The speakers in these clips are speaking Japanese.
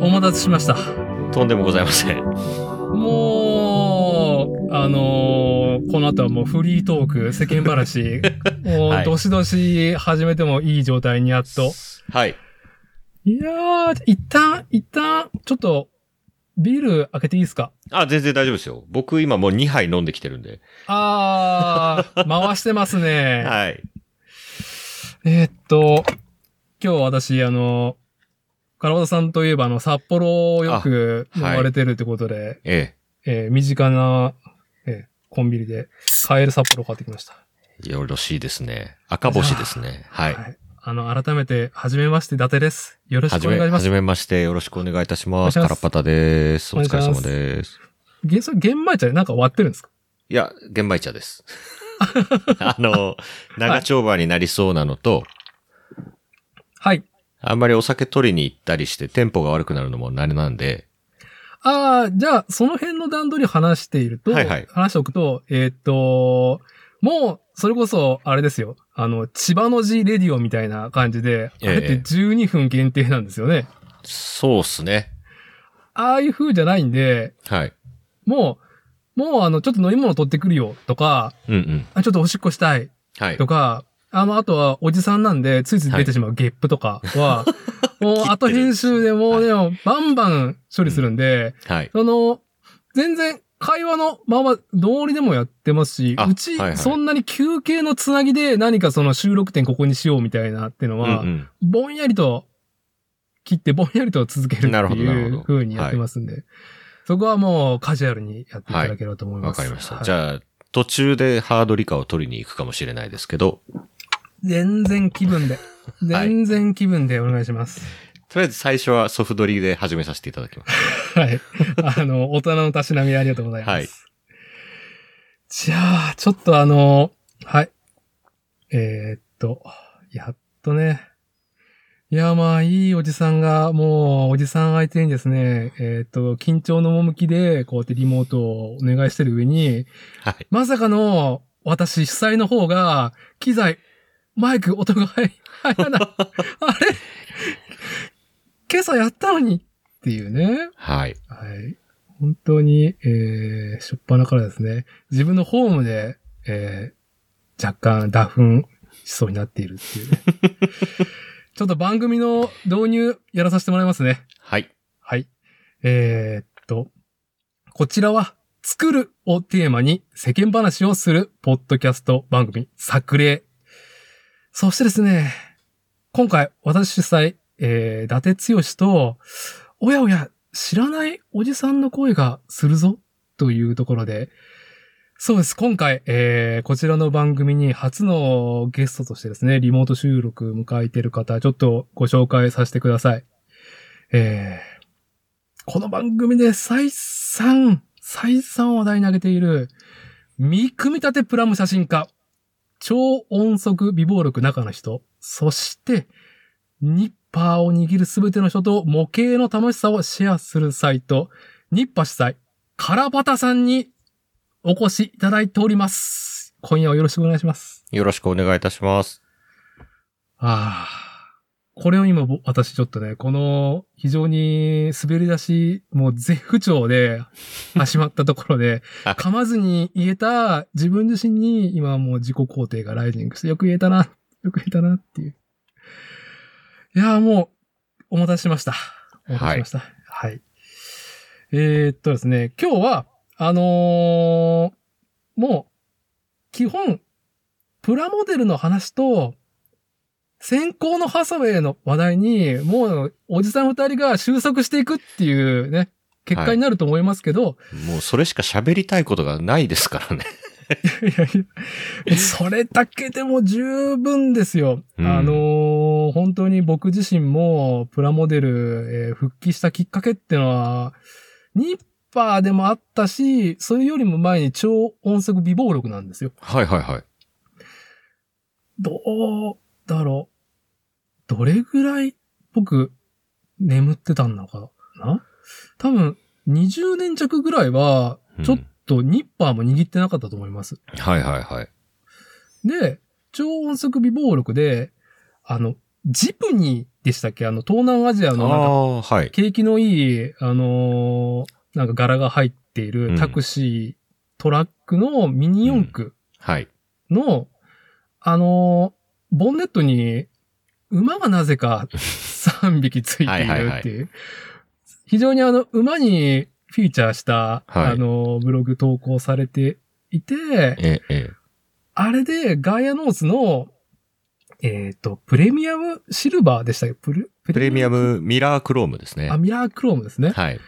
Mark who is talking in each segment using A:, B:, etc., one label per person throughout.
A: お待たせしました。
B: とんでもございません。
A: もう、あのーこの後はもうフリートーク、世間 話、も
B: は
A: う、
B: い
A: どしどし始めてもいい状態にやっと。
B: はい。
A: いやー、一旦、一旦、ちょっと、ビール開けていいですか
B: あ、全然大丈夫ですよ。僕今もう2杯飲んできてるんで。
A: あ ー、回してますね。
B: はい。
A: えーっと、今日私、あの、カラバタさんといえば、あの、札幌をよく
B: あ
A: 飲
B: はい
A: まれてるってことで、
B: え
A: えー身近な、えーコンビニで、買える札幌を買ってきました。
B: え。よろしいですね。赤星ですね。はい。
A: あの、改めて、はじめまして、伊達です。よろし
B: は
A: く
B: じ
A: お
B: め、
A: 願いしま
B: は
A: す
B: じ。めまして。よろしくお願いいたします。
A: お願いしま
B: カラ
A: す
B: パタです。お疲れ様です。
A: げそれ玄米茶でなんか割ってるんですか
B: いや、玄米 茶です。あの、長丁場になりそうなのと、
A: はい。
B: あんまりお酒取りに行ったりしてテンポが悪くなるのも慣れなんで、
A: ああ、じゃあ、その辺の段取りを話していると、
B: はいはい
A: 話しておくと、えーっと、もう、それこそ、あれですよ。あの、千葉の字レディオみたいな感じで、あ
B: ええ
A: れって12分限定なんですよね。
B: そうっすね。
A: ああいう風じゃないんで、
B: はい。
A: もう、もうあの、ちょっと飲み物取ってくるよとか、
B: うんうん。
A: あちょっとおしっこしたい
B: はい
A: と。か、あの、あとはおじさんなんで、ついつい出てしまうゲップとかは、 もう後編集でもうね、バンバン処理するんで、
B: はい。
A: その、全然会話のまま通りでもやってますし、
B: あ
A: うち、
B: はいはい
A: そんなに休憩のつなぎで何かその収録点ここにしようみたいなっていうの
B: うんう
A: は、
B: ん。
A: ぼんやりと切ってぼんやりと続けるって
B: なるほどないるほ
A: う
B: ど
A: 風にやってますんで、そこはもうカジュアルにやっていただければと思い
B: わ
A: ます。
B: かりました。
A: はい
B: じゃあ、途中でハードリカを取りに行くかもしれないですけど、
A: 全然気分で。
B: はい
A: 全然気分でお願いします。
B: とりあえず最初はソフトリで始めさせていただきます。
A: はい。 あの、大人のたしなみありがとうございます。
B: はい
A: じゃあ、ちょっとあの、はい。えーっと、やっとね。いや、まあ、いいおじさんが、もう、おじさん相手にですね、えーっと、緊張の赴きで、こうやってリモートをお願いしてる上に、
B: はい。
A: まさかの、私、主催の方が、機材、マイク、音が入入らない。あれ今朝やったのにっていうね。
B: はい。
A: はい。本当に、えー、しょっぱなからですね、自分のホームで、えー、若干打粉しそうになっているっていう、ね。ちょっと番組の導入やらさせてもらいますね。
B: はい。
A: はい。えーっと、こちらは、作るをテーマに世間話をするポッドキャスト番組、作例。そしてですね、今回私主催、えー、伊達剛と、おやおや、知らないおじさんの声がするぞ、というところで、そうです。今回、えー、こちらの番組に初のゲストとしてですね、リモート収録迎えてる方、ちょっとご紹介させてください。えー、この番組で再三、再三話題に上げている、見組み立てプラム写真家、超音速微暴力中の人、そして、ニッパーを握るすべての人と模型の楽しさをシェアするサイト、ニッパ主催、カラバタさんにお越しいただいております。今夜はよろしくお願いします。
B: よろしくお願いいたします。
A: ああ。これを今ぼ、私ちょっとね、この非常に滑り出し、もう絶不調で始まったところで、
B: はい
A: 噛まずに言えた自分自身に今はもう自己肯定がライジングして、よく言えたな、よく言えたなっていう。いやーもう、お待たせしました。お待たせしました。はい。えーっとですね、今日は、あのーもう、基本、プラモデルの話と、先行のハサウェイの話題に、もう、おじさん二人が収束していくっていうね、結果になると思いますけど、
B: もうそれしか喋りたいことがないですからね。
A: い、やいや、 それだけでも十分ですよ。
B: うん
A: あのー本当に僕自身も、プラモデル、えー復帰したきっかけってのは、ニッパーでもあったし、それよりも前に超音速微暴力なんですよ。
B: はいはいはい。
A: どうだろう。どれぐらい僕眠ってたのかな多分20年弱ぐらいは
B: うん
A: ちょっとニッパーも握ってなかったと思います。
B: はいはいはい。
A: で、超音速微暴力で、あの、ジプニーでしたっけあの、東南アジア
B: あ
A: のなんか、
B: あ、はい。
A: 景気のいい、あのーなんか柄が入っていうる
B: ん
A: タクシー、トラックのミニ四駆
B: はい。
A: の、あのーボンネットに馬がなぜ か3匹ついているっていう。非常にあの、馬にフィーチャーした、
B: はい
A: あのーブログ投稿されていて、
B: ええ、ええ。
A: あれでガイアノーズの、えっ、と、プレミアムシルバーでしたっけプル
B: プレミア。ムミラークロームですね
A: あ、。ミラークロームですね。
B: はい。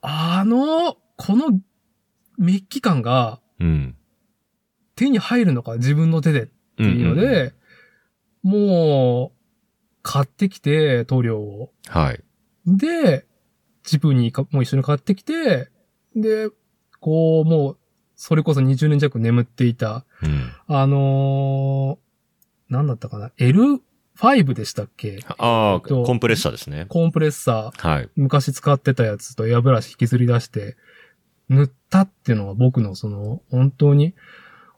A: あの、このメッキ感が
B: うん。
A: 手に入るのか、自分の手で
B: う
A: っ
B: ん
A: ていうの
B: うんうん
A: で、もう、買ってきて、塗料を。
B: はい。
A: で、ジプニーかもう一緒に買ってきて、で、こう、もう、それこそ20年弱眠っていた、
B: うん。
A: あのー、なんだったかな、L5 でしたっけ
B: ああ、
A: えっと
B: コンプレッサーですね。
A: コンプレッサー、
B: はい。
A: 昔使ってたやつとエアブラシ引きずり出して、塗ったっていうのが僕のその、本当に、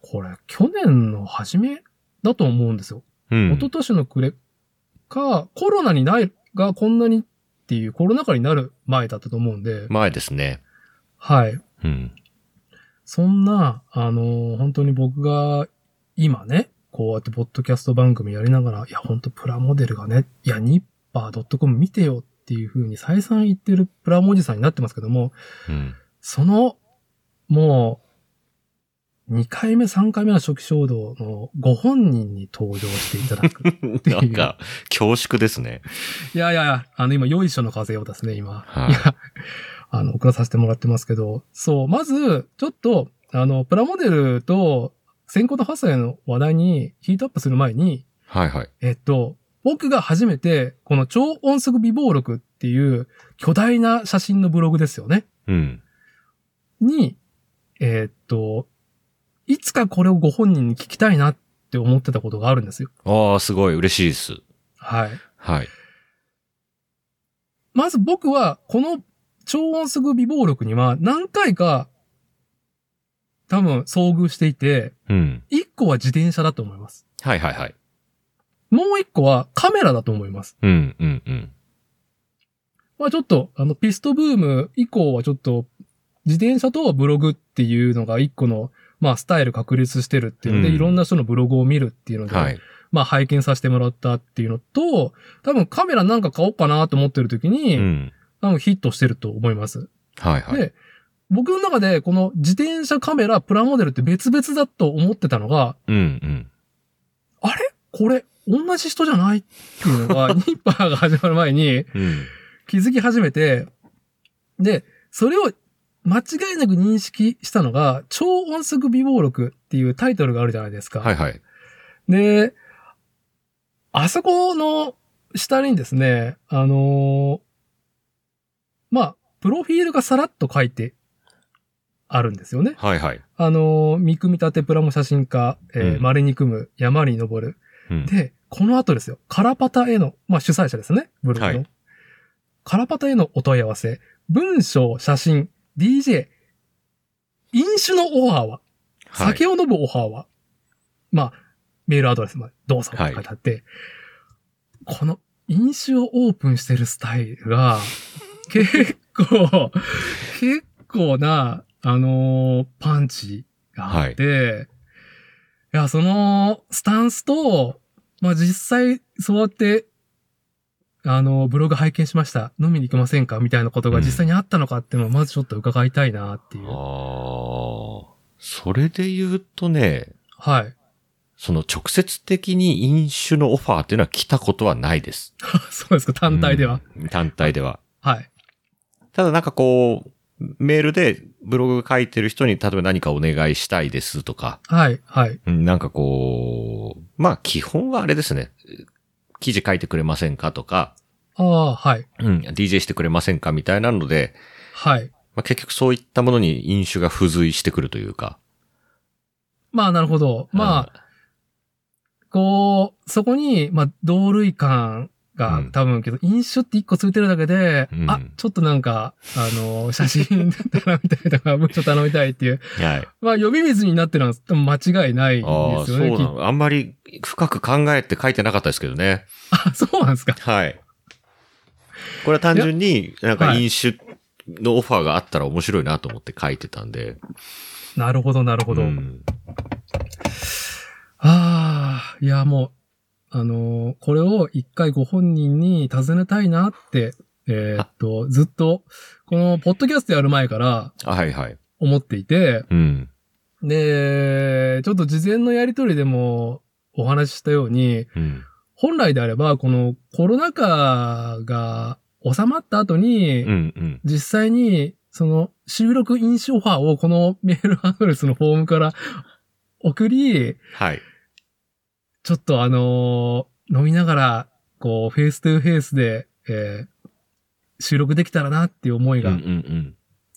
A: これ、去年の初めだと思うんですよ。
B: うん。
A: 一昨年の暮れか、コロナにないがこんなにっていう、コロナ禍になる前だったと思うんで、
B: 前ですね。
A: はい。
B: うん。
A: そんな、あのー本当に僕が今ね、こうやってポッドキャスト番組やりながら、いや、本当プラモデルがね、いや、ニッパー .com 見てよっていう風に再三言ってるプラモおじさんになってますけども、
B: うん。
A: その、もう、2回目、3回目の初期衝動のご本人に登場していただく。ていう
B: なんか、恐縮ですね。
A: いやいやいや、あの今、よいしょの風をですね、今。
B: はい
A: いや、あの、送らさせてもらってますけど、そう、まず、ちょっと、あの、プラモデルと、先行と発生の話題にヒートアップする前に、
B: はいはい。
A: えっと、僕が初めて、この超音速微暴録っていう巨大な写真のブログですよね。
B: うん。
A: に、えっと、いつかこれをご本人に聞きたいなって思ってたことがあるんですよ。
B: ああ、すごい、嬉しいです。
A: はい。
B: はい。
A: まず僕は、この超音速微暴力には何回か、多分遭遇していて、
B: うん。
A: 一個は自転車だと思います。
B: はいはいはい。
A: もう一個はカメラだと思います。
B: うん、うん、うん。
A: まあちょっと、あの、ピストブーム以降はちょっと、自転車とブログっていうのが一個の、まあスタイル確立してるっていうので、
B: うん
A: いろんな人のブログを見るっていうので、
B: はい。
A: まあ拝見させてもらったっていうのと、多分カメラなんか買おうかなと思ってる時に、
B: うん。
A: 多分ヒットしてると思います。
B: はいはい。
A: で、僕の中でこの自転車カメラ、プラモデルって別々だと思ってたのが、
B: うん、うん。
A: あれこれ、同じ人じゃないっていう のが、ニッパーが始まる前に
B: うん。
A: 気づき始めて、で、それを間違いなく認識したのが、超音速微暴録っていうタイトルがあるじゃないですか。
B: はいはい。
A: で、あそこの下にですね、あのーまあ、プロフィールがさらっと書いてあるんですよね。
B: はいはい。
A: あのー見組み立てプラモ写真家、えー
B: うん
A: 稀に組む、山に登る。
B: うん。
A: で、この後ですよ、カラパタへの、まあ、主催者ですね、ブログの。
B: はい
A: カラパタへのお問い合わせ、文章、写真、DJ、飲酒のオファーは、
B: はい
A: 酒を飲むオファーは、まあ、メールアドレスまでどうぞって書いてあって、この飲酒をオープンしてるスタイルが、 結構、結構な、あのーパンチがあって、い、や、そのスタンスと、まあ実際、そうやって、あのー、ブログ拝見しました。飲みに行きませんかみたいなことが実際にあったのかっていうのをまずちょっと伺いたいなっていう。
B: ああ、それで言うとね、
A: はい。
B: その直接的に飲酒のオファーっていうのは来たことはないです。
A: そうですか、単体では。
B: うん。単体では。
A: はい。
B: ただなんかこう、メールでブログ書いてる人に、例えば何かお願いしたいですとか、
A: はい、はい。
B: うんなんかこう、まあ基本はあれですね。記事書いてくれませんかとか、
A: ああ、はい、
B: うん、DJ してくれませんかみたいなので、
A: はい。
B: まあ結局そういったものに飲酒が付随してくるというか。
A: まあ、なるほど。まあ、
B: あ、
A: こう、そこに、まあ、同類感
B: う
A: が
B: ん
A: 多分けど、飲酒って一個ついてるだけで、
B: うん
A: あ、ちょっとなんか、あの、写真頼みたいとか、文章頼みたいっていう、
B: はい。
A: まあ、呼び水になってるのは間違いない
B: ああ、
A: です
B: そ
A: よ
B: う
A: ね、
B: な
A: きっと
B: の。あんまり深く考えて書いてなかったですけどね。
A: あ、そうなんですか。
B: はい。これは単純になんか飲酒のオファーがあったら面白いなと思って書いてたんで。
A: なるほど、なるほど。
B: うん
A: ああ、いや、もう、あのーこれを一回ご本人に尋ねたいなって、えーっと、ずっと、この、ポッドキャストやる前から
B: はいはい。
A: 思っていて、
B: うん。
A: で、ちょっと事前のやりとりでもお話ししたように、
B: うん。
A: 本来であれば、このコロナ禍が収まった後に、
B: うん。うん。
A: 実際に、その、収録飲酒オファーをこのメールアドレスのフォームから送り、
B: はい。
A: ちょっとあのー飲みながら、こう、フェイストゥーフェイスで、えー収録できたらなっていう思い
B: うん。うん。う
A: が、
B: ん。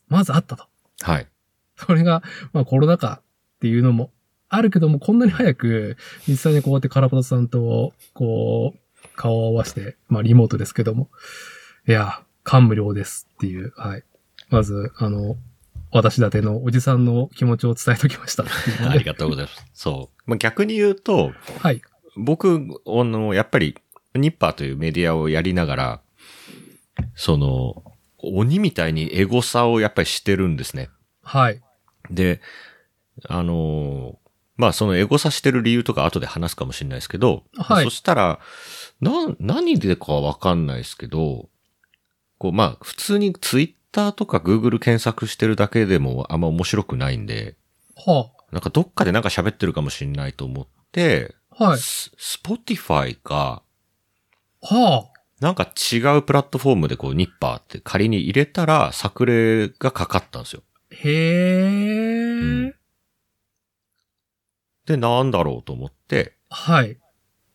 A: まずあったと。
B: はい。
A: それが、まあコロナ禍っていうのもあるけども、こんなに早く、実際にこうやってカラポタさんと、こう、顔を合わせて、まあリモートですけども、いや、感無量ですっていう、はい。まず、あの、私だてのおじさんの気持ちを伝えときましたっていうので
B: ありがとうございます。そう。まあ、逆に言うと、
A: はい。
B: 僕、あの、やっぱり、ニッパーというメディアをやりながら、その、鬼みたいにエゴさをやっぱりしてるんですね。
A: はい。
B: で、あのーまあそのエゴサしてる理由とか後で話すかもしれないですけど、
A: はい
B: そしたら、な、何でかわかんないですけど、こうまあ普通にツイッターとか Google 検索してるだけでもあんま面白くないんで、
A: は
B: なんかどっかでなんか喋ってるかもしれないと思って、
A: あ、はい。
B: ススポティファイが、
A: は
B: なんか違うプラットフォームでこうニッパーって仮に入れたら作例がかかったんですよ。
A: あ、へえ、
B: うんで、なんだろうと思って、
A: はい。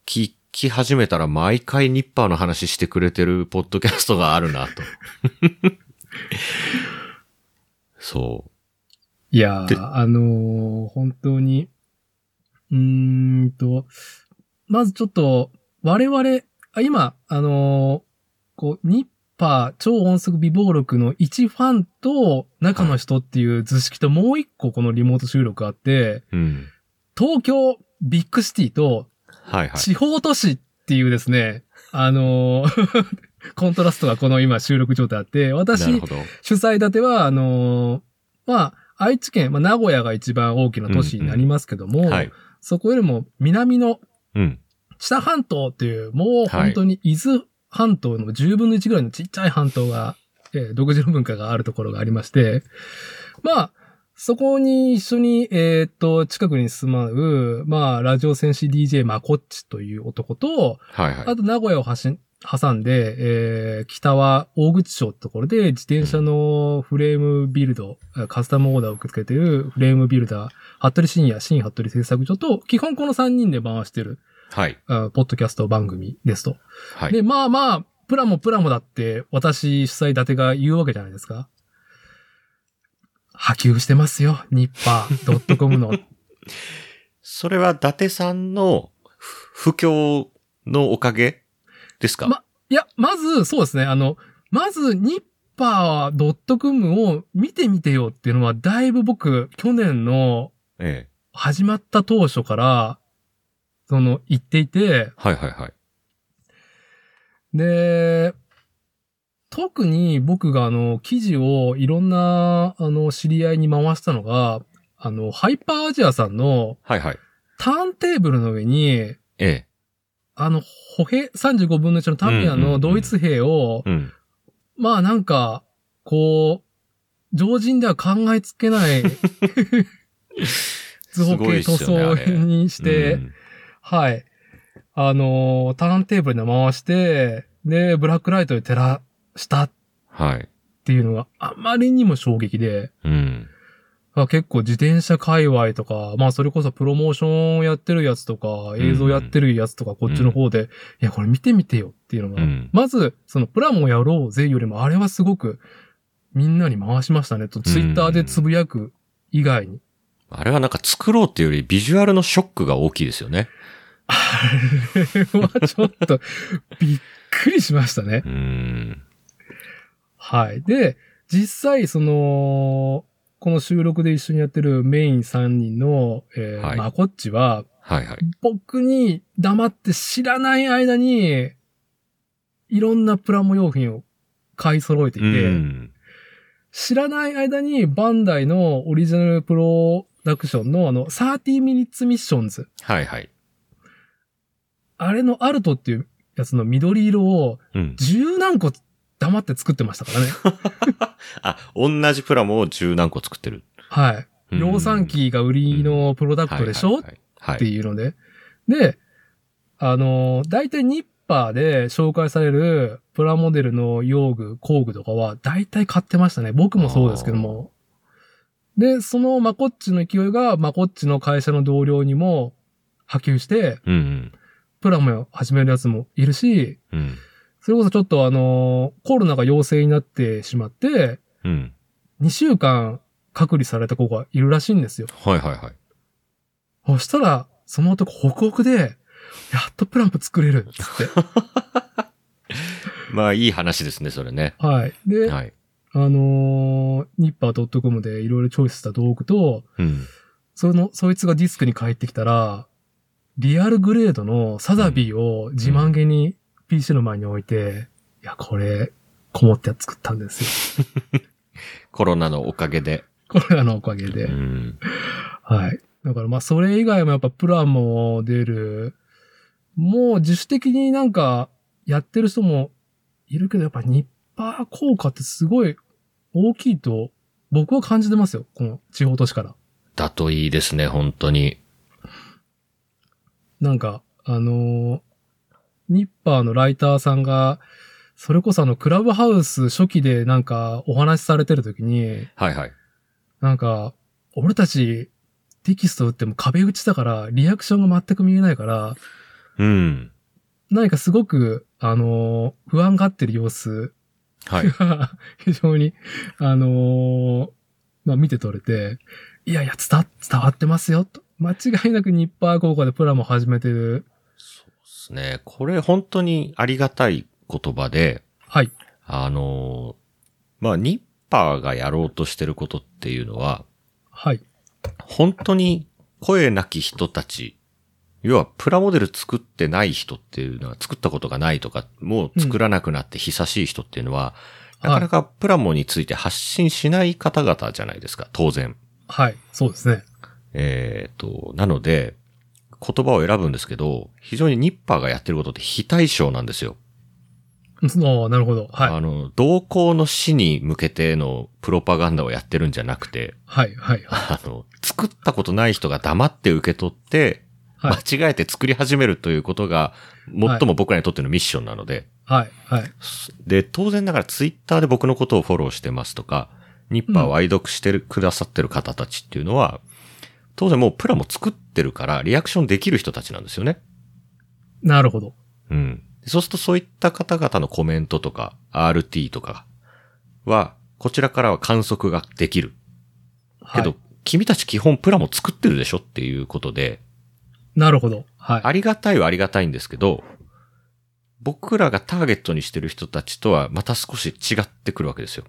B: 聞き始めたら毎回ニッパーの話してくれてるポッドキャストがある なと。そ
A: いや
B: で
A: ー、あのー本当に、うーんと、まずちょっと、我々、あ今、あのーこう、ニッパー超音速微暴録の一ファンと中の人っていう図式ともう一個このリモート収録があって、
B: う。うん。
A: 東京ビッグシティと
B: はいはい。
A: 地方都市っていうですね、あのー コントラストがこの今収録状態あって、
B: なる
A: 私
B: ほ、ど。
A: 主催建ては、あのーまあ、愛知県、まあ、名古屋が一番大きな都市になりますけども、
B: はい。
A: そこよりも南の
B: うん。
A: 知多半島っていう、もう本当に伊豆半島の10分の1ぐらいのちっちゃい半島が、えー独自の文化があるところがありまして、まあ、そこに一緒に、えーっと、近くに住まう、まあ、ラジオ戦士 DJ マコッチという男と、
B: はいはい
A: あ。と名古屋をはし挟んで、えー、北は大口町ってところで自転車のフレームビルド、カスタムオーダーを受け付けているフレームビルダー、服部深夜、新服部製作所と、基本この3人で回してる、
B: はい。
A: あポッドキャスト番組ですと。
B: はい。
A: で、まあまあ、プラモプラモだって私主催立てが言うわけじゃないですか。波及してますよ、ニッパー .com の。
B: それは伊達さんの不況のおかげですか、
A: まいや、まず、そうですね。あの、まず、ニッパー .com を見てみてよっていうのは、だいぶ僕、去年の
B: ええ。
A: 始まった当初から、その、言っていて、
B: はいはいはい。
A: で、特に僕があの、記事をいろんな、あの、知り合いに回したのが、あの、ハイパーアジアさんの
B: はいはい。
A: ターンテーブルの上に、
B: ええ。
A: あの、歩兵35分の1のタミヤ
B: うんうんう
A: の
B: ん
A: ドイツ兵を、
B: うん。
A: まあなんか、こう、常人では考えつけない、図
B: す
A: 法
B: ごい
A: 系塗
B: っすよねあ
A: 装
B: れ
A: にして、
B: うん
A: はい。あのーターンテーブルで回して、で、ブラックライトで照らしたっ
B: はい。
A: ていうのがあまりにも衝撃で、
B: うん。
A: あ結構自転車界隈とか、まあそれこそプロモーションやってるやつとか、映像やってるやつとか、こっちの方で、いや、これ見てみてよっていうの
B: う
A: が、
B: ん。
A: まず、そのプラモやろうぜよりも、あれはすごくみんなに回しましたねと、ツイッターでつぶやく以外に。
B: あれはなんか作ろうっていうよりビジュアルのショックが大きいですよね。
A: あれ はちょっとびっくりしましたね
B: う。ん。
A: はい。で、実際、その、この収録で一緒にやってるメイン3人の、えー
B: はい
A: まこっちは、
B: はいはい。
A: 僕に黙って知らない間に、いろんなプラモ用品を買い揃えていうて、
B: ん。
A: 知らない間にバンダイのオリジナルプロダクションのあの、30 minutes missions。
B: はいはい。
A: あれのアルトっていうやつの緑色を
B: うん。
A: 十何個黙って作ってましたからね。
B: あ、同じプラモを十何個作ってる。
A: はい。
B: うん
A: 量産機が売りのプロダクトでしょ、
B: はいはいはい、はい
A: っていうので。で、あの、大体ニッパーで紹介されるプラモデルの用具、工具とかは大体買ってましたね。僕もそうですけども。で、そのマコッチの勢いがマコッチの会社の同僚にも波及して、
B: うん
A: プラモを始めるやつもいるし、
B: うん。うん。
A: それこそちょっとあの、コロナが陽性になってしまって、
B: うん。
A: 2週間隔離された子がいるらしいんですよ。
B: はいはいはい。
A: そしたら、その男、ホクホクで、やっとプランプ作れるっつ って。
B: まあ、いい話ですね、それね。
A: はい。で、
B: はい。
A: あのーニッパー .com でいろいろチョイスした道具と、
B: うん。
A: その、そいつがディスクに帰ってきたら、リアルグレードのサザビーを自慢げに PC の前に置いて、いや、これ、こもって作ったんですよ。
B: コロナのおかげで。
A: これらのおかげで。
B: うん。
A: はい。だからまあそれ以外もやっぱプラモ出る、もう自主的になんかやってる人もいるけど、やっぱニッパー効果ってすごい大きいと僕は感じてますよ。この地方都市から。
B: だといいですね、本当に。
A: なんか、あのーニッパーのライターさんが、それこそあのクラブハウス初期でなんかお話しされてる時に、
B: はいはい。
A: なんか、俺たちテキスト打っても壁打ちだからリアクションが全く見えないから、
B: うん。
A: 何かすごく、あのー不安がってる様子
B: はい。
A: が 非常に、あのーまあ見て取れて、いやいや、伝わ、伝わってますよ、と。間違いなくニッパー高校でプラも始めてる。
B: そうですね。これ本当にありがたい言葉で、
A: はい。
B: あのーまあ、ニッパーがやろうとしてることっていうのは、
A: はい。
B: 本当に声なき人たち、要はプラモデル作ってない人っていうのは作ったことがないとか、もう作らなくなって久しい人っていうのは、なかなかプラモについて発信しない方々じゃないですか、当然。
A: はい。そうですね。
B: えっ、と、なので、言葉を選ぶんですけど、非常にニッパーがやってることって非対称なんですよ。
A: うんその、なるほど。はい。
B: あの、同行の死に向けてのプロパガンダをやってるんじゃなく て、
A: はい。はい。
B: あの、作ったことない人が黙って受け取って、
A: はい
B: 間違えて作り始めるということが、最も僕らにとってのミッションなので、
A: はい。はい。
B: で、当然ながらツイッターで僕のことをフォローしてますとか、ニッパーを愛読してる、くださってる方たちっていうのは、当然もうプラも作ってるから、リアクションできる人たちなんですよね。
A: なるほど。
B: うん。そうするとそういった方々のコメントとか、RT とかは、こちらからは観測ができる。
A: は
B: け
A: い。
B: ど、君たち基本プラも作ってるでしょっていうことで、
A: なるほど。はい。
B: ありがたいはありがたいんですけど、僕らがターゲットにしてる人たちとはまた少し違ってくるわけですよ。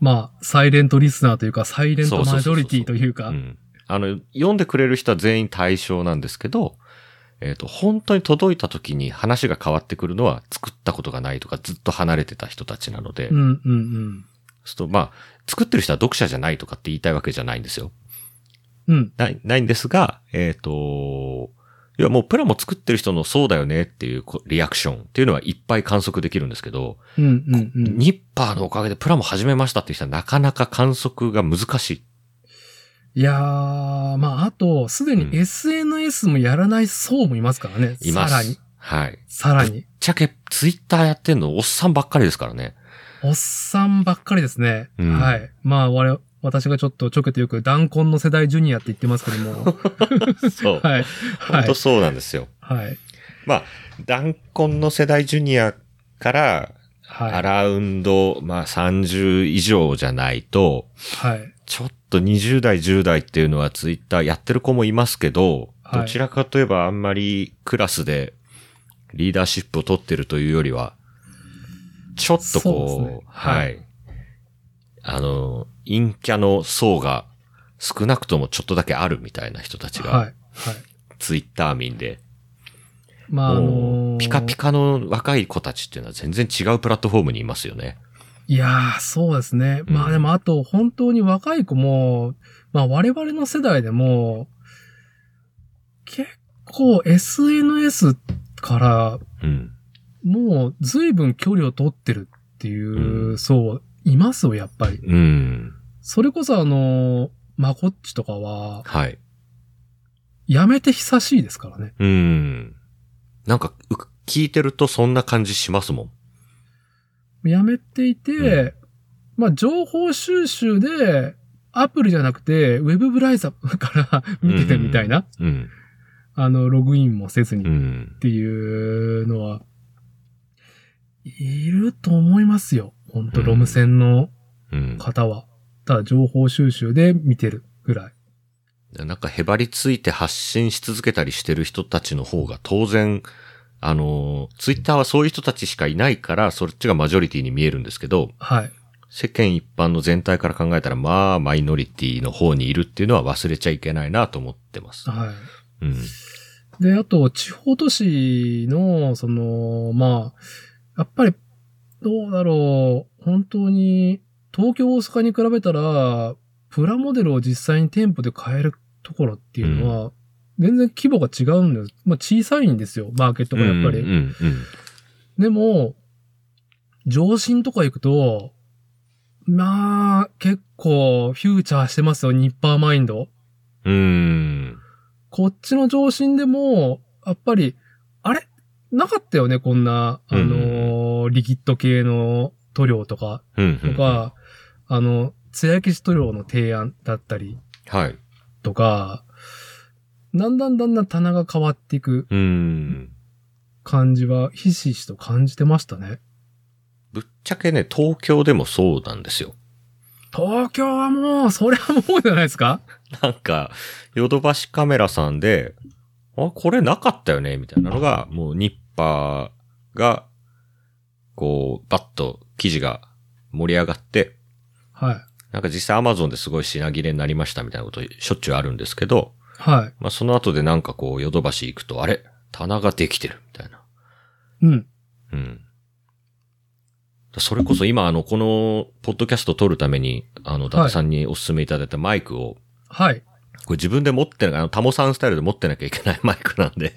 A: まあ、サイレントリスナーというか、サイレントマジョリティという
B: う
A: か、
B: ん。あの、読んでくれる人は全員対象なんですけど、えっ、と、本当に届いた時に話が変わってくるのは作ったことがないとかずっと離れてた人たちなので、
A: うん、うん、うん。
B: そうすると、まあ、作ってる人は読者じゃないとかって言いたいわけじゃないんですよ。
A: うん。
B: ない、ないんですが、えっ、と、いやもうプラも作ってる人のそうだよねっていうこリアクションっていうのはいっぱい観測できるんですけど、
A: うん、うん、うん。
B: ニッパーのおかげでプラも始めましたっていう人はなかなか観測が難しい。
A: いやー、まあ、あと、すで
B: う
A: に
B: ん
A: SNS もやらない層もいますからね。
B: います。
A: さらに。
B: はい。
A: さらに。
B: ちゃけ、ツイッターやってんのおっさんばっかりですか らね。
A: おっさんばっかりですね。
B: うん
A: はい。まあ、我々、私がちょっとちょけてよく、弾痕の世代ジュニアって言ってますけど も。
B: そう。
A: はい。
B: 本
A: はい
B: 当。そうなんですよ。
A: はい。
B: まあ、弾痕の世代ジュニアから、ア
A: はい。
B: ラウンド、まあ30以上じゃないと、
A: はい。
B: ちょっと20代、10代っていうのはツイッターやってる子もいますけど、
A: はい
B: どちらかといえばあんまりクラスでリーダーシップを取ってるというよりは、ちょっとこ
A: そう
B: う、
A: ですね
B: はい、
A: は
B: あの、陰キャの層が少なくともちょっとだけあるみたいな人たち
A: はい。は
B: が、
A: い。
B: ツイッター民で、
A: まあ、あ
B: も
A: の
B: うピカピ
A: カ。
B: カの若い子たちっていうのは全然違うプラットフォームにいますよね。
A: いやー、そうですね。
B: うん
A: まあでも、あと、本当に若い子も、まあ我々の世代でも、結構 SNS から、
B: うん。
A: もう随分距離を取ってるっていう、そう、いますよ、やっぱり。
B: うん。
A: それこそあの、まこっちとかは、
B: はい。
A: やめて久しいですからね。
B: うん。なんか、う聞いてるとそんな感じしますもん。
A: やめていて、
B: う
A: まあ情報収集で、アプリじゃなくて、ウェブブラウザから 見ててみたいな、
B: うん。
A: あの、ログインもせずに
B: う
A: っ
B: ん。
A: ていうのは、いると思いますよ。ほんと、
B: うん
A: ロム線の
B: うん。
A: 方は。ただ情報収集で見てるぐらい。
B: なんかへばりついて発信し続けたりしてる人たちの方が当然、あの、ツイッターはそういう人たちしかいないから、そっちがマジョリティに見えるんですけど、
A: はい。
B: 世間一般の全体から考えたら、まあ、マイノリティの方にいるっていうのは忘れちゃいけないなと思ってます。
A: はい。
B: うん。
A: で、あと、地方都市の、その、まあ、やっぱり、どうだろう、本当に、東京、大阪に比べたら、プラモデルを実際に店舗で買えるところっていうのは、全然規模が違うんです。まあ、小さいんですよ、マーケットがやっぱり。
B: うんうんうん。
A: でも、上信とか行くと、まあ、結構、フューチャーしてますよ、ニッパーマインド。
B: うーん。
A: こっちの上心でも、やっぱり、あれなかったよね、こんな、あのーリキッド系の塗料とか、
B: うんう
A: と
B: ん。
A: か、あの、艶消し塗料の提案だったり
B: はい。う
A: とか、だんだんだんだん棚が変わっていく
B: ーん。
A: 感じは、ひしひしと感じてましたね。
B: ぶっちゃけね、東京でもそうなんですよ。
A: 東京はもう、それはもうじゃないですか
B: なんか、ヨドバシカメラさんで、あ、これなかったよねみたいなのが、もうニッパーが、こう、バッと記事が盛り上がって、
A: はい。
B: なんか実際アマゾンですごい品切れになりましたみたいなことしょっちゅうあるんですけど、
A: は
B: まあその後でなんかこう、ヨドバシ行くと、あれ棚ができてるみたいな。
A: い。うん。
B: うん。それこそ今あの、この、ポッドキャスト撮るために、あの、ダンさんにお勧めいただいたマイクを、
A: はい。
B: これ自分で持ってなあの、タモさんスタイルで持ってなきゃいけないマイ クなんで。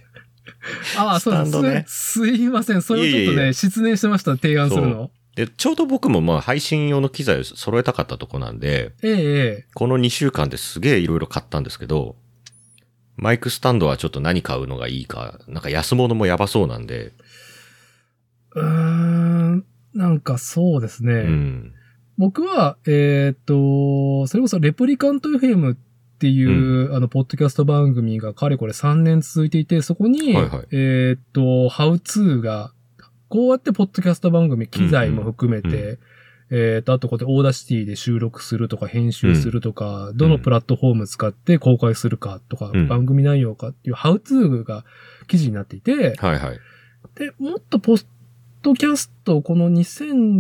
A: ああ、そうで
B: ス
A: す
B: タンドね
A: すすいません。それをちょっと
B: いえいえい
A: ね、
B: え
A: 失念してました、提案するの。
B: で、ちょうど僕もまあ配信用の機材を揃えたかったとこなんで、
A: ええええ。
B: この2週間ですげえいろいろ買ったんですけど、マイクスタンドはちょっと何買うのがいいか、なんか安物もやばそうなんで、
A: うーん、なんかそうですね。
B: うん。
A: 僕は、えーっと、それこそレプリカント FM っていう、あの、ポッドキャスト番組がかれこれ3年続いていて、そこに、
B: はいはい
A: えーっと、ハウツーが、こうやってポッドキャスト番組、機材も含めて、
B: うんうんう
A: えーっと、あとこうやってオーダーシティで収録するとか、編集するとか、どのプラットフォーム使って公開するかとか、
B: うん
A: 番組内容かっていう、ハウツーが記事になっていて、
B: はいはい。
A: で、もっとポストキャスト、この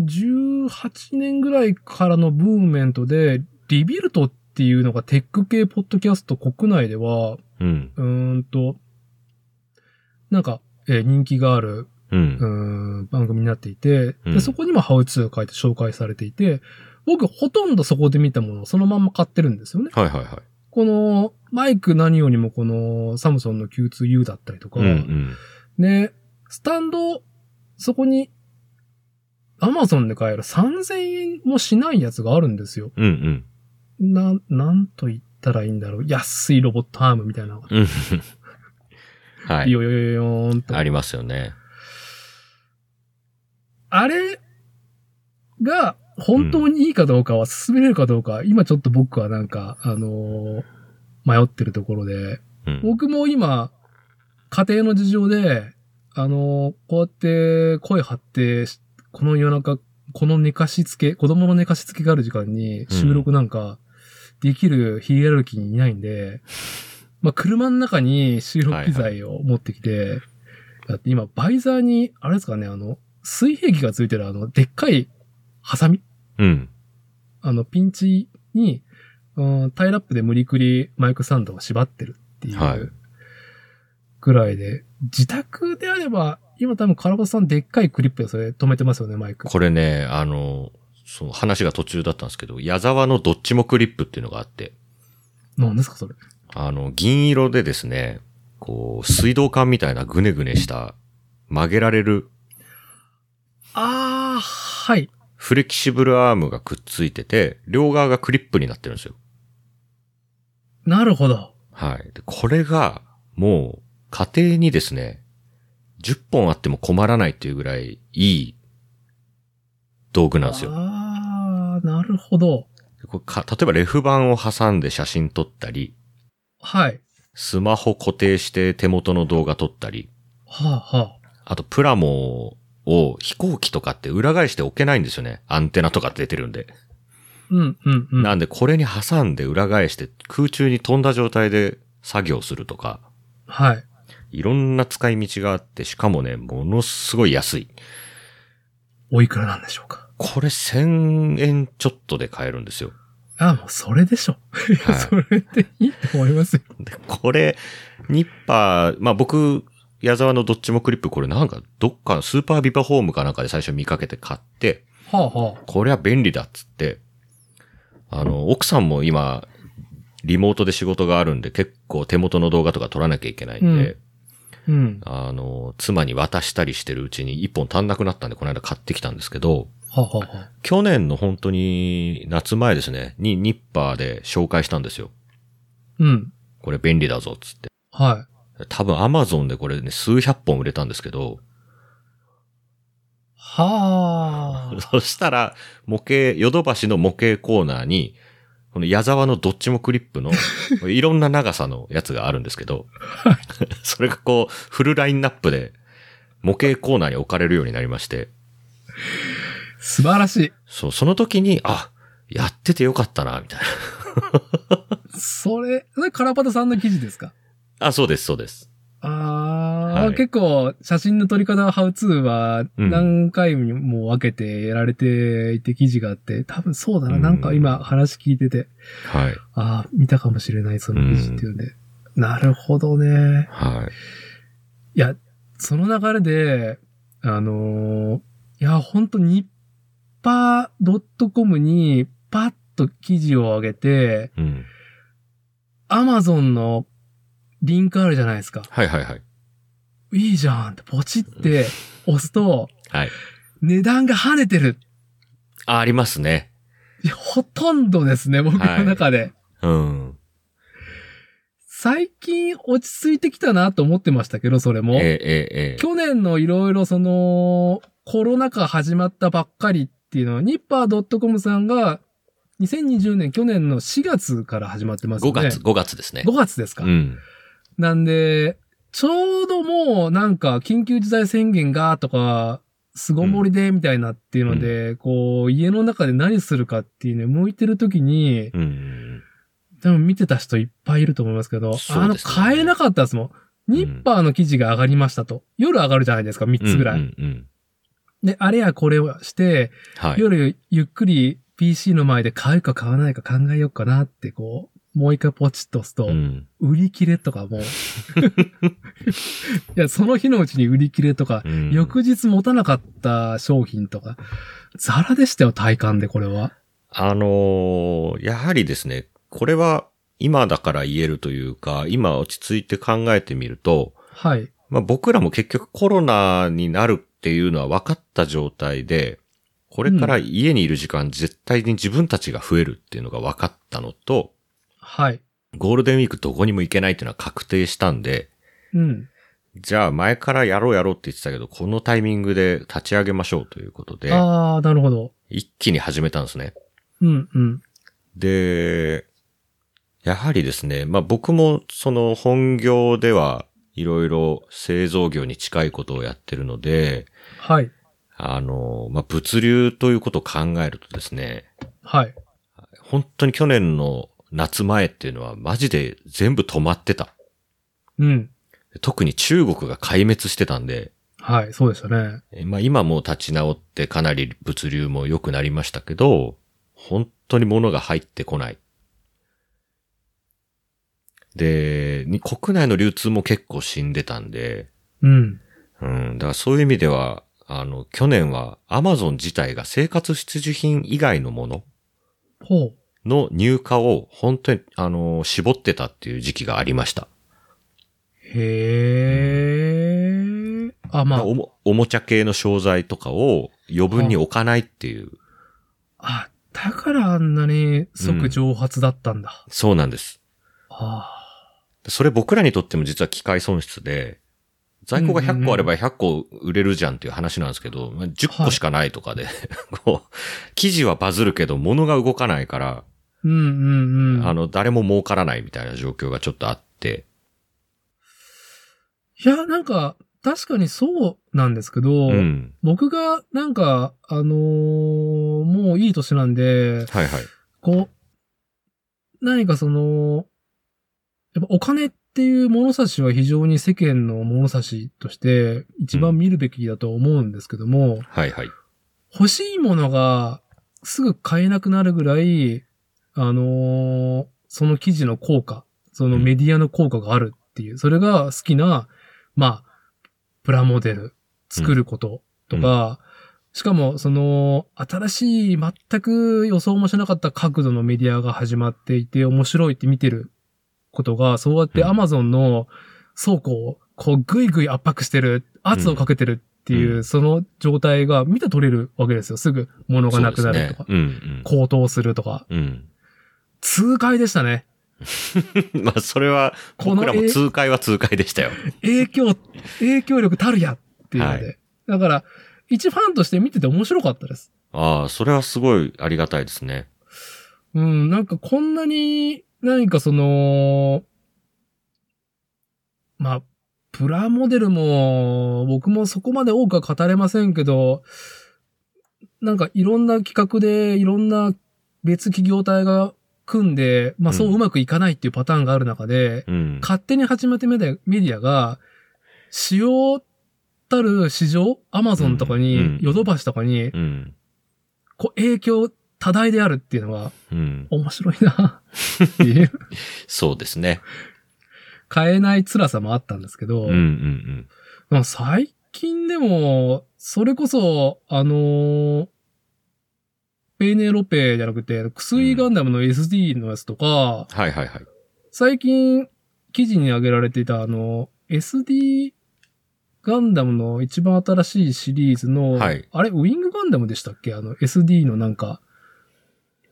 A: 2018年ぐらいからのブームメントで、リビルトっていうのがテック系ポッドキャスト国内では、
B: うん。
A: うーんと、なんか、えー人気がある、う
B: う。
A: んーん、番組になっていて、
B: う
A: で、
B: ん
A: そこにもハウツー書いて紹介されていて、僕ほとんどそこで見たものをそのまんま買ってるんですよね。
B: はいはいはい。
A: この、マイク何よりもこの、サムソンの Q2U だったりとか、
B: うんうん。
A: で、スタンド、そこに、アマゾンで買える3000円もしないやつがあるんですよ。
B: うんうん。
A: な、なんと言ったらいいんだろう。安いロボットアームみたいなのが。
B: うん。はい。
A: よよよよーんと。
B: ありますよね。
A: あれが本当にいいかどうかは進めれるかどうか、今ちょっと僕はなんか、あのー迷ってるところで、
B: うん。
A: 僕も今、家庭の事情で、あの、こうやって声張って、しこの夜中、この寝かしつけ、子供の寝かしつけがある時間に
B: うん
A: 収録なんかできるヒエラルキーにいないんで、まあ、車の中に収録機材を持ってきて、だって今、バイザーに、あれですかね、あの、水平器がついてるあの、でっかいハサミ
B: うん。
A: あの、ピンチに、うん、タイラップで無理くりマイクサンドを縛ってるってい、
B: はいう
A: ぐらいで、自宅であれば、今多分カラボさんでっかいクリップでそれ止めてますよね、マイク。
B: これね、あの、その話が途中だったんですけど、矢沢のどっちもクリップっていうのがあって、
A: 何ですか、それ。
B: あの、銀色でですね、こう、水道管みたいなぐねぐねした、曲げられる
A: あー、はい。
B: フレキシブルアームがくっついてて、両側がクリップになってるんですよ。
A: なるほど。
B: はい。でこれが、もう、家庭にですね、10本あっても困らないっていうぐらいいい道具なんですよ。
A: あー、なるほど。
B: でこれか例えばレフ板を挟んで写真撮ったり、
A: はい。
B: スマホ固定して手元の動画撮ったり、
A: はあ、は
B: あとプラモを飛行機とかって裏返して置けないんですよね。アンテナとか出てるんで。
A: あ。うん、うん、うん。
B: なんでこれに挟んで裏返して空中に飛んだ状態で作業するとか、
A: はい。
B: いろんな使い道があって、しかもね、ものすごい安い。
A: おいくらなんでしょうか。
B: これ1000円ちょっとで買えるんですよ。
A: あ、もうそれでしょ。いや、
B: はい
A: それでいいと思いますよ。
B: で、これ、ニッパー、まあ、僕、矢沢のどっちもクリップ、これなんか、どっかのスーパービバホームかなんかで最初見かけて買って、
A: はあは
B: これは便利だっつって、あの、奥さんも今、リモートで仕事があるんで、結構手元の動画とか撮らなきゃいけないんで、
A: うんあ。うん。
B: あの、妻に渡したりしてるうちに一本足んなくなったんで、この間買ってきたんですけど、
A: はあはあはあ。
B: 去年の本当に夏前ですね、にニッパーで紹介したんですよ。
A: うん。
B: これ便利だぞ、つって。
A: は
B: 多分アマゾンでこれね、数百本売れたんですけど、
A: い。はあ。
B: そしたら、模型、ヨドバシの模型コーナーに、この矢沢のどっちもクリッ プの、いろんな長さのやつがあるんですけど、 それがこう、フルラインナップで、模型コーナーに置かれるようになりまして、
A: 素晴らしい。
B: そう、その時に、あ、やっててよかったな、みたいな。
A: それ、それカラパタさんの記事ですか
B: あ、そうです、そうです。
A: ああ、
B: はい
A: 結構、写真の撮り方、ハウツーは、
B: うん
A: 何回も分けてやられていて記事があって、多分そうだな。
B: うん
A: なんか今話聞いてて、
B: はい。
A: ああ、見たかもしれない、その記事っていうんで。なるほどね。
B: はい。
A: いや、その流れで、あのーいや、ほんと、ニッパー .com にパッと記事を上げて、
B: うん。
A: アマゾンのリンクあるじゃないですか。
B: はいはいはい。
A: いいじゃんってポチって押すと、
B: はい。
A: 値段が跳ねてる。
B: あ、ありますね。
A: いやほとんどですね、僕の中で。
B: うん。
A: 最近落ち着いてきたなと思ってましたけど、それ
B: え
A: も。
B: えええええ
A: 去年のいろいろその、コロナ禍始まったばっかりっていうのは、ニッパー .com さんが2020年去年の4月から始まってます
B: 5
A: よね。
B: 月、。5月ですね。
A: 5月ですか。
B: うん。
A: なんで、ちょうどもうなんか緊急事態宣言がとか、巣ごもりでみたいなっていうので、こう、家の中で何するかっていうね、向いてる時に、
B: うん。
A: 多分見てた人いっぱいいると思いますけど、
B: そ
A: あ
B: う
A: の、
B: ですね
A: 買えなかったですもん。ニッパーの記事が上がりましたと。夜上がるじゃないですか、3つぐらい。
B: うんうんうん。
A: で、あれやこれをして、
B: はい。
A: 夜ゆっくり PC の前で買うか買わないか考えようかなって、こう、もう一回ポチッと押すと、
B: うん。
A: 売り切れとかもう、いや、その日のうちに売り切れとか、
B: うん
A: 翌日持たなかった商品とか、ザラでしたよ、体感でこれは。
B: あのーやはりですね、これは今だから言えるというか、今落ち着いて考えてみると、
A: はい。
B: まあ僕らも結局コロナになるっていうのは分かった状態で、これから家にいる時間絶対に自分たちが増えるっていうのが分かったのと、
A: はい。
B: ゴールデンウィークどこにも行けないっていうのは確定したんで、
A: うん。
B: じゃあ前からやろうやろうって言ってたけど、このタイミングで立ち上げましょうということで、
A: あー、なるほど。
B: 一気に始めたんですね。
A: うん、うん。
B: で、やはりですね、まあ僕もその本業ではいろいろ製造業に近いことをやってるので、
A: はい。
B: あの、まあ物流ということを考えるとですね、
A: はい。
B: 本当に去年の夏前っていうのはマジで全部止まってた。
A: うん。
B: 特に中国が壊滅してたんで、
A: はい、そうでしたね。
B: えーまあ今もう立ち直ってかなり物流も良くなりましたけど、本当に物が入ってこない。で、に国内の流通も結構死んでたんで、
A: うん。
B: うん、だからそういう意味では、あの、去年は Amazon 自体が生活必需品以外のもの
A: ほう。
B: の入荷を本当に、あの、絞ってたっていう時期がありました。
A: へえ。あ、まあ
B: お、もおもちゃ系の商材とかを余分に置かないっていう、
A: あ、だからあんなに即蒸発だったんだ。
B: そうなんです。
A: あ
B: それ僕らにとっても実は機械損失で、在庫が100個あれば100個売れるじゃんっていう話なんですけど、まあ10個しかないとかで、 こう、記事はバズるけど物が動かないから、
A: ーうんうんうん。
B: あの、誰も儲からないみたいな状況がちょっとあって、
A: いや、なんか、確かにそうなんですけど、
B: うん。
A: 僕がなんか、あのーもういい年なんで、
B: はいはい。
A: こう、何かその、やっぱお金っていう物差しは非常に世間の物差しとして一番見るべきだと思うんですけども、
B: はいはい。
A: 欲しいものがすぐ買えなくなるぐらい、あのーその記事の効果、そのメディアの効果があるっていう、それが好きな、まあ、プラモデル作ることとか、しかもその新しい全く予想もしなかった角度のメディアが始まっていて面白いって見てることが、そうやって
B: うん
A: Amazon の倉庫をこうぐいぐい圧迫してる、圧をかけてるっていう、
B: うん
A: その状態が見て取れるわけですよ。すぐ物がなくなるとか、
B: そうですね、
A: 高騰するとか。
B: うんうん。
A: 痛快でしたね。
B: うん。まあそれは、
A: この
B: 僕らも
A: え
B: 痛快は痛快 でしたよ。
A: 影 響、影響力たるやっていうので。
B: は
A: だから、一ファンとして見てて面白かったです。
B: ああ、それはすごいありがたいですね。
A: うん、なんかこんなに、何かその、まあ、プラモデルも、僕もそこまで多くは語れませんけど、なんかいろんな企画で、いろんな別企業体が組んで、まあそう
B: うん
A: うまくいかないっていうパターンがある中で、
B: うん。
A: 勝手に始めてメディアメディアが、主要たる市場、アマゾンとか
B: うん
A: に
B: うん、
A: ヨドバシとかに、
B: うん。
A: こう影響多大であるっていうのは
B: うん。
A: 面白いな、っていう。
B: そうですね。
A: 買えない辛さもあったんですけど、
B: うんうんうん。
A: まあ最近でも、それこそ、あのーペーネロペじゃなくて、薬ガンダムの SD のやつとか、
B: はいはいはい。
A: 最近記事に挙げられていたあの、SD ガンダムの一番新しいシリーズの、
B: はい
A: あれ、ウィングガンダムでしたっけあの、SD のなんか、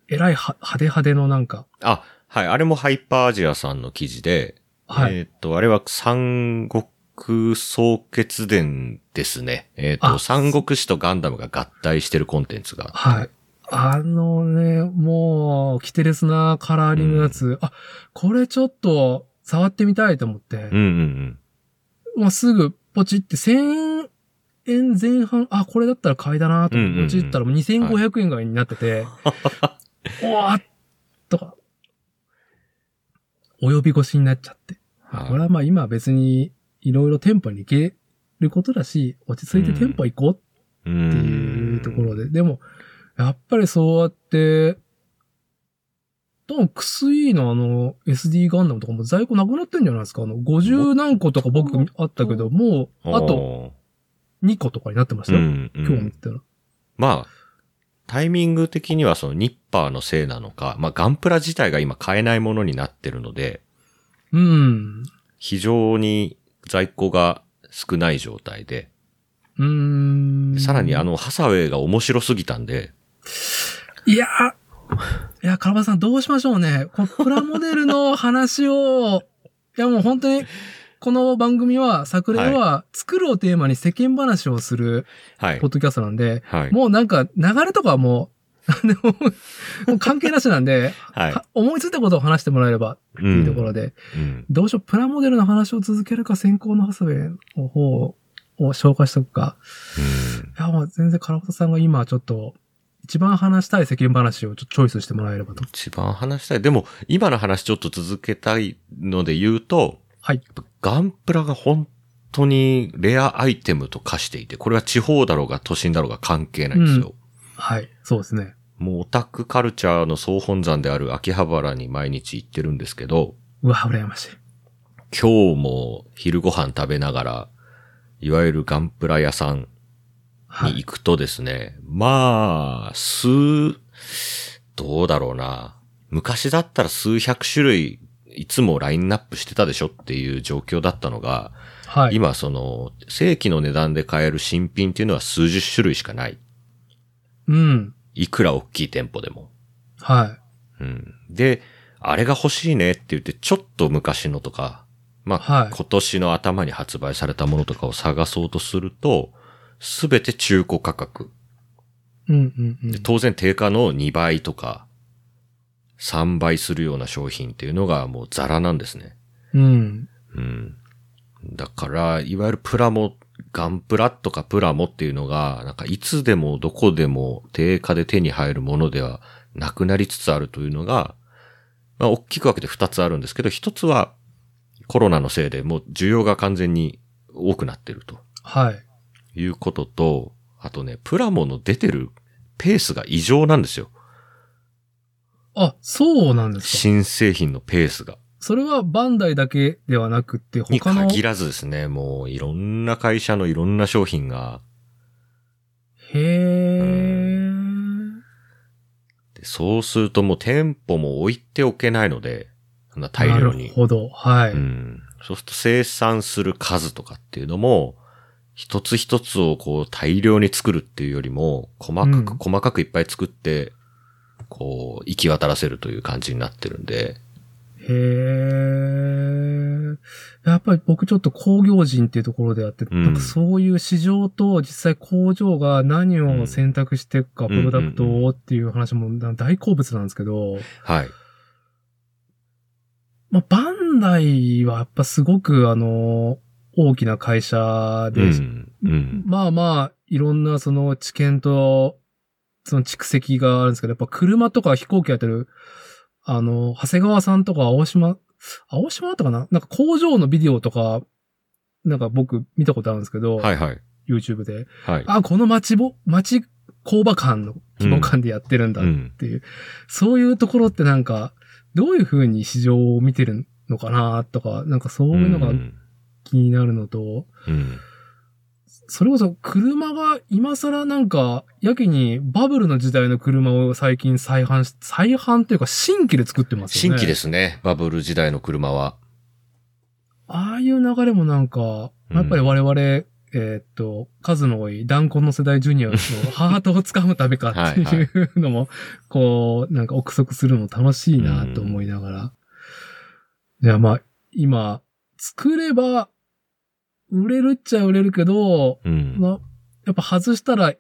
A: えらいは派手派手のなんか、
B: あ、はい。あれもハイパーアジアさんの記事で、
A: はい。
B: えーっ、と、あれは三国総決伝ですね。えーっ、と、
A: あ
B: 三国志とガンダムが合体してるコンテンツが。
A: はい。あのね、もう、キテレスなカラーリングのやつ、あ、これちょっと、触ってみたいと思って、
B: うんうん
A: まあ、すぐ、ポチって、1000円前半、あ、これだったら買いだなと
B: うんうんう
A: 思
B: ん
A: って、ポチったらもう2500円ぐらいになってて、 おわっとか、お呼び越しになっちゃって。
B: はい
A: これはまあ今は別に、いろいろ店舗に行けることだし、落ち着いて店舗行こう
B: う
A: っ
B: ん。
A: ていうところで。でも、やっぱりそうやって、多分、クスイのあの、SD ガンダムとかも在庫なくなってんじゃないですかあの、50何個とか僕あったけど、もう、あと
B: と、
A: 2個とかになってまし
B: う
A: たよ。
B: ん、う
A: 今日見
B: ん。
A: てたら。
B: まあ、タイミング的にはそのニッパーのせいなのか、まあガンプラ自体が今買えないものになってるので、
A: うん。
B: 非常に在庫が少ない状態で、
A: うーん。
B: さらにあ
A: の。
B: の、ハサウェイが面白すぎたんで、
A: いやいや、カラバさんどうしましょうね。このプラモデルの話を、 いやもう本当に、この番組は、作例は、作るをテーマに世間話をする、
B: はい
A: ポッ。ドキャストなんで、
B: はい。
A: もうなんか流れとかはもう、 でももう関係なしなんで、
B: はい。
A: は思いついたことを話してもらえれば
B: って
A: っていうところで、
B: うん。
A: どうしよう、プラモデルの話を続けるか先行のハサウェイの方を紹介しとくか。いや、まあ全然カラコタさんが今ちょっと、一番話したい世間話をちょっとチョイスしてもらえればと。
B: 一番話したい。でも、今の話ちょっと続けたいので言うと、
A: はい。
B: ガンプラが本当にレアアイテムと化していて、これは地方だろうが都心だろうが関係ないんですよ。
A: はい、そうですね。
B: もうオタクカルチャーの総本山である秋葉原に毎日行ってるんですけど、
A: うわ、羨ましい。
B: 今日も昼ご飯食べながら、いわゆるガンプラ屋さん
A: は
B: に
A: い。
B: 行くとですね、まあ、数、どうだろうな。昔だったら数百種類、いつもラインナップしてたでしょっていう状況だったのが、
A: はい。
B: 今その、正規の値段で買える新品っていうのは数十種類しかない。
A: うん。
B: いくら大きい店舗でも。
A: は
B: うん。で、あれが欲しいねって言って、ちょっと昔のとか、まあ、
A: はい
B: 今年の頭に発売されたものとかを探そうとすると、すべて中古価格。
A: い。うんうんうん
B: で。当然定価の2倍とか、3倍するような商品っていうのがもうザラなんですね。
A: うん。
B: うん。だから、いわゆるプラモ、ガンプラとかプラモっていうのが、なんかいつでもどこでも定価で手に入るものではなくなりつつあるというのが、まあ大きく分けて2つあるんですけど、1つはコロナのせいでもう需要が完全に多くなってると
A: はい。
B: いうことと、あとね、プラモの出てるペースが異常なんですよ。
A: あ、そうなんですか。
B: 新製品のペースが。
A: それはバンダイだけではなくって、
B: に
A: 他の。
B: 限らずですね、もういろんな会社のいろんな商品が
A: へえ。
B: でそうするともう店舗も置いておけないので、そんな大
A: な
B: 量
A: る
B: に。
A: ほど。はい。
B: うん。そうすると生産する数とかっていうのも、一つ一つをこう大量に作るっていうよりも、細かく、
A: うん
B: 細かくいっぱい作って、こう、行き渡らせるという感じになってるんで、
A: へえ。やっぱり僕ちょっと工業人っていうところであって、
B: うん
A: なんかそういう市場と実際工場が何を選択していくか、
B: ん
A: プロダクト
B: うんうん
A: をっていう話もな大好物なんですけど、
B: はい。
A: まあ、バンダイはやっぱすごくあの、大きな会社
B: う
A: で、
B: ん。うん。
A: まあまあ、いろんなその知見と、その蓄積があるんですけど、やっぱ車とか飛行機やってる、あの、長谷川さんとか青島、青島だったかななんか工場のビデオとか、なんか僕見たことあるんですけど、
B: はいはい。
A: YouTube で。
B: はい。
A: あ、この町ぼ、町工場間の規模感でやってるんだ。
B: うん。
A: そういうところってなんか、どういう風に市場を見てるのかなとか、なんかそういうのが
B: うん
A: 気になるのと、
B: うん。
A: それこそ車が今更なんか、やけにバブルの時代の車を最近再販し、再販というか新規で作ってますよ
B: 新
A: ね。。
B: 規ですすね、バブル時代の車は。
A: ああいう流れもなんか、
B: うん
A: やっぱり我々、えーっと、数の多い断コンの世代ジュニアのハートをつかむためかって
B: はい
A: いうのも、こう、なんか憶測するの楽しいなと思いながら。じゃあまあ、今、作れば、売れるっちゃ売れるけど、
B: うん。
A: な、やっぱ外したら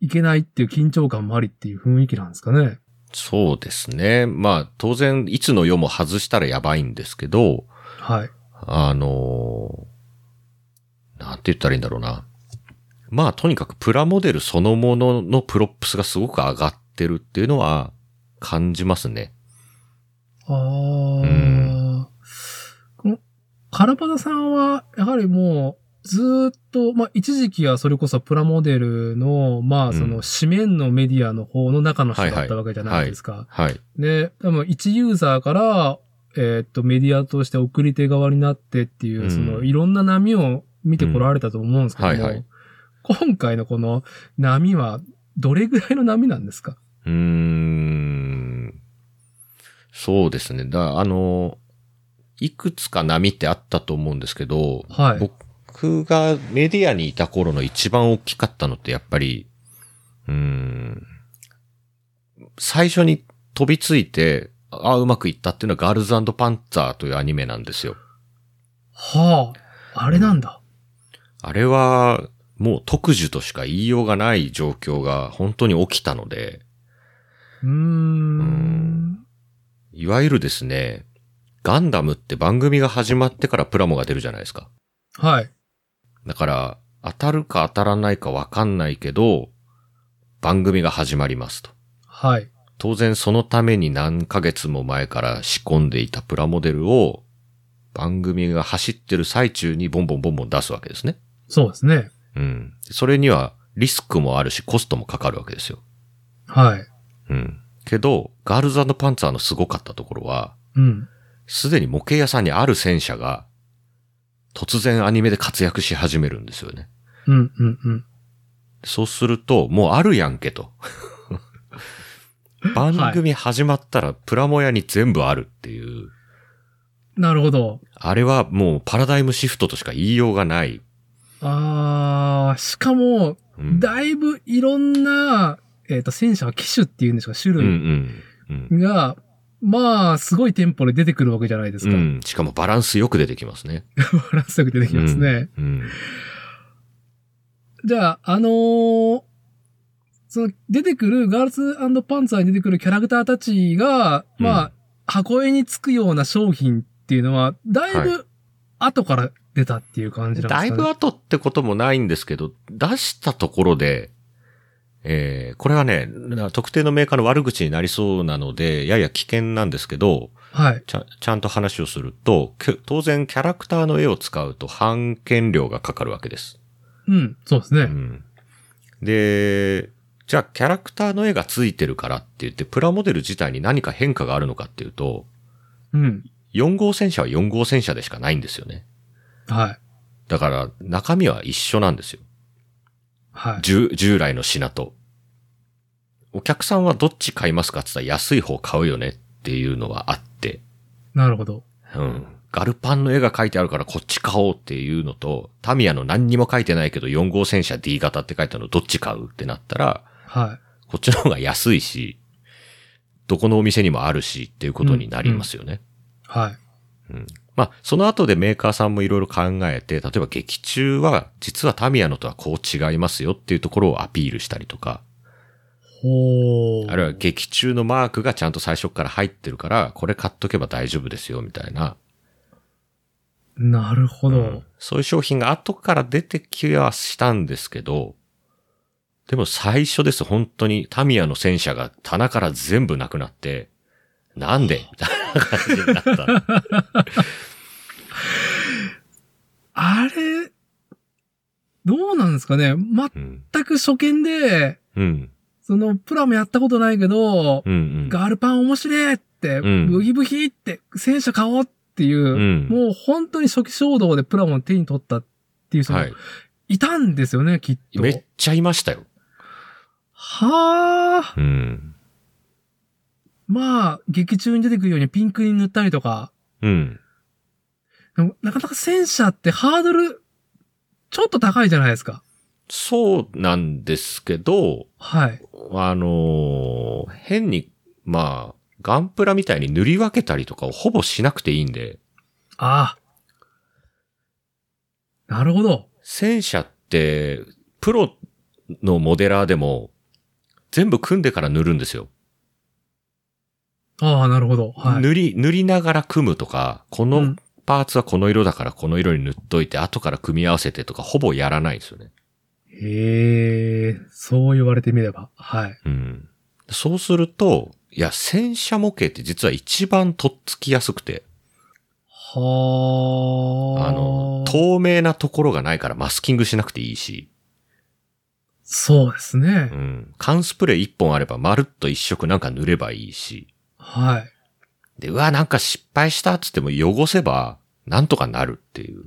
A: いけないっていう緊張感もありっていう雰囲気なんですかね。
B: そうですね。まあ、当然、いつの世も外したらやばいんですけど、
A: はい。
B: あのーなんて言ったらいいんだろうな。まあ、とにかくプラモデルそのもののプロップスがすごく上がってるっていうのは感じますね。
A: ああ、
B: ん
A: この、カラパタさんは、やはりもう、ずーっと、まあ、一時期はそれこそプラモデルの、ま
B: う
A: あ、
B: ん
A: その、紙面のメディアの方の中の人
B: はいはい
A: だったわけじゃないですか。
B: はい。
A: で、多分一ユーザーから、えーっと、メディアとして送り手側になってっていう、
B: うん
A: その、いろんな波を見てこられたと思うんですけども、
B: うんはいはい
A: 今回のこの波は、どれぐらいの波なんですか
B: うーん。そうですね。だ、あのーいくつか波ってあったと思うんですけど、
A: はい。
B: 僕がメディアにいた頃の一番大きかったのってやっぱり、うーん、最初に飛びついて、ああ、うまくいったっていうのはガールズパンツァーというアニメなんですよ。
A: はあ、あれなんだ。
B: あれは、もう特需としか言いようがない状況が本当に起きたので、
A: うーん。
B: いわゆるですね、ガンダムって番組が始まってからプラモが出るじゃないですか。
A: はい。
B: だから、当たるか当たらないかわかんないけど、番組が始まりますと。
A: はい。
B: 当然そのために何ヶ月も前から仕込んでいたプラモデルを番組が走ってる最中にボンボンボンボン出すわけですね。
A: そうですね。
B: うん。それにはリスクもあるしコストもかかるわけですよ。
A: はい。
B: うん。けど、ガールズパンツァーのすごかったところは、
A: うん。
B: すでに模型屋さんにある戦車が、突然アニメで活躍し始めるんですよね。
A: うん、うん、うん。
B: そうすると、もうあるやんけと。 番組始まったらプラモ屋に全部あるっていう、
A: なるほど。
B: あれはもうパラダイムシフトとしか言いようがない。
A: あー、しかも、
B: うん、
A: だいぶいろんな、えっ、と、戦車、機種っていうんですか、種
B: うんう
A: 類
B: んうん
A: が、まあ、すごいテンポで出てくるわけじゃないです
B: う
A: か。
B: ん、しかもバランスよく出てきますね。
A: バランスよく出てきますね。
B: うん。
A: じゃあ、あのーその、出てくる、ガールズパンツァーに出てくるキャラクターたちが、ま
B: う
A: あ、箱絵につくような商品っていうのは、だい
B: は
A: ぶ後から出たっていう感じなんですか
B: だ
A: ね。
B: いぶ後ってこともないんですけど、出したところで、えーこれはね、な特定のメーカーの悪口になりそうなので、やや危険なんですけど、
A: はい。
B: ちゃんちゃんと話をすると、きょ当然キャラクターの絵を使うと版権料がかかるわけです。
A: うん、そうです
B: う
A: ね。
B: んで、じゃあキャラクターの絵がついてるからって言って、プラモデル自体に何か変化があるのかっていうと、
A: うん。
B: 4号戦車は4号戦車でしかないんですよね。
A: はい。
B: だから中身は一緒なんですよ。
A: はい。
B: 従従来の品と。お客さんはどっち買いますかって言ったら安い方買うよねっていうのはあって、
A: なるほど。
B: うん。ガルパンの絵が描いてあるからこっち買おうっていうのと、タミヤの何にも書いてないけど4号戦車 D 型って書いてあるのどっち買うってなったら、
A: はい。
B: こっちの方が安いし、どこのお店にもあるしっていうことになりますよね。
A: はい。
B: まあ、その後でメーカーさんもいろいろ考えて、例えば劇中は実はタミヤのとはこう違いますよっていうところをアピールしたりとか、
A: ほー。
B: あるいは劇中のマークがちゃんと最初から入ってるから、これ買っとけば大丈夫ですよみたいな。
A: なるほど。
B: うんそういう商品が後から出てきはしたんですけど、でも最初です、本当に。タミヤの戦車が棚から全部なくなって、なんでみたいな感じになった。
A: あれ、どうなんですかね全
B: うん。
A: く初見で、
B: うん。
A: その、プラもやったことないけど、
B: うんうん。
A: ガールパン面白いって、
B: ん
A: ブギブギって、戦車買おうっていうう、
B: ん。
A: もう本当に初期衝動でプラモを手に取ったっていう人も
B: はい。
A: いたんですよね、きっと。
B: めっちゃいましたよ。
A: はあ。
B: うん。
A: まあ、劇中に出てくるようにピンクに塗ったりとか、
B: うん。
A: でもなかなか戦車ってハードル、ちょっと高いじゃないですか。
B: そうなんですけど、
A: はい。
B: あのー変に、まあ、ガンプラみたいに塗り分けたりとかをほぼしなくていいんで、
A: ああ。なるほど。
B: 戦車って、プロのモデラーでも、全部組んでから塗るんですよ。
A: ああ、なるほど。はい。
B: 塗り、塗りながら組むとか、こ
A: う
B: の
A: ん
B: パーツはこの色だからこの色に塗っといて、後から組み合わせてとか、ほぼやらないんですよね。
A: へえ、そう言われてみれば。はい。
B: うん。そうすると、いや、戦車模型って実は一番とっつきやすくて、
A: はあ。
B: あの、透明なところがないからマスキングしなくていいし、
A: そうですね
B: う。ん。缶スプレー一本あればまるっと一色なんか塗ればいいし、
A: はい。
B: で、うわ、なんか失敗したっつっても汚せば、なんとかなるっていう。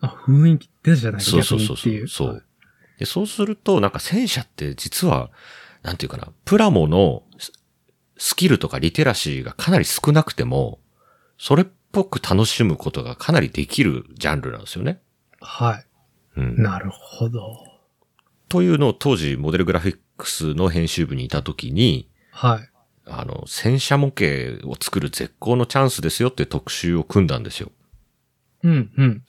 A: あ、雰囲気出るじゃないです
B: そう
A: か。
B: そうそう
A: 逆
B: そ。
A: にっていう
B: そう
A: はい。
B: で、そうすると、なんか戦車って実は、なんていうかな、プラモのススキルとかリテラシーがかなり少なくても、それっぽく楽しむことがかなりできるジャンルなんですよね。
A: はい。
B: うん。
A: なるほど。
B: というのを当時、モデルグラフィックスの編集部にいた時に、
A: はい。
B: あの、戦車模型を作る絶好のチャンスですよっていう特集を組んだんですよ。
A: うん、うん。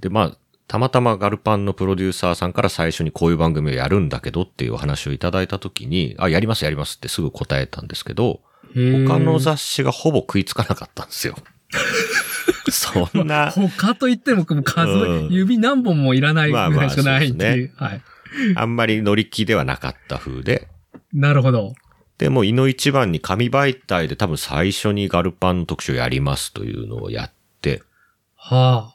B: で、まあ、たまたまガルパンのプロデューサーさんから最初にこういう番組をやるんだけどっていうお話をいただいたときに、あ、やりますやりますってすぐ答えたんですけど、
A: へえ
B: 他の雑誌がほぼ食いつかなかったんです よ。そんな、
A: 他と言っても、数え、
B: うん
A: 指何本もいらないぐらいしかないっていう。はい。
B: あんまり乗り気ではなかった風で、
A: なるほど。
B: で、もう胃の一番に紙媒体で多分最初にガルパンの特集をやりますというのをやって、
A: はあ。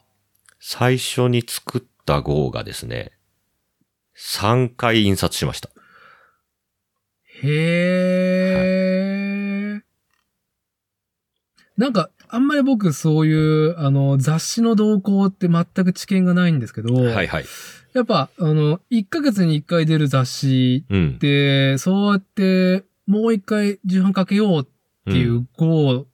B: 最初に作った号がですね、3回印刷しました。
A: へー。なんか、あんまり僕そういう、あの、雑誌の動向って全く知見がないんですけど、
B: はいはい。
A: やっぱ、あの、1ヶ月に1回出る雑誌
B: うん
A: っ。て、そうやって、もう1回重版かけようってい
B: ん
A: う号を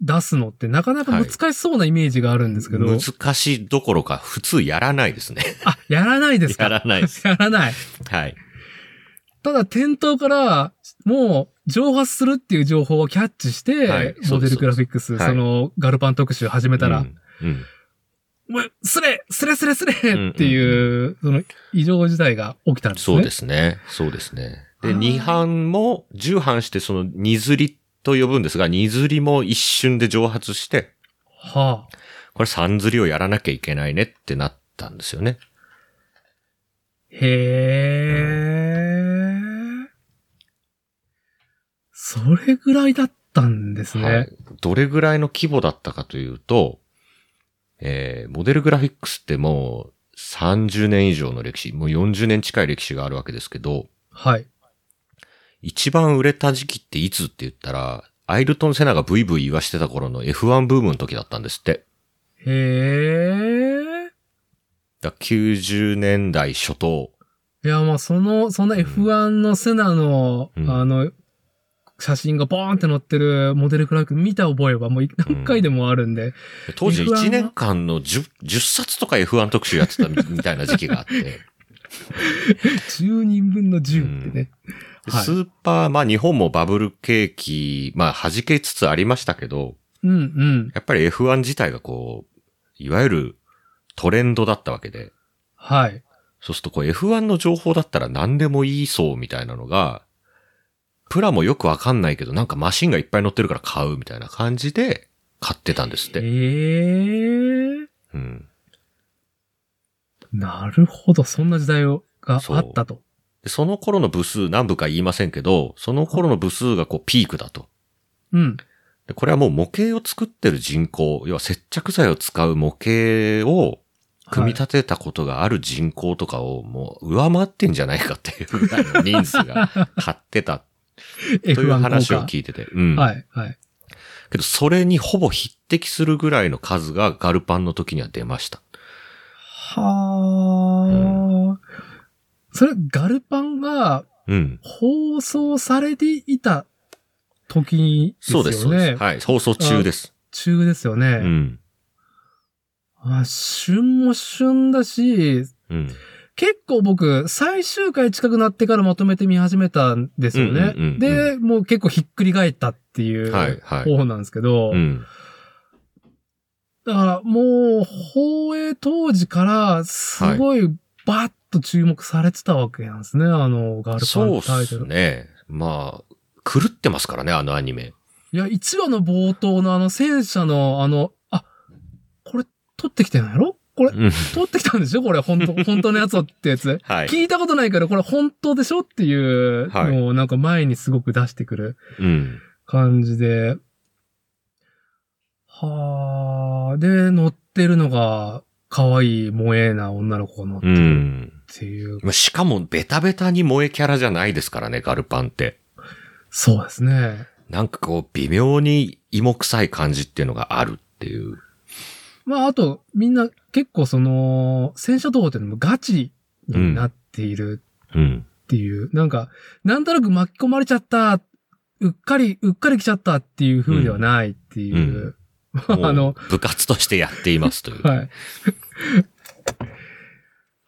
A: 出すのってなかなか難しそうなイメージがあるんですけど、
B: 難しいどころか、普通やらないですね。
A: あ、やらないですか
B: やらないで す。
A: やらない。
B: はい。
A: ただ店頭からもう蒸発するっていう情報をキャッチして、
B: はい
A: モ
B: そうで
A: デ
B: す
A: ルグラフィックス、
B: そうです
A: そのガルパン特集始めたら、
B: うん。うん
A: もうすれすれすれすれ
B: ん
A: っていう、その異常事態が起きたんですね。
B: そうですね。そうですね。
A: あ
B: で、
A: ー
B: 二版も、重版して、その、二釣りと呼ぶんですが、二釣りも一瞬で蒸発して、
A: はあ。
B: これ三釣りをやらなきゃいけないねってなったんですよね。
A: へえ、それぐらいだったんですね。
B: はい。どれぐらいの規模だったかというと、えー、モデルグラフィックスってもう30年以上の歴史、もう40年近い歴史があるわけですけど、
A: はい。
B: 一番売れた時期っていつって言ったら、アイルトン・セナがブイブイ言わしてた頃の F1 ブームの時だったんですって。
A: へえ。
B: だから90年代初頭。
A: いや、まあ、その、そんな F1 のセナの、
B: うん
A: あの、写真がボーンって載ってるモデルクラーク見た覚えはもう何回でもあるんで、
B: 当時
A: F1 は
B: 1年間の 10, 10冊とか F1 特集やって たみみたいな時期があって。
A: 10人分の10ってね。
B: で
A: はい
B: スーパー、まあ日本もバブル景気、まあ弾けつつありましたけど、
A: うんうん。
B: やっぱり F1 自体がこう、いわゆるトレンドだったわけで、
A: はい。
B: そうするとこう F1 の情報だったら何でもいいそうみたいなのが、プラもよくわかんないけど、なんかマシンがいっぱい乗ってるから買うみたいな感じで買ってたんですっ
A: ええ
B: て。
A: ー。
B: うん。
A: なるほど。そんな時代があったと。
B: で、その頃の部数何部か言いませんけど、その頃の部数がこうピークだと。
A: うん。
B: で、これはもう模型を作ってる人口、要は接着剤を使う模型を組み
A: は
B: 立てたことがある人口とかをもう上回ってんじゃないかっていうぐらいの人数が買ってた
A: い、
B: という
A: F1
B: 話を
A: 効
B: 聞いてて。うん。
A: 果はい、はい。
B: けど、それにほぼ匹敵するぐらいの数がガルパンの時には出ました。
A: はあ、それ、ガルパンが
B: うん。
A: 放送されていた時です
B: そ
A: よね。
B: うです、そうです。はい。放送中です。
A: 中ですよね。
B: うん。
A: あ旬も旬だし、
B: うん。
A: 結構僕、最終回近くなってからまとめて見始めたんですよね
B: うんうんうんうん。
A: で、もう結構ひっくり返ったっていう
B: はいはい
A: 方なんですけど、
B: うん。
A: だからもう、放映当時から、すごい、バッと注目されてたわけなんですね、あの、ガールパン
B: そう
A: のタ
B: で
A: イト
B: す
A: ル。
B: ね。まあ、狂ってますからね、あのアニメ。
A: いや、1話の冒頭のあの戦車の、あの、あ、これ、撮ってきたんやろこれ、
B: うん。
A: 撮ってきたんでしょこれ、本当本当のやつをってやつ。
B: はい。
A: 聞いたことないから、これ本当でしょっていう
B: はい
A: のをなんか前にすごく出してくる
B: うん。
A: 感じで。はあ、で、乗ってるのが、可愛い萌えな女の子が乗って
B: う
A: る
B: ん。
A: っていう。
B: まあしかも、ベタベタに萌えキャラじゃないですからね、ガルパンって。
A: そうですね。
B: なんかこう、微妙に芋臭い感じっていうのがあるっていう。
A: まあ、あと、みんな結構その、戦車道っていうのもガチになっている
B: うん。
A: っていう、なんか、なんとなく巻き込まれちゃった、うっかり、うっかり来ちゃったっていう風ではないっていう。 あ
B: も
A: の
B: う、部活としてやっていますという。
A: はい。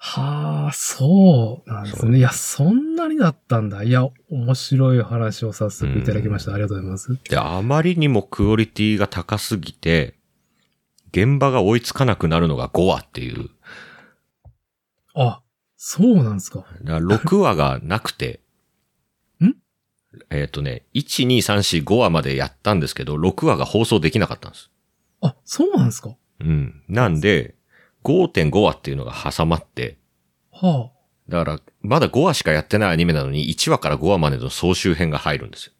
A: はあ、そうなんです
B: そう
A: ね。いや、そんなにだったんだ。いや、面白い話を早速いただきました。ありがとうございます。
B: で、あまりにもクオリティが高すぎて、現場が追いつかなくなるのが5話っていう。
A: あ、そうなんですか。
B: だから6話がなくて。
A: ん
B: えっ、とね、1、2、3、4、5話までやったんですけど、6話が放送できなかったんです。
A: あ、そうなんですか。
B: うん。なんで、5.5話っていうのが挟まって、
A: は
B: だから、まだ5話しかやってないアニメなのに、1話から5話までの総集編が入るんですよ。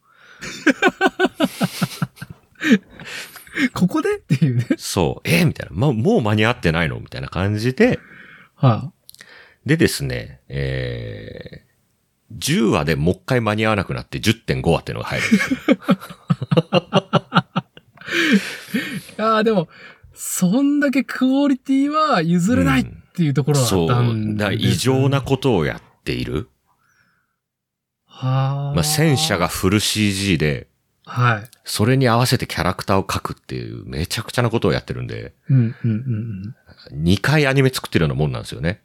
A: あ、ここでっていうね。
B: そう、えーみたいな、ま、もう間に合ってないのみたいな感じで、
A: は
B: でですね、え10話でもう一回間に合わなくなって10.5話っていうのが入る んですよ。
A: ああ、でも、そんだけクオリティは譲れないっ
B: うん
A: ていうところはあっ
B: そう。だ
A: た
B: か
A: んですね
B: ら異常なことをやっている。
A: はあ。
B: まあ、戦車。がフル CG で、
A: はい。
B: それに合わせてキャラクターを描くっていうめちゃくちゃなことをやってるんで、
A: うん、うん、うんうん。
B: 2回アニメ作ってるようなもんなんですよね。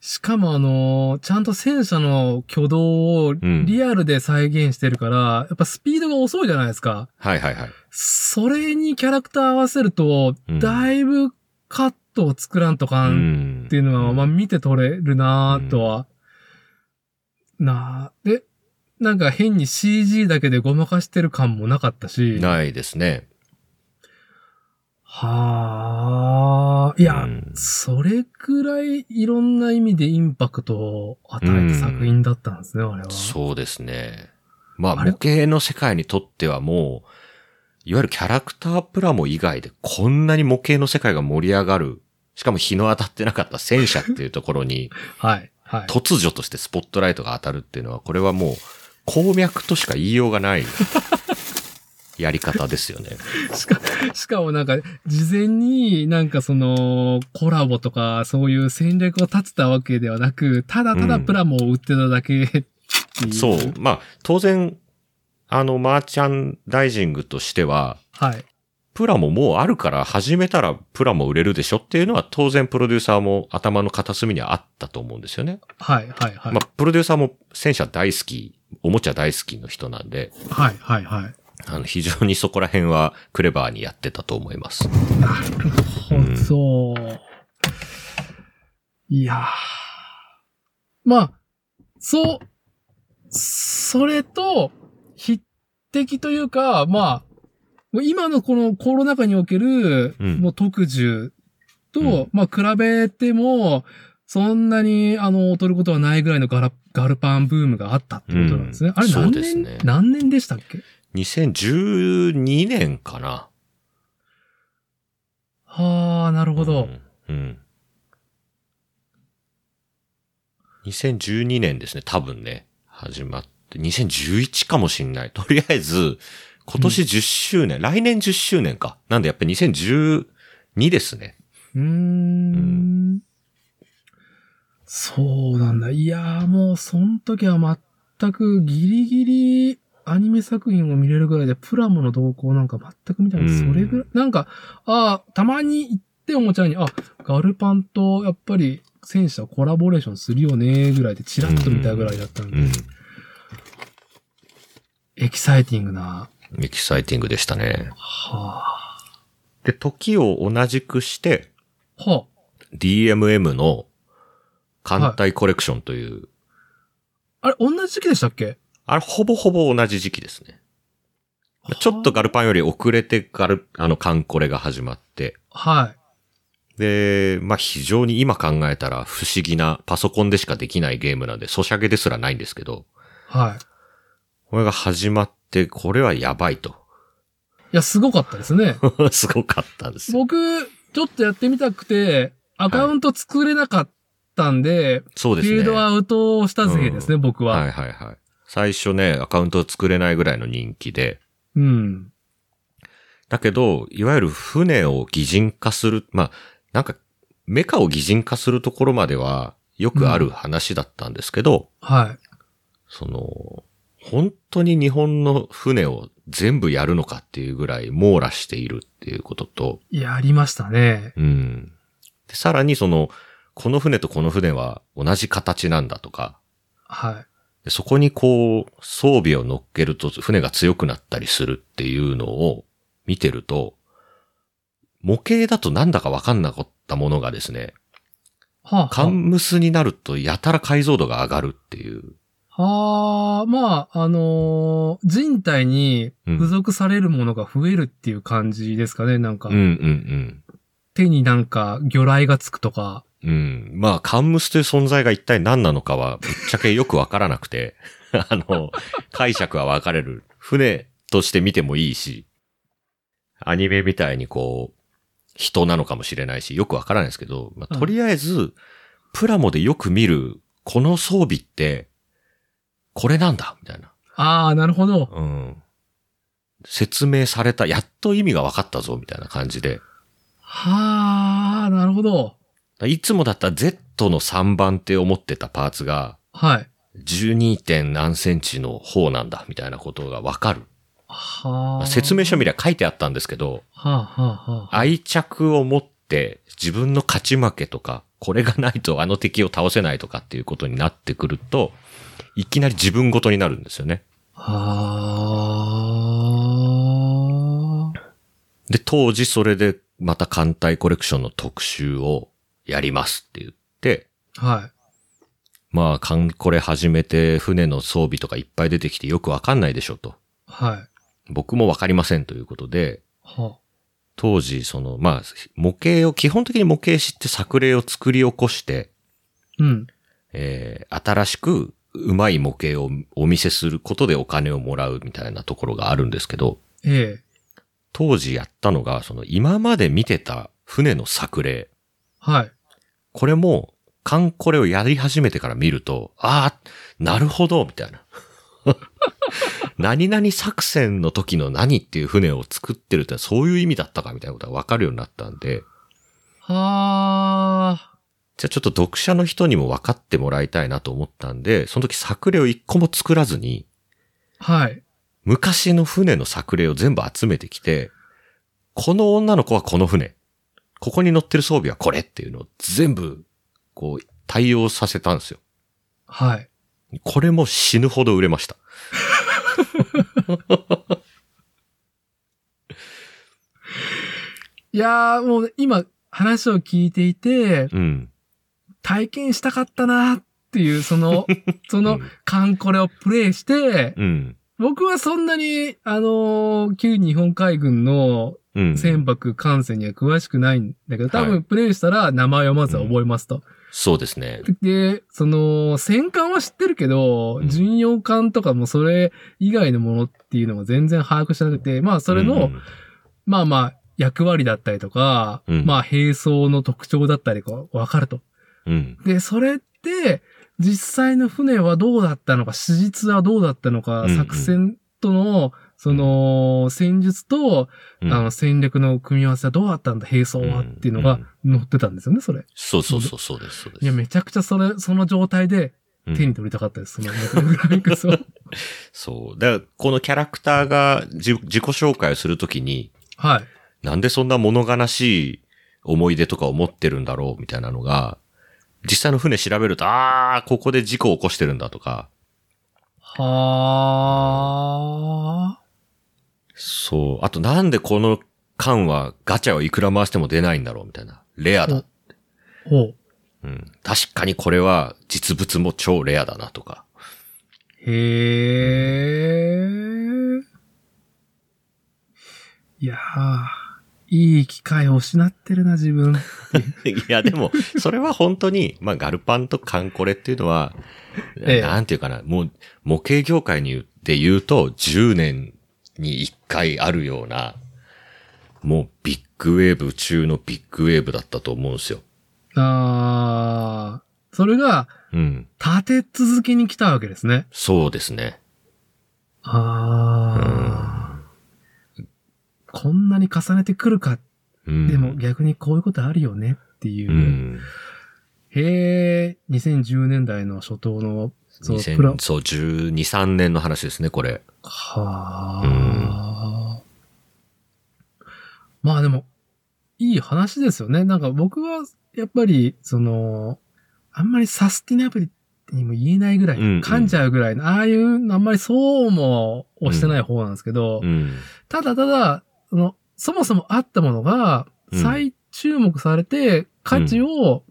A: しかもあのーちゃんと戦車の挙動を
B: ん
A: リアルで再現してるから、やっぱスピードが遅いじゃないですか。
B: はいはいはい。
A: それにキャラクター合わせると、
B: うん
A: だいぶカットを作らんとかん
B: ん
A: っていうのは、まあ
B: ん
A: 見て取れるなぁとは。なぁ。で、なんか変に CG だけでごまかしてる感もなかったし。
B: ないですね。
A: はぁ。いや、
B: うん
A: それくらいいろんな意味でインパクトを与えた作品だったんですね、あれは。
B: そうですね。まあ、
A: あれ
B: 模型の世界にとってはもう、いわゆるキャラクタープラモ以外でこんなに模型の世界が盛り上がる、しかも日の当たってなかった戦車っていうところに、
A: はい。はい。
B: 突如としてスポットライトが当たるっていうのは、これはもう、鉱脈としか言いようがないやり方ですよね。
A: しか、しかもなんか、事前になんかその、コラボとか、そういう戦略を立てたわけではなく、ただただプラモを売ってただけっていう。
B: そう。まあ、当然、あの、マーチャンダイジングとしては、
A: はい。
B: プラももうあるから始めたらプラも売れるでしょっていうのは当然プロデューサーも頭の片隅にはあったと思うんですよね。
A: はい、はい、はい。
B: まあ、プロデューサーも戦車大好き、おもちゃ大好きの人なんで、
A: はい、はい、はい。
B: あの、非常にそこら辺はクレバーにやってたと思います。
A: なるほど。いやーまあ、そう、それと、匹敵というか、まあ、もう今のこのコロナ禍における、
B: うん
A: もう特需と、
B: うん
A: まあ比べても、そんなに、あの、劣ることはないぐらいのガラ、ガルパンブームがあったってことなんですね。
B: うん
A: あれ
B: そ
A: 何
B: うです
A: 年、
B: ね
A: 何年でしたっけ
B: 2012年かな。
A: はあ、なるほど。
B: うん。うん。2012年ですね、多分ね。始まって。2011かもしんない。とりあえず、今年10周年、来年10周年か。なんでやっぱり2012ですね。
A: うーん。そうなんだ。いやーもう、その時は全くギリギリアニメ作品を見れるぐらいで、プラモの動向なんか全く見たいな
B: うん
A: それぐらい、なんか、ああ、たまに行っておもちゃ屋に、あ、ガルパンとやっぱり戦車コラボレーションするよね、ぐらいでチラッと見たぐらいだったんで、
B: う
A: エキサイティングな。
B: ん。エキサイティングでしたね。
A: は
B: で、時を同じくして、
A: あ。は
B: DMM の艦隊コレクションという、
A: あ。あれ、同じ時期でしたっけ
B: あれほぼほぼ同じ時期ですね。まあちょっとガルパンより遅れてガル、あの、艦コレが始まって、
A: はい。
B: で、まあ、非常に今考えたら不思議なパソコンでしかできないゲームなんで、ソシャゲですらないんですけど、
A: はい。
B: これが始まって、これはやばいと。
A: いや、すごかったですね。
B: すごかったんですよ。
A: 僕、ちょっとやってみたくて、アカウント作れなかったんで、
B: そう
A: フ
B: で
A: ィ
B: す
A: ー
B: ね。
A: ルドアウトをしたぜですね、僕は。
B: はいはいはい。最初ね、アカウントを作れないぐらいの人気で、
A: うん。
B: だけど、いわゆる船を擬人化する、まあ、なんか、メカを擬人化するところまでは、よくある話だったんですけど、
A: はい。
B: その、本当に日本の船を全部やるのかっていうぐらい網羅しているっていうことと、
A: やりましたね。
B: うん。でさらにその、この船とこの船は同じ形なんだとか、
A: は
B: でそこにこう、装備を乗っけると船が強くなったりするっていうのを見てると、模型だとなんだかわかんなかったものがですね、
A: い。は
B: カンムスになるとやたら解像度が上がるっていう。
A: あ、はあ、まあ、あのー人体に付属されるものが増えるっていう感じですかね、なんか
B: うんう。ん
A: 手になんか魚雷がつくとか。
B: うん。うん。まあ、カンムスという存在が一体何なのかは、ぶっちゃけよくわからなくて、 あの、解釈は分かれる。船として見てもいいし、アニメみたいにこう、人なのかもしれないし、よくわからないですけど、まあ、
A: うん
B: とりあえず、プラモでよく見る、この装備って、これなんだみたいな。
A: ああ、なるほど。
B: うん。説明された、やっと意味が分かったぞ、みたいな感じで。
A: はあ、なるほど。
B: いつもだったら Z の3番手を持ってたパーツが、
A: はい。
B: 12. 点何センチの方なんだ、みたいなことが分かる。
A: は
B: ま
A: あ。
B: あ説明書見りゃ書いてあったんですけど、
A: はあ、はあ、はあ。
B: 愛着を持って自分の勝ち負けとか、これがないとあの敵を倒せないとかっていうことになってくると、いきなり自分ごとになるんですよね。
A: はあ。
B: で、当時それでまた艦隊コレクションの特集をやりますって言って、
A: はい。
B: まあ、かんこれ始めて船の装備とかいっぱい出てきてよくわかんないでしょと。
A: はい。
B: 僕もわかりませんということで、
A: は
B: 当時、その、まあ、模型を、基本的に模型師って作例を作り起こして、
A: あ。うん。
B: えー、新しくうまい模型をお見せすることでお金をもらうみたいなところがあるんですけど、
A: ええ。
B: 当時やったのが、その今まで見てた船の作例、
A: はい。
B: これも、カンコレをやり始めてから見ると、ああ、なるほど、みたいな。 何々作戦の時の何っていう船を作ってるってのはそういう意味だったかみたいなことがわかるようになったんで、
A: はあ。
B: じゃあちょっと読者の人にも分かってもらいたいなと思ったんで、その時作例を一個も作らずに、
A: はい。
B: 昔の船の作例を全部集めてきて、この女の子はこの船、ここに乗ってる装備はこれっていうのを全部、こう、対応させたんですよ。
A: はい。
B: これも死ぬほど売れました。
A: いやー、もうね今、話を聞いていて、
B: うん。
A: 体験したかったなっていう、その、その、カンコレをプレイして、
B: うん。
A: 僕はそんなに、あのー旧日本海軍の
B: うん。
A: 船舶艦船には詳しくないんだけど、多
B: は
A: 分プレイしたら名前をまずは覚えますと。
B: そうですね。
A: で、その、戦艦は知ってるけど
B: う、ん
A: 巡洋艦とかもそれ以外のものっていうのも全然把握してなくて、まあそれの、
B: うん
A: まあまあ、役割だったりとか、
B: うん
A: まあ、並走の特徴だったりこう、わかると。
B: うん。
A: で、それって、実際の船はどうだったのか、史実はどうだったのか、
B: うんうん
A: 作戦との、その、戦術と、
B: うん
A: あの、戦略の組み合わせはどうだったんだ、並走はっていうのが載ってたんですよね、それ。
B: そうそうそう、そうです、そうです。
A: いや、めちゃくちゃそれ、その状態で
B: うん
A: 手に取りたかったです、その、グラフィックス を。
B: そう。だから、このキャラクターが自自己紹介をするときに、
A: はい。
B: なんでそんな物悲しい思い出とかを持ってるんだろうみたいなのが、実際の船調べると、ああ、ここで事故を起こしてるんだとか、
A: は
B: そう。あと、なんでこの缶はガチャをいくら回しても出ないんだろうみたいな。レアだ
A: うんー。ほう。
B: うん。確かにこれは実物も超レアだなとか。
A: へえ。いやー、いい機会を失ってるな、自分。
B: いや、でも、それは本当に、まあ、ガルパンとカンコレっていうのは、
A: ええ
B: なんていうかな、もう、模型業界にで言うと、10年に1回あるような、もうビッグウェーブ中のビッグウェーブだったと思うんですよ。
A: あー、それが
B: うん。
A: 立て続けに来たわけですね。
B: そうですね。
A: あー。こんなに重ねてくるか。
B: うん。
A: でも、逆にこういうことあるよねっていうう。
B: ん。
A: へえ、2010年代の初頭の、そう
B: 2000
A: プラ
B: そう、12、3年の話ですね、これ。
A: はあ。まあでも、いい話ですよね。なんか僕は、やっぱり、その、あんまりサスティナブリにも言えないぐらい、
B: うんうん
A: 噛んじゃうぐらいの、ああいうのあんまりそうも押してない方なんですけど、
B: うん。
A: ただただ、その、そもそもあったものが、
B: うん
A: 再注目されて、価値を、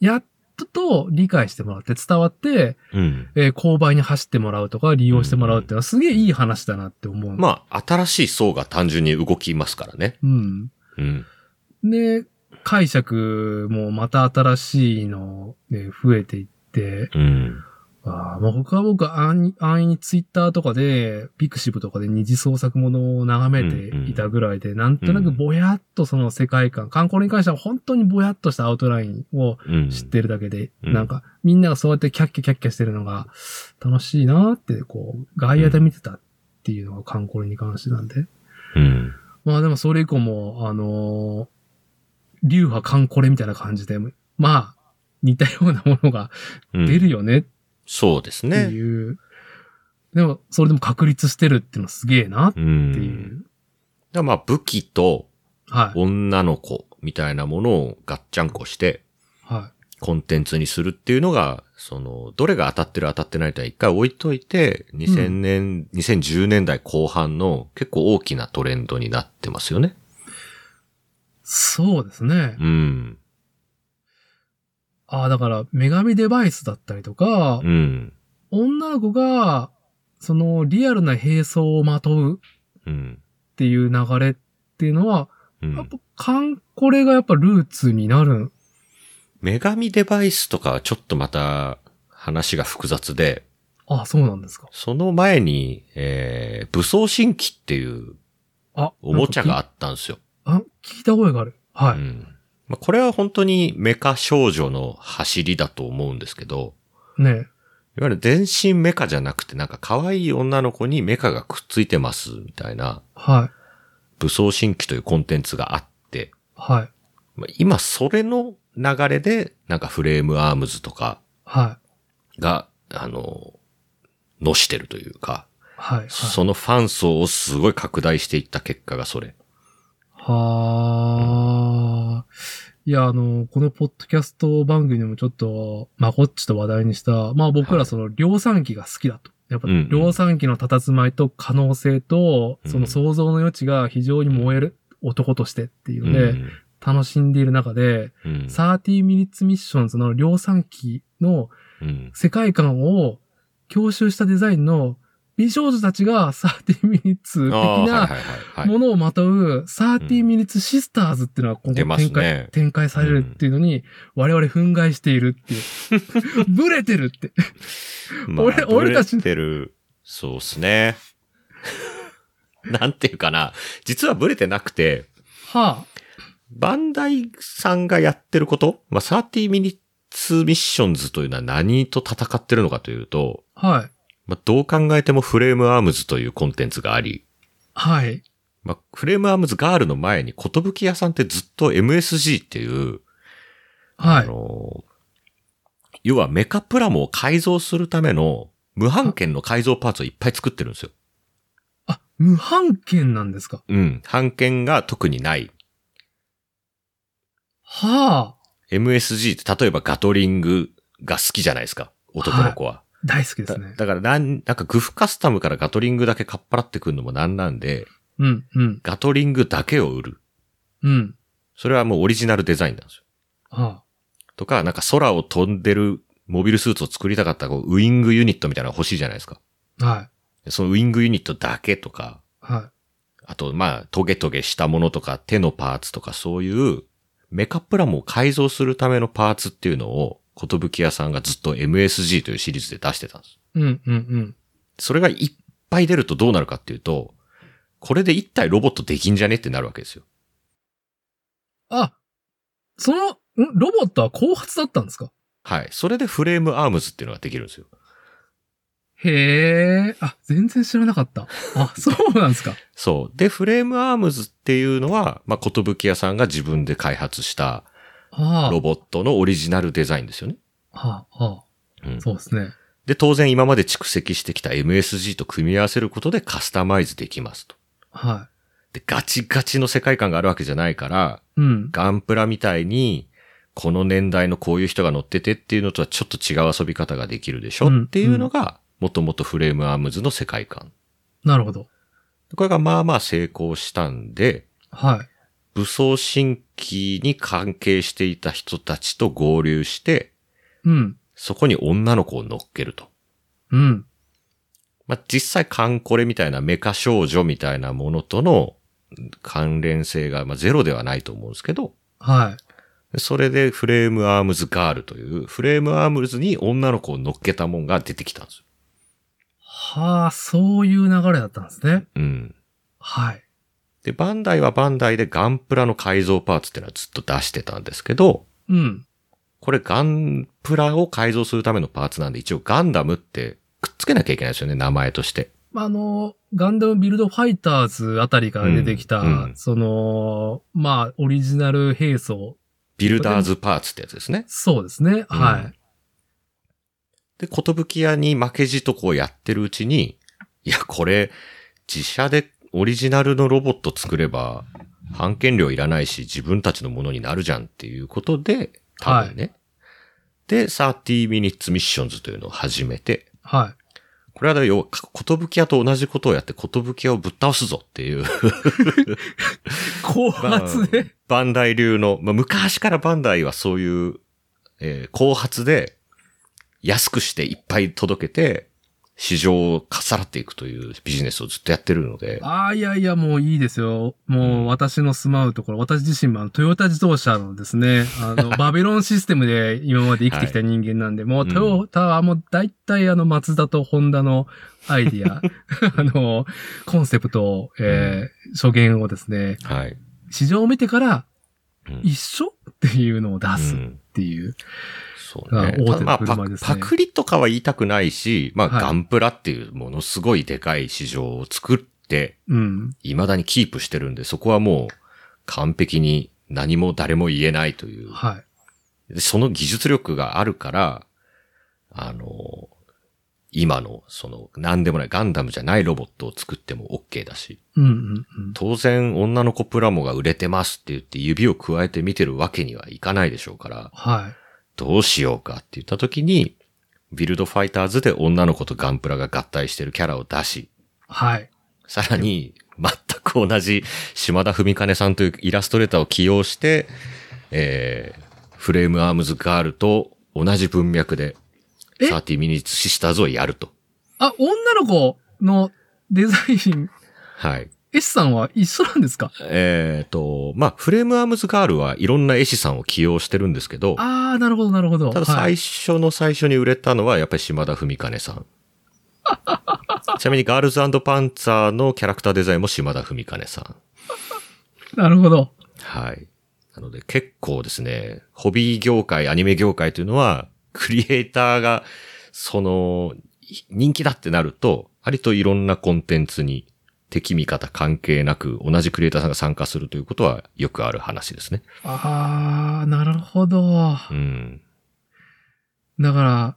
A: やっと理解してもらって、伝わって、
B: うん。
A: えー購買に走ってもらうとか利用してもらうっていうのはすげえいい話だなって思う。
B: まあ、新しい層が単純に動きますからね。
A: うん。
B: うん。
A: で、解釈もまた新しいの、ね、増えていって、
B: うん。
A: ああーまあ、他は僕は安易安易にツイッターとかで、ピクシブとかで二次創作ものを眺めていたぐらいで、なんとなくぼやっとその世界観、観光に関しては本当にぼやっとしたアウトラインを
B: うん
A: 知ってるだけで、
B: うん
A: なんかみんながそうやってキャッキャキャッキャしてるのが楽しいなーって、こう、外野で見てたっていうのが観光に関してなんで。
B: うん。
A: まあでもそれ以降も、あのー流派観光みたいな感じで、まあ、似たようなものが
B: うん
A: 出るよね
B: そうです
A: って
B: ね。
A: いう。でも、それでも確立してるっていうのはすげえなっ
B: う
A: てい
B: ん。
A: う。
B: だからまあ武器と
A: はい。
B: 女の子みたいなものをガッチャンコして
A: は
B: コンテンツにするっていうのが、その、どれが当たってる当たってないとは一回置いといて、2000年、2010年代後半の結構大きなトレンドになってますよね。
A: い。そうですね。
B: うん。
A: ああ、だから、女神デバイスだったりとか、
B: うん。
A: 女の子が、その、リアルな並走をまとう
B: うん。
A: っていう流れっていうのは、
B: う
A: やっ
B: ん。
A: ぱ、カンコレがやっぱルーツになる。
B: 女神デバイスとかはちょっとまた話が複雑で、
A: ああ、そうなんですか。
B: その前に、えー、武装神器っていう
A: あ、
B: おもちゃがあ
A: なんか
B: ったんですよ。
A: 聞い。あ、聞いた声がある。は
B: う
A: い。
B: ん。まあ、これは本当にメカ少女の走りだと思うんですけど、
A: ね
B: いわゆる全身メカじゃなくて、なんか可愛い女の子にメカがくっついてます、みたいな、
A: はい。
B: 武装神器というコンテンツがあって、
A: はい。
B: まあ今それの流れで、なんかフレームアームズとか
A: はい。
B: が、あの、のしてるというか、
A: はい。はい。
B: そのファン層をすごい拡大していった結果がそれ。
A: はあ。いや、あの、このポッドキャスト番組でもちょっと、まあ、こっちと話題にした、まあ僕
B: は
A: ら
B: い
A: その量産機が好きだと。やっぱ
B: うんうん
A: 量産機の佇まいと可能性と、
B: うん
A: その想像の余地が非常に燃える男としてっていう
B: う
A: ので、
B: ん。
A: 楽しんでいる中で、
B: うん。
A: 30 minutes missions の量産機の
B: うん。
A: 世界観を強襲したデザインの美少女たちが30 minutes 的
B: ああはい
A: な
B: はいはいはい
A: ものをまとう、30 minutes sisters っていうのがここ
B: 出
A: 展
B: ま
A: 開
B: す、ね
A: 展開されるっていうのに、我々憤慨しているって いう。ブレてるって。
B: ま
A: 俺
B: ブレ
A: 俺たち
B: てる。そうですね。 なんていうかな。実はブレてなくて、
A: は
B: バンダイさんがやってること、まあ、30ミニッツミッションズというのは何と戦ってるのかというと、
A: あ、はい、
B: まあ、どう考えてもフレームアームズというコンテンツがあり、
A: はい、
B: まあ、フレームアームズガールの前に、ことぶき屋さんってずっと MSG っていう、
A: は
B: あ
A: い。
B: の、要はメカプラモを改造するための無版権の改造パーツをいっぱい作ってるんですよ。
A: あ、無版権なんですか。
B: うん。版権が特にない。
A: はあ、
B: MSG って例えばガトリングが好きじゃないですか。男の子は。
A: 大好きで
B: だ
A: すね。
B: だからなん、なんかグフカスタムからガトリングだけかっぱらってくるのもなんなんで、
A: うん、うん、
B: ガトリングだけを売る。
A: うん。
B: それはもうオリジナルデザインなんですよ。
A: は
B: とか、なんか空を飛んでるモビルスーツを作りたかったらこうウイングユニットみたいなのが欲しいじゃないですか。
A: あ、はい、
B: そのウイングユニットだけとか、
A: は
B: あと、まあ、トゲトゲしたものとか、手のパーツとか、そういう、メカプラモを改造するためのパーツっていうのを、ことぶき屋さんがずっと MSG というシリーズで出してたんです。
A: い。うん、うん、うん。
B: それがいっぱい出るとどうなるかっていうと、これで一体ロボットできんじゃねってなるわけですよ。
A: あ、その、んロボットは後発だったんですか
B: はい。それでフレームアームズっていうのができるんですよ。
A: へえ、あ、全然知らなかった。あ、そうなんですか。
B: そう。で、フレームアームズっていうのは、まあ、ことぶき屋さんが自分で開発した
A: はあ、
B: ロボットのオリジナルデザインですよね。
A: はあ、は
B: うん
A: あ、そうですね。
B: で、当然今まで蓄積してきた MSG と組み合わせることでカスタマイズできますと。
A: は
B: で、ガチガチの世界観があるわけじゃないから、
A: い。うん。
B: ガンプラみたいに、この年代のこういう人が乗っててっていうのとはちょっと違う遊び方ができるでしょ、
A: うん
B: っていうのが、もともとフレームアームズの世界観。
A: なるほど。
B: これがまあまあ成功したんで、
A: はい。
B: 武装新規に関係していた人たちと合流して、
A: うん。
B: そこに女の子を乗っけると。
A: うん。
B: まあ、実際カンコレみたいなメカ少女みたいなものとの関連性が、まあ、ゼロではないと思うんですけど、
A: は
B: それでフレームアームズガールという、フレームアームズに女の子を乗っけたもんが出てきたんですよ。
A: はあ、そういう流れだったんですね。
B: うん。
A: はい。
B: で、バンダイはバンダイでガンプラの改造パーツっていうのはずっと出してたんですけど、
A: うん。
B: これガンプラを改造するためのパーツなんで、一応ガンダムってくっつけなきゃいけないですよね、名前として。
A: まあ、あの、ガンダムビルドファイターズあたりから出てきた、
B: うんうん
A: その、まあ、オリジナル兵装。
B: ビルダーズパーツってやつですね。
A: そうですね。はい。
B: うんで、ことぶき屋に負けじとこうやってるうちに、いや、これ、自社でオリジナルのロボット作れば、版権料いらないし、自分たちのものになるじゃんっていうことで、多分ね。で、30 minutes missions というのを始めて、
A: はい。
B: これはだから要は、ことぶき屋と同じことをやって、ことぶき屋をぶっ倒すぞっていう、
A: 後
B: まあ
A: 発で、
B: バンダイ流の、まあ、昔からバンダイはそういう、えー後発で、安くしていっぱい届けて、市場をかっさらっていくというビジネスをずっとやってるので、
A: ああ、いやいや、もういいですよ。もう私の住まうところ、私自身もあのトヨタ自動車のですね、あの、 バビロンシステムで今まで生きてきた人間なんで、もうトヨタはもう大体あの、マツダとホンダのアイデ ィア、あの、コンセプト、えー、初言をですね、
B: はい。
A: 市場を見てから
B: うん
A: 一緒っていうのを出す
B: う
A: っ
B: ん
A: ていう。
B: そうね。
A: あ大手の
B: ただまあパ
A: 車ですね
B: パクリとかは言いたくないし、まあ、
A: はい
B: ガンプラっていうものすごいでかい市場を作って、
A: うん。
B: 未だにキープしてるんで、そこはもう完璧に何も誰も言えないという
A: はい。
B: でその技術力があるから、あの、今の、その、何でもないガンダムじゃないロボットを作っても OK だし、
A: うんうんうん。
B: 当然女の子プラモが売れてますって言って指を加えて見てるわけにはいかないでしょうから、
A: はい。
B: どうしようかって言った時に、ビルドファイターズで女の子とガンプラが合体してるキャラを出し、
A: はい。
B: さらに、全く同じ島田文兼さんというイラストレーターを起用して、えー、フレームアームズガールと同じ文脈で、
A: え
B: 30ミニッツシスターズをやると。
A: あ、女の子のデザイン、
B: はい。
A: S さんは一緒なんですか
B: えっ、と、まあ、フレームアームズガールはいろんな絵師さんを起用してるんですけど、
A: ああ、なるほど、なるほど。
B: ただ
A: はい
B: 最初の最初に売れたのはやっぱり島田文 兼さん。ちなみにガールズパンツァーのキャラクターデザインも島田文兼さん。
A: なるほど。
B: はい。なので結構ですね、ホビー業界、アニメ業界というのは、クリエイターが、その、い人気だってなると、割といろんなコンテンツに敵味方関係なく同じクリエイターさんが参加するということはよくある話ですね。
A: ああ、なるほど。
B: うん。
A: だから、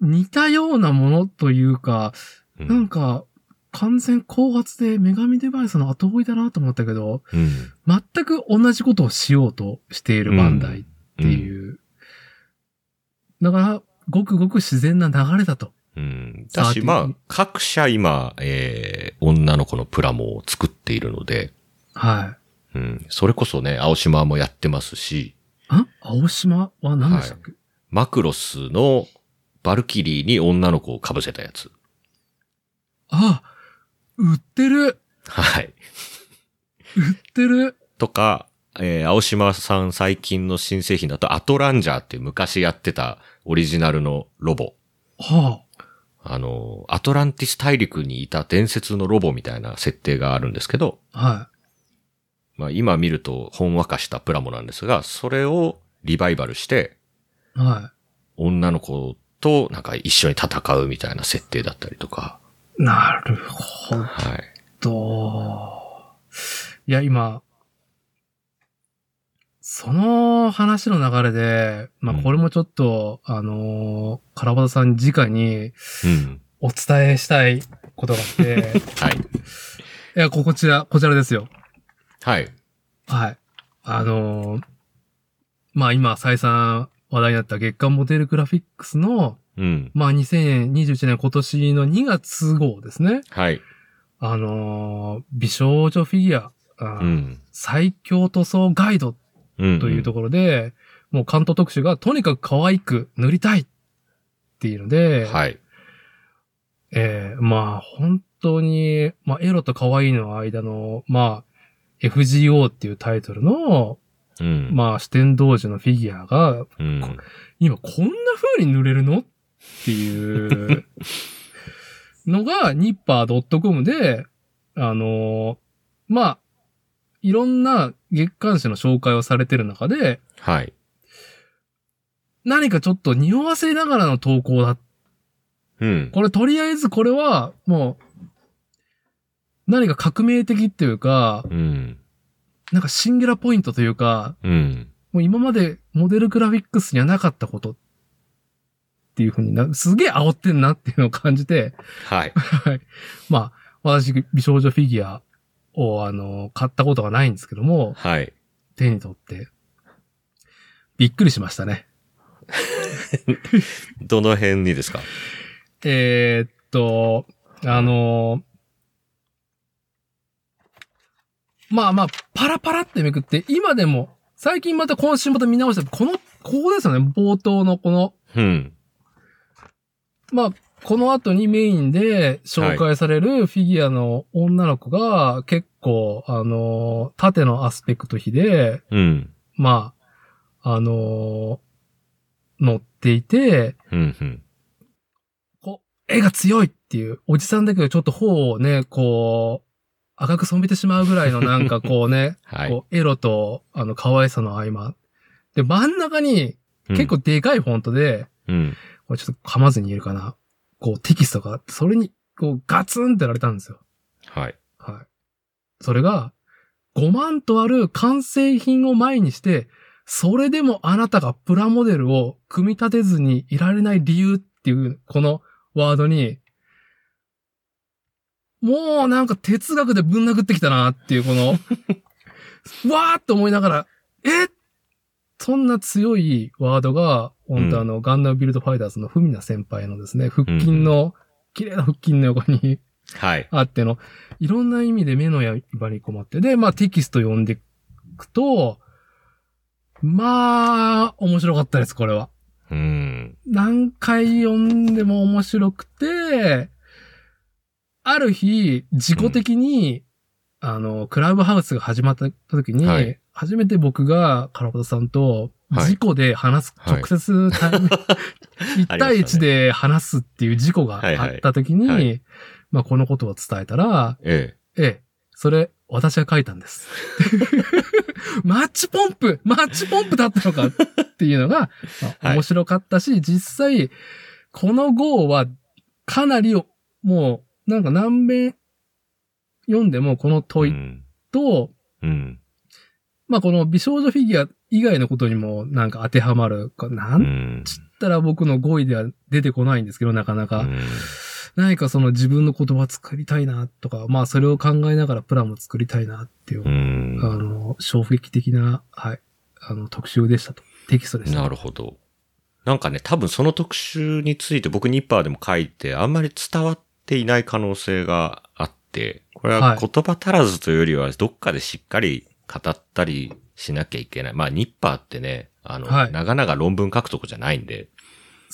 A: 似たようなものというか、
B: う
A: なんか、完全後発で女神デバイスの後追いだなと思ったけど、
B: うん
A: 全く同じことをしようとしているバンダイっていう。だから、ごくごく自然な流れだと。
B: うん。だし、まあ、各社今、えー、女の子のプラモを作っているので、
A: は
B: うん。それこそね、青島もやってますし、
A: い。ん青島は何でしたっけ、
B: マクロスのバルキリーに女の子を被せたやつ。
A: あ、売ってる
B: はい。
A: 売ってる
B: とか、えー青島さん最近の新製品だとアトランジャーっていう昔やってたオリジナルのロボ。
A: は
B: あの、アトランティス大陸にいた伝説のロボみたいな設定があるんですけど、
A: あ。は
B: まあ今見るとほんわかしたプラモなんですが、それをリバイバルして
A: い。はい。
B: 女の子となんか一緒に戦うみたいな設定だったりとか。
A: なるほ
B: はい。
A: ど。いや、今、その話の流れで、ま
B: う
A: あ、
B: ん
A: これもちょっと、あのー、カラバタさんに直に
B: うん。
A: お伝えしたいことがあって、
B: はい。
A: いや、ここちら、こちらですよ。
B: はい。
A: はい。あのー、まあ、今、再三話題になった月刊モデルグラフィックスの、
B: うん。
A: まあ、2021年今年の2月号ですね。
B: はい。
A: あのー美少女フィギュア、あー
B: うん。
A: 最強塗装ガイド
B: うん。
A: というところで、もう関東特集がとにかく可愛く塗りたいっていうので、
B: はい。
A: えーまあ本当に、まあエロと可愛いの間の、まあ FGO っていうタイトルの、
B: うん。
A: まあ、四天童子のフィギュアが、
B: うん。
A: 今こんな風に塗れるのっていうの が、ニッパー .com で、あのーまあ、いろんな月刊誌の紹介をされてる中で、
B: はい。
A: 何かちょっと匂わせながらの投稿だ。
B: うん。
A: これとりあえずこれは、もう、何か革命的っていうか、
B: うん。
A: なんかシンギュラポイントというか、
B: うん。
A: もう今までモデルグラフィックスにはなかったことっていう風にな、すげえ煽ってんなっていうのを感じて、
B: はい。
A: まあ、私、美少女フィギュアを、あの、買ったことがないんですけども、
B: はい。
A: 手に取って、びっくりしましたね。
B: どの辺にですか
A: えーっと、あのまあまあ、パラパラってめくって、今でも、最近また今週また見直した、この、ここですよね、冒頭のこの、
B: うん。
A: まあ、この後にメインで紹介されるフィギュアの女の子が結構、あの、縦のアスペクト比で、
B: うん。
A: まあ、あの乗っていて、
B: うん。うん。
A: こう、絵が強いっていう、おじさんだけどちょっと頬をね、こう、赤く染めてしまうぐらいのなんかこう ね、
B: はい。
A: こう、エロと、あの、可愛さの合間。で、真ん中に結構でかいフォントで、
B: うん。
A: これちょっと噛まずに言えるかな。こうテキストがあって、それに、こうガツンってやられたんですよ。
B: はい。
A: はい。それが、5万とある完成品を前にして、それでもあなたがプラモデルを組み立てずにいられない理由っていう、このワードに、もうなんか哲学でぶん殴ってきたなっていう、この、わーっと思いながら、えそんな強いワードが、本当あの、ガンダムビルドファイターズのフミナ先輩のですね、腹筋の、綺麗な腹筋の横に、
B: はい。
A: あっての、いろんな意味で目のやばり困って。で、まあテキスト読んでいくと、まあ、面白かったです、これは。
B: うん。
A: 何回読んでも面白くて、ある日、自己的に、あの、クラブハウスが始まった時に、
B: はい
A: 初めて僕が、カラコタさんと、
B: はい
A: 事故で話す、
B: はい
A: 直接対 面、1対1で話すっていう事故があった時に、
B: はいはいは
A: まあ、このことを伝えたら、
B: え
A: ええ、それ、私が書いたん です。マッチポンプマッチポンプだったのかっていうのが、まあ
B: はい
A: 面白かったし、実際、この号は、かなり、もう、なんか何遍読んでも、この
B: え。
A: 問
B: う
A: い
B: ん。
A: と、
B: うん。
A: まあこの美少女フィギュア以外のことにもなんか当てはまるか。な
B: うんん。
A: つったら僕の語彙では出てこないんですけど、なかなか。
B: うん
A: 何かその自分の言葉作りたいなとか、まあそれを考えながらプランも作りたいなっていう、
B: う
A: あ
B: ん。
A: の、衝撃的な、はい、あの、特集でしたと。テキストでした。
B: なるほど。なんかね、多分その特集について僕ニッパーでも書いて、あんまり伝わっていない可能性があって、これは
A: はい
B: 言葉足らずというよりは、どっかでしっかり語ったりしなきゃいけない。まあ、ニッパーってね、あの、
A: はい
B: 長々論文書くとこじゃないんで、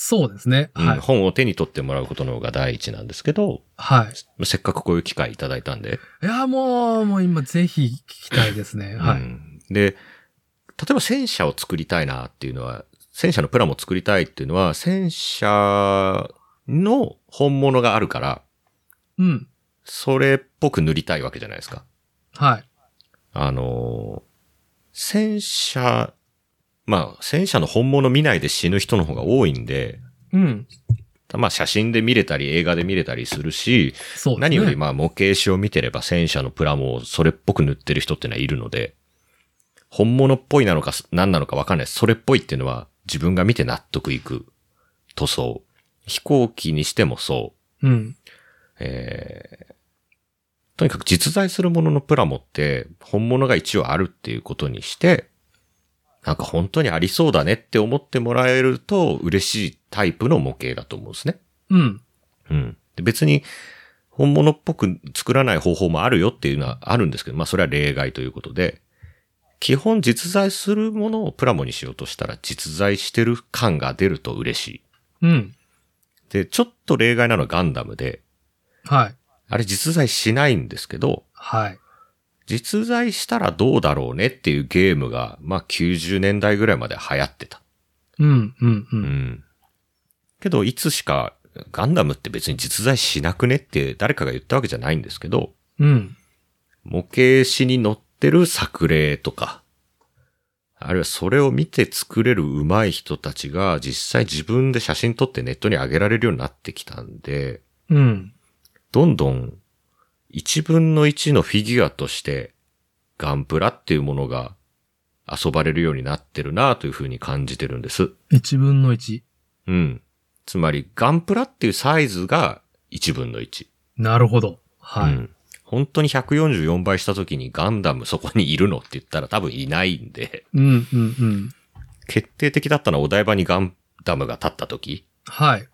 A: そうですね。
B: うん
A: はい。
B: 本を手に取ってもらうことの方が第一なんですけど、
A: はい。
B: せっかくこういう機会いただいたんで、
A: いや、もう、もう今ぜひ聞きたいですね。は
B: う
A: い。
B: んで、例えば戦車を作りたいなっていうのは、戦車のプラも作りたいっていうのは、戦車の本物があるから、
A: うん。
B: それっぽく塗りたいわけじゃないですか。
A: はい。
B: あのー戦車、まあ、戦車の本物見ないで死ぬ人の方が多いんで、
A: うん。
B: まあ、写真で見れたり、映画で見れたりするし、
A: そうですね。
B: 何よりまあ模型紙を見てれば戦車のプラモをそれっぽく塗ってる人ってのはいるので、本物っぽいなのか何なのかわかんない。それっぽいっていうのは自分が見て納得いく塗装。飛行機にしてもそう。
A: うん。
B: えー、とにかく実在するもののプラモって本物が一応あるっていうことにして、なんか本当にありそうだねって思ってもらえると嬉しいタイプの模型だと思うんですね。
A: うん。
B: うん。で別に、本物っぽく作らない方法もあるよっていうのはあるんですけど、まあそれは例外ということで、基本実在するものをプラモにしようとしたら実在してる感が出ると嬉しい。
A: うん。
B: で、ちょっと例外なのはガンダムで、
A: はい。
B: あれ実在しないんですけど、
A: はい。
B: 実在したらどうだろうねっていうゲームが、まあ90年代ぐらいまで流行ってた。
A: うん、うん、う。
B: うんん。けど、いつしか、ガンダムって別に実在しなくねって誰かが言ったわけじゃないんですけど、
A: うん。
B: 模型紙に載ってる作例とか、あるいはそれを見て作れる上手い人たちが実際自分で写真撮ってネットに上げられるようになってきたんで、
A: うん。
B: どんどん1分の1のフィギュアとしてガンプラっていうものが遊ばれるようになってるなというふうに感じてるんです。
A: 1分の1。
B: うん。つまりガンプラっていうサイズが1分の1。
A: なるほど。はい。
B: うん本当に144倍した時にガンダムそこにいるのって言ったら多分いないんで、
A: うん、うん、うん。
B: 決定的だったのはお台場にガンダムが立った時、
A: はい。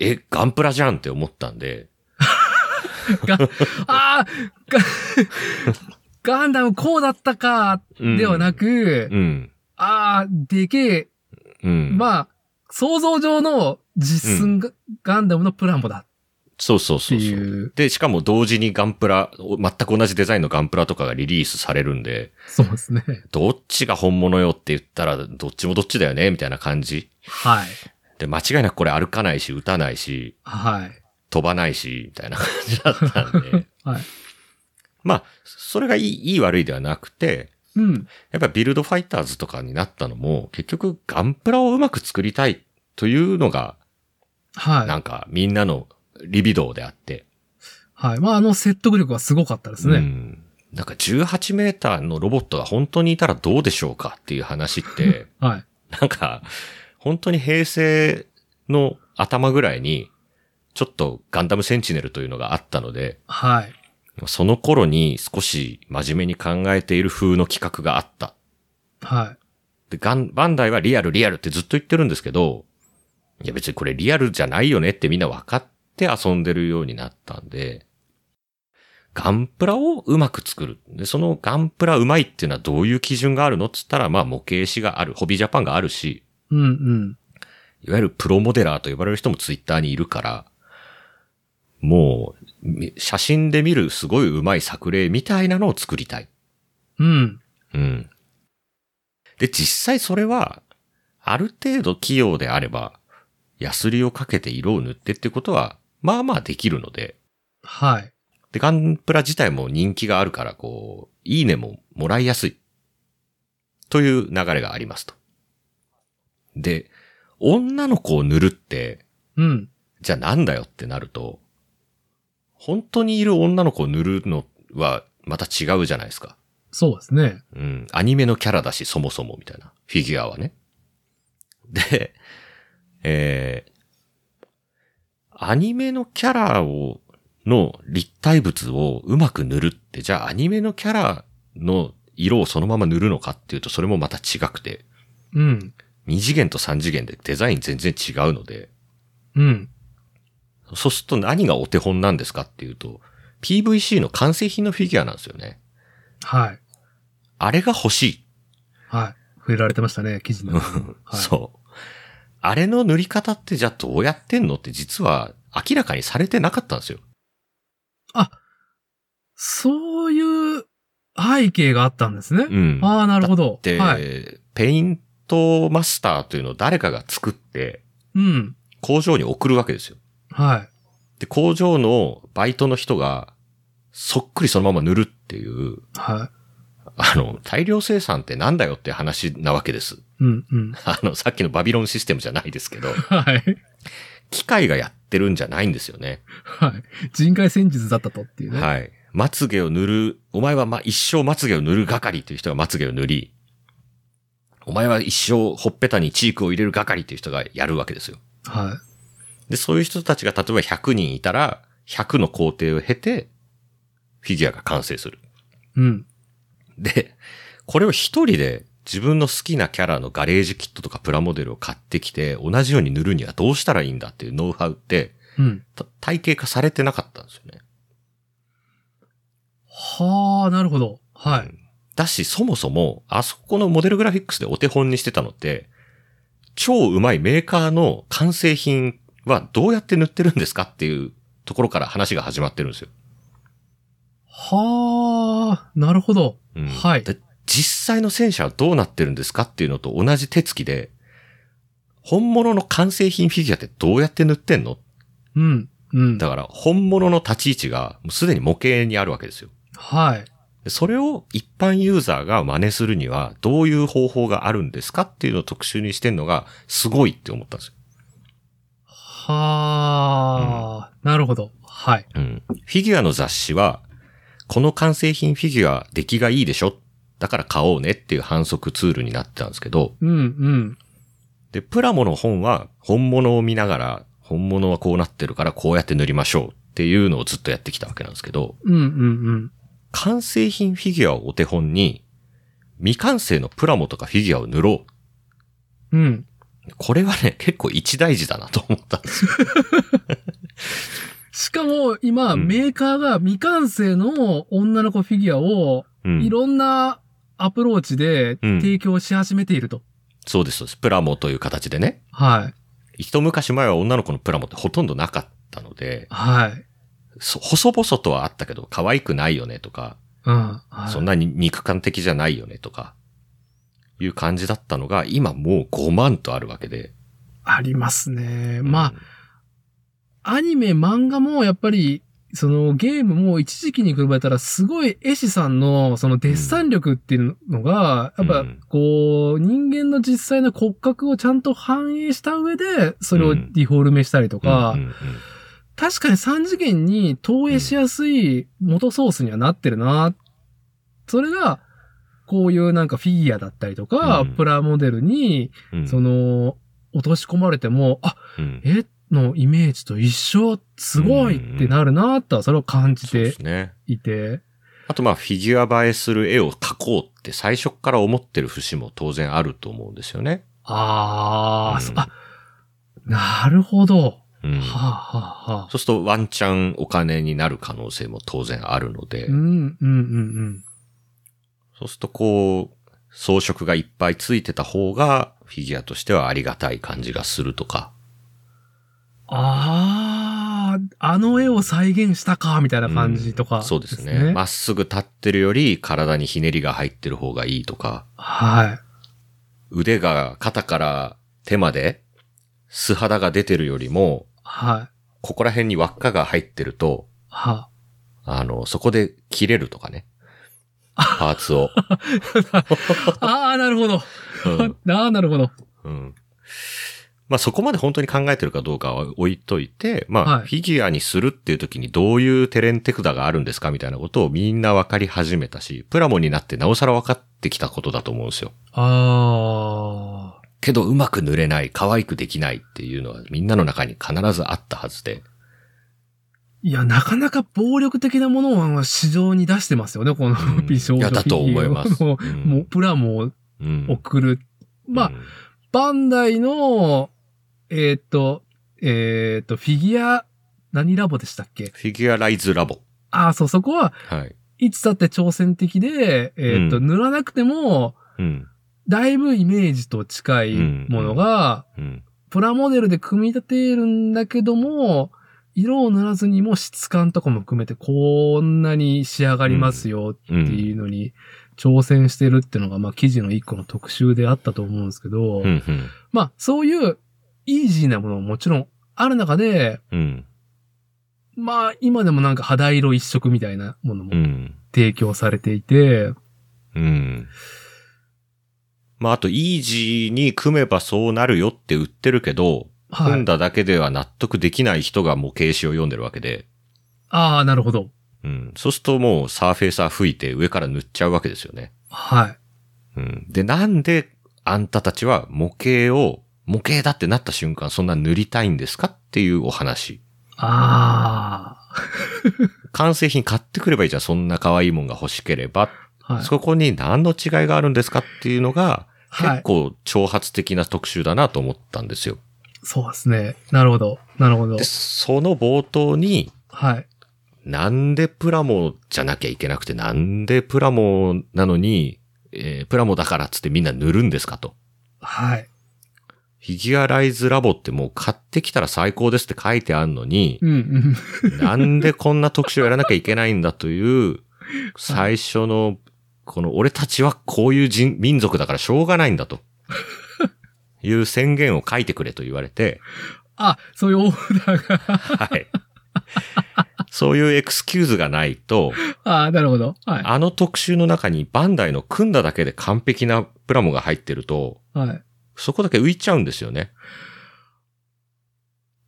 B: え、ガンプラじゃんって思ったんで、
A: が、ああが、ガンダムこうだったか、ではなく、
B: く、うん。
A: ああ、でけえ、
B: うん。あ、
A: まあ、想像上の実寸ガ,、ンダムのプランボだ
B: そうそう
A: って
B: そうそう。
A: いう。
B: で、しかも同時にガンプラ、お全く同じデザインのガンプラとかがリリースされるんで、
A: そうですね。
B: どっちが本物よって言ったら、どっちもどっちだよね、みたいな感じ。
A: はい。
B: で、間違いなくこれ歩かないし、撃たないし、
A: はい。
B: 飛ばないし、みたいな感じだったんで。
A: はい。
B: まあ、それがいい、いい悪いではなくて、
A: うん。
B: やっぱビルドファイターズとかになったのも、結局ガンプラをうまく作りたいというのが、な
A: はい。
B: んかみんなのリビドーであって、
A: はい。まあ、あの説得力はすごかったです
B: う
A: ね。
B: んなんか18メーターのロボットが本当にいたらどうでしょうかっていう 話って、
A: はい。
B: なんか、本当に平成の頭ぐらいに、ちょっとガンダムセンチネルというのがあったので、
A: はい。
B: その頃に少し真面目に考えている風の企画があった。
A: は
B: で、ガン、バンダイはリアルリアルってずっと言ってるんですけど、いや別にこれリアルじゃないよねってみんな分かって遊んでるようになったんで、ガンプラをうまく作る。で、そのガンプラうまいっていうのはどういう基準があるのっつったら、まあ模型師がある、ホビージャパンがあるし、
A: い。うんうん。
B: いわゆるプロモデラーと呼ばれる人もツイッターにいるから、もう、み写真で見るすごい上手い作例みたいなのを作りたい。
A: うん。
B: うん。で、実際それは、ある程度器用であれば、ヤスリをかけて色を塗ってってことは、まあまあできるので、
A: はい。
B: で、ガンプラ自体も人気があるから、こう、いいねももらいやすい。という流れがありますと。で、女の子を塗るって、
A: うん。
B: じゃあなんだよってなると、本当にいる女の子を塗るのはまた違うじゃないですか。
A: そうですね。
B: うん、アニメのキャラだし、そもそもみたいな。フィギュアはね。で、えー、アニメのキャラを、の立体物をうまく塗るって、じゃあアニメのキャラの色をそのまま塗るのかっていうと、それもまた違くて、
A: うん。
B: 2次元と3次元でデザイン全然違うので、
A: うん。
B: そうすると何がお手本なんですかっていうと、PVC の完成品のフィギュアなんですよね。
A: はい。
B: あれが欲しい。
A: はい。触れられてましたね、記事の 中にも。はい、
B: そう。あれの塗り方ってじゃあどうやってんのって実は明らかにされてなかったんですよ。
A: そういう背景があったんですね。
B: うん。
A: ああ、なるほど。
B: で、
A: はい。
B: ペイントマスターというのを誰かが作って
A: うん。
B: 工場に送るわけですよ。
A: はい。
B: で、工場のバイトの人がそっくりそのまま塗るっていう、
A: はい。
B: あの、大量生産ってなんだよって話なわけです。
A: うん、うん。
B: あの、さっきのバビロンシステムじゃないですけど、
A: はい。
B: 機械がやってるんじゃないんですよね。
A: はい。人海戦術だったとっていうね。
B: はい。まつげを塗る、お前はま、一生まつげを塗る係という人がまつげを塗り、お前は一生ほっぺたにチークを入れる係という人がやるわけですよ。
A: はい。
B: で、そういう人たちが例えば100人いたら、100の工程を経て、フィギュアが完成する。
A: うん。
B: で、これを一人で自分の好きなキャラのガレージキットとかプラモデルを買ってきて、同じように塗るにはどうしたらいいんだっていうノウハウって、
A: うん。
B: た体系化されてなかったんですよね。
A: はあ、なるほど。はい。
B: だし、そもそも、あそこのモデルグラフィックスでお手本にしてたのって、超うまいメーカーの完成品はどうやって塗ってるんですかっていうところから話が始まってるんですよ。
A: はあ、なるほど。
B: うん
A: はい
B: で実際の戦車はどうなってるんですかっていうのと同じ手つきで、本物の完成品フィギュアってどうやって塗ってんの
A: うん。うん。
B: だから、本物の立ち位置がもうすでに模型にあるわけですよ。
A: はい。
B: でそれを一般ユーザーが真似するにはどういう方法があるんですかっていうのを特集にしてんのがすごいって思ったんですよ。
A: はあ、なるほど。はい。
B: うん。フィギュアの雑誌は、この完成品フィギュア出来がいいでしょだから買おうねっていう反則ツールになってたんですけど、
A: うん、うん。
B: で、プラモの本は本物を見ながら、本物はこうなってるからこうやって塗りましょうっていうのをずっとやってきたわけなんですけど、
A: うん、うん、
B: 完成品フィギュアをお手本に、未完成のプラモとかフィギュアを塗ろう。
A: うん。うん。
B: これはね、結構一大事だなと思ったんですよ。
A: しかも、今、
B: うん
A: メーカーが未完成の女の子フィギュアを、
B: うん
A: いろんなアプローチで
B: うん
A: 提供し始めていると。
B: そうです、そうです。プラモという形でね。
A: はい。
B: 一昔前は女の子のプラモってほとんどなかったので、
A: はい。
B: そ細々とはあったけど、可愛くないよねとか、
A: うん。はい
B: そんなに肉感的じゃないよねとか、いう感じだったのが、今もう5万とあるわけで。
A: ありますね。まあ、アニメ、漫画もやっぱり、そのゲームも一時期に比べたらすごい絵師さんのそのデッサン力っていうのが、
B: うん
A: やっぱ
B: うん
A: こう人間の実際の骨格をちゃんと反映した上でそれ
B: う
A: を
B: ん
A: ディフォルメしたりとか、
B: あ
A: 確かに3次元に投影しやすい元ソースにはなってるな。それがこういうなんかフィギュアだったりとか、
B: うん
A: プラモデルにそ、の落とし込まれても、あ、
B: うんうんうん
A: 絵のイメージと一緒、すごいってなるなとはそれを感じ
B: そうで
A: て
B: すね。
A: いて。
B: あとまあ、フィギュア映えする絵を描こうって最初から思ってる節も当然あると思うんですよね。
A: ああ、
B: うん
A: そあ、なるほど。
B: う
A: はあ、
B: ん
A: はあはあ、
B: そうするとワンチャンお金になる可能性も当然あるので、
A: うん、うん、うん、
B: そうするとこう、装飾がいっぱいついてた方が、フィギュアとしてはありがたい感じがするとか。
A: うん。ああ、あの絵を再現したか、みたいな感じとか、
B: うんそうですね。まっすぐ立ってるより体にひねりが入ってる方がいいとか、
A: はい。
B: 腕が肩から手まで素肌が出てるよりも、
A: はい。
B: ここら辺に輪っかが入ってると、
A: は
B: あの、そこで切れるとかね。パー ツを。
A: あ、ああ、なるほど。
B: うん
A: ああ、なるほど。
B: うんまあそこまで本当に考えてるかどうかは置いといて、まあ
A: はい
B: フィギュアにするっていう時にどういうテレンテクダがあるんですかみたいなことをみんな分かり始めたし、プラモになってなおさら分かってきたことだと思うんですよ。
A: ああ、
B: けどうまく塗れない、可愛くできないっていうのはみんなの中に必ずあったはずで。
A: いや、なかなか暴力的なものを市場に出してますよね、この
B: うん
A: 美少
B: い
A: 女
B: や
A: フィギュア
B: だと思います。
A: の
B: うん
A: もう、プラモを
B: うん
A: 送る。ま
B: う
A: あ、
B: ん
A: バンダイの、えーっと、えーっと、フィギュア、何ラボでしたっけ
B: フィギュアライズラボ。
A: ああ、そう、そこは、
B: はい。
A: いつだって挑戦的で、えーっと、
B: うん
A: 塗らなくても、
B: うん。
A: だいぶイメージと近いものが、
B: うん。
A: プラモデルで組み立てるんだけども、色を塗らずにも質感とかも含めてこんなに仕上がりますよ
B: う
A: って
B: ん。
A: いうのに挑戦してるっていうのが、まあ記事の一個の特集であったと思うんですけど、
B: うん。うん
A: まあそういうイージーなものももちろんある中で、
B: うん。
A: まあ今でもなんか肌色一色みたいなもの
B: う
A: も
B: ん。
A: 提供されていて、
B: うん。まあ、あと、イージーに組めばそうなるよって売ってるけど、
A: は
B: 組ん
A: い。
B: だだけでは納得できない人がもう形式を読んでるわけで、
A: ああ、なるほど。
B: うん。そうするともうサーフェイサー吹いて上から塗っちゃうわけですよね。
A: はい。
B: うん。で、なんであんたたちは模型を、模型だってなった瞬間そんな塗りたいんですかっていうお話。
A: あ
B: 完成品買ってくればいいじゃん。そんな可愛いもんが欲しければ。
A: あ、はい。
B: そこに何の違いがあるんですかっていうのが、
A: はい
B: 結。構挑発的な特集だなと思ったんですよ。
A: そうですね。なるほど。なるほど
B: で、。その冒頭に、
A: はい。
B: なんでプラモじゃなきゃいけなくて、なんでプラモなのに、えープラモだからっつってみんな塗るんですかと。
A: はい。
B: フィギュアライズラボってもう買ってきたら最高ですって書いてあるのに
A: う、ん、うん。
B: なんでこんな特集をやらなきゃいけないんだという最初の、この俺たちはこういう人、民族だからしょうがないんだと。いう宣言を書いてくれと言われて、
A: あ、そういうオーダーが。
B: はい。そういうエクスキューズがないと、
A: あなるほど。はい。
B: あの特集の中にバンダイの組んだだけで完璧なプラモが入ってると、
A: はい。
B: そこだけ浮いちゃうんですよね。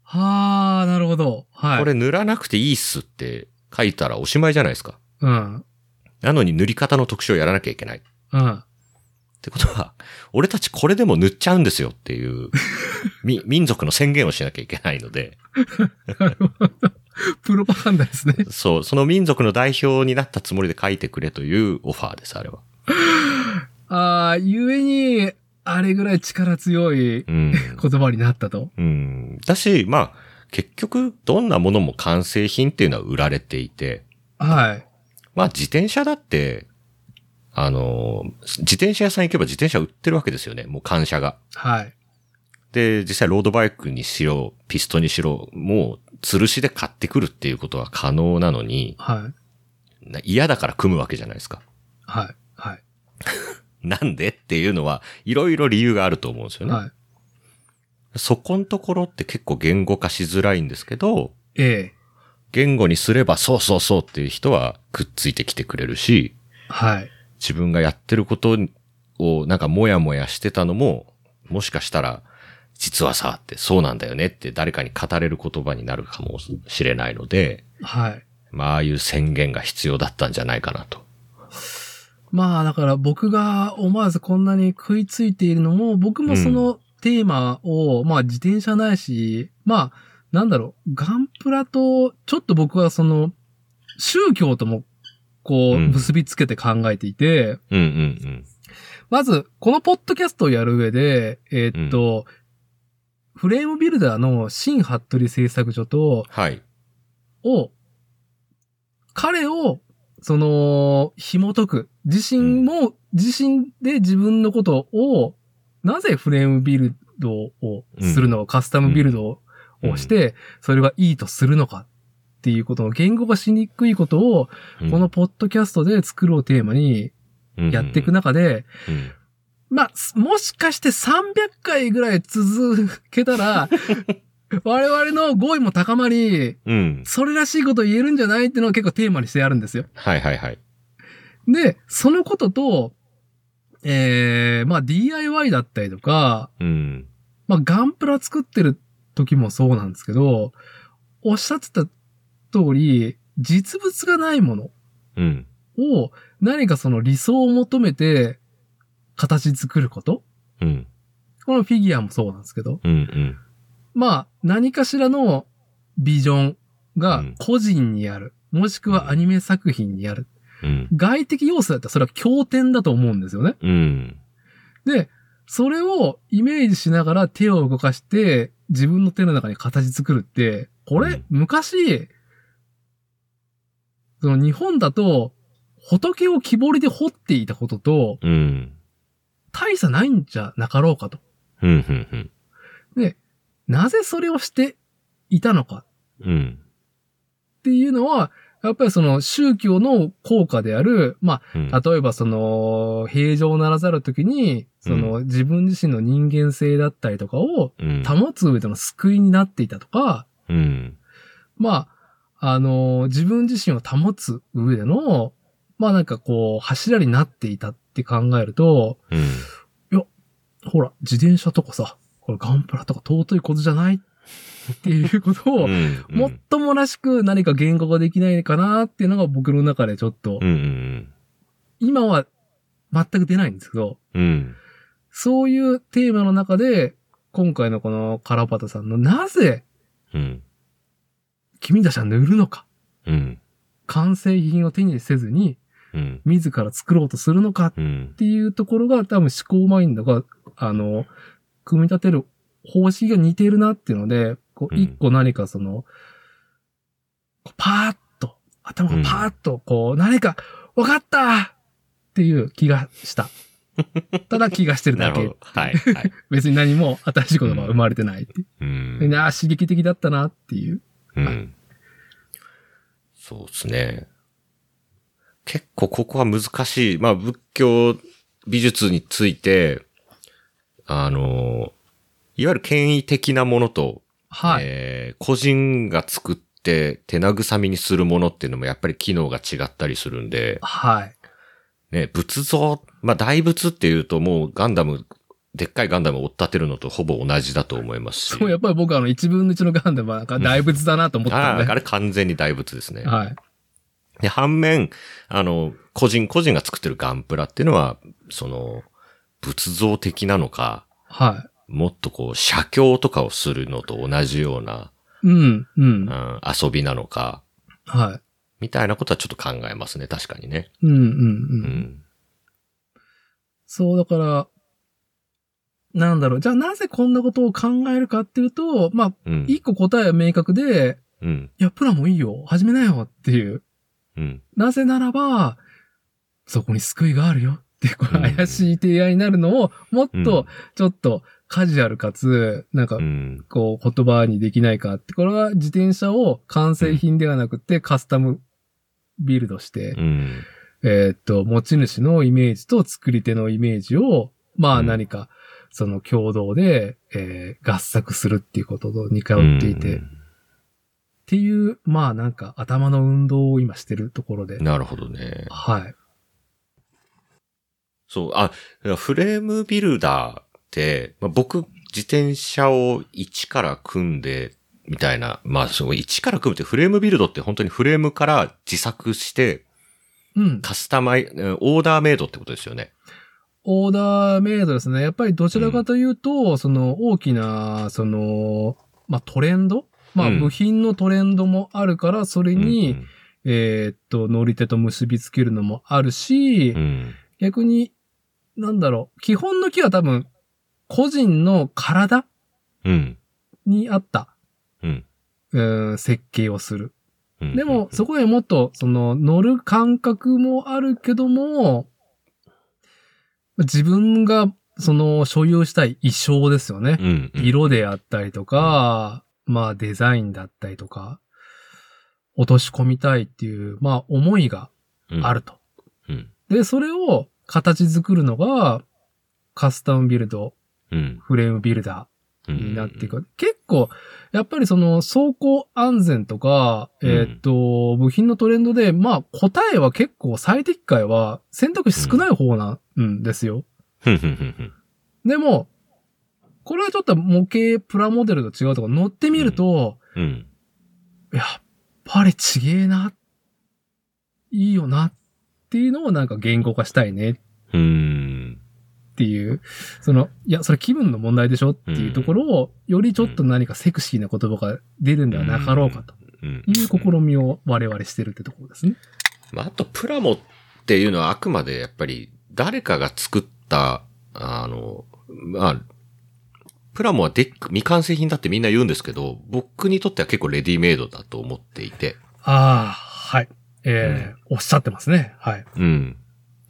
A: はあ、なるほど。はい。
B: これ塗らなくていいっすって書いたらおしまいじゃないですか。
A: うん。
B: なのに塗り方の特集をやらなきゃいけない。っ
A: うん。
B: てことは、俺たちこれでも塗っちゃうんですよって いう、み民族の宣言をしなきゃいけないので、
A: プロパガンダですね。
B: そう、その民族の代表になったつもりで書いてくれというオファーです、あれは。
A: ああ、ゆえに、あれぐらい力強い
B: うん。
A: 言葉になったと。
B: うん。だし、まあ、結局、どんなものも完成品っていうのは売られていて、
A: はい。
B: まあ、自転車だって、あの、自転車屋さん行けば自転車売ってるわけですよね、もう感謝が。
A: はい。
B: で、実際ロードバイクにしろ、ピストにしろ、もう、吊るしで買ってくるっていうことは可能なのに、
A: はい。
B: な嫌だから組むわけじゃないですか。
A: はい。はい。
B: なんでっていうのは、いろいろ理由があると思うんですよね。
A: はい。
B: そこんところって結構言語化しづらいんですけど、
A: ええ。
B: 言語にすればそうそうそうっていう人はくっついてきてくれるし、
A: はい。
B: 自分がやってることをなんかモヤモヤしてたのも、もしかしたら、実はさってそうなんだよねって誰かに語れる言葉になるかもしれないので、
A: はい。
B: まあああいう宣言が必要だったんじゃないかなと。
A: まあ、だから僕が思わずこんなに食いついているのも、僕もそのテーマを、まあ自転車ないし、まあ、なんだろう、ガンプラと、ちょっと僕はその、宗教とも、こう、
B: うん
A: 結びつけて考えていて、
B: うんうん
A: まず、このポッドキャストをやる上で、えーっと、フレームビルダーの新ハットリ製作所と、
B: はい。
A: を、彼を、その、紐解く。自身も、自身で自分のことを、なぜフレームビルドをするのか、カスタムビルドををして、それがいいとするのかっていうことの言語がしにくいことを、
B: うん、
A: このポッドキャストで作ろうテーマにやっていく
B: な。
A: 中で、
B: うん
A: まあ、すもしかして300回ぐらい続けた ら、我々の語彙も高まり、
B: うん。
A: それらしいこと言えるんじゃないっていうのは結構テーマにしてあるんですよ。
B: はいはいはい。
A: で、そのことと、えー、まあ DIY だったりとか、
B: うん。
A: まあガンプラ作ってる時もそうなんですけど、おっしゃってた通り、実物がないもの
B: うん。
A: を何かその理想を求めて形作ること
B: うん。
A: このフィギュアもそうなんですけど、
B: うん。うん。
A: まあ、何かしらのビジョン
B: う
A: が
B: ん
A: 個人にある。もしくはアニメ作品にある。
B: うん。
A: 外的要素だったらそれは経典だと思うんですよね。
B: うん。
A: で、それをイメージしながら手を動かして自分の手の中に形作るって、こ
B: う
A: れ
B: ん、
A: 昔、その日本だと仏を木彫りで彫っていたことと
B: うん。
A: 大差ないんじゃなかろうかと。
B: うん。うん。
A: なぜそれをしていたのか。
B: うん。
A: っていうのは、やっぱりその宗教の効果である、ま
B: うん。
A: あ、例えばその、平常ならざる時に、その自分自身の人間性だったりとかを
B: うん。
A: 保つ上での救いになっていたとか、
B: うん。
A: まあ、あの、自分自身を保つ上での、まあなんかこう、柱になっていたって考えると、
B: うん。
A: ほら、自転車とかさ、これガンプラとか尊いことじゃないっていうことを、
B: うん
A: もっともらしく何か言語ができないかなっていうのが僕の中でちょっと、
B: うんうん
A: 今は全く出ないんですけど、
B: うん。うん。
A: そういうテーマの中で、今回のこのカラパタさんのなぜ
B: うん。
A: 君たちは塗るのか、
B: うん。
A: 完成品を手にせずに、
B: うん。
A: 自ら作ろうとするのかっ
B: うん。
A: ていうところが多分思考マインドが、あの、組み立てる方式が似てるなっていうので、こう
B: うん
A: 一個何かその、こうパーッと、頭がパーッと、こう、何か、わかったっていう気が した。ただ気がしてる
B: な
A: だ
B: るほ
A: け
B: ど。はい。はい。
A: 別に何も新しい言葉は生まれてないって。
B: うん。
A: ああ、刺激的だったなっていう。
B: うん。そうですね。結構ここは難しい。まあ仏教美術について、あの、いわゆる権威的なものと、
A: はい。
B: えー個人が作って手なぐさみにするものっていうのもやっぱり機能が違ったりするんで、
A: はい。
B: ね、仏像、まあ大仏っていうともうガンダム、でっかいガンダムを追っ立てるのとほぼ同じだと思いますし。
A: そう、やっぱり僕はあの、一分の一のガンダムはなんか大仏だなと思ったん
B: あ
A: で。
B: ああれ完全に大仏ですね。
A: はい。
B: で、反面、あの、個人個人が作ってるガンプラっていうのは、その、仏像的なのか、
A: は
B: もっとこう、写経とかをするのと同じような、
A: い。うん、う。
B: うんん、遊びなのか、
A: はい。
B: みたいなことはちょっと考えますね、確かにね。
A: うん、うん、
B: う
A: うん。
B: ん。
A: そう、だから、なんだろう。じゃあなぜこんなことを考えるかっていうと、まあ、
B: うん。
A: 一個答えは明確で、
B: うん。
A: いや、プラもいいよ。始めなよっていう。
B: うん。
A: なぜならば、そこに救いがあるよって、この
B: うん
A: 怪しい提案になるのを、もっ
B: うん
A: と、ちょっとカジュアルかつ、なんか
B: う、ん。
A: こう、言葉にできないかって、これは自転車を完成品ではなくてカスタムビルドして
B: う、ん。
A: えーっと、持ち主のイメージと作り手のイメージを、ま
B: う
A: あ
B: ん
A: 何か、その共同で、えー合作するっていうことと似通っていて、
B: う
A: っ
B: ん
A: ていう、まあなんか頭の運動を今してるところで、
B: なるほどね。
A: はい。
B: そう、あ、フレームビルダーって、まあ、僕、自転車を一から組んで、みたいな、まあ、その一から組むって、フレームビルドって本当にフレームから自作して、
A: うん。
B: カスタマイ、うんオーダーメイドってことですよね。
A: オーダーメイドですね。やっぱりどちらかというと、その大きな、その、まあトレンドまあ
B: うん
A: 部品のトレンドもあるから、それに、えーっと、乗り手と結びつけるのもあるし、
B: うん、うん。
A: 逆に、なんだろう、基本の木は多分、個人の体
B: うん。
A: に合った、
B: うん。
A: うーん、設計をする。
B: うん
A: でも、そ
B: こ、
A: こへもっと、その、乗る感覚もあるけども、自分が、その、所有したい衣装ですよね。
B: うん、うん。
A: 色であったりとか、まあデザインだったりとか、落とし込みたいっていう、まあ思いがあると。
B: うん。
A: で、それを形作るのが、カスタムビルド、
B: うん。
A: フレームビルダ
B: う
A: ー
B: ん。
A: になっていく。
B: うん。
A: 結構、やっぱりその走行安全とか、
B: うん
A: えーっと、部品のトレンドで、まあ答えは結構最適解は選択肢少ない方なんですよ。
B: ふんふんふんふん
A: でも、これはちょっと模型プラモデルと違うとか乗ってみると、
B: うん。
A: やっぱりちげえな、いいよなっていうのをなんか言語化したいね
B: うん。
A: っていう、その、いや、それ気分の問題でしょっていうところを、よりちょっと何かセクシーな言葉が出るんではなかろうかと
B: うん。
A: いう試みを我々してるってところですね。
B: まあ、あと、プラモっていうのはあくまでやっぱり誰かが作った、あの、まあ、プラモはでっ未完成品だってみんな言うんですけど、僕にとっては結構レディメイドだと思っていて、
A: ああ、はい。えーおっしゃってますね。はい。
B: うん。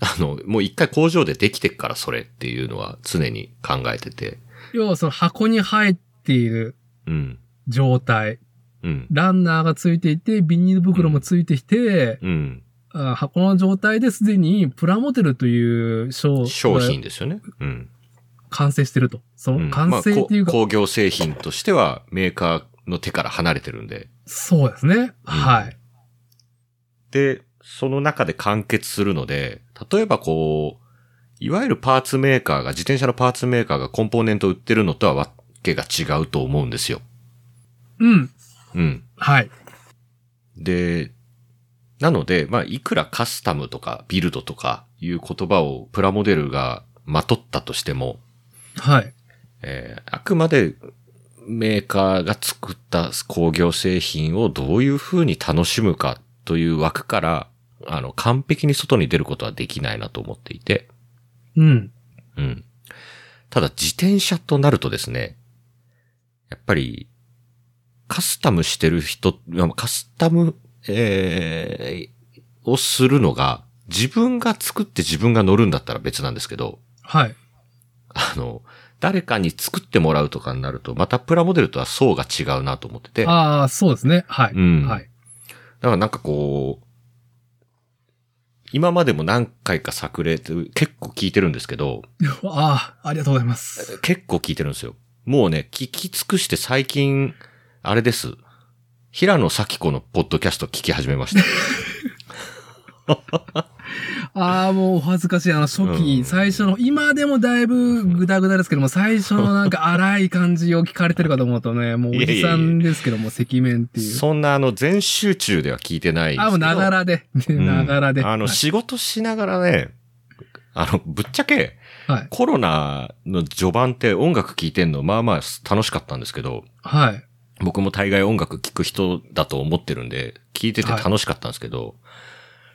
B: あの、もう一回工場でできてっからそれっていうのは常に考えてて、
A: 要はその箱に入っている
B: うん、
A: 状態、
B: うん、
A: ランナーがついていて、ビニール袋もついてきて、
B: うん。
A: あ箱の状態ですでにプラモデルという商
B: 商品ですよね。うん。
A: 完成してると。そ
B: う
A: の
B: ん
A: 完成っていう
B: ま
A: か、
B: あこ工業製品としてはメーカーの手から離れてるんで、
A: そうですね。はい。
B: で、その中で完結するので、例えばこう、いわゆるパーツメーカーが、自転車のパーツメーカーがコンポーネントを売ってるのとはわけが違うと思うんですよ。
A: うん。
B: うん。
A: はい。
B: で、なので、まあ、いくらカスタムとかビルドとかいう言葉をプラモデルがまとったとしても、
A: はい。
B: えーあくまでメーカーが作った工業製品をどういう風に楽しむかという枠から、あの、完璧に外に出ることはできないなと思っていて、
A: うん。
B: うん。ただ自転車となるとですね、やっぱり、カスタムしてる人、まあカスタム、えーをするのが、自分が作って自分が乗るんだったら別なんですけど、
A: はい。
B: あの、誰かに作ってもらうとかになると、またプラモデルとは層が違うなと思ってて、だか
A: ああ、そうですね。はい。
B: うん
A: はい。
B: らなんかこう、今までも何回か作例って結構聞いてるんですけど、
A: ああ、ありがとうございます。
B: 結構聞いてるんですよ。もうね、聞き尽くして最近、あれです。平野咲子のポッドキャスト聞き始め ました。
A: ああ、もうお恥ずかしい。あの、初
B: う
A: 期、
B: ん
A: 最初の、今でもだいぶグダグダですけども、最初のなんか荒い感じを聞かれてるかと思うと ね、もうおじさんですけども、赤面っていう。
B: そんなあの、全集中では聞いてないんですけど。
A: あ、もうながらで。ね
B: う ん
A: ながらで。
B: あの、
A: はい
B: 仕事しながらね、あの、ぶっちゃけ、
A: はい。
B: コロナの序盤って音楽聴いてんの、まあまあ楽しかったんですけど、
A: はい。
B: 僕も大概音楽聴く人だと思ってるんで、聴いてて楽しかったんですけど、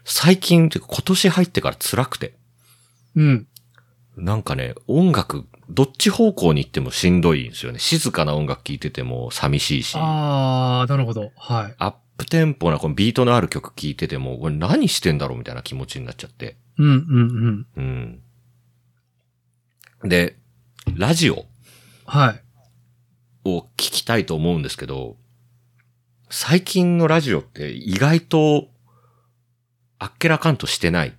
B: 最近っていうか今年入ってから辛くて、
A: うん。
B: なんかね、音楽、どっち方向に行ってもしんどいんですよね。静かな音楽聴いてても寂しいし、ア
A: ああ、なるほど。はい。
B: ップテンポなこのビートのある曲聴いてても、これ何してんだろうみたいな気持ちになっちゃって。
A: うん、うん、うん。
B: うん。で、ラジオ
A: はい。
B: を聞きたいと思うんですけど、最近のラジオって意外と、あっけらかんとしてない、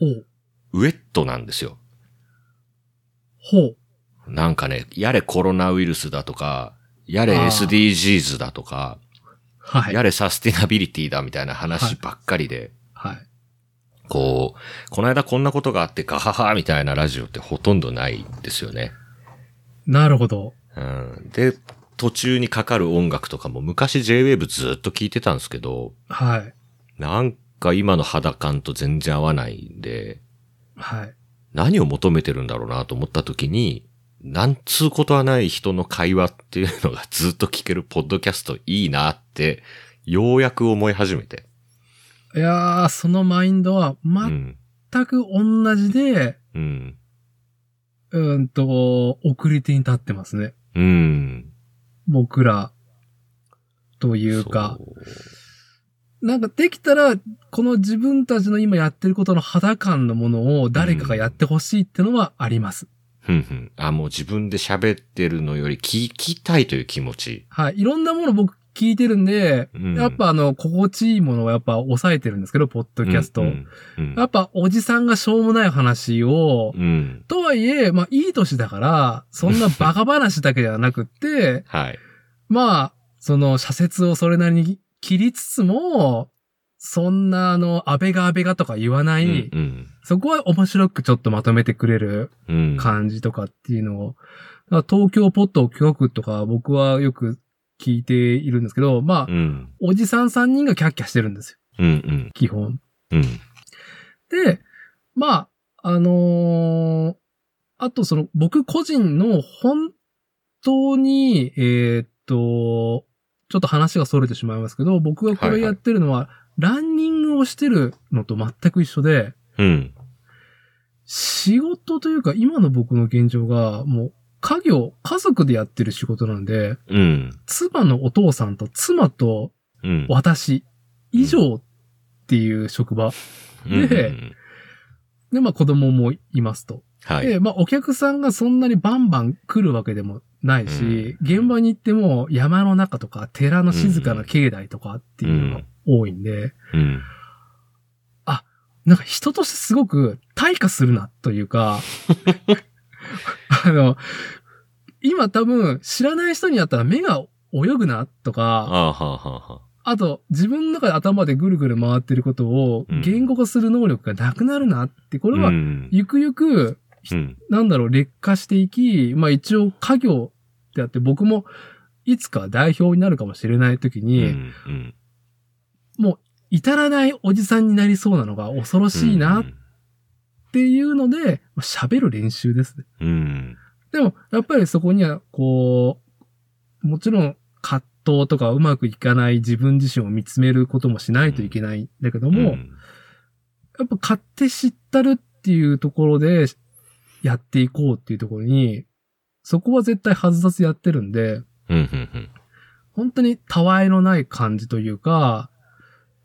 A: おう
B: ウェットなんですよ。
A: ほう。
B: なんかね、やれコロナウイルスだとか、やれ
A: あー
B: SDGs だとか、
A: はい。
B: やれサスティナビリティだみたいな話ばっかりで、
A: はい。
B: こう、この間こんなことがあってガハハみたいなラジオってほとんどないんですよね。
A: なるほど。
B: うんで、途中にかかる音楽とかも昔 J-Wave ずっと聴いてたんですけど、
A: はい。
B: なんか今の肌感と全然合わないんで、
A: はい。
B: 何を求めてるんだろうなと思った時に、なんつうことはない人の会話っていうのがずっと聞けるポッドキャストいいなって、ようやく思い始めて。
A: いやー、そのマインドは
B: う
A: 全
B: ん。
A: く同じで、
B: うん。
A: うーんと、送り手に立ってますね。
B: うん。
A: 僕ら、というか
B: そ。
A: なんかできたら、この自分たちの今やってることの肌感のものを誰かがやってほしいってのはあります。
B: う。ふんふん。あ、もう自分で喋ってるのより聞きたいという気持ち。
A: はい。いろんなもの僕聞いてるんで、
B: うん
A: やっぱあの、心地いいものはやっぱ抑えてるんですけど、ポッドキャスト。
B: うんうん
A: やっぱおじさんがしょうもない話を、
B: うんうん。
A: とはいえ、まあいい年だから、そんなバカ話だけではなくって、
B: はい。
A: まあ、その社説をそれなりに切りつつも、そんなあの、安倍が安倍がとか言わない、
B: うん
A: そこは面白くちょっとまとめてくれる
B: うん。
A: 感じとかっていうのを、だから東京ポット巨額とか僕はよく聞いているんですけど、まあ
B: う、ん。
A: おじさん3人がキャッキャしてるんですよ、
B: うん。うん。
A: 基本。
B: うん。
A: で、まあ、あのーあとその僕個人の本当に、えーっと、ちょっと話が逸れてしまいますけど、僕がこれやってるのは、ランニングをしてるのと全く一緒で、
B: うん。
A: 仕事というか今の僕の現状が、もう家業、家族でやってる仕事なんで、
B: うん。
A: 妻のお父さんと妻と
B: うん。
A: 私以上っていう職場。で
B: うん、
A: で、まあ子供もいますと。
B: はい。
A: で、まあお客さんがそんなにバンバン来るわけでもないし、現場に行っても山の中とか寺の静かな境内とかっていうのが多いんで、
B: うん。
A: なんか人としてすごく退化するなというか、 あの、今多分知らない人に会ったら目が泳ぐなと
B: あ
A: か、
B: ははは
A: あと自分の中で頭でぐるぐる回ってることを
B: うん
A: 言語化する能力がなくなるなって、こ
B: こ
A: れはゆくゆく
B: うん。
A: なんだろう、劣化していき、まあ一応家業であって、僕もいつか代表になるかもしれない時
B: う
A: に、
B: ん。うん
A: 至らないおじさんになりそうなのが恐ろしいなっていうので、まあ喋る練習ですね。
B: うん。
A: でも、やっぱりそこには、こう、もちろん葛藤とかうまくいかない自分自身を見つめることもしないといけないんだけど
B: うん
A: も、やっぱ買って知ったるっていうところでやっていこうっていうところに、そこは絶対外さずやってるんで、
B: うん。うん。
A: 本当にたわいのない感じというか、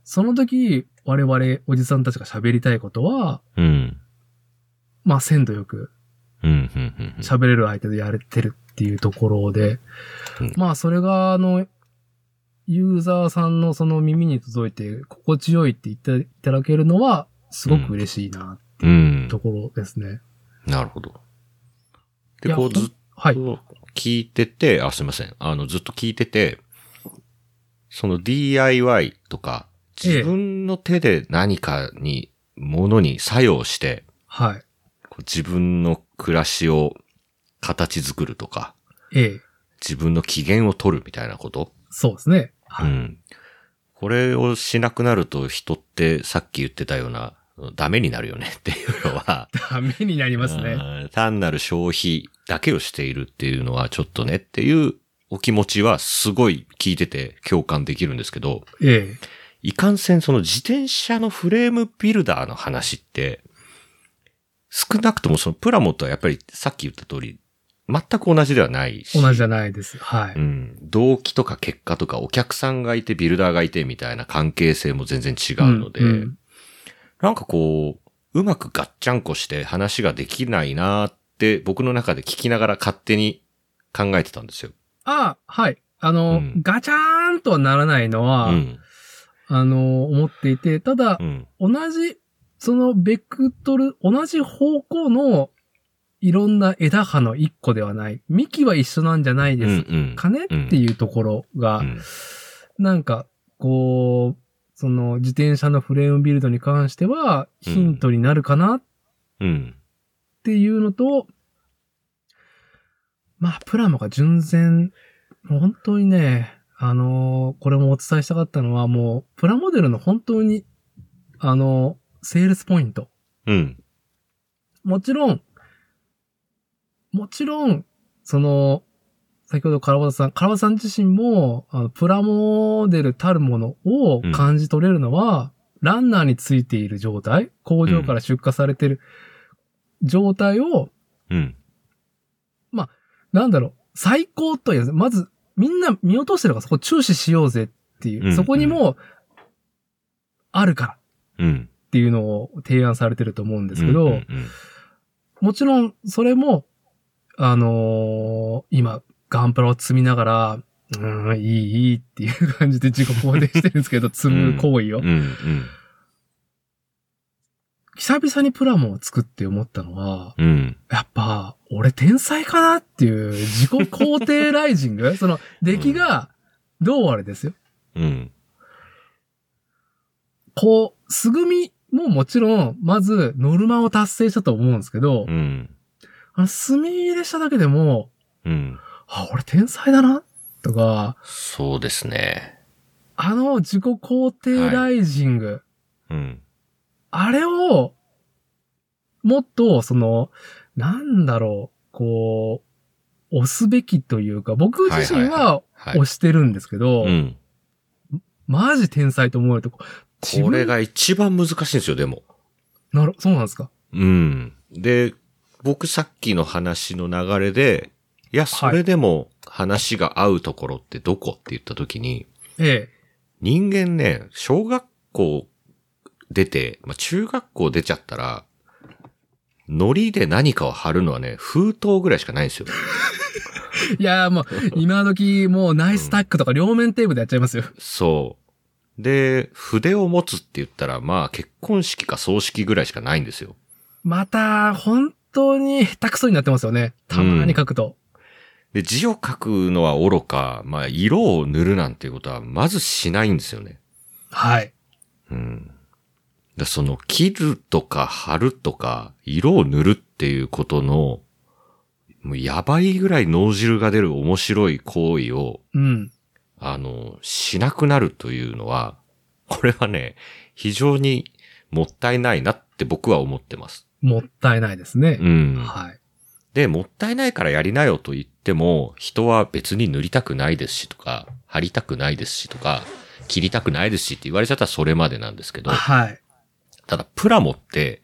A: その時、我々おじさんたちが喋りたいことは、
B: うん。
A: まあ、鮮度よく
B: うん。うん。うん。
A: 喋れる相手でやれてるっていうところで
B: うん、
A: まあ、それが、あの、ユーザーさんのその耳に届いて心地よいって言っていただけるのはすごく嬉しいなって
B: う。
A: いうんところですね。
B: なるほど。
A: い
B: で、
A: や
B: こうずっ
A: はい。
B: と聞いてて、あ、すいません。あの、ずっと聞いてて、その DIY とか、
A: ええ
B: 自分の手で何かに、ものに作用して、
A: はい。
B: こう自分の暮らしを形作るとか、
A: ええ。
B: 自分の機嫌を取るみたいなこと、
A: そうですね。は
B: う
A: い。
B: ん。これをしなくなると人ってさっき言ってたような、ダメになるよねっていうのは、
A: ダメになりますね。
B: うん単なる消費だけをしているっていうのはちょっとねっていうお気持ちはすごい聞いてて共感できるんですけど、
A: ええ。
B: いかんせんその自転車のフレームビルダーの話って、少なくともそのプラモとはやっぱりさっき言った通り、全く同じではないし。
A: 同じじゃないです。は
B: う
A: い。
B: ん。動機とか結果とかお客さんがいてビルダーがいてみたいな関係性も全然違うので、
A: うんうん
B: なんかこう、うまくガッチャンコして話ができないなーって僕の中で聞きながら勝手に考えてたんですよ。
A: ああ、はい。あの、
B: うん
A: ガチャーンとはならないのは、
B: うん。
A: あの、思っていて、ただ
B: う、ん。
A: 同じ、そのベクトル、同じ方向のいろんな枝葉の一個ではない。幹は一緒なんじゃない
B: うん。う
A: です
B: ん。
A: かね、
B: うん
A: っていうところが、
B: うん
A: なんか、こう、その自転車のフレームビルドに関しては、ヒントになるかなっ
B: うん。
A: っていうのと、まあ、プラモが純然、もう本当にね、あのーこれもお伝えしたかったのは、もう、プラモデルの本当に、あのーセールスポイント。
B: うん。
A: もちろん、もちろん、その、先ほどカラバタさん、カラバタさん自身も、あのプラモデルたるものを感じ取れるのは、ランナーについている状態、工場から出荷されている状態を、
B: うん。
A: なんだろう、最高という、まず、みんな見落としてるからそこ注視しようぜっていう、
B: うん
A: そこにも、あるから
B: うん。
A: っていうのを提案されてると思うんで
B: です
A: けど、
B: うん。
A: もちろん、それも、あのー今、ガンプラを積みながら、うーん、いい、いいっていう感じで自己肯定してるんですけ ど、積む行為を。
B: うん。うん。
A: 久々にプラモを作って思ったのは、
B: うん。
A: やっぱ、俺天才かなっていう自己肯定ライジング その、出来が、どうあれですよ。
B: うん。
A: こう、すぐみももちろん、まず、ノルマを達成したと思うんですけど
B: う、ん。
A: あの、墨入れしただけでも、
B: うん。
A: あ、俺天才だな、とか、
B: そうですね。
A: あの自己肯定ライジング、
B: うん。
A: あれを、もっと、その、なんだろう、こう、押すべきというか、僕自身
B: はいはい
A: は
B: はい
A: 押。してるんですけど、
B: うん。
A: マジ天才と思われるとこ、
B: これが一番難しいんですよ、でも。
A: なる、そうなんですか。
B: うん。で、僕さっきの話の流れで、いや、それでも話が合うところってどこって言った時に、
A: え
B: 人間ね、小学校出て、まあ、中学校出ちゃったら、ノリで何かを貼るのはね、封筒ぐらいしかないんですよ。
A: え。 いやー、もう、今時、もうナイスタックとか両面テープでやっちゃいますよ。
B: そう。で、筆を持つって言ったら、まあ結婚式か葬式ぐらいしかないんですよ。
A: また、本当に下手くそになってますよね。たまに書くと。
B: で、字を書くのは愚か、まあ色を塗るなんていうことはまずしないんですよね。
A: はい。
B: うん。だその、切るとか貼るとか、色を塗るっていうことの、もうやばいぐらい脳汁が出る面白い行為を、
A: うん。
B: あの、しなくなるというのは、これはね、非常にもったいないなって僕は思ってます。
A: もったいないですね
B: う。ん。
A: はい。
B: で、もったいないからやりなよと言っても、人は別に塗りたくないですしとか、貼りたくないですしとか、切りたくないですしって言われちゃったらそれまでなんですけど、
A: はい。
B: ただ、プラモって、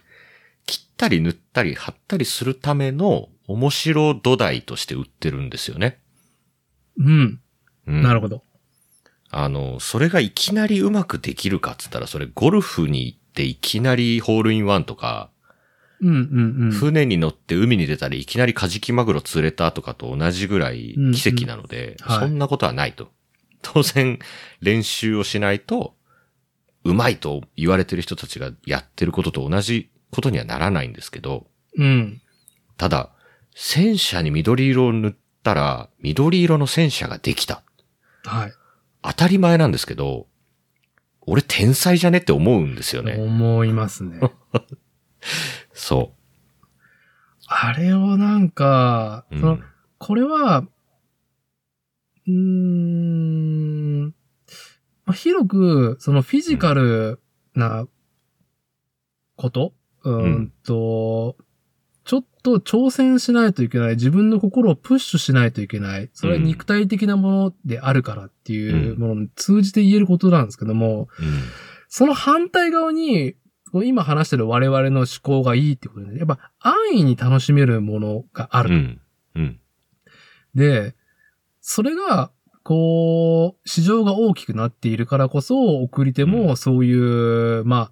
B: 切ったり塗ったり貼ったりするための面白土台として売ってるんですよね。
A: うん。
B: うん、
A: なるほど。
B: あの、それがいきなりうまくできるかっつったら、それゴルフに行っていきなりホールインワンとか、
A: うんうんうん。
B: 船に乗って海に出たりいきなりカジキマグロ釣れたとかと同じぐらい奇跡なので、
A: うんうんはい
B: そんなことはないと。当然練習をしないと、うまいと言われてる人たちがやってることと同じことにはならないんですけど、
A: うん。
B: ただ、戦車に緑色を塗ったら、緑色の戦車ができた。
A: はい。
B: 当たり前なんですけど、俺天才じゃねって思うんですよね。
A: 思いますね。
B: そ
A: あれをなんか、
B: う。う
A: その
B: ん、
A: これは、うーん、まあ、広く、そのフィジカルなこと、うーんと、ちょっと挑戦しないといけない、自分の心をプッシュしないといけない、それは肉体的なものであるからっていうものに通じて言えることなんですけども、
B: うん
A: その反対側に、こう今話してる我々の思考がいいってことで、やっぱ安易に楽しめるものがある
B: う
A: と。
B: ん。うん。
A: で、それが、こう、市場が大きくなっているからこそ、送り手
B: う
A: もそういう、まあ、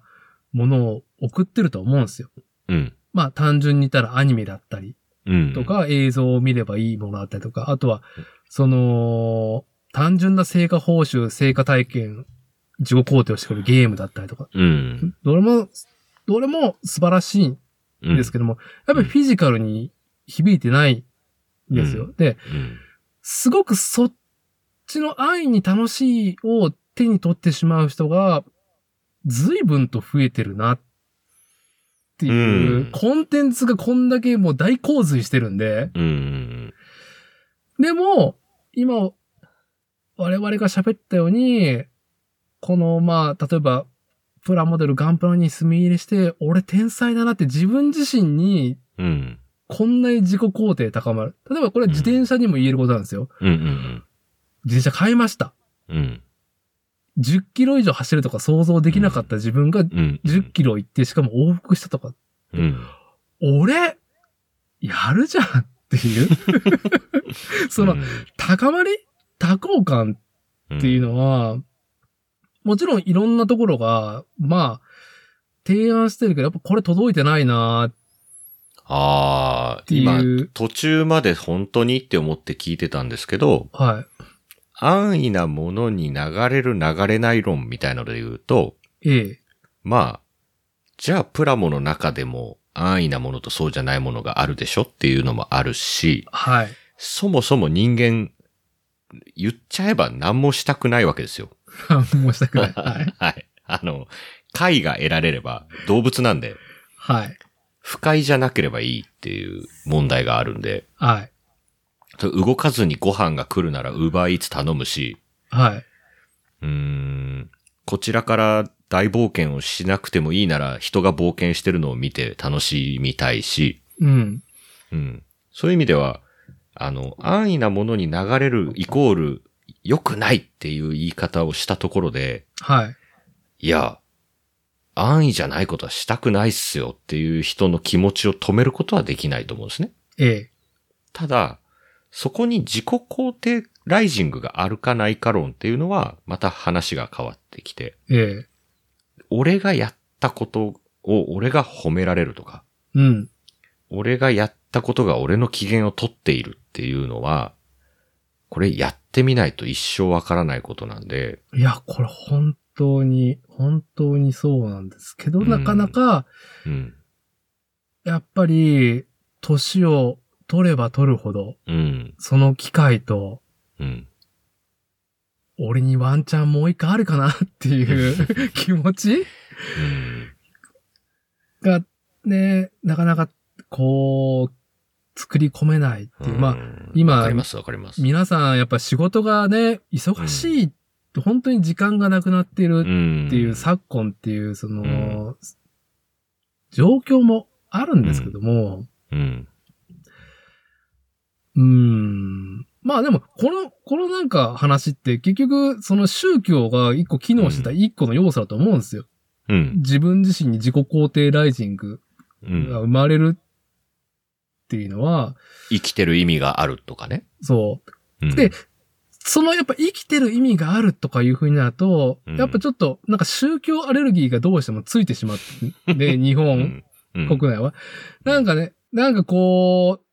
A: ものを送ってると思うんですよ。
B: うん。
A: まあ、単純に言ったらアニメだったり
B: うん。
A: とか、映像を見ればいいものだったりとか、あとは、その、単純な成果報酬、成果体験、自己肯定をしてくるゲームだったりとか、
B: うん。
A: どれも、どれも素晴らしい
B: うん
A: んですけども、やっぱりフィジカルに響いてないんですよ。
B: う
A: で、
B: うん
A: すごくそっちの安易に楽しいを手に取ってしまう人が、随分と増えてるなっていう、
B: うん
A: コンテンツがこんだけもう大洪水してるんで、
B: うん。
A: でも、今、我々が喋ったように、この、まあ、例えば、プラモデルガンプラに墨入れして、俺天才だなって自分自身に
B: うん。
A: こんなに自己肯定高まる。例えばこれは自転車にも言えることなんですよ。
B: うん。うん。
A: 自転車買いました。
B: うん。
A: 10キロ以上走るとか想像できなかった自分が
B: うん。
A: 10キロ行ってしかも往復したとか、
B: うん。
A: 俺、やるじゃんっていう。その、高まり多幸感
B: っ
A: っていうのは、もちろんいろんなところが、まあ、提案してるけど、やっぱこれ届いてないなーっ
B: ああ、
A: て
B: 今、
A: いう。
B: 途中まで本当にって思って聞いてたんですけど、
A: は
B: 安易なものに流れる流れない論みたいなので言うと、
A: い。ええ。
B: まあ、じゃあプラモの中でも安易なものとそうじゃないものがあるでしょっていうのもあるし、
A: はい。
B: そもそも人間、言っちゃえば何もしたくないわけですよ。
A: 申したくない。はい。
B: はい。あの、快が得られれば動物なんで、
A: はい。
B: 不快じゃなければいいっていう問題があるんで、
A: はい。
B: 動かずにご飯が来るなら Uber Eats 頼むし、
A: はい。
B: うーん、こちらから大冒険をしなくてもいいなら人が冒険してるのを見て楽しみたいし、
A: うん。
B: うん。そういう意味では、あの、安易なものに流れるイコール良くないっていう言い方をしたところで、
A: はい。
B: いや、安易じゃないことはしたくないっすよっていう人の気持ちを止めることはできないと思うんですね。
A: ええ。
B: ただ、そこに自己肯定ライジングがあるかないか論っていうのは、また話が変わってきて、
A: ええ。
B: 俺がやったことを俺が褒められるとか、
A: うん。
B: 俺がやったことが俺の機嫌を取っているっていうのは、これやってみないと一生わからないことなんで、
A: いや、これ本当に、本当にそうなんですけど、
B: うん
A: なかなか、
B: うん、
A: やっぱり、年を取れば取るほど、
B: うん、
A: その機会と、
B: うん。
A: 俺にワンチャンもう一回あるかなっていう気持ち
B: うん
A: が、ね、なかなか、こう、作り込めないっていう。まあ、
B: うん
A: 今
B: わかります、わかります。
A: 皆さんやっぱ仕事がね、忙しい、本当に時間がなくなっている
B: っ
A: っていう、昨今っていう、その、状況もあるんですけども、
B: うん、
A: うーん。まあでも、この、このなんか話って結局、その宗教が一個機能してた一個の要素だと思うんですよ。
B: うん、
A: 自分自身に自己肯定ライジング
B: うん
A: が。生まれるっていうのは、
B: 生きてる意味があるとかね。
A: そう。
B: うん
A: で、そのやっぱ生きてる意味があるとかいう風になると、
B: うん
A: やっぱちょっとなんか宗教アレルギーがどうしてもついてしまって、で、 日本、
B: 国
A: 国内は。なんかね、なんかこう、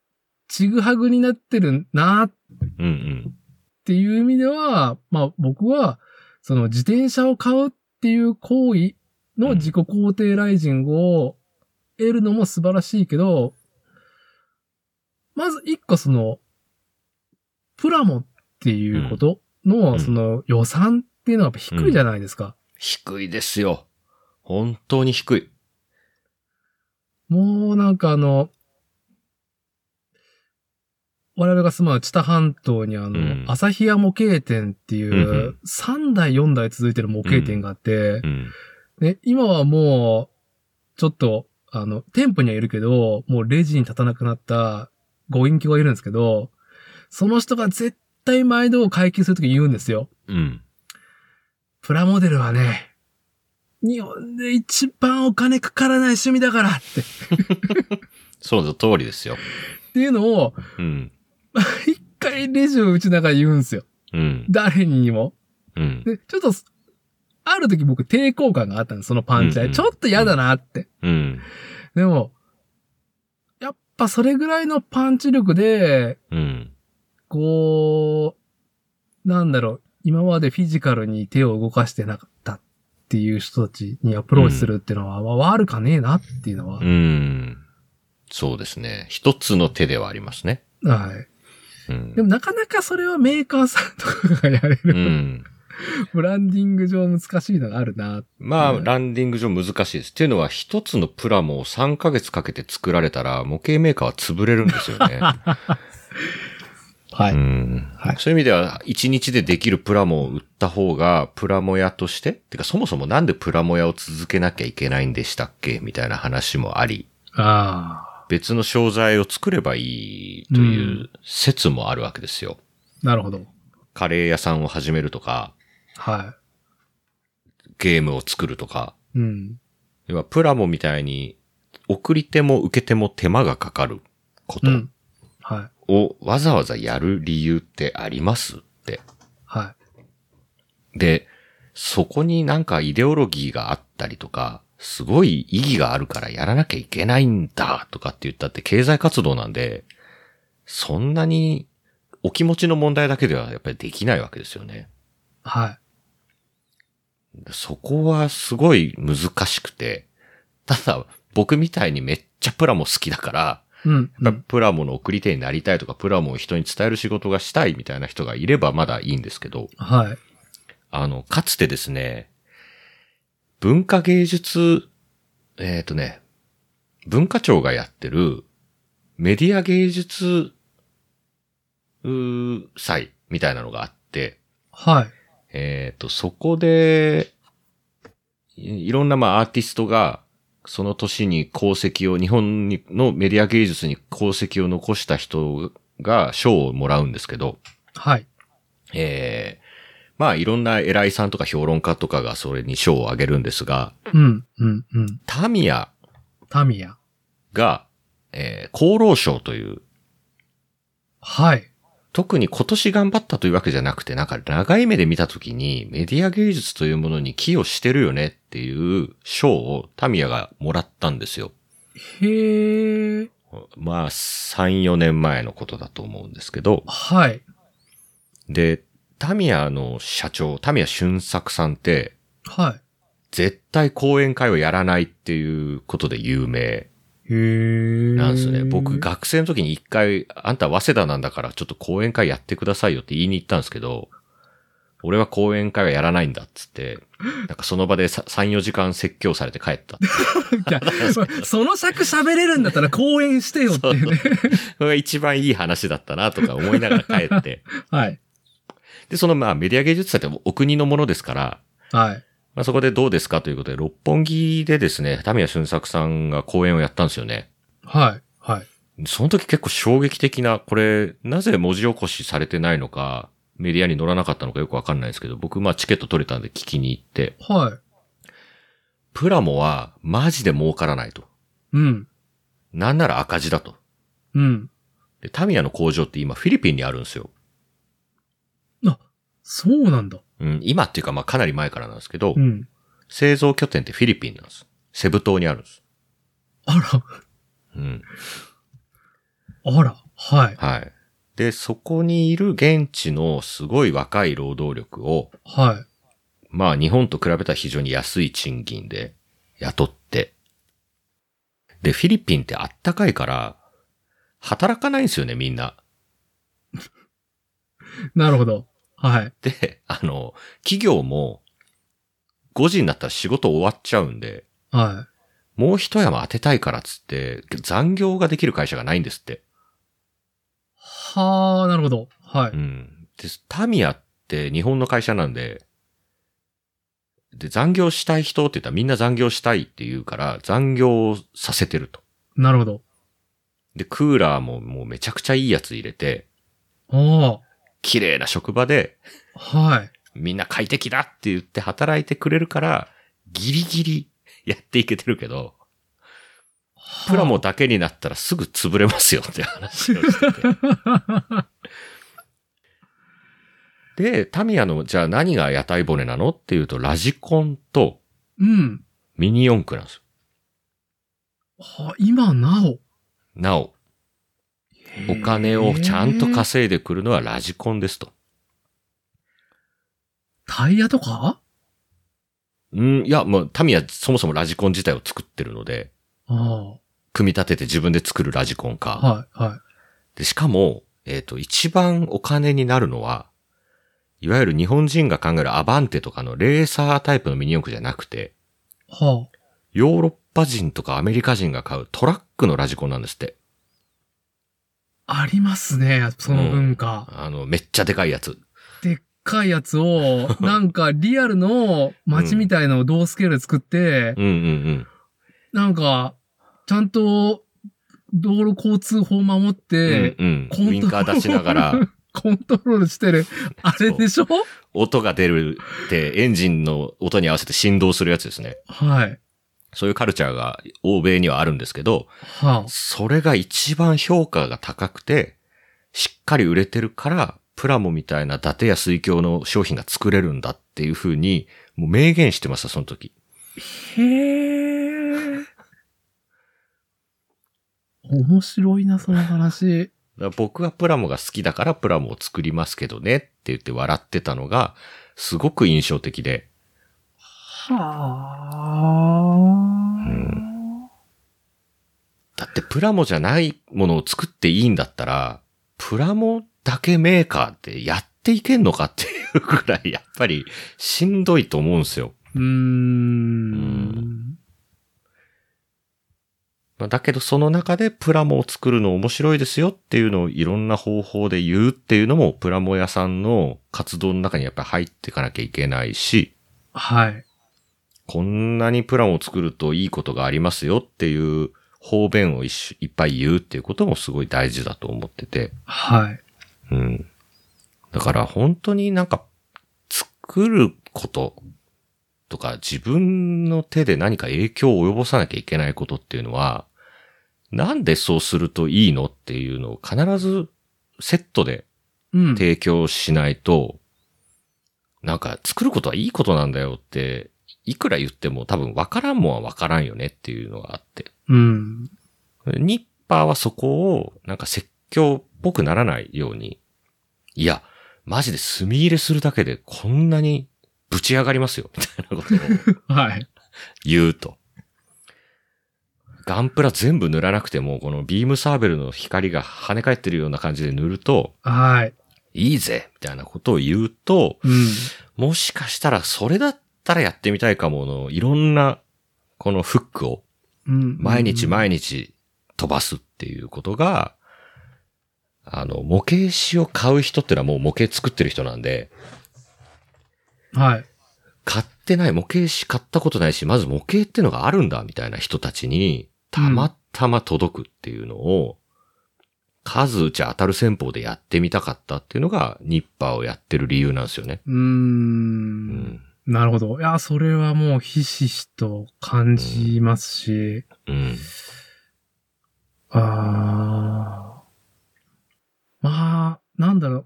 A: ちぐはぐになってるなっ
B: うん
A: っていう意味では、まあ僕は、その自転車を買うっていう行為の自己肯定ライジングを得るのも素晴らしいけど、まず一個その、プラモっていうこと
B: う
A: の
B: ん
A: その予算っていうのはやっぱ低いじゃないですか。
B: 低いですよ。本当に低い。
A: もうなんかあの、我々が住まう知多半島にあの、
B: うん
A: 旭屋模型店ってい
B: うんう
A: う、3代4代続いてる模型店があって
B: う、ん。
A: ね、今はもう、ちょっと、あの、店舗にはいるけど、もうレジに立たなくなったご隠居がいるんですけど、その人が絶対毎度会計するとき言うんですよ。
B: うん。
A: プラモデルはね、日本で一番お金かからない趣味だからって、っ
B: そうの通りですよ。
A: ていうのを、
B: うん。
A: 一回レジをうちの中で言うんですよ。
B: うん。
A: 誰にも。
B: うん。
A: で、ちょっと、ある時僕抵抗感があったんです、そのパンチ
B: う
A: で。
B: んうん
A: ちょっと嫌だなって。
B: うん。
A: でも、やっぱそれぐらいのパンチ力で、
B: うん。
A: こう、なんだろう、今までフィジカルに手を動かしてなかったっていう人たちにアプローチするっていうのは、まあ悪かねえなっていうのは
B: う、ん。そうですね。一つの手ではありますね。
A: はい。
B: うん。
A: でもなかなかそれはメーカーさんとかがやれ
B: う
A: る、
B: ん。
A: ブランディング上難しいのがあるな。
B: ま
A: う
B: あ、
A: ん
B: ランディング上難しいです。っていうのは、一つのプラモを3ヶ月かけて作られたら、模型メーカーは潰れるんですよ ね。
A: は
B: う。ん
A: はい
B: そういう意味では、1日でできるプラモを売った方が、プラモ屋として、てかそもそもなんでプラモ屋を続けなきゃいけないんでしたっけみたいな話もあり、
A: ああ、
B: 別の商材を作ればいいという説もあるわけですよ。
A: なるほど。
B: カレー屋さんを始めるとか、
A: は
B: ゲームを作るとか、
A: い。うん。
B: 要はプラモみたいに、送り手も受け手も手間がかかるこ
A: う
B: と
A: ん。はい。
B: をわざわざやる理由ってありますって。
A: は
B: で、そこになんかイデオロギーがあったりとか、すごい意義があるからやらなきゃいけないんだとかって言ったって経済活動なんで、そんなにお気持ちの問題だけではやっぱりできないわけですよね。
A: い。はい。
B: そこはすごい難しくて、ただ僕みたいにめっちゃプラモ好きだから、
A: うん。う
B: やっぱ
A: ん
B: プラモの送り手になりたいとか、プラモを人に伝える仕事がしたいみたいな人がいればまだいいんですけど、
A: はい。
B: あの、かつてですね、文化芸術、えっ、とね、文化庁がやってるメディア芸術、うー祭みたいなのがあって、
A: はい。
B: えっ、と、そこで、いいろんなまあアーティストが、その年に功績を、日本にのメディア芸術に功績を残した人が賞をもらうんですけど、
A: はい。
B: ええまあいろんな偉いさんとか評論家とかがそれに賞をあげるんですが、
A: うん。うん。うん。
B: タミヤ
A: タミヤ。
B: が、えー、厚労省という、
A: はい。
B: 特に今年頑張ったというわけじゃなくて、なんか長い目で見たときにメディア芸術というものに寄与してるよねっていう賞をタミヤがもらったんですよ。
A: へえ。
B: まあ3、4年前のことだと思うんですけど、
A: はい。
B: で、タミヤの社長、タミヤ俊作さんって、
A: は
B: 絶対講演会をやらないっていうことで有名
A: い。へえ。
B: なんですね。僕、。学生の時に一回、あんた早稲田なんだからちょっと講演会やってくださいよって言いに行ったんですけど、俺は講演会はやらないんだっ つって、なんかその場でさ3、4時間説教されて帰った。
A: いやその尺喋れるんだったら講演してよっていうね。
B: それが一番いい話だったなとか思いながら帰 って。
A: はい。
B: で、そのまあメディア芸術祭ってお国のものですから、
A: はい。
B: まあそこでどうですかということで、六本木でですね、タミヤ俊作さんが講演をやったんですよね。
A: はい。はい。
B: その時結構衝撃的な、これ、なぜ文字起こしされてないのか、メディアに乗らなかったのかよくわかんないですけど、僕、まあチケット取れたんで聞きに行って、
A: はい。
B: プラモはマジで儲からないと。
A: うん。
B: なんなら赤字だと。
A: うん。
B: で、タミヤの工場って今フィリピンにあるんですよ。
A: そうなんだ。
B: うん、今っていうかまあかなり前からなんですけど、
A: うん。
B: 製造拠点ってフィリピンなんです。セブ島にあるんです。
A: あ
B: うん。
A: ら、あら。はい。
B: はい。で、そこにいる現地のすごい若い労働力を、
A: はい。
B: まあ日本と比べたら非常に安い賃金で雇って。で、フィリピンってあったかいから、働かないんですよね、みんな。
A: なるほど。はい。
B: で、あの、企業も5時になったら仕事終わっちゃうんで、
A: は
B: もう一山当てたいからっつって、残業ができる会社がないんですって。
A: い。はあ、なるほど。は
B: う
A: い。
B: ん。で、タミヤって日本の会社なんで、で、残業したい人って言ったらみんな残業したいって言うから、残業をさせてると。
A: なるほど。
B: で、クーラーももうめちゃくちゃいいやつ入れて、
A: あ
B: 綺麗な職場で、
A: あ、はい。
B: みんな快適だって言って働いてくれるから、ギリギリやっていけてるけど、
A: はあ
B: プラ。モだけになったらすぐ潰れますよって話をしてて。で、タミヤの、じゃあ何が屋台骨なのっていうと、ラジコンと
A: うん。
B: ミニ四駆なんですよ。
A: はあ、今なお。
B: なお、お金をちゃんと稼いでくるのはラジコンですと。
A: タイヤとか
B: うん、いや、もうタミヤそもそもラジコン自体を作ってるので、
A: あ
B: 組み立てて自分で作るラジコン
A: あ、
B: か。
A: はい、は
B: で、しかも、えっ、と、一番お金になるのは、いわゆる日本人が考えるアバンテとかのレーサータイプのミニ四駆じゃなくて、
A: い。はあ。
B: ヨーロッパ人とかアメリカ人が買うトラックのラジコンなんですって。
A: ありますね、その文化。
B: あの、めっちゃでかいやつ。
A: でっかいやつを、 なんかリアルの街みたいのを同スケールで作って、
B: うんうん
A: なんか、ちゃんと道路交通法守っ
B: うん。
A: て、
B: うんうん。ウ
A: コ
B: ィン
A: ン
B: カ
A: トロー
B: ー
A: ル
B: 出しながら、
A: コントロールして る、 あれでしょ
B: 音が出るって、エンジンの音に合わせて振動するやつですね。
A: はい。
B: そういうカルチャーが欧米にはあるんですけど、
A: は
B: それが一番評価が高くて、しっかり売れてるから、プラモみたいな伊達や水郷の商品が作れるんだっていうふうに、もう明言してました、その時。
A: あ、へえ。面白いな、その話。
B: だから僕はプラモが好きだからプラモを作りますけどねって言って笑ってたのが、すごく印象的で。
A: は
B: う
A: あ。
B: だってプラモじゃないものを作っていいんだったら、プラモだけメーカーってやっていけんのかっていうくらい、やっぱりしんどいと思うんですよ。
A: うーん。
B: まあだけどその中でプラモを作るの面白いですよっていうのをいろんな方法で言うっていうのもプラモ屋さんの活動の中にやっぱり入っていかなきゃいけないし、
A: はい。
B: こんなにプランを作るといいことがありますよっていう方便をいっしいっぱい言うっていうこともすごい大事だと思ってて。
A: はい。
B: うん。だから本当になんか作ることとか自分の手で何か影響を及ぼさなきゃいけないことっていうのは、なんでそうするといいのっていうのを必ずセットで
A: うん。
B: 提供しないと、なんか作ることはいいことなんだよって、いくら言っても多分分からんもんは分からんよねっていうのがあって。
A: うん。
B: ニッパーはそこをなんか説教っぽくならないように、いや、マジで墨入れするだけでこんなにぶち上がりますよ、み たいなことを
A: はい。
B: 言うと。ガンプラ全部塗らなくても、このビームサーベルの光が跳ね返ってるような感じで塗ると、
A: はい。
B: いいぜみたいなことを言うと、
A: うん。
B: もしかしたらそれだったらやってみたいかもの、いろんな、このフックを
A: うん。
B: 毎日毎日飛ばすっていうことが、あの、模型紙を買う人ってのはもう模型作ってる人なんで、
A: はい。
B: 買ってない、模型紙買ったことないし、まず模型ってのがあるんだみたいな人たちに、たまたま届くっていうのを、数打ち当たる戦法でやってみたかったっていうのが、ニッパーをやってる理由なんですよね。
A: うーん。なるほど。いや、それはもうひしひしと感じますし、
B: うん。
A: あーまあ、なんだろう。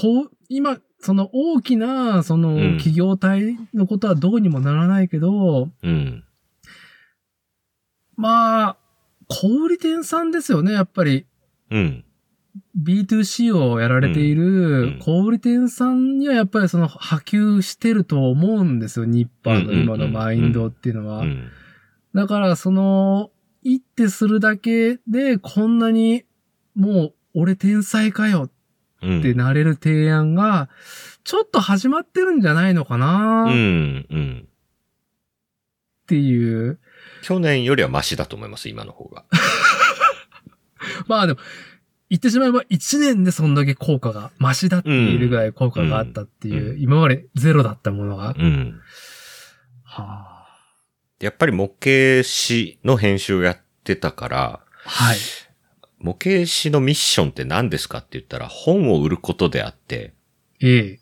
A: こう、今、その大きな、その
B: うん
A: 企業体のことはどうにもならないけど、
B: うん。
A: まあ、小売店さんですよね、やっぱり。
B: うん。
A: B2C をやられてい
B: うんう
A: る
B: ん
A: 小売店さんにはやっぱりその波及してると思うんですよ、ニッパーの今のマインドっていうのは
B: う。ん。
A: だからその、一手するだけでこんなにもう俺天才かよ
B: うん。
A: ってなれる提案が、ちょっと始まってるんじゃないのか
B: う
A: なっ
B: ん。うん。
A: ていう。
B: 去年よりはマシだと思います、今の方が。
A: まあでも、言ってしまえば1年でそんだけ効果が、マシだっていうぐらい効果があったっていう、
B: う
A: 今までゼロだったものが。
B: うん。
A: はあ
B: やっぱり模型誌の編集をやってたから、
A: はい。
B: 模型誌のミッションって何ですかって言ったら本を売ることであって、
A: ええ。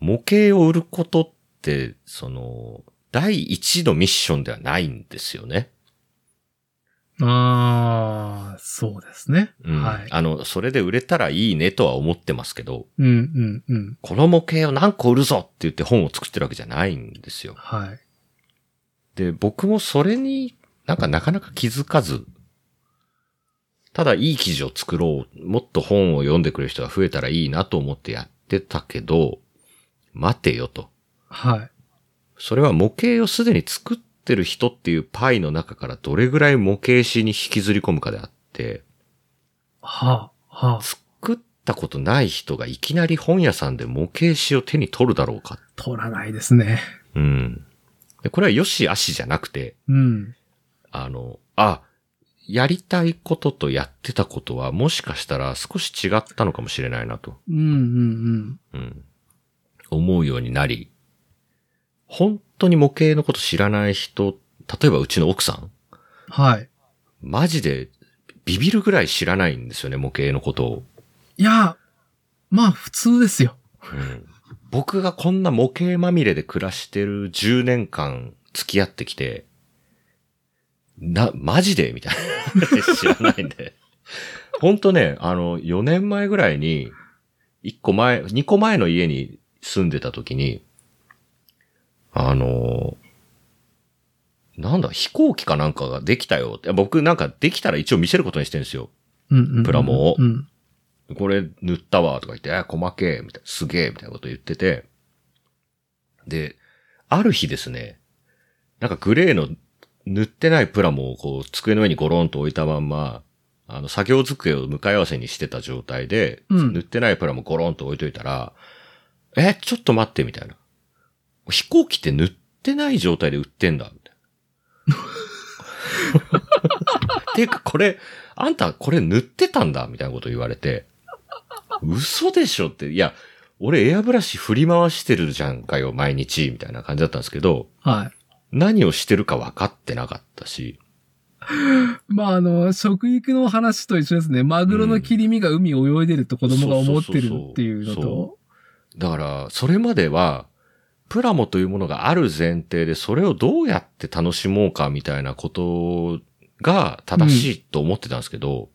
B: 模型を売ることって、その、第一のミッションではないんですよね。
A: ああ、そうですね。
B: うん
A: はい。
B: あの、それで売れたらいいねとは思ってますけど、
A: うんうんうん。
B: この模型を何個売るぞって言って本を作ってるわけじゃないんですよ。
A: はい。
B: で、僕もそれになんかなかなか気づかず、ただいい記事を作ろう、もっと本を読んでくれる人が増えたらいいなと思ってやってたけど、待てよと。
A: はい。
B: それは模型をすでに作ってる人っていうパイの中からどれぐらい模型師に引きずり込むかであって、
A: はあ、はあ。
B: 作ったことない人がいきなり本屋さんで模型師を手に取るだろうか。
A: 取らないですね。
B: うん。でこれは良し悪しじゃなくて、
A: うん。
B: あの、あ、やりたいこととやってたことはもしかしたら少し違ったのかもしれないなと、
A: うんうん
B: うん、思うようになり、本当に模型のこと知らない人、例えばうちの奥さん、
A: うん。はい。
B: マジでビビるぐらい知らないんですよね、模型のことを。
A: いや、まあ普通ですよ。
B: うん僕がこんな模型まみれで暮らしてる10年間付き合ってきて、な、マジでみたいな。 知らないんで。ほんとね、あの、4年前ぐらいに、1個前、2個前の家に住んでた時に、あの、なんだ、飛行機かなんかができたよって、僕なんかできたら一応見せることにしてるんですよ。
A: うんうんうん、
B: プラモを
A: うん。
B: これ塗ったわとか言って、え、細けえ、みたいな、すげえ、みたいなこと言ってて。で、ある日ですね、なんかグレーの塗ってないプラモをこう、机の上にゴロンと置いたまんま、あの、作業机を向かい合わせにしてた状態で、
A: うん
B: 塗ってないプラモゴロンと置いといたら、え、ちょっと待って、みたいな。飛行機って塗ってない状態で売ってんだ、みたい な。ていうか、これ、あんたこれ塗ってたんだ、みたいなこと言われて、嘘でしょって、いや、俺エアブラシ振り回してるじゃんかよ、毎日、みたいな感じだったんですけど、
A: はい。
B: 何をしてるか分かってなかったし、
A: まああの、食育の話と一緒ですね。マグロの切り身が海を泳いでると子供が思ってるっていうの
B: そうそうそうそ
A: と。
B: だから、それまでは、プラモというものがある前提で、それをどうやって楽しもうかみたいなことが正しいと思ってたんですけど、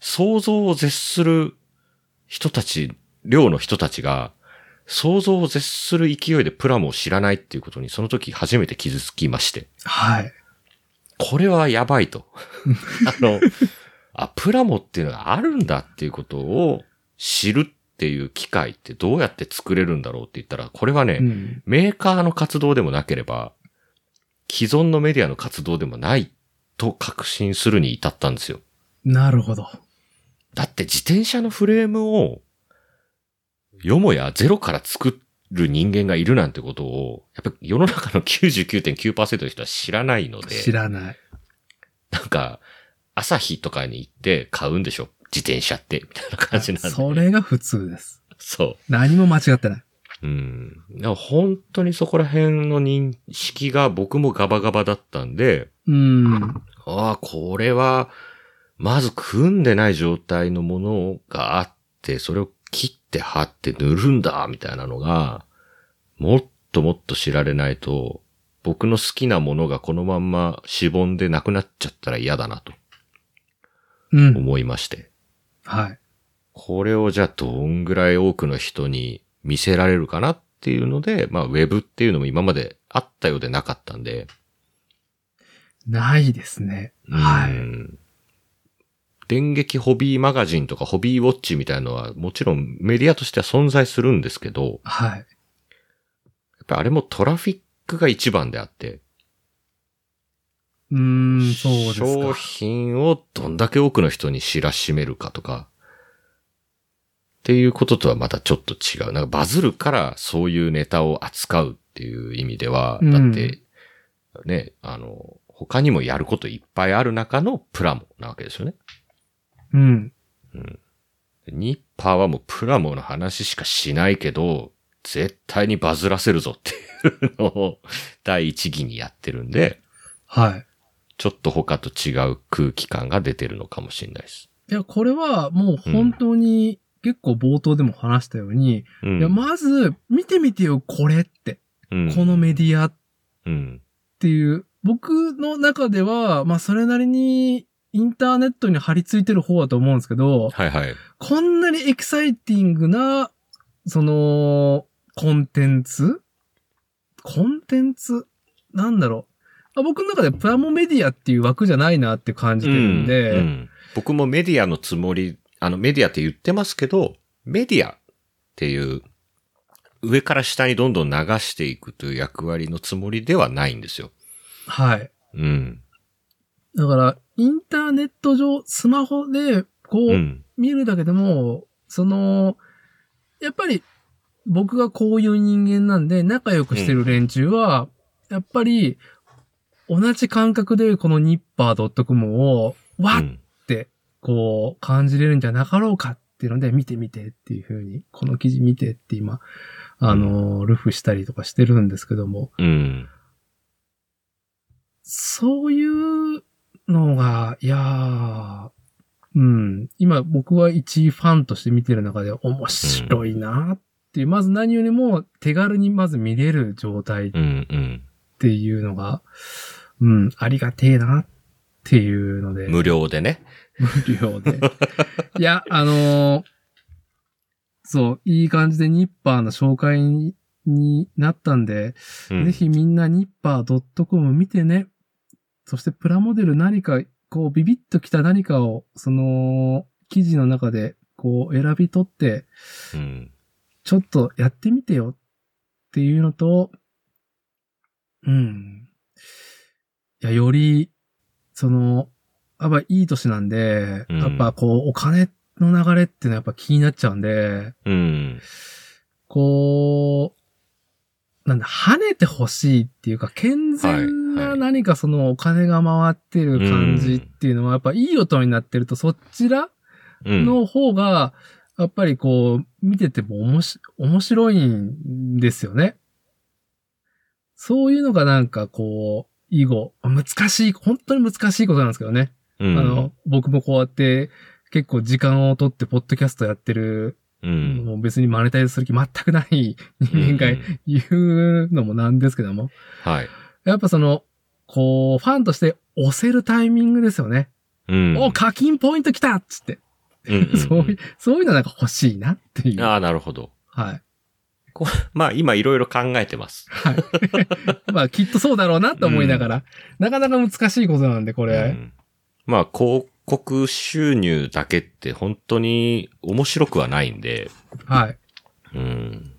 B: 想像を絶する人たち、寮の人たちが、想像を絶する勢いでプラモを知らないっていうことに、その時初めて傷つきまして、
A: はい。
B: これはやばいと。 あの、あ、プラモっていうのがあるんだっていうことを知るっていう機会ってどうやって作れるんだろうって言ったら、これはね、
A: うん。
B: メーカーの活動でもなければ、既存のメディアの活動でもないと確信するに至ったんですよ。
A: なるほど。
B: だって自転車のフレームを、よもやゼロから作る人間がいるなんてことを、やっぱり世の中の99.9%の人は知らないので。
A: 知ら ない。
B: なんか、朝日とかに行って買うんでしょ自転車って、みたいな感じなんで。
A: それが普通です。
B: そ
A: 何も間違ってない。
B: う。うん。だから本当にそこら辺の認識が僕もガバガバだったんで、
A: うん。
B: ああ、これは、まず組んでない状態のものがあって、それを切って貼って塗るんだ、みたいなのが、もっともっと知られないと、僕の好きなものがこのまんましぼんでなくなっちゃったら嫌だなと
A: うん。
B: 思いまして。
A: はい。
B: これをじゃあどんぐらい多くの人に見せられるかなっていうので、まあウェブっていうのも今まであったようでなかったんで、
A: ないですね。は
B: う
A: い。
B: ん電撃ホビーマガジンとかホビーウォッチみたいなのはもちろんメディアとしては存在するんですけど、や
A: はい。
B: っぱりあれもトラフィックが一番であって、
A: うーん、そうですか。
B: 商品をどんだけ多くの人に知らしめるかとか、っていうこととはまたちょっと違う。なんかバズるからそういうネタを扱うっていう意味では、
A: うん
B: だって、ね、あの、他にもやることいっぱいある中のプラモなわけですよね。
A: うん。
B: ニッパーはもうプラモの話しかしないけど、絶対にバズらせるぞっていうのを 第一義にやってるんで、
A: はい。
B: ちょっと他と違う空気感が出てるのかもしれないです。
A: いや、これはもう本当に、結構冒頭でも話したように、
B: うん
A: いや、まず、見てみてよ、これって。
B: うん
A: このメディアっ
B: うん。
A: ていう、僕の中では、まあ、それなりに、インターネットに張り付いてる方だと思うんですけど、
B: はいはい。
A: こんなにエキサイティングな、その、コンテンツコンテンツなんだろうあ。僕の中でプラモメディアっていう枠じゃないなって感じてるんで、
B: うんうん僕もメディアのつもり、あのメディアって言ってますけど、メディアっていう、上から下にどんどん流していくという役割のつもりではないんですよ。
A: はい。
B: うん。
A: だから、インターネット上、スマホで、こう、
B: うん。
A: 見るだけでも、その、やっぱり僕がこういう人間なんで仲良くしてる連中は、やっぱり同じ感覚でこのニッパー .com をわっ
B: うん
A: てこう感じれるんじゃなかろうかっていうので見てみてっていう風に、この記事見てって今、あの、ルフしたりとかしてるんですけども、
B: うん。
A: そういうのが、いやー、うん、今僕は一ファンとして見てる中で面白いなっていう、まず何よりも手軽にまず見れる状態っ
B: うん。うん。
A: ていうのが、うん、ありがてえなっていうので、無
B: 無料でね。
A: 料で。いや、あのーそう、いい感じでニッパーの紹介にになったんで、
B: うん
A: ぜひみんなニッパー .com 見てね。そしてプラモデル何か、こうビビッときた何かを、その、記事の中で、こう選び取って、
B: うん。
A: ちょっとやってみてよっていうのと、うん。いや、より、その、やっぱいい年なんで、
B: うん
A: やっぱこうお金の流れっていうのはやっぱ気になっちゃうんで、
B: うん。
A: こう、なんだ、跳ねてほしいっていうか、健全
B: はいは
A: ない何かそのお金が回ってる感じっていうのは、やっぱいい音になってると、そちら
B: うん。
A: の方が、やっぱりこう、見ててもおもし、面白いんですよね。そういうのがなんかこう、以後、難しい、本当に難しいことなんですけどね。
B: うん
A: あの、、僕もこうやって、結構時間を取って、ポッドキャストやってる
B: うん。
A: もう別にマネタイズする気全くない人間
B: う
A: が
B: ん。
A: 言うのもなんですけども。
B: はい。
A: やっぱその、こう、ファンとして押せるタイミングですよね。
B: うん。
A: お、課金ポイント来たっつって。
B: うんうんうん
A: そういう、そういうのなんか欲しいなっていう。
B: ああ、なるほど。
A: はい。
B: まあ、今いろいろ考えてます。
A: はい。 まあ、きっとそうだろうなと思いながら。なかなか難しいことなんで、こ
B: う
A: れ。
B: んまあ、広告収入だけって本当に面白くはないんで、
A: はい。
B: うん。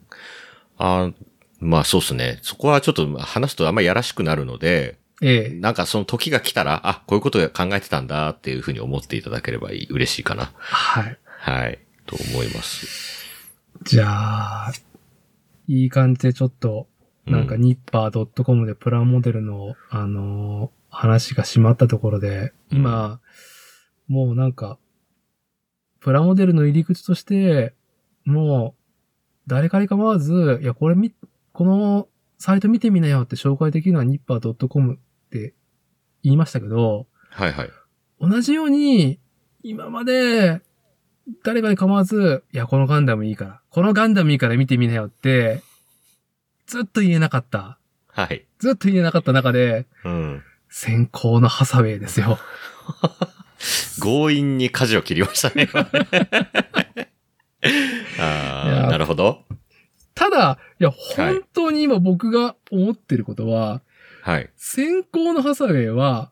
B: あまあ、そうですね。そこはちょっと話すとあんまやらしくなるので、
A: ええ。
B: なんかその時が来たら、あ、こういうこと考えてたんだっていうふうに思っていただければいい嬉しいかな。
A: はい。
B: はい。と思います。
A: じゃあ、いい感じでちょっと、なんか
B: うん
A: ニッパー .com でプラモデルの、あのー話が閉まったところで、今、もうなんか、プラモデルの入り口として、もう、誰かに構わず、いや、これみ、このサイト見てみなよって紹介できるのはニッパー .com って言いましたけど、
B: はいはい。
A: 同じように、今まで、誰かに構わず、いや、このガンダムいいから、このガンダムいいから見てみなよって、ずっと言えなかった。
B: はい。
A: ずっと言えなかった中で、
B: うん。
A: 先行のハサウェイですよ。
B: 強引に舵を切りました ね。
A: い
B: あ
A: や
B: あ、なるほど。
A: ただ、いや、
B: い
A: 本当に今僕が思ってることは、
B: はい。
A: 先行のハサウェイは、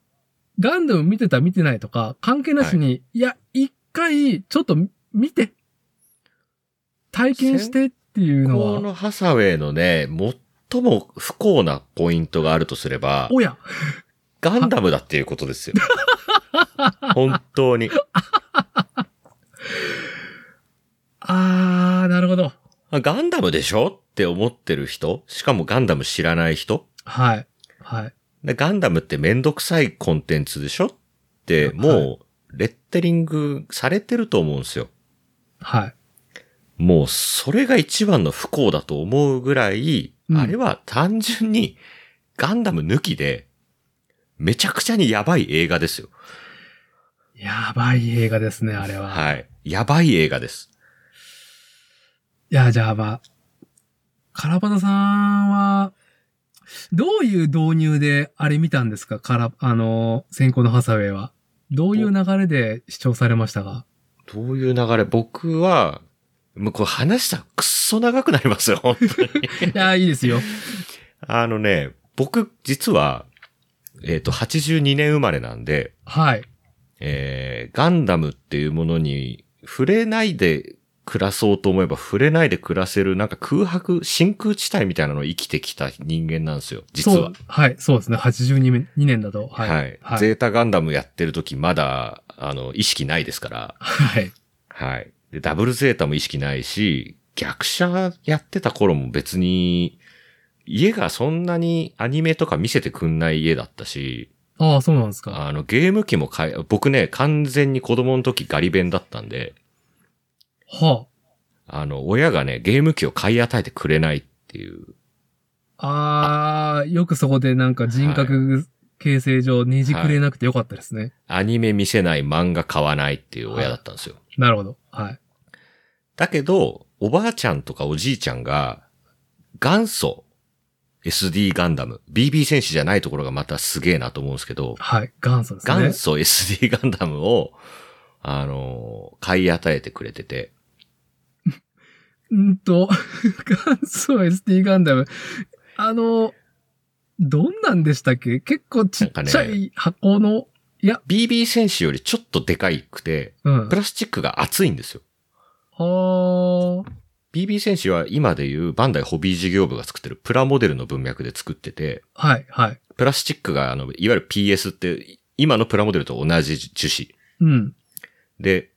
A: ガンダム見てた見てないとか、関係なしに、いや、一回、ちょっと見て、体験してっていうの
B: こ
A: は、
B: のハサウェイのね、最も不幸なポイントがあるとすれば、
A: おや、
B: ガンダムだっていうこと ですよ。本当に。
A: あー、なるほど。
B: あガンダムでしょって思ってる人しかもガンダム知らない人
A: はい。はい。
B: でガンダムってめんどくさいコンテンツでしょって、もう、レッテリングされてると思うんですよ。
A: はい。
B: もう、それが一番の不幸だと思うぐらい、
A: うん
B: あれは単純に、ガンダム抜きで、めちゃくちゃにやばい映画ですよ。
A: やばい映画ですね、あれは。い。
B: はい。やばい映画です。
A: や、じゃあまあ、カラバタさんは、どういう導入であれ見たんですかから、あの、先行のハサウェイは。どういう流れで視聴されましたか
B: どういう流れ僕は、もうこれ話したらくっそ長くなりますよ、本当に。
A: いや、いいですよ。
B: あのね、僕、実は、えっ、と、82年生まれなんで、
A: はい。
B: えーガンダムっていうものに触れないで暮らそうと思えば触れないで暮らせるなんか空白、真空地帯みたいなのを生きてきた人間なんですよ、実
A: そ
B: は
A: う。はい、そうですね。82年二年だと。はい。
B: はい。
A: はい。
B: ゼータガンダムやってる時まだ、あの、意識ないですから。
A: はい
B: はい。で、ダブルゼータも意識ないし、逆車やってた頃も別に、家がそんなにアニメとか見せてくんない家だったし、
A: ああ、そうなんですか。
B: あの、ゲーム機も買え、僕ね、完全に子供の時ガリ弁だったんで、
A: は
B: あの、親がね、ゲーム機を買い与えてくれないっていう。
A: あ。ああ、よくそこでなんか人格形成上ねじくれなくてよかったですね。
B: アニメ見せない、漫画買わないっていう親だったんですよ。
A: なるほど。はい。
B: だけど、おばあちゃんとかおじいちゃんが、元祖 SD ガンダム、BB 戦士じゃないところがまたすげえなと思うんですけど、
A: はい。元祖ですね。
B: 元祖 SD ガンダムを、あの、買い与えてくれてて、
A: うんと、元祖 SD ガンダム。あの、どんなんでしたっけ結構ちっちゃ
B: なんか
A: い箱の、
B: BB 戦士よりちょっとでかいくて、
A: うん。
B: プラスチックが厚いんですよ。
A: は
B: BB 戦士は今でいうバンダイホビー事業部が作ってるプラモデルの文脈で作ってて、
A: あ。はい、はい。
B: プラスチックが、あの、いわゆる PS って、今のプラモデルと同じ樹脂。
A: うん。
B: で、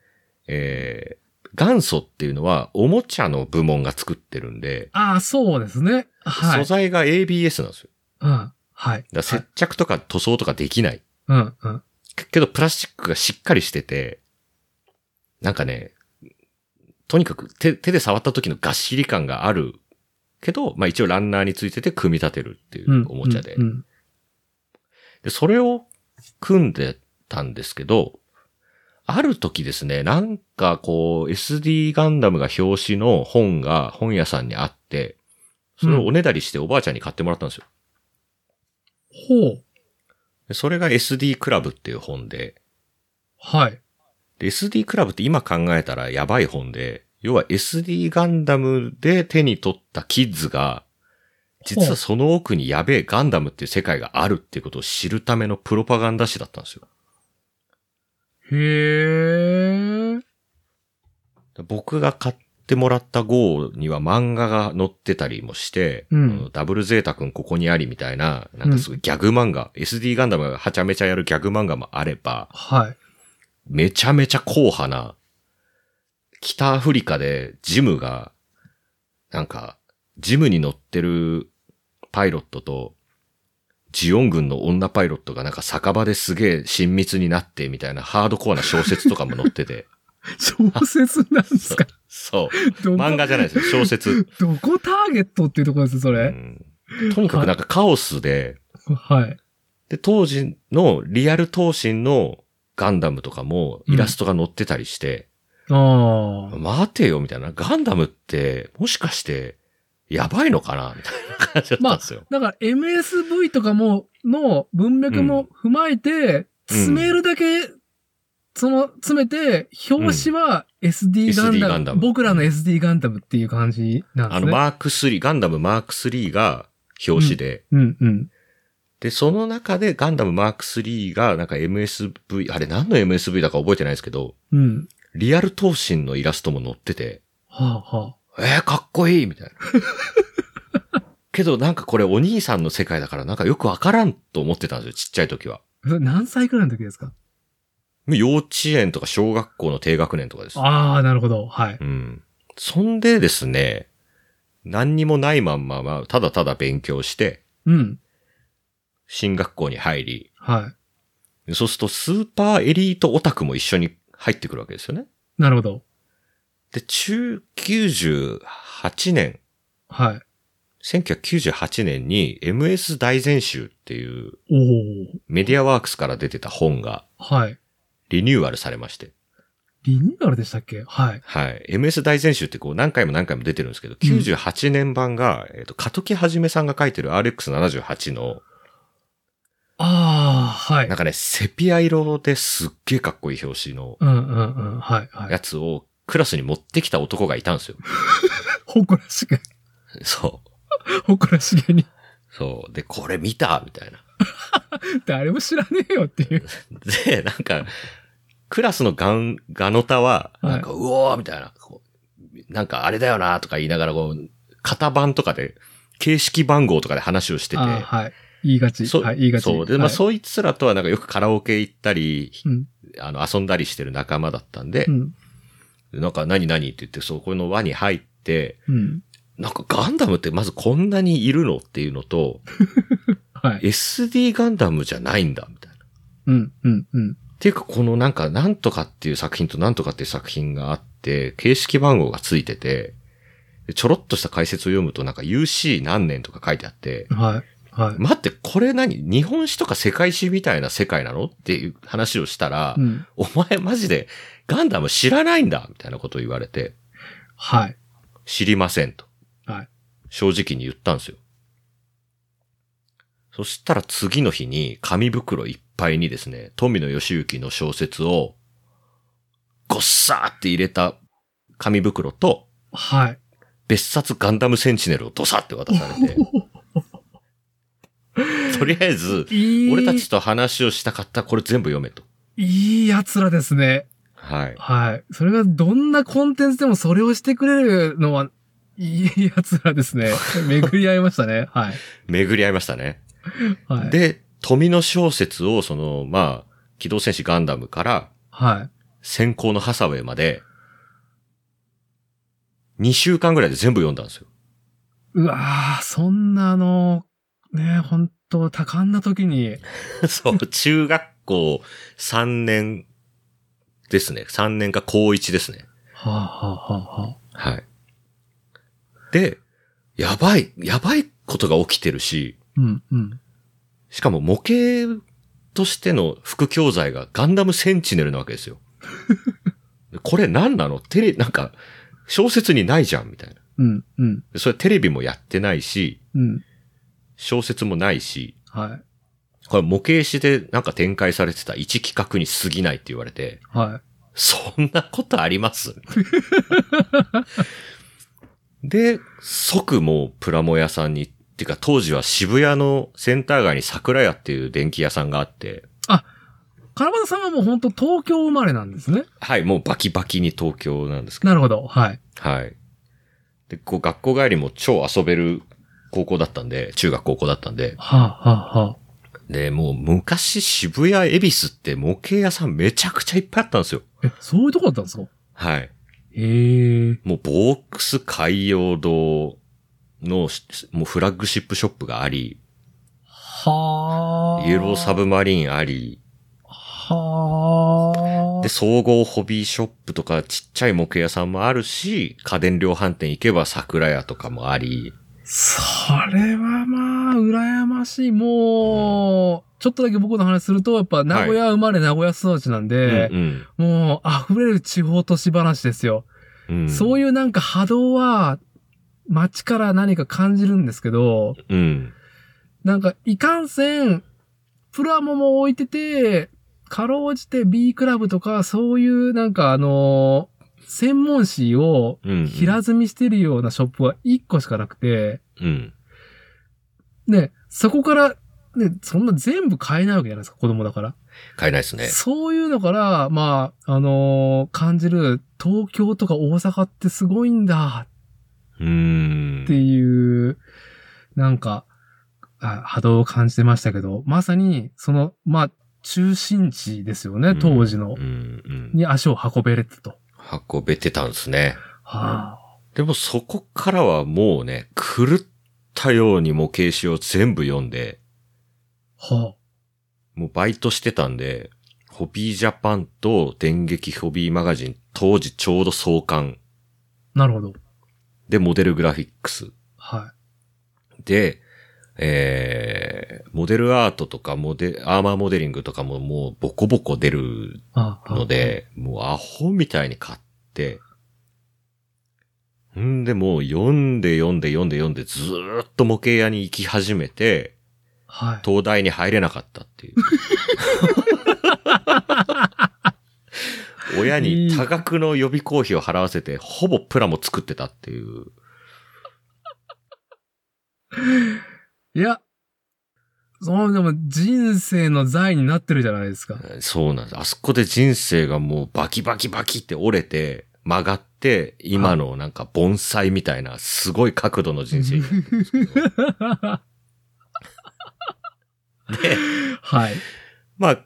B: えー、元祖っていうのは、おもちゃの部門が作ってるんで、
A: ああ、そうですね。はい。
B: 素材が ABS なんですよ。
A: うん。はい。
B: だから接着とか塗装とかできない。
A: うん、うん。
B: けど、プラスチックがしっかりしてて、なんかね、とにかく手手で触った時のがっしり感があるけど、まあ一応ランナーについてて組み立てるっていうおもちゃで。
A: うんうん
B: で、それを組んでたんですけど、ある時ですね、なんかこう、SD ガンダムが表紙の本が本屋さんにあって、それをおねだりしておばあちゃんに買ってもらったんですよ。
A: ほう。
B: でそれが SD クラブっていう本で
A: はい。
B: で SD クラブって今考えたらやばい本で、要は SD ガンダムで手に取ったキッズが、実はその奥にやべえガンダムっていう世界があるっていうことを知るためのプロパガンダ誌だったんですよ。
A: へー。
B: 僕が買ってもらった号には漫画が載ってたりもして、
A: うん
B: あのダブルゼータ君ここにありみたいな、なんかすごいギャグ漫画、SD ガンダムがはちゃめちゃやるギャグ漫画もあれば、
A: はい。
B: めちゃめちゃ硬派な、北アフリカでジムが、なんか、ジムに乗ってるパイロットと、ジオン軍の女パイロットがなんか酒場ですげえ親密になってみたいなハードコアな小説とかも載ってて。
A: 小説なんですか
B: そう。
A: どこ
B: 漫画じゃないですよ、小説。
A: どこターゲットっていうところですそれ。
B: うんとにかくなんかカオスで、
A: はい。
B: で、当時のリアル闘神のガンダムとかも
A: うん
B: イラストが載ってたりして、
A: ああ。
B: 待てよ、みたいな。ガンダムって、もしかして、やばいのかなみたいな感じだったんですよ。
A: だから MSV とかも、の文脈も踏まえて、詰めるだけ、その、詰めて、表紙は SD ガ
B: SD
A: ンダム。
B: ガンダム
A: 僕らの SD ガンダムっていう感じなんで
B: あ
A: す
B: の、
A: ね。
B: マーク3、ガンダムマーク3が表紙で、
A: うんうん。
B: で、その中でガンダムマーク3がなんか MSV、あれ何の MSV だか覚えてないですけど、
A: うん。
B: リアル闘神のイラストも載ってて、
A: はあ、は
B: えー、かっこいいみたいな。 けどなんかこれお兄さんの世界だからなんかよくわからんと思ってたんですよ、ちっちゃい時は。
A: あ。それ何歳くらいの時ですか
B: 幼稚園とか小学校の低学年とかです。
A: ああ、なるほど。はい。
B: うん。そんでですね、何にもないまんま、まあ、ただただ勉強して、
A: うん。
B: 進学校に入り、
A: は
B: そうするとスーパーエリートオタクも一緒に入ってくるわけですよね。
A: い。なるほど。
B: で、中98年、
A: はい。
B: 1998年に MS 大全集っていう
A: おお。
B: メディアワークスから出てた本が
A: はい。
B: リニューアルされまして。
A: リニューアルでしたっけはい。
B: はい。MS 大全集ってこう何回も何回も出てるんですけど、98年版が、えっ、と、かときはじめさんが書いてる RX78 の、
A: ああ、はい
B: なん。かね、セピア色ですっげえかっこいい表紙の
A: うんうんうん。はい。はい。
B: やつをクラスに持ってきた男がいたんですよ。
A: 誇らしげ、
B: そう。
A: 誇らしげに。
B: そう。で、これ見たみたいな。
A: 誰も知らねえよっていう。
B: で、なんか、クラスのガン、ガノタは、
A: はい
B: なんか、うおーみたいな、こうなんかあれだよなとか言いながら、こう、型番とかで、形式番号とかで話をしてて、
A: ああ、はい。言いがち。
B: そ
A: はい。言いがち。
B: そう。で、まあ、
A: はい
B: そいつらとはなんかよくカラオケ行ったり、
A: うん
B: あの、遊んだりしてる仲間だったんで、
A: うん。
B: なんか、何々って言って、そこの輪に入って、
A: うん。
B: なんかガンダムってまずこんなにいるのっていうのと、
A: はい。
B: SD ガンダムじゃないんだ、みたいな。
A: うん、うん、うん。
B: っていうか、このなんか、なんとかっていう作品となんとかっていう作品があって、形式番号がついてて、でちょろっとした解説を読むとなんか UC 何年とか書いてあって、
A: はい。はい。
B: 待って、これ何日本史とか世界史みたいな世界なのっていう話をしたら、
A: うん。
B: お前マジでガンダム知らないんだみたいなことを言われて、
A: はい。
B: 知りませんと。
A: はい
B: 正直に言ったんですよ。そしたら次の日に紙袋いっぱいにですね、富野義行の小説を、ごっさーって入れた紙袋と、
A: はい。
B: 別冊ガンダムセンチネルをドサって渡されて、 とりあえず、
A: いい、
B: 俺たちと話をしたかったらこれ全部読めと。
A: いい奴らですね。
B: はい。
A: はい。それがどんなコンテンツでもそれをしてくれるのは、いい奴らです ね。巡り合いましたね。はい。
B: 巡り合いましたね。
A: はい。、
B: で、富野小説をその、まあ、機動戦士ガンダムから
A: はい。
B: 先行のハサウェイまで、2週間ぐらいで全部読んだん ですよ。
A: うわーそんなあの、ね、本当多感な時に、
B: そう、中学校3年ですね。3年か高1ですね。
A: はあ、はあはあは
B: はい。で、やばい、やばいことが起きてるし、
A: あ、うん、うん。
B: しかも模型としての副教材がガンダムセンチネルなわけです よ。でこれ何なのテレ、なんか、小説にないじゃん、みたいな。
A: うん、うん、
B: でそれテレビもやってないし、
A: うん。
B: 小説もないし、
A: はい。
B: これ模型誌でなんか展開されてた一企画に過ぎないって言われて、
A: は
B: そんなことありますで、即もうプラモ屋さんに、っていうか当時は渋谷のセンター街に桜屋っていう電気屋さんがあって、
A: い。カラバタさんはもう本当東京生まれなんですね。
B: はい、もうバキバキに東京なんですけ
A: なるほど。はい。
B: ど、はい。で、こう学校帰りも超遊べる高校だったんで、中学高校だったんで、
A: はあ、はあ、はあ。
B: で、もう昔渋谷恵比寿って模型屋さんめちゃくちゃいっぱいあったんですよ。
A: え、そういうとこだったんですか
B: はい。
A: へえ。
B: もうボークス海洋堂のし、もうフラッグシップショップがあり、
A: はあ。
B: イエローサ。ブマリンあり、
A: はあ。
B: で、総合ホビーショップとかちっちゃい模型屋さんもあるし、家電量販店行けば桜屋とかもあり、
A: それはまあ、羨ましい。もう、ちょっとだけ僕の話すると、やっぱ名古屋生まれ名古屋育ちなんで
B: う、ん
A: もう溢れる地方都市話ですよ。
B: うん、うん。
A: そう
B: い
A: いうなんか波動は、街から何か感じるんですけど、
B: う。うん。
A: なんか、いかんせん、プラモも置いてて、かろうじて B クラブとか、そういうなんかあのー専門誌を
B: うん。
A: 平積みしてるようなショップは1個しかなくて、
B: うん。
A: ね、そこからね、そんな全部買えないわけじゃないですか、子供だから。
B: 買えないですね。
A: そういうのから、まあ、あのー感じる、東京とか大阪ってすごいんだ
B: う
A: って
B: ーん。
A: いう、なんか、あ波動を感じてましたけど、まさに、その、まあ、中心地ですよね、当時の
B: うん、う。ん。
A: に足を運べれたと。
B: 運べてたんですね。
A: はあ、
B: でもそこからはもうね、狂ったように模型紙を全部読んで、
A: は
B: もうバイトしてたんで、ホビージャパンと電撃ホビーマガジン、当時ちょうど創刊
A: あ、なるほど。
B: でモデルグラフィックス
A: は
B: で、えー、モデルアートとかモデ、アーマーモデリングとかももうボコボコ出る
A: い。ああ
B: の、で、もうアホみたいに買って、んで、もう読んで読んで読んで読んでずーっと模型屋に行き始めて、
A: はい。
B: 東大に入れなかったって いう。親に多額の予備校費を払わせて、ほぼプラも作ってたっていう。
A: いや、そう、でも人生の財になってるじゃないですか。
B: そうなんです。あそこで人生がもうバキバキバキって折れて、曲がって、今のなんか盆栽みたいな、すごい角度の人生になってるんですけど。で、
A: はい。
B: まあ、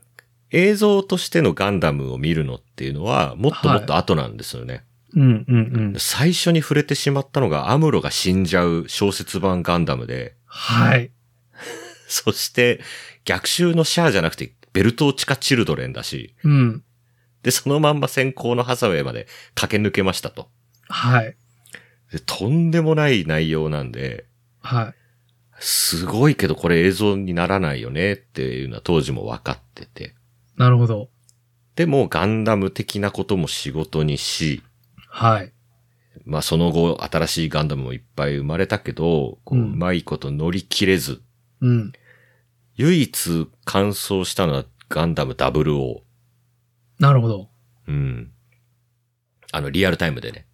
B: 映像としてのガンダムを見るのっていうのは、もっともっと後なんですよね。
A: うんうんうん。
B: 最初に触れてしまったのが、アムロが死んじゃう小説版ガンダムで、
A: はい。
B: そして、逆襲のシャアじゃなくて、ベルトーチカ・チルドレンだし、
A: うん。
B: で、そのまんま先行のハサウェイまで駆け抜けましたと。
A: はい。
B: でとんでもない内容なんで、
A: はい。
B: すごいけどこれ映像にならないよねっていうのは当時も分かってて。
A: なるほど。
B: でもガンダム的なことも仕事にし、
A: はい。
B: まあその後新しいガンダムもいっぱい生まれたけど、こう
A: う
B: うんまいこと乗り切れず、
A: うん。
B: 唯一完走したのはガンダム00。
A: なるほど。
B: うん。あのリアルタイムでね。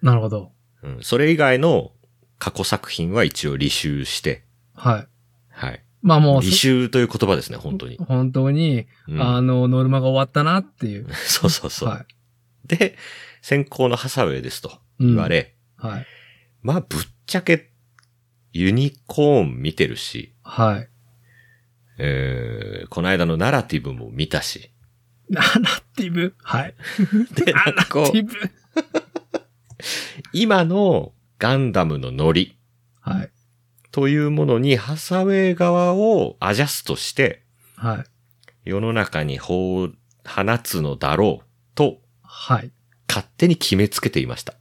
A: なるほど。
B: うん。それ以外の過去作品は一応履修して、
A: はい。
B: はい。
A: まあもう
B: 履、修という言葉ですね、本当に。
A: 本当に、
B: うん
A: あの、ノルマが終わったなっていう。
B: そうそうそう。
A: はい。
B: で、先行のハサウェイですと
A: うん
B: 言われ、
A: はい。
B: まあぶっちゃけユニコーン見てるし、
A: はい。
B: えー、この間のナラティブも見たし、
A: ナラティブ はい。
B: で、
A: ナ
B: なん
A: ラ
B: か
A: テ
B: こう
A: ィブ
B: 今のガンダムのノリ
A: はい。
B: というものにハサウェイ側をアジャストして
A: はい。
B: 世の中に放放つのだろうと
A: はい。
B: 勝手に決めつけていました。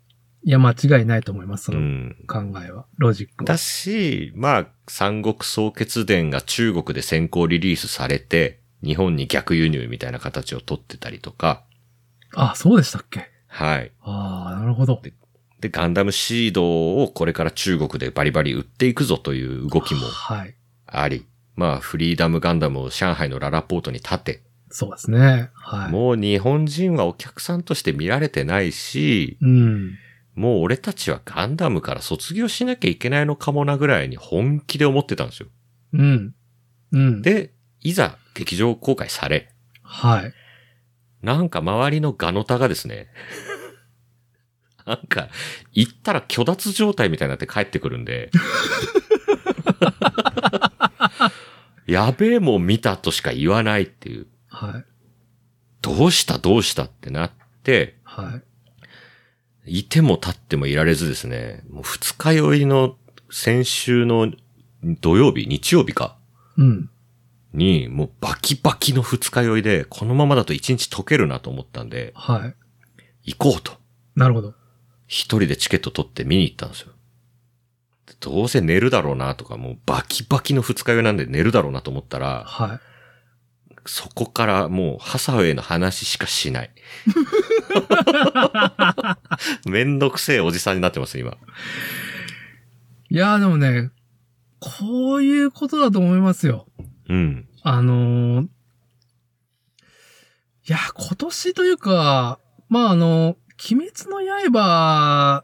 A: いや、間違いないと思います。そうの
B: ん。
A: 考えは。ロジックは。
B: だし、まあ、三国総決伝が中国で先行リリースされて、日本に逆輸入みたいな形を取ってたりとか、
A: あ、そうでしたっけ
B: はい。
A: ああ、なるほど。
B: で、ガンダムシードをこれから中国でバリバリ売っていくぞという動きも
A: はい。
B: あり、まあ、フリーダムガンダムを上海のララポートに立て、
A: そうですね。はい。
B: もう日本人はお客さんとして見られてないし、
A: うん。
B: もう俺たちはガンダムから卒業しなきゃいけないのかもなぐらいに本気で思ってたんですよ。
A: うん。うん。
B: で、いざ劇場公開され、
A: はい。
B: なんか周りのガノタがですね、 なんか、行ったら虚脱状態みたいになって帰ってくるんで、 やべえもん見たとしか言わないっていう、
A: はい。
B: どうしたどうしたってなって、
A: はい。
B: いても立ってもいられずですね、もう二日酔いの先週の土曜日、日曜日か、
A: うん。
B: に、もうバキバキの二日酔いで、このままだと一日溶けるなと思ったんで、
A: はい。
B: 行こうと。
A: なるほど。
B: 一人でチケット取って見に行ったんですよ。でどうせ寝るだろうなとか、もうバキバキの二日酔いなんで寝るだろうなと思ったら、
A: はい。
B: そこからもうハサウェイの話しかしない。 めんどくせえおじさんになってます、今。
A: いやーでもね、こういうことだと思いますよ。
B: うん。
A: あのーいや、今年というか、まあ、あの、鬼滅の刃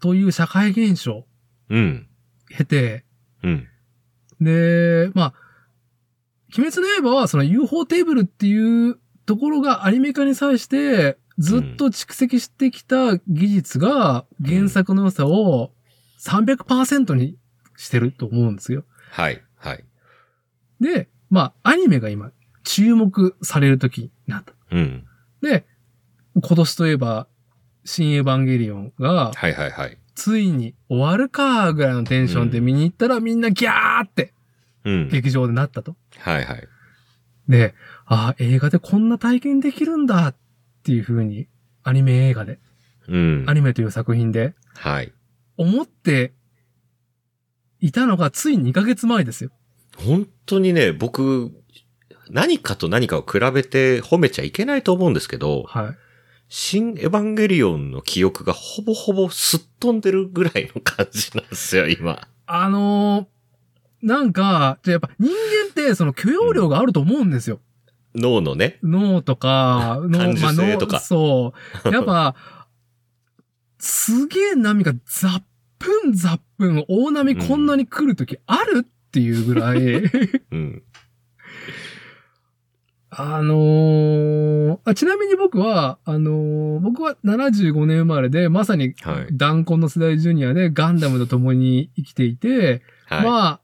A: という社会現象を
B: うん。
A: 経て、
B: うん。
A: で、まあ、鬼滅の刃はその UFO テーブルっていうところがアニメ化に際してずっと蓄積してきた技術が原作の良さを300%にしてると思うんですよ。
B: はい、はい。
A: で、まあアニメが今注目される時になった。
B: うん。
A: で、今年といえば新エヴァンゲリオンが
B: はいはいはい。
A: ついに終わるかぐらいのテンションで見に行ったらみんなギャーって
B: うん。
A: 劇場でなったと。
B: はいはい。
A: で、ああ、映画でこんな体験できるんだっていう風に、アニメ映画で、
B: うん
A: ア。ニメという作品で、
B: はい。
A: 思っていたのがつい2ヶ月前ですよ。
B: 本当にね、僕、何かと何かを比べて褒めちゃいけないと思うんですけど、
A: はい。
B: 新エヴァンゲリオンの記憶がほぼほぼすっ飛んでるぐらいの感じなんですよ、今。
A: あのーなんか、じゃあやっぱ人間ってその許容量があると思うんですよ。
B: 脳のね。
A: 脳とか、脳、
B: 感受性とか
A: 脳そう。やっぱ、すげえ波がザップンザップン、大波こんなに来るときあるっていうぐら い、
B: うん。
A: あのーあ、ちなみに僕は、あのー僕は75年生まれで、まさに
B: はい
A: 弾痕の世代ジュニアでガンダムと共に生きていて、
B: はい。
A: まあ、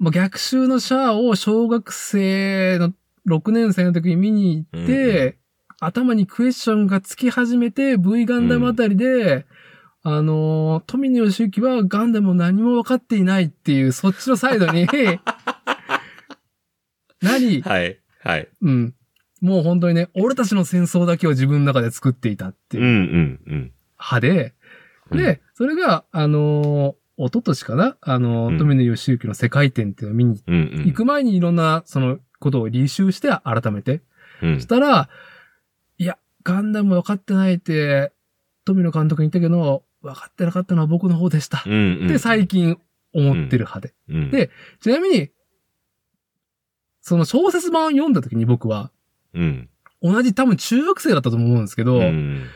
A: まあ、逆襲のシャアを小学生の6年生の時に見に行って、
B: うんう
A: 頭にクエスチョンがつき始めて、V ガンダムあたりで、あのー富野義行はガンダムを何も分かっていないっていう、そっちのサイド に、何、
B: はい。はい。
A: うん。もう本当にね、俺たちの戦争だけを自分の中で作っていたって
B: う
A: い
B: んう
A: うん
B: うん。
A: 派で、で、それが、あのー、一昨年かなあのー、
B: うん
A: 富野義行の世界展っていうのを見に
B: うんうん。
A: 行く前にいろんな、その、ことを履修して改めて。
B: うん
A: そし。たら、いや、ガンダム分かってないって、富野監督に言ったけど、分かってなかったのは僕の方でした
B: う。んうん。
A: って最近思ってる派で。
B: うん、
A: でちなみに、その小説版を読んだ時に僕は、
B: うん。
A: 同じ多分中学生だったと思うんですけど、
B: うん。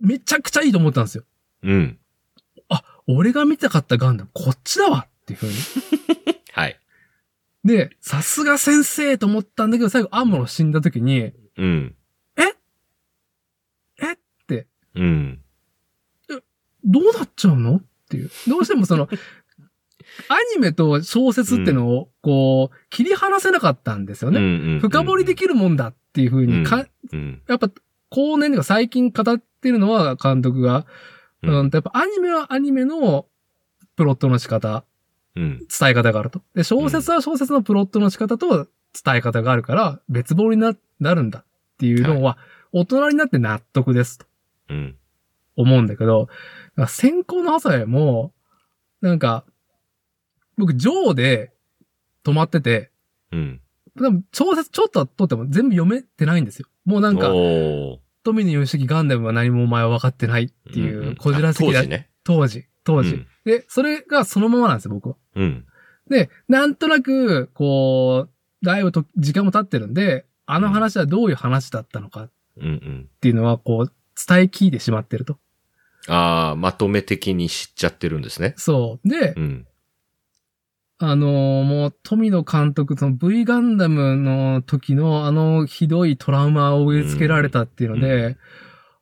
A: めちゃくちゃいいと思ったんですよ。
B: うん。
A: 俺が見たかったガンダム、こっちだわっていう風に。
B: はい。
A: で、さすが先生と思ったんだけど、最後アムロ死んだ時に、
B: うん。
A: えって、
B: うん。
A: どうなっちゃうのっていう。どうしてもそ の、アニメと小説ってのを、こう、切り離せなかったんですよ
B: うんう
A: ね。
B: ん。
A: 深掘りできるもんだっていう風にか、
B: うん。
A: やっぱ、後年とか最近語ってるのは監督が、
B: うん
A: うん、やっぱアニメはアニメのプロットの仕方、
B: うん。
A: 伝え方があると。で、小説は小説のプロットの仕方と伝え方があるから、別棒にな、なるんだっていうのは、大人になって納得ですと
B: うん。
A: 思うんだけど、先行の朝へも、なんか、僕、ジョーで止まってて、
B: うん。
A: 多分小説ちょっとは取っても全部読めてないんですよ。もうなんか、
B: おー
A: 富野義行ガンダムは何もお前は分かってないってい
B: んん
A: う、こじらせき
B: あ
A: だ
B: 当時。ね。
A: 当時、当時。
B: うん
A: で、それがそのままなんですよ、僕は。
B: うん。
A: で、なんとなく、こう、だいぶと時間も経ってるんで、あの話はどういう話だったのかっ
B: うんうん。
A: ていうのは、こう、伝え聞いてしまってると。
B: ああ、まとめ的に知っちゃってるんですね。
A: そう。で、
B: うん。
A: あのーもう、富野監督、その V ガンダムの時のあのひどいトラウマを植え付けられたっていうので、
B: うん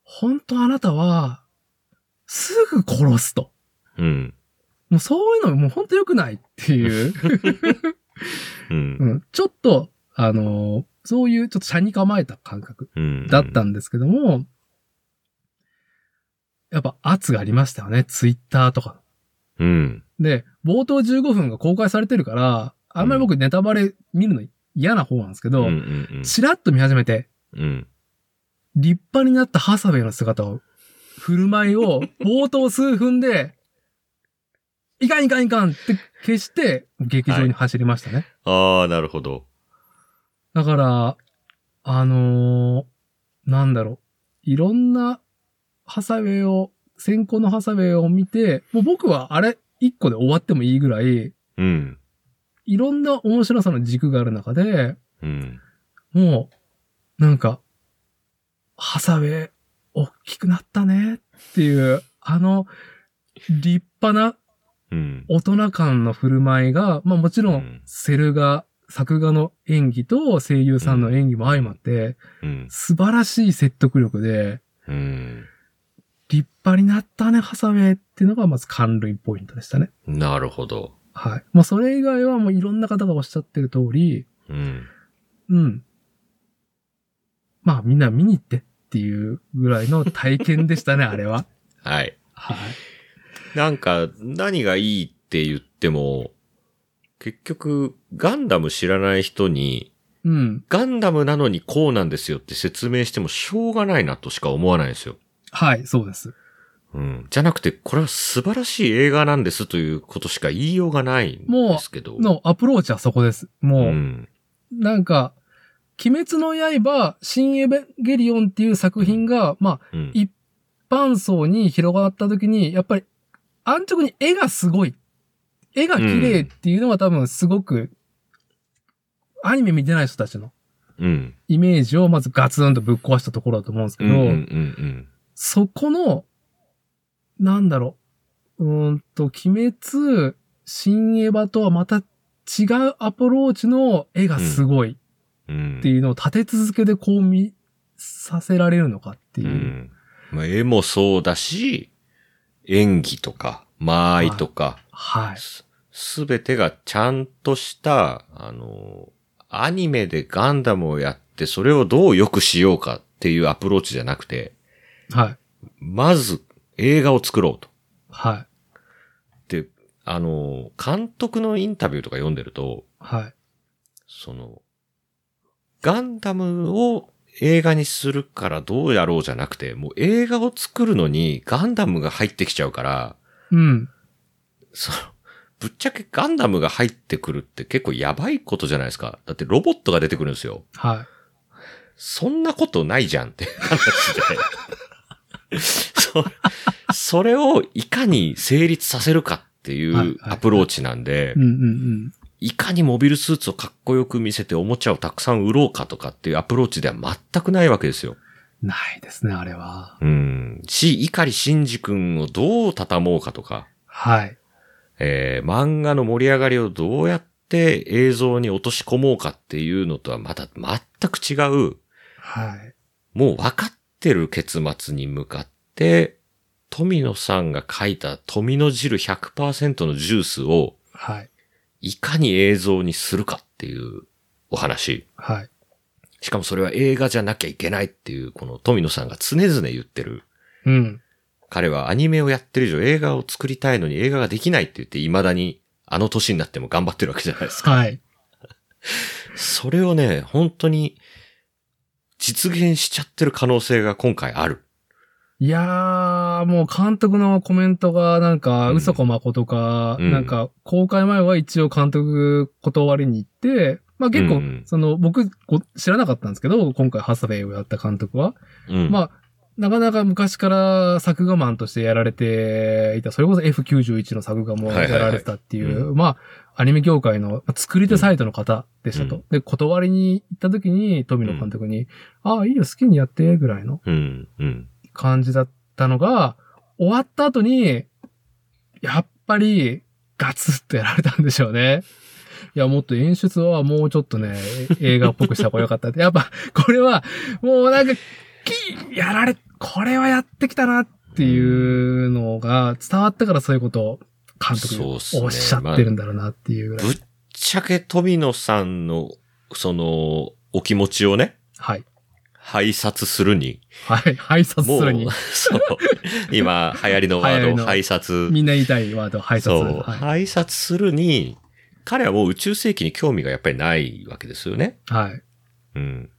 A: 本当あなたは、すぐ殺すと。
B: うん。
A: もうそういうのもう本当良くないって いう。
B: うん
A: う。ん、ちょっと、あのーそういうちょっと車に構えた感覚。
B: うん
A: だったんですけども、やっぱ圧がありましたよね、ツイッターとか。
B: うん。
A: で、冒頭15分が公開されてるから、あんまり僕ネタバレ見るの嫌な方なんですけ
B: う
A: ど、
B: んうん
A: チラッと見始めて、
B: うん。うん。
A: 立派になったハサウェイの姿を、振る舞い を、冒頭数分で、いかんいかんいかんって消して、劇場に走りましたね。
B: ああ、なるほど。
A: だから、あのーなんだろう。いろんなハサウェイを、先行のハサウェイを見て、もう僕はあれ一個で終わってもいいぐらい、
B: うん。
A: いろんな面白さの軸がある中で、
B: うん。
A: もう、なんか、ハサウェイ、大きくなったねっていう、あの、立派な
B: うん。
A: 大人感の振る舞いが、まあもちろ
B: うんん、
A: セルが作画の演技と声優さんの演技も相まって、
B: うん。
A: 素晴らしい説得力で、
B: うん。
A: 立派になったね、ハサウェイっていうのがまず関類ポイントでしたね。
B: なるほど。
A: はい。まあ、それ以外はもういろんな方がおっしゃってる通り、
B: うん。
A: うん。まあ、みんな見に行ってっていうぐらいの体験で したね、あれは。
B: はい。
A: はい。
B: なんか、何がいいって言っても、結局、ガンダム知らない人に、
A: うん。
B: ガンダムなのにこうなんですよって説明してもしょうがないなとしか思わないんですよ。
A: はい、そうです。
B: うん。じゃなくて、これは素晴らしい映画なんですということしか言いようがないん
A: もう
B: ですけど。
A: のアプローチはそこです。
B: う
A: もう、
B: ん。
A: なんか、鬼滅の刃、新エヴァンゲリオンっていう作品が、まあ、
B: うん。
A: 一般層に広がった時に、やっぱり、安直に絵がすごい。絵が綺麗っていうのは多分すごく、アニメ見てない人たちの
B: うん。
A: イメージをまずガツンとぶっ壊したところだと思うんですけ
B: うん。
A: ど、
B: うん。うん。
A: そこの、なんだろう、うーんと、鬼滅、新エヴァとはまた違うアプローチの絵がすごい。
B: うん。
A: っていうのを立て続けでこう見させられるのかっていうう。
B: ん。まあ、絵もそうだし、演技とか、間合いとか、
A: はい。
B: すすべてがちゃんとした、あの、アニメでガンダムをやって、それをどう良くしようかっていうアプローチじゃなくて、
A: はい。
B: まず映画を作ろうと。
A: はい。
B: で、あの、監督のインタビューとか読んでると、
A: はい。
B: その、ガンダムを映画にするからどうやろうじゃなくて、もう映画を作るのにガンダムが入ってきちゃうから、
A: うん。
B: その、ぶっちゃけガンダムが入ってくるって結構やばいことじゃないですか。だってロボットが出てくるんですよ。
A: は
B: そんなことないじゃんって話で。 そそれをいかに成立させるかってい
A: はいは
B: う
A: い
B: アプローチなんで
A: い。うん、うん
B: いかにモビルスーツをかっこよく見せておもちゃをたくさん売ろうかとかっていうアプローチでは全くないわけですよ。
A: うん。ないですね、あれは。
B: うん。し、碇慎二君をどう畳もうかとか、
A: はい。
B: えー漫画の盛り上がりをどうやって映像に落とし込もうかっていうのとはまた全く違う、
A: はい。
B: もう分かってる結末に向かって、富野さんが書いた富野汁100%のジュースを
A: はい。
B: いかに映像にするかっていうお話。
A: はい。
B: しかもそれは映画じゃなきゃいけないっていう、この富野さんが常々言ってる。
A: うん。
B: 彼はアニメをやってる以上映画を作りたいのに映画ができないって言って未だにあの年になっても頑張ってるわけじゃないですか。
A: はい。
B: それをね、本当に実現しちゃってる可能性が今回ある。
A: いやー、もう監督のコメントがなんか、
B: うん
A: 嘘か誠か、
B: うん
A: なんか、公開前は一応監督断りに行って、まあ結構、
B: うん
A: その、僕ご知らなかったんですけど、今回ハサウェイをやった監督は。
B: うん。
A: まあ、なかなか昔から作画マンとしてやられていた、それこそ F91 の作画も
B: はいはいは
A: や
B: い
A: られてたってい
B: うん
A: う、まあ、アニメ業界のまあ作り手サイトの方でした
B: う
A: と。で、断りに行った時に、富野監督に、ああ、いいよ、好きにやって、ぐらいの
B: うん、うん。
A: 感じだったのが、終わった後に、やっぱり、ガツッとやられたんでしょうね。いや、もっと演出はもうちょっとね、映画っぽくした方がよかったって。やっぱ、これは、もうなんか、キーやられ、これはやってきたなっていうのが伝わったからそういうことを監督
B: そうっ
A: に
B: すね
A: おっしゃってるんだろうなっていうぐらい。
B: ぶっちゃけ富野さんの、その、お気持ちをね、
A: はい。
B: 拝察するに、
A: はい。拝察
B: も
A: するに
B: う、、 そう、今流行りのワ
A: 流行
B: ー
A: り
B: ド、
A: の
B: 拝察。
A: みんな言いたいワード、拝察。
B: そう、
A: は
B: 拝察するに、彼はもう宇宙世紀に興味がやっぱりないわけですよね。
A: い。はい。
B: うん。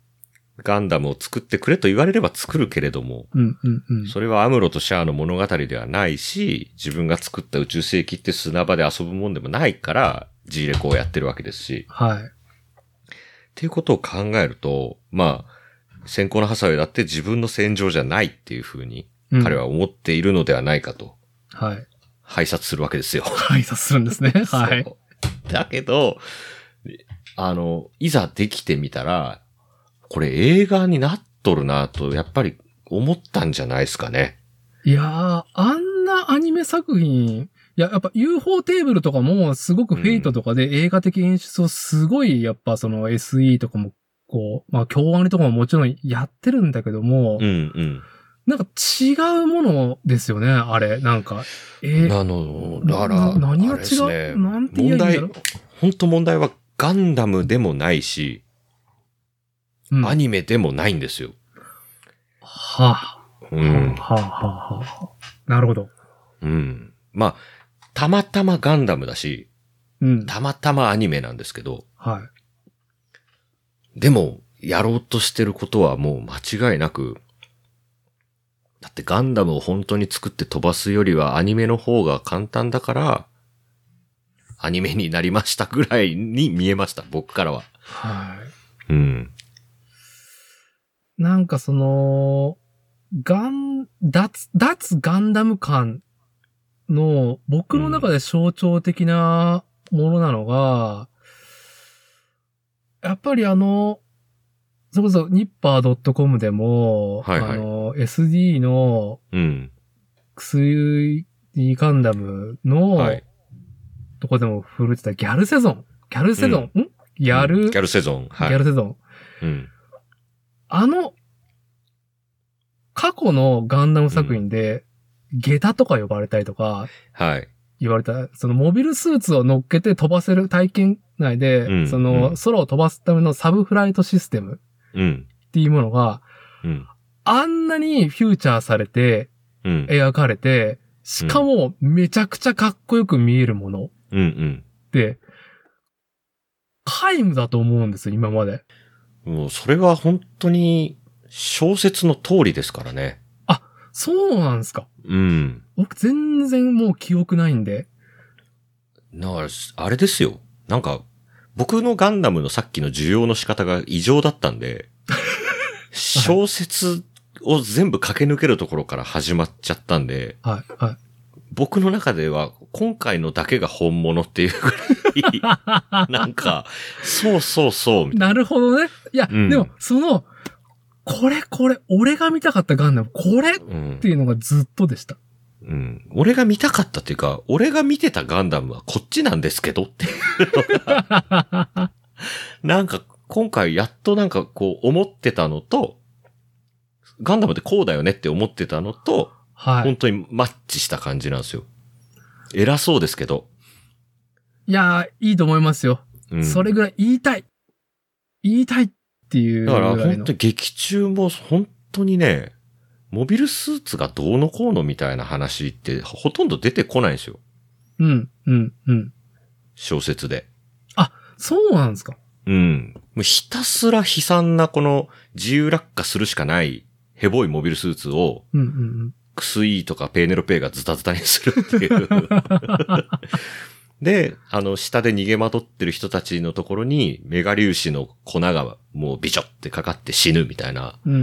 B: ガンダムを作ってくれと言われれば作るけれども、
A: うん、うん、うん。
B: それはアムロとシャアの物語ではないし、自分が作った宇宙世紀って砂場で遊ぶもんでもないから、G レコをやってるわけですし、
A: はい。
B: っていうことを考えると、まあ、先行のハサウェイだって自分の戦場じゃないっていうふうに、
A: うん
B: 彼は思っているのではないかと、
A: はい。
B: 拝察するわけですよ。
A: 挨拶するんですね。はい。
B: そう。だけど、あの、いざできてみたら、これ映画になっとるなと、やっぱり思ったんじゃないですかね。
A: いやー、あんなアニメ作品、いや、やっぱ UFO テーブルとかもすごくフェイトとかで映画的演出をすごい、やっぱその SE とかも、こう、まあ京アニとかももちろんやってるんだけども、
B: うんうん。
A: なんか違うものですよね、あれ。なんか、え
B: なの、
A: な
B: だから、
A: な何が
B: あれです
A: 違うなんて言え
B: 問
A: ばいいんだろ
B: 題
A: う、
B: 本当問題はガンダムでもないし、
A: うん
B: アニメでもないんですよ。
A: はあ、
B: うん。
A: はあ、はあ、はあ。なるほど。
B: うん。まあ、たまたまガンダムだし、
A: うん。
B: たまたまアニメなんですけど、
A: はい。
B: でも、やろうとしてることはもう間違いなく、だってガンダムを本当に作って飛ばすよりはアニメの方が簡単だから、アニメになりましたぐらいに見えました、僕からは。
A: はい。
B: うん。
A: なんかその、ガン、脱、脱ガンダム感の僕の中で象徴的なものなのが、やっぱりあの、それこそニッパー .com でも、
B: はいはい
A: あの、SD の
B: うん。
A: 薬ガンダムの、
B: はい。
A: とこでも触れてたギャルセゾン。ギャルセゾン、んギャル、
B: うんギ
A: ギ
B: ャルセゾン。はい。
A: ャルセゾン。
B: うん。
A: あの、過去のガンダム作品で、下駄とか呼ばれたりとか、
B: はい。
A: 言われた、そのモビルスーツを乗っけて飛ばせる体験内で、
B: うん
A: そうの
B: ん
A: 空を飛ばすためのサブフライトシステム
B: うん。
A: っていうものが、
B: うん。
A: あんなにフューチャーされて、
B: うん。
A: 描かれて、しかもめちゃくちゃかっこよく見えるものっ
B: うん。うん。
A: て、皆無だと思うんですよ、今まで。
B: もうそれは本当に小説の通りですからね。
A: そうなんですか。
B: うん。
A: 僕全然もう記憶ないんで。
B: だから、あれですよ。なんか、僕のガンダムのさっきの需要の仕方が異常だったんで、小説を全部駆け抜けるところから始まっちゃったんで、
A: はい、はい。
B: 僕の中では今回のだけが本物っていうぐらい、なんか、そうそうそう、みたいな
A: なるほどね。いや、
B: うん
A: でも、その、これこれ、俺が見たかったガンダム、これっ
B: うん
A: ていうのがずっとでした。
B: うん。俺が見たかったっていうか、俺が見てたガンダムはこっちなんですけど っていうのがなんか、今回やっとなんかこう思ってたのと、ガンダムってこうだよねって思ってたのと、
A: はい。
B: 本当にマッチした感じなんですよ。偉そうですけど。
A: いやー、いいと思いますよ。
B: うん
A: それぐらい言いたい。言いたいっていうぐ
B: だから
A: らい
B: 本
A: の
B: 当。に劇中も本当にね、モビルスーツがどうのこうのみたいな話ってほとんど出てこないんですよ。
A: うん、うん、うん。
B: 小説で。
A: そうなんですか。
B: うん。もうひたすら悲惨なこの自由落下するしかないヘボいモビルスーツを
A: うん、うん、うん。
B: クスイとかペーネロペーがズタズタにするって いう。で、あの、下で逃げまとってる人たちのところにメガ粒子の粉がもうビチョってかかって死ぬみたいな、
A: うん、う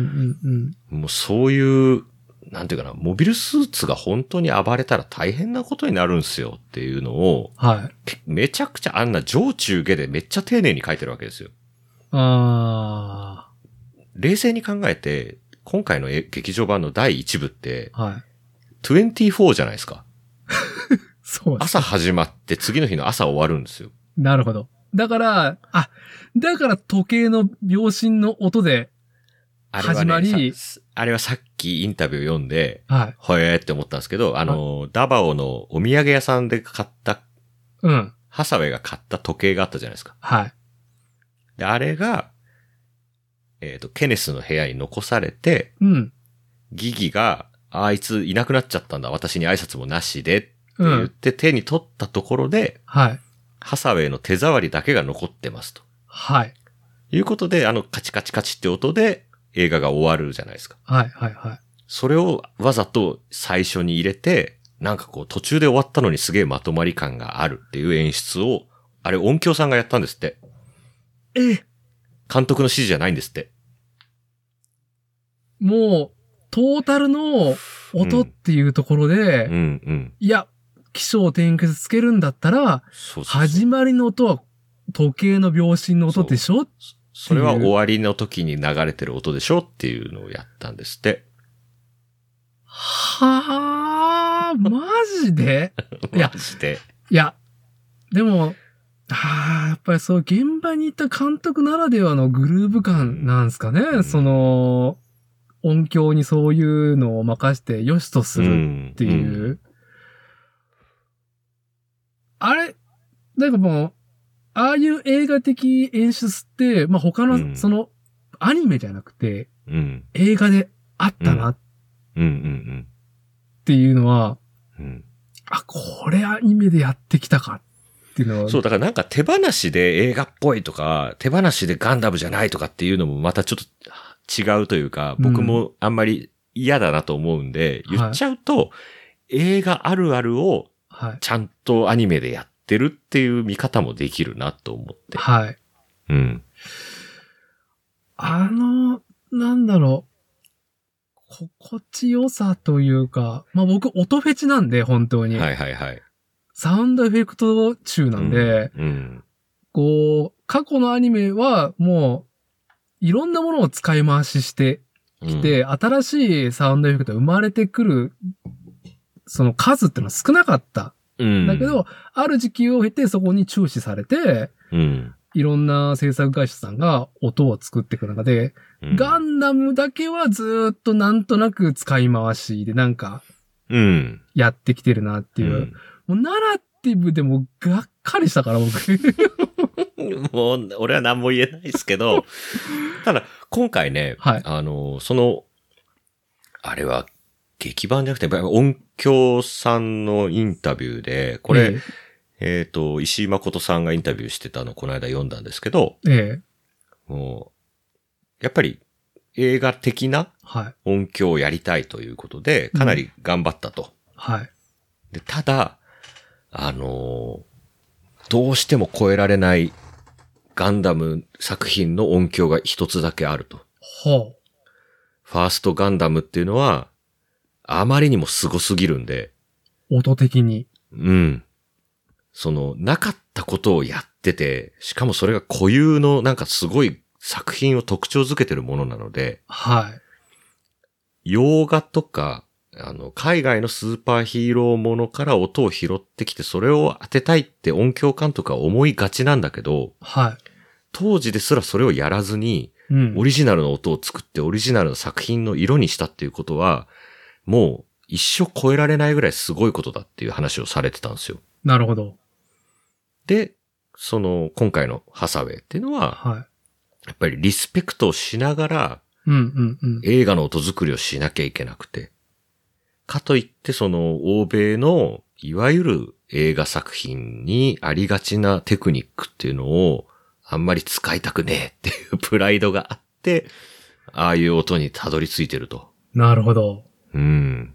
A: ん、うん。
B: もうそういう、なんていうかな、モビルスーツが本当に暴れたら大変なことになるんすよっていうのを、
A: はい。
B: けめちゃくちゃあんな上中下でめっちゃ丁寧に書いてるわけですよ。
A: あ
B: 冷静に考えて、今回のえ劇場版の第1部って、
A: ー、はい。
B: 24じゃないですか。
A: そうです。
B: 朝始まって次の日の朝終わるんですよ。
A: なるほど。だから、あ、だから時計の秒針の音で、
B: あれは、ね、
A: 始まり
B: さあれはさっきインタビュー読んで、
A: はい。
B: ほえーって思ったんですけど、あの、ダバオのお土産屋さんで買った、
A: うん、
B: ハサウェイが買った時計があったじゃないですか。
A: はい。
B: で、あれが、えっ、と、ケネスの部屋に残されて、
A: うん。
B: ギギが、あいついなくなっちゃったんだ、私に挨拶もなしで、って
A: う
B: 言っ
A: ん。
B: て手に取ったところで、
A: はい。
B: ハサウェイの手触りだけが残ってますと。
A: はい。
B: いうことで、あのカチカチカチって音で映画が終わるじゃないですか。
A: はい。はい。はい。
B: それをわざと最初に入れて、なんかこう途中で終わったのにすげえまとまり感があるっていう演出を、あれ音響さんがやったんですって。
A: え、
B: 監督の指示じゃないんですって。
A: もう、トータルの音っていうところで、
B: うんうん。
A: いや、気象転結つけるんだったら、
B: そうそうそう
A: 始まりの音は時計の秒針の音でしょ
B: それは終わりの時に流れてる音でしょっていうのをやったんですって。
A: はあー、マジ でいや
B: マジで。
A: いや、でも、ああ、やっぱりそう、現場に行った監督ならではのグルーヴ感なんですかね。
B: うん
A: その、音響にそういうのを任して良しとするっていう。
B: ん。
A: あれ、なんかもう、ああいう映画的演出って、まあ、他の、
B: うん
A: その、アニメじゃなくて、
B: うん。
A: 映画であったなっ
B: うんうん
A: ていうのは、
B: うん。うん
A: あ、これアニメでやってきたかっていうのは、
B: そう、だからなんか手放しで映画っぽいとか、手放しでガンダムじゃないとかっていうのもまたちょっと違うというか、僕もあんまり嫌だなと思うんで、
A: はい
B: 言っちゃうと、映画あるあるを
A: はい。
B: ちゃんとアニメでやってるっていう見方もできるなと思って。
A: はい。
B: うん。
A: あの、なんだろう、心地よさというか、まあ僕音フェチなんで、本当に。
B: はいはいはい。
A: サウンドエフェクト中なんで、
B: うん。
A: こう、過去のアニメはもう、いろんなものを使い回しして
B: うん、
A: きて、新しいサウンドエフェクトが生まれてくる、その数っていうのは少なかった。
B: うん、
A: だけど、ある時期を経てそこに注視されて、
B: うん、
A: いろんな制作会社さんが音を作っていく中で、
B: うん、
A: ガンダムだけはずーっとなんとなく使い回しでなんか
B: うん、っ
A: やってきてるなっていう。もうナラティブでもがっかりしたから僕。
B: もう、俺は何も言えないですけ ど、ただ、今回ね、
A: はい
B: あの、その、あれは、劇版じゃなくて、音響さんのインタビューで、これ、、えっ、と、石井誠さんがインタビューしてたの、この間読んだんですけど、
A: ええええ
B: もう、やっぱり、映画的な
A: はい、
B: 音響をやりたいということで、かなり頑張ったと。
A: はい、
B: で、ただ、あのーどうしても超えられないガンダム作品の音響が一つだけあると。
A: ほ
B: ファーストガンダムっていうのは、あまりにも凄すぎるんで、
A: う。音的に。
B: うん。その、なかったことをやってて、しかもそれが固有のなんかすごい作品を特徴づけてるものなので、
A: はい。
B: 洋画とか、あの、海外のスーパーヒーローものから音を拾ってきて、それを当てたいって音響監督は思いがちなんだけど、
A: は
B: 当時ですらそれをやらずに、
A: い。うん。
B: オリジナルの音を作ってオリジナルの作品の色にしたっていうことは、もう一生超えられないぐらいすごいことだっていう話をされてたんですよ。
A: なるほど。
B: で、その、今回のハサウェイっていうのは、
A: はい。
B: やっぱりリスペクトをしながら、
A: うん、うん、うん。
B: 映画の音作りをしなきゃいけなくて。かといって、その、欧米の、いわゆる映画作品にありがちなテクニックっていうのを、あんまり使いたくねえっていうプライドがあって、ああいう音にたどり着いてると。
A: なるほど。
B: うん。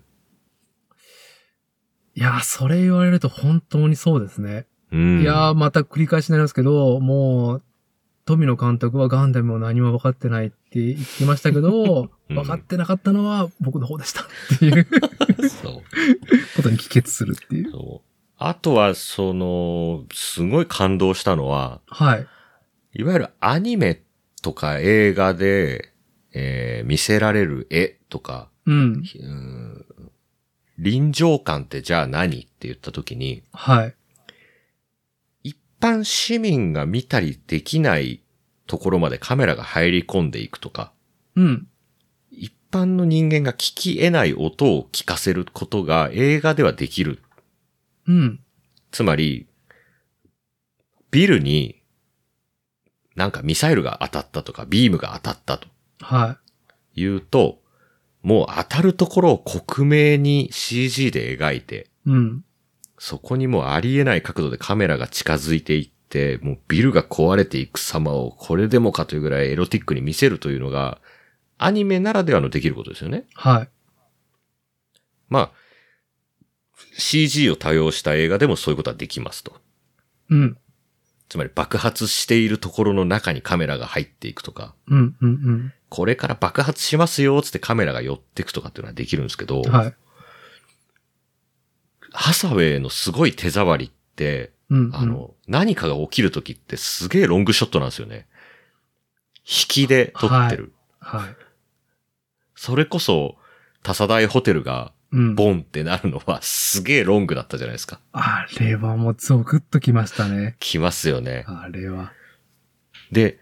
A: いやー、それ言われると本当にそうですね。
B: うん。
A: いやー、また繰り返しになりますけど、もう、富野監督はガンダムを何も分かってないって言ってましたけど、
B: うん
A: 分かってなかったのは僕の方でしたっていう
B: そう。
A: ことに帰結するっていう。
B: そうあとは、その、すごい感動したのは、
A: はい。
B: いわゆるアニメとか映画で、えー見せられる絵とか、
A: うん。
B: うーん臨場感ってじゃあ何って言った時に、
A: はい。
B: 一般市民が見たりできないところまでカメラが入り込んでいくとか、
A: うん。
B: 一般の人間が聞き得ない音を聞かせることが映画ではできる。
A: うん。
B: つまり、ビルになんかミサイルが当たったとか、ビームが当たったと
A: は
B: いうと、もう当たるところを克明に CG で描いて、
A: い。うん。
B: そこにもうありえない角度でカメラが近づいていって、もうビルが壊れていく様をこれでもかというぐらいエロティックに見せるというのが、アニメならではのできることですよね。
A: はい。
B: まあ、CG を多用した映画でもそういうことはできますと。
A: うん。
B: つまり爆発しているところの中にカメラが入っていくとか、
A: うん。うん。
B: これから爆発しますよっつってカメラが寄ってくとかっていうのはできるんですけ
A: う
B: ど、
A: ん。はい。
B: ハサウェイのすごい手触りって、
A: うん。うん
B: あ、の、何かが起きるときってすげえロングショットなんですよね。引きで撮ってる。
A: はい。
B: それこそ、多サ大ホテルが
A: うん。
B: ボンってなるのはすげえロングだったじゃないですか。
A: あれはもうゾクッときましたね。
B: きますよね。
A: あれは。
B: で、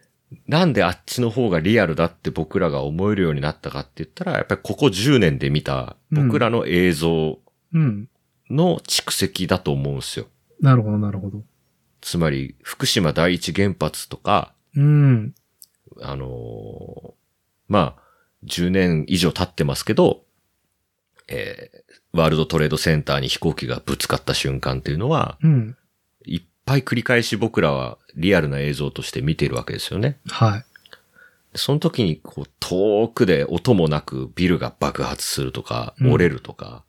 B: なんであっちの方がリアルだって僕らが思えるようになったかって言ったら、やっぱりここ10年で見た僕らの映像
A: うん。
B: の蓄積だと思うんですよ。
A: なるほど、なるほど。
B: つまり、福島第一原発とか、
A: うん。
B: あのーまあ、10年以上経ってますけど、えーワールドトレードセンターに飛行機がぶつかった瞬間っていうのは、
A: うん。
B: いっぱい繰り返し僕らはリアルな映像として見てるわけですよね。
A: はい。
B: その時に、こう、遠くで音もなくビルが爆発するとか、
A: うん
B: 折れるとか、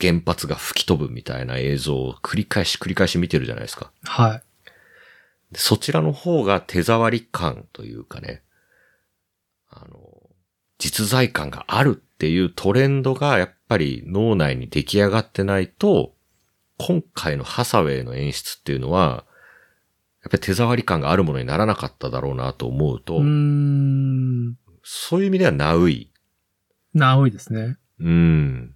B: 原発が吹き飛ぶみたいな映像を繰り返し繰り返し見てるじゃないですか。
A: はい。
B: でそちらの方が手触り感というかね、あの、実在感があるっていうトレンドがやっぱり脳内に出来上がってないと、今回のハサウェイの演出っていうのは、やっぱり手触り感があるものにならなかっただろうなと思うと、
A: うーん。
B: そういう意味ではナウイ。
A: な、多いですね。
B: うん。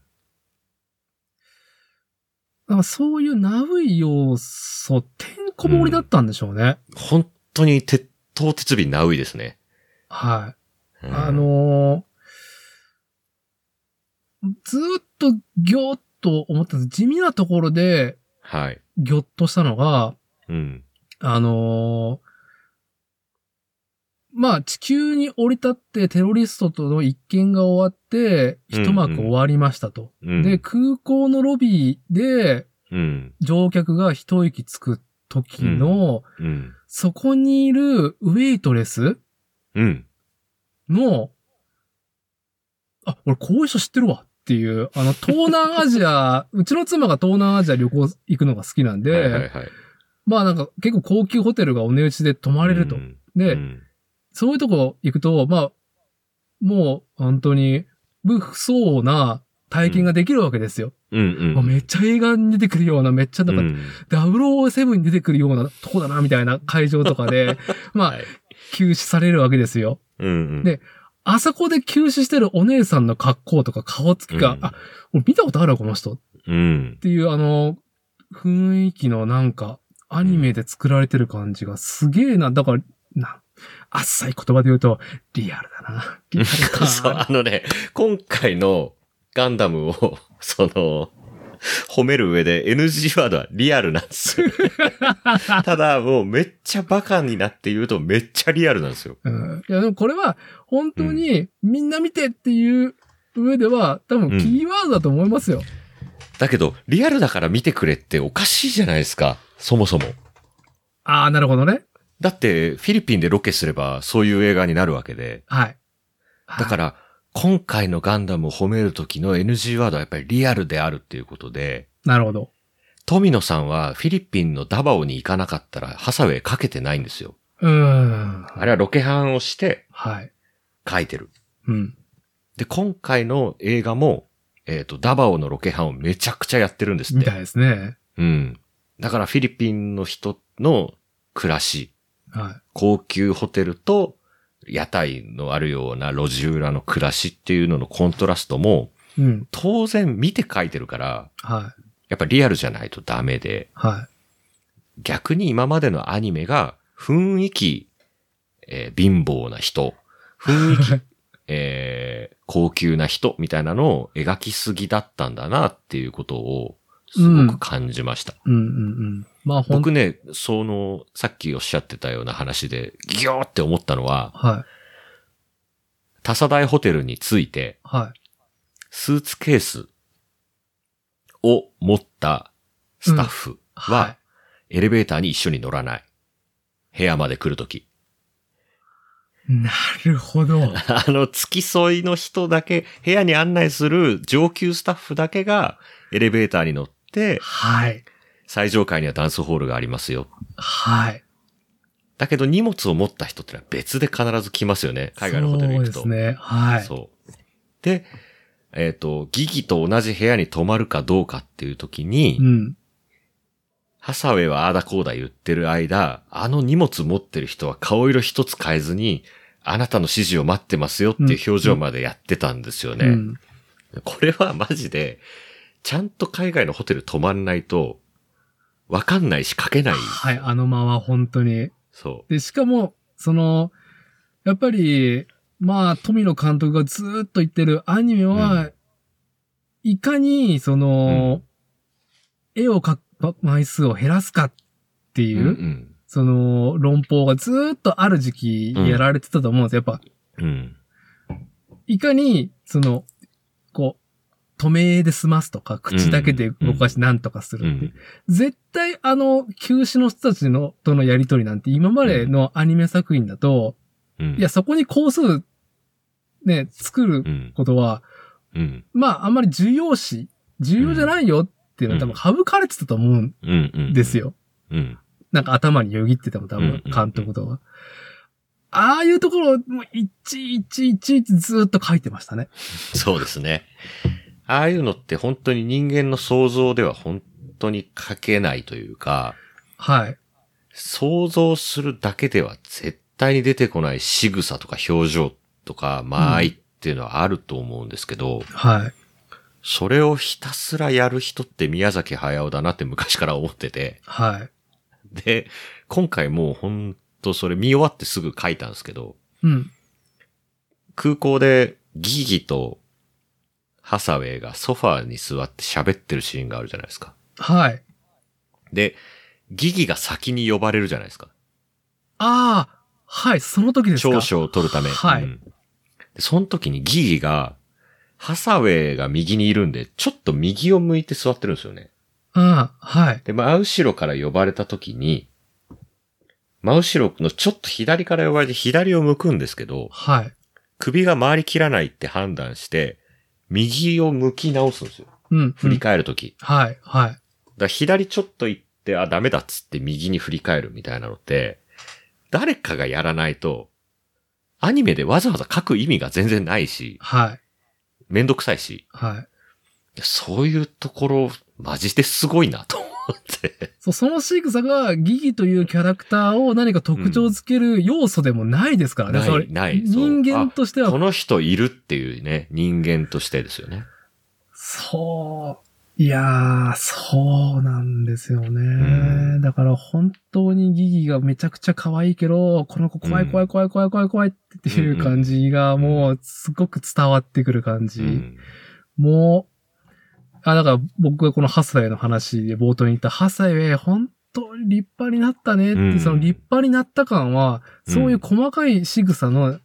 A: なんかそういうナウイ要素、てんこ盛りだったんでしょうね。
B: 本当に鉄頭鉄尾ナウイですね。
A: はい。
B: うん
A: あ、のーずーっとギョーっと思ってた地味なところで
B: はい。
A: ギョッとしたのが、
B: うん。
A: あのーまあ地球に降り立ってテロリストとの一件が終わって、一幕終わりましたと。
B: うん
A: で、、空港のロビーで
B: うん。
A: 乗客が一息つく時の、
B: うん。
A: そこにいるウェイトレス
B: うん。
A: の、あ、俺こういう人知ってるわっていう、 あの、東南アジア、うちの妻が東南アジア旅行行くのが好きなんで、
B: はいはいはい。
A: まあなんか結構高級ホテルがお値打ちで泊まれると。
B: うん
A: で、
B: うん
A: そういうとこ行くと、まあ、もう本当に、不そうな体験ができるわけですよ。
B: うんうん。
A: まあめっちゃ映画に出てくるような、めっちゃなんか、
B: うん
A: 007に出てくるようなとこだな、みたいな会場とか で、まあ、
B: はい
A: 休止されるわけですよ。
B: うんうん
A: であそこで休止してるお姉さんの格好とか顔つきが、
B: うん
A: あ、俺見たことあるわ、この人っ
B: うん。
A: ていう、あの、雰囲気のなんか、アニメで作られてる感じがすげえな。だから、な、あっさい言葉で言うと、リアルだな。リアル
B: そう、
A: か
B: あ。のね、今回のガンダムを、 その、褒める上で NG ワードはリアルなん ですよ。ただ、もうめっちゃバカになって言うとめっちゃリアルなんですよ。
A: うん、いや、でもこれは、本当に、みんな見てっていう上では、多分キーワードだと思いますよ。
B: だけど、リアルだから見てくれっておかしいじゃないですか。そもそも。
A: ああ、なるほどね。
B: だって、フィリピンでロケすればそういう映画になるわけで。
A: はい。、
B: だからら、今回のガンダムを褒める時の NG ワードはやっぱりリアルであるっていうことで、
A: なるほど。
B: 富野さんはフィリピンのダバオに行かなかったらハサウェイかけてないんですよ。
A: うーん。
B: あれはロケハンをして
A: はい。
B: 書いてる。
A: うん。
B: で、今回の映画も、えっ、と、ダバオのロケハンをめちゃくちゃやってるんですっ
A: みたい
B: て。
A: ですね。
B: うん。だからフィリピンの人の暮らし、
A: はい。
B: 高級ホテルと屋台のあるような路地裏の暮らしっていうののコントラストも、
A: うん。
B: 当然見て書いてるから、
A: はい。
B: やっぱリアルじゃないとダメで、
A: は
B: 逆に今までのアニメが雰囲気、えー貧乏 な人、雰囲気、
A: い。
B: えー高級な人みたいなのを描きすぎだったんだなっていうことをすごく感じました。
A: うんうんうん。まあ本当
B: 僕ね、その、さっきおっしゃってたような話で、ギョーって思ったのは、
A: はい。
B: 多サ大ホテルに着いて、
A: は
B: スーツケースを持ったスタッフ
A: うんは
B: は、エレベーターに一緒に乗らない。部屋まで来るとき。
A: い。なるほど。はい。
B: あの、付き添いの人だけ、部屋に案内する上級スタッフだけが、エレベーターに乗って、
A: はい。
B: 最上階にはダンスホールがありますよ。
A: はい。
B: だけど荷物を持った人ってのは別で必ず来ますよね。海外のホテル行くと。
A: そうですね。はい。
B: そうで、えっ、と、ギギと同じ部屋に泊まるかどうかっていう時に、
A: うん。
B: ハサウェイはああだこうだ言ってる間、あの荷物持ってる人は顔色一つ変えずに、あなたの指示を待ってますよっていう表情までやってたんですよね。
A: うん。
B: これはマジで、ちゃんと海外のホテル泊まんないと、わかんないし書けない。
A: はい、あの間は本当に。
B: そ
A: で、しかも、その、やっぱり、まあ、富野監督がずーっと言ってるアニメは、
B: う
A: いかに、その、絵を描く枚数を減らすかって
B: う。
A: いう、
B: うん
A: その、論法がずーっとある時期やられてたと思うんですよ。やっぱ、
B: うん。うん。
A: いかに、その、こう、止めで済ますとか、口だけで動かしてなんとかする
B: う
A: っていう。
B: ん。
A: 絶対あの、休止の人たちの、とのやりとりなんて今までのアニメ作品だと、
B: うん。
A: いや、、そこに工数、ね、作る
B: うん。
A: ことは、
B: うん。
A: まあ、あんまり重要視、重要じゃないよっていうのは多分省かれてたと思うん
B: うん。うん。
A: です。よ。
B: うん。
A: なんか頭によぎってたもん多分、
B: うん
A: 監督とか。ああいうところを、もう、いちいちいちいちずっと書いてましたね。
B: そうですね。ああいうのって本当に人間の想像では本当に書けないというか、
A: はい。
B: 想像するだけでは絶対に出てこない仕草とか表情とか間合いっていうのはあると思うんですけど、
A: はい。
B: それをひたすらやる人って宮崎駿だなって昔から思ってて、
A: はい。
B: で、今回もう本当それ見終わってすぐ書いたんですけど、
A: うん。
B: 空港でギギとハサウェイがソファーに座って喋ってるシーンがあるじゃないですか。
A: はい。
B: で、ギギが先に呼ばれるじゃないですか。
A: ああ、はい、その時ですか。
B: 長所を取るため。
A: はい
B: うんでその時にギギが、ハサウェイが右にいるんで、ちょっと右を向いて座ってるんですよね。
A: うん、はい。
B: で、真後ろから呼ばれた時に、真後ろのちょっと左から呼ばれて左を向くんですけど、
A: はい。
B: 首が回りきらないって判断して、右を向き直すんですよ。
A: うん。
B: 振り返る時
A: はい、はい。
B: だから左ちょっと行って、あ、ダメだっつって右に振り返るみたいなのって、誰かがやらないと、アニメでわざわざ書く意味が全然ないし、
A: はい、
B: めんどくさいし、
A: はい。
B: いやそういうところ、マジですごいなと思って。
A: そう、その仕草がギギというキャラクターを何か特徴づける要素でもないですからね。
B: ない
A: それ
B: ないそう
A: 人間として
B: こ
A: は、
B: の人いるっていうね、人間としてですよね。
A: そう。いやー、そうなんですよね。
B: うん
A: だから本当にギギがめちゃくちゃ可愛いけど、この子怖い怖い怖い怖い怖い怖いっていう感じがもうすごく伝わってくる感じ。
B: うん。
A: もう、あ、だから僕がこのハサウェイの話で冒頭に言った、ハサウェイ本当に立派になったねって、
B: うん
A: その立派になった感は、
B: うん
A: そういう細かい仕草の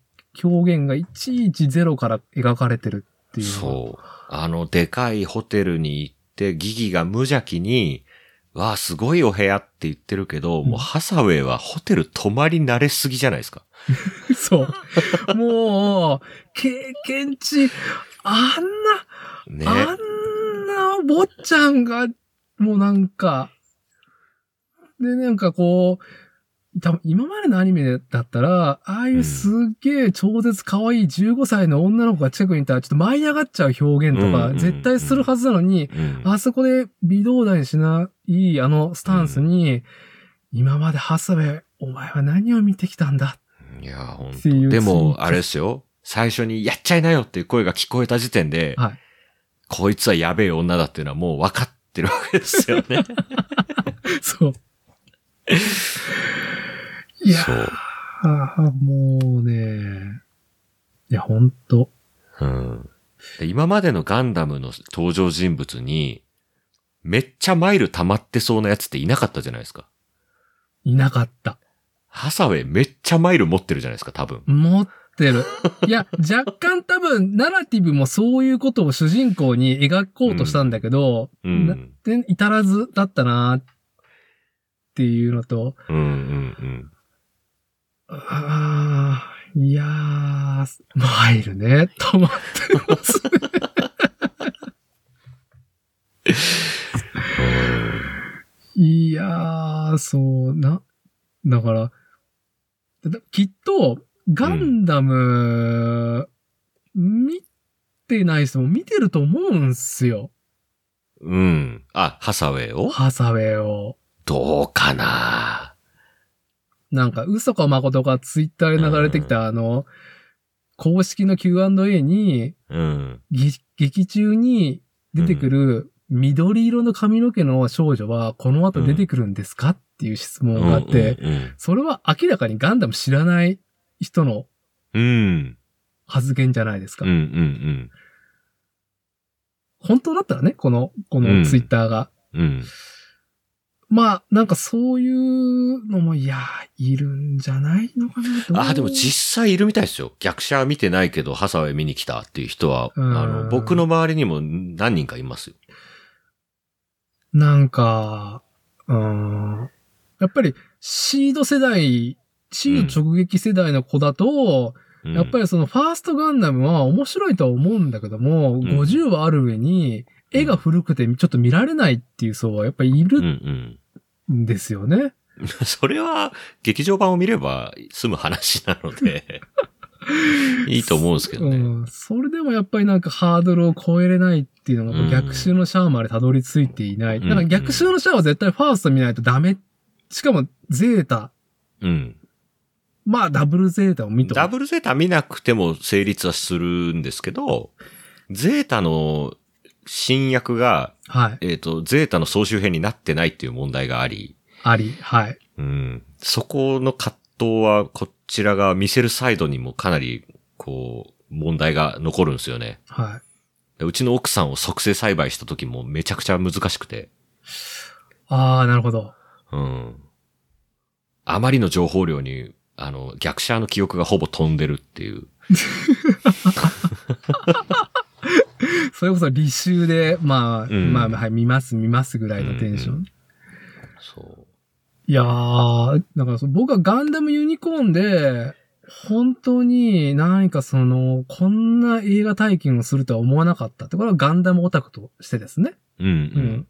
A: 表現がいちいちゼロから描かれてるっていう。
B: そう。あの、でかいホテルに行って、ギギが無邪気に、わあ、すごいお部屋って言ってるけど、
A: うん
B: もうハサウェイはホテル泊まり慣れすぎじゃないですか。
A: う。 そう。もう、経験値、あん
B: ね
A: な、。あんな坊ちゃんが、もうなんか、で、なんかこう、多分今までのアニメだったら、ああいうすっげえ超絶可愛い15歳の女の子が近くにいたら、ちょっと舞い上がっちゃう表現と
B: うんうん
A: か、
B: うん
A: 絶対するはずなのに、
B: うん
A: あそこで微動だにしない、あのスタンスに、今までハサウェイ、お前は何を見てきたんだ
B: いや、本
A: っていう
B: 当で
A: ツイ
B: も
A: ー、ト
B: あれですよ。最初に、やっちゃいなよっていう声が聞こえた時点で、
A: はい
B: こいつはやべえ女だっていうのはもう分かってるわけですよね。
A: そう。 いや
B: そう
A: ー、もうね、いや、ほんと。
B: うんで今までのガンダムの登場人物に、めっちゃマイル溜まってそうなやつっていなかったじゃないですか。
A: いなかった。
B: ハサウェイめっちゃマイル持ってるじゃないですか、多分。
A: 持って る。いや、若干多分、ナラティブもそういうことを主人公に描こうとしたんだけど、
B: う。
A: なんで至らずだったなーっていうのと、
B: うんうん
A: あー、いやー、マイルね、止まってます。いやー、そうな。だから、だきっと、ガンダム、見てない人も見てると思うんすよ。
B: うん。うん。あ、ハサウェイを
A: ハサウェイを。
B: どうかな
A: なんか、嘘か誠かツイッターで流れてきた、あの、公式の Q&A に、
B: うん。
A: ぎ劇中に出てくる緑色の髪の毛の少女はこの後出てくるんですかっていう質問があって、
B: うん
A: それは明らかにガンダム知らない人の
B: うんうん。
A: 発言じゃないですか
B: うん。うん。うん
A: 本当だったらね、この、こ
B: うん
A: のツイッターが。
B: うん。うん。
A: まあ、なんかそういうのも、いやー、いるんじゃないのかなどう
B: あ、でも実際いるみたいですよ。逆者は見てないけど、ハサウェイ見に来たっていう人は、あ
A: うん
B: の、僕の周りにも何人かいますよ。
A: なんか、うーん。やっぱり、シード世代、シード直撃世代の子だと、やっぱ
B: り、
A: りそのファーストガンダムは面白いとは思うんだけども、
B: ん
A: 50はある上に、絵が古くてちょっと見られないっていう層はやっぱりい
B: うんう
A: る
B: ん。
A: んですよね。
B: それは、劇場版を見れば済む話な ので、いいと思うんですけど
A: う
B: ね。
A: ん。それでもやっぱりなんかハードルを超えれないっていうのが
B: うん
A: 逆襲のシャアまでたどり着いていない。
B: うん
A: だから逆襲のシャアは絶対ファースト見ないとダメ。しかもゼータ。
B: うん。
A: まあダブルゼータを見と
B: ダブルゼータ見なくても成立はするんですけど、ゼータの新薬が、
A: はい。
B: えっ、と、ゼータの総集編になってないっていう問題があり、
A: あり。はい。
B: うん。そこの葛藤は、こちらが見せるサイドにもかなり、こう、問題が残るんですよね。
A: はい。
B: でうちの奥さんを促成栽培した時もめちゃくちゃ難しくて、
A: ああ、なるほど。
B: うん。あまりの情報量に、あの、逆者の記憶がほぼ飛んでるっていう。
A: それこそ履修で、まあ、
B: うん
A: まあ、はい、見ます、見ますぐらいのテンション。
B: うんうんそう。
A: いやー、だからその僕はガンダムユニコーンで、本当に何かその、こんな映画体験をするとは思わなかったって、これはガンダムオタクとしてですね。
B: うんうん。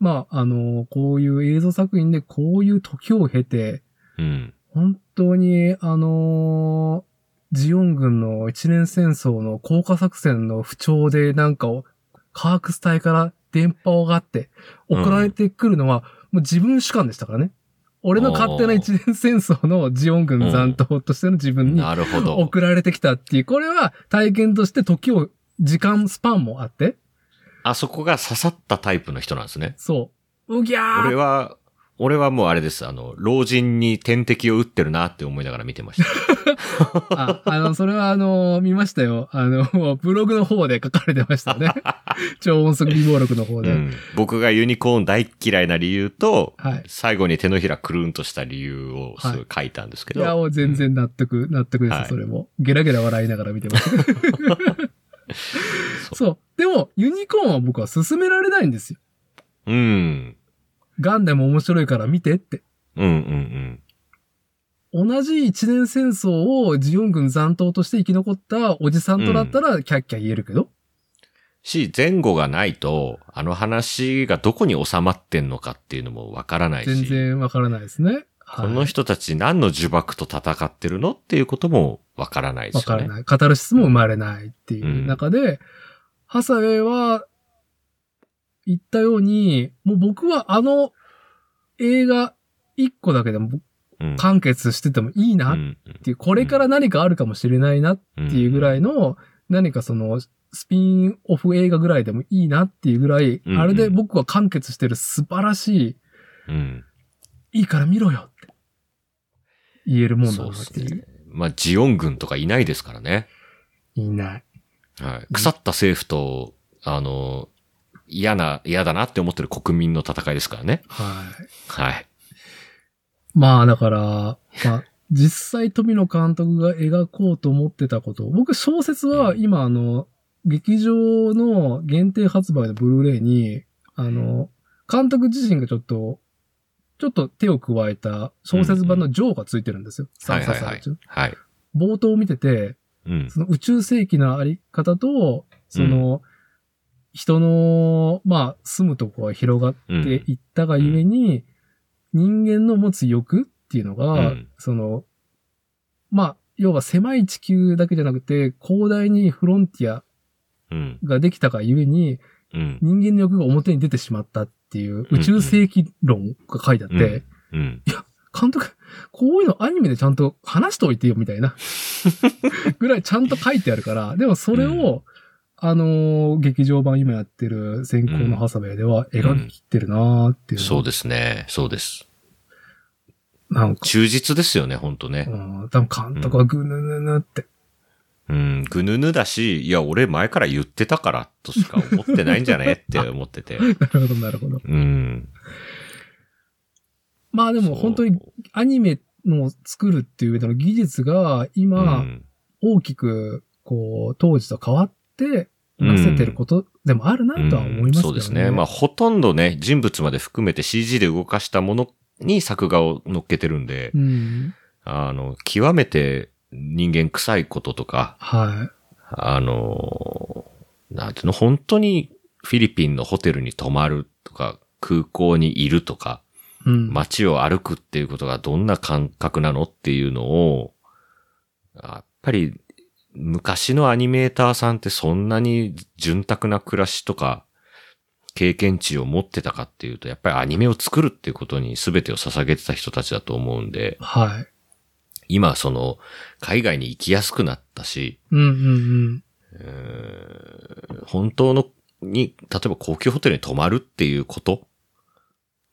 A: まあ、あの、こういう映像作品でこういう時を経て、
B: うん。
A: 本当に、あのージオン軍の一年戦争の降下作戦の不調でなんかを、科学隊から電波をがあって、送られてくるのは、もう自分主観でしたからね。俺の勝手な一年戦争のジオン軍残党としての自分に
B: なるほど。
A: 送られてきたっていう、これは体験として時を、時間スパンもあって、
B: あそこが刺さったタイプの人なんですね。
A: そう。うぎゃ
B: 俺
A: ー
B: は、俺はもうあれです。あの、老人に点滴を打ってるなって思いながら見てました。
A: あ、あの、それはあのー見ましたよ。あの、ブログの方で書かれてました ね。超音速微暴録の方で。
B: うん僕がユニコーン大嫌いな理由と、
A: はい。
B: 最後に手のひらくるんとした理由をすごい書いたんですけ
A: い
B: ど、
A: や、もう全然納得、納得です、
B: はい
A: それも。ゲラゲラ笑いながら見て ます。そう。でも、ユニコーンは僕は勧められないんですよ。
B: うん。
A: ガンダム面白いから見てって。
B: うんうん
A: 同じ一年戦争をジオン軍残党として生き残ったおじさんとだったらキャッキャ言えるけど。
B: し、前後がないと、あの話がどこに収まってんのかっていうのもわからないし、
A: 全然わからないですね。は
B: こ
A: い
B: の人たち何の呪縛と戦ってるのっていうこともわからないで
A: わ
B: す
A: か
B: よ
A: ら
B: ね。
A: ない。カタルシスも生まれないっていう中で、ハサウェイは、言ったように、もう僕はあの映画一個だけでも
B: うん
A: 完結しててもいいなっていう、これから何かあるかもしれないなっていうぐらいの、何かその、スピンオフ映画ぐらいでもいいなっていうぐらい、
B: うん
A: あれで僕は完結してる素晴らし
B: うん
A: い、いいから見ろよって言えるもんだ
B: そ
A: な
B: う
A: っ
B: です
A: ていう。
B: ね。まあ、ジオン軍とかいないですからね。
A: いない。
B: はい。腐った政府と、あの、嫌な、嫌だなって思ってる国民の戦いですからね。
A: はい。
B: はい。
A: まあだから、まあ、 実際富野監督が描こうと思ってたこと。僕小説は今あの、劇場の限定発売のブルーレイに、あの、監督自身がちょっと、ちょっと手を加えた小説版のジョーがついてるんですよ。サ
B: はい
A: ンサ
B: はい
A: サ
B: は
A: ラ
B: い
A: チュ。
B: はい。
A: 冒頭を見てて、
B: うん。
A: その宇宙世紀のあり方と、その、人の、まあ、住むとこが広がっ
B: うん
A: って言ったがゆえに、人間の持つ欲っていうのが、
B: うん
A: その、まあ、要は狭い地球だけじゃなくて、広大にフロンティア
B: うん。
A: ができたがゆえに、
B: うん。
A: 人間の欲が表に出てしまったっていう
B: うん
A: 宇宙世紀論が書いてあって、
B: うん。
A: 監督、こういうのアニメでちゃんと話しておいてよ、みたい な。ぐらいちゃんと書いてあるから、でもそれを、あのー劇場版今やってる先行のハサウェイでは描ききってるなーっていう、
B: そうですね。そうです。
A: なんか、
B: 忠実ですよね、ほんとね
A: う。ん、多分監督はぐぬぬぬって。
B: うん、ぐぬぬだし、いや、俺前から言ってたからとしか思ってないんじゃ ねって思ってて。
A: なるほど、なるほど。
B: うん。
A: まあでも
B: そう
A: 本当にアニメの作るっていう上での技術が
B: う
A: 今
B: ん
A: 大きくこう当時と変わってなせてることでもあるなとは思いますけどね。
B: そうですね。まあ、ほとんどね、人物まで含めて CG で動かしたものに作画を乗っけてるんで、
A: うん。
B: あの、極めて人間臭いこととか、
A: は
B: あの、なんていうの、本当にフィリピンのホテルに泊まるとか、空港にいるとか、
A: い。うん。
B: 街を歩くっていうことがどんな感覚なのっていうのを、やっぱり昔のアニメーターさんってそんなに潤沢な暮らしとか経験値を持ってたかっていうと、やっぱりアニメを作るっていうことに全てを捧げてた人たちだと思うんで、
A: はい。
B: 今その海外に行きやすくなったし、
A: うんうん
B: うーん本当のに、例えば高級ホテルに泊まるっていうこと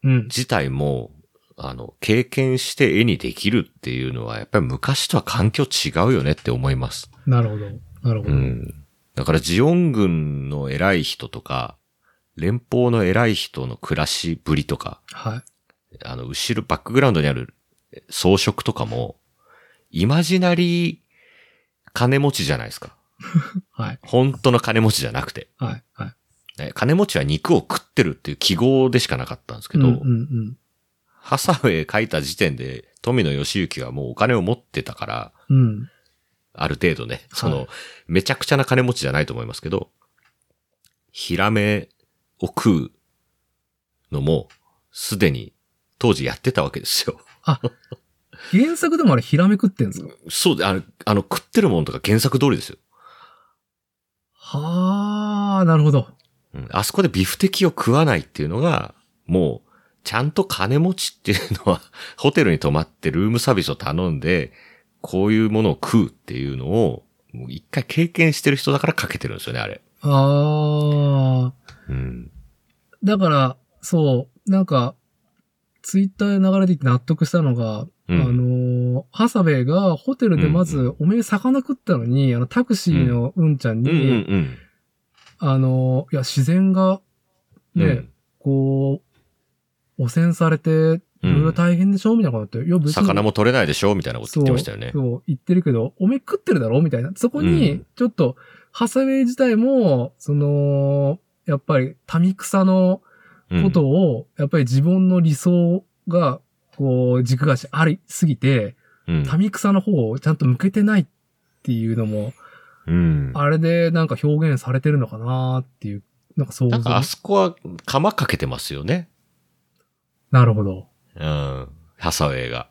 A: うん。うん。
B: 自体も、あの、経験して絵にできるっていうのは、やっぱり昔とは環境違うよねって思います。
A: なるほど。なるほ
B: う
A: ど。
B: ん。だから、ジオン軍の偉い人とか、連邦の偉い人の暮らしぶりとか、
A: はい。
B: あの、後ろ、バックグラウンドにある装飾とかも、イマジナリー金持ちじゃないですか。
A: はい。
B: 本当の金持ちじゃなくて。
A: はい。はい。
B: ね金持ちは肉を食ってるっていう記号でしかなかったんですけど、
A: うんうんうん。
B: ハサウェイ書いた時点で、富野義行はもうお金を持ってたから、
A: うん。
B: ある程度ね、その、
A: はい
B: めちゃくちゃな金持ちじゃないと思いますけど、ヒラメを食うのも、すでに当時やってたわけですよ。
A: 原作でもあれ、ひらめくってんですか
B: そうで、あの、あの食ってるものとか原作通りですよ。
A: はあ、なるほど。
B: うんあそこでビフテキを食わないっていうのが、もう、ちゃんと金持ちっていうのは、 ホテルに泊まってルームサービスを頼んで、こういうものを食うっていうのを、もう一回経験してる人だからかけてるんですよね、あれ。
A: ああ。
B: うん。
A: だから、そう、なんか、ツイッターで流れてきて納得したのが、
B: うん
A: あのー、ハサベイがホテルでまず、
B: うん
A: おめえ魚食ったのに、あの、タクシーのうんちゃん
B: うん
A: に、
B: うん
A: あのー、いや、自然が、
B: うん。
A: ね、こう、汚染されて、いろいろ大変でしょみたいなこと言って、いや、
B: うん
A: 別に
B: 魚も取れないでしょみたいなこと言ってましたよね
A: そ。う、そう言ってるけど、おめえ食ってるだろみたいな。そこ
B: う
A: に
B: ん、
A: ちょっと、ハサウェイ自体も、その、やっぱり、民草の
B: うん
A: ことを、やっぱり自分の理想が、こう、軸足ありすぎて、
B: うん
A: 民草の方をちゃんと向けてないっていうのも、
B: うん。
A: あれでなんか表現されてるのかなっていう、なんか想像
B: なん。かあそこは釜かけてますよね。
A: なるほど。
B: うん。ハサウェイが。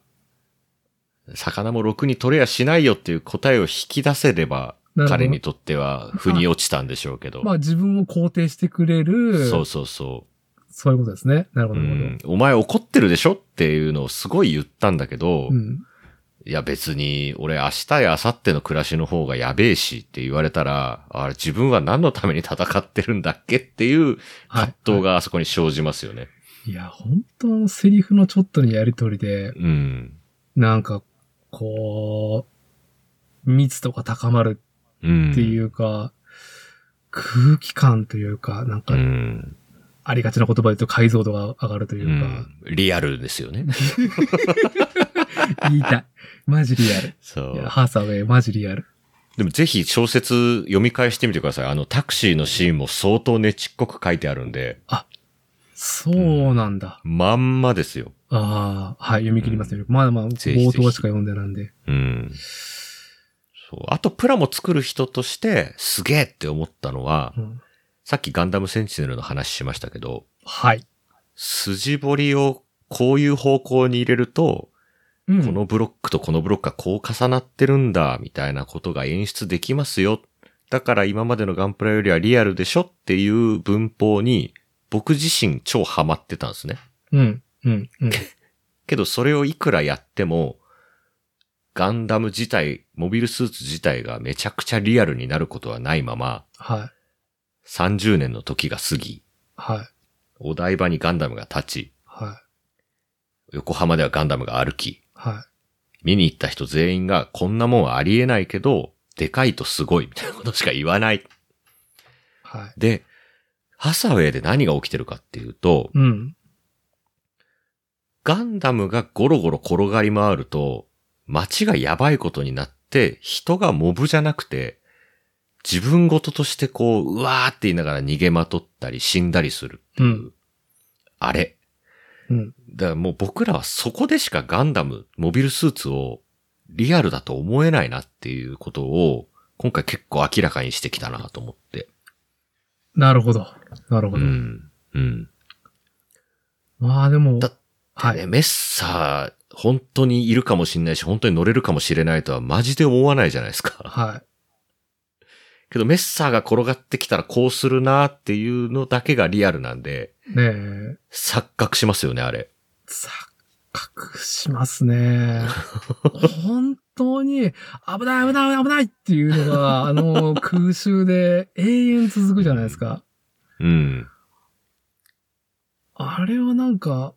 B: 魚もろくに取れやしないよっていう答えを引き出せれば、
A: なるほど
B: 彼にとっては、腑に落ちたんでしょうけど。
A: まあ自分を肯定してくれる、
B: そ
A: そう
B: うそうそう
A: いうことですね。なるほ
B: う、
A: ど。なる
B: ん。お前怒ってるでしょっていうのをすごい言ったんだけど、
A: ほどうん。
B: いや別に俺明日や明後日の暮らしの方がやべえしって言われたら、あれ自分は何のために戦ってるんだっけっていう
A: はい
B: 葛藤があそこに生じますよね。
A: いや、本当のセリフのちょっとのやりとりで、
B: うん。
A: なんか、こう、密度が高まる
B: うん。。
A: っていううか、空気感というか、なんか
B: う、ん。
A: ありがちな言葉で言うと解像度が上がるといううんか、、
B: リアルですよ ね。
A: 言いたい。マジリアル。
B: そ
A: いうや、。ハサウェイ、マジリアル。
B: でもぜひ小説読み返してみてください。あのタクシーのシーンも相当ねちっこく書いてあるんで、
A: そうなんだ。
B: まんまですよ。
A: ああ、はい、読み切りますよ。まだまだ、
B: ぜひぜ
A: 冒
B: ひ
A: 頭はしか読んでないんで。
B: うん。そう。あと、プラモ作る人として、すげえって思ったのは、
A: うん
B: さっきガンダムセンチネルの話しましたけど、
A: はい。
B: 筋彫りをこういう方向に入れると、
A: うん
B: このブロックとこのブロックがこう重なってるんだ、みたいなことが演出できますよ。だから今までのガンプラよりはリアルでしょっていう文法に、僕自身超ハマってたんですね。
A: うん、うん、うん。
B: けどそれをいくらやっても、ガンダム自体、モビルスーツ自体がめちゃくちゃリアルになることはないまま、
A: はい。
B: 30年の時が過ぎ、
A: はい。
B: お台場にガンダムが立ち、
A: はい。
B: 横浜ではガンダムが歩き、
A: はい。
B: 見に行った人全員がこんなもんありえないけど、でかいとすごいみたいなことしか言わない。
A: はい。
B: で、ハサウェイで何が起きてるかっていうと、
A: うん。
B: ガンダムがゴロゴロ転がり回ると、街がやばいことになって、人がモブじゃなくて、自分ごととしてこう、うわーって言いながら逃げまとったり死んだりする。
A: うん。
B: あれ。
A: うん。
B: だからもう僕らはそこでしかガンダム、モビルスーツをリアルだと思えないなっていうことを、今回結構明らかにしてきたなと思って。
A: なるほど。なるほ
B: う
A: ど。
B: ん。うん。
A: まあでも、
B: だ
A: は
B: ね
A: い。
B: メッサー、本当にいるかもしれないし、本当に乗れるかもしれないとはマジで思わないじゃないですか。
A: はい。
B: けどメッサーが転がってきたらこうするなっていうのだけがリアルなんで、
A: ねえ、
B: 錯覚しますよね、あれ。
A: 錯覚します ね。本当に、危ない危ない危ないっていうのが、あの、空襲で永遠続くじゃないですか。
B: うん。
A: あれはなんか、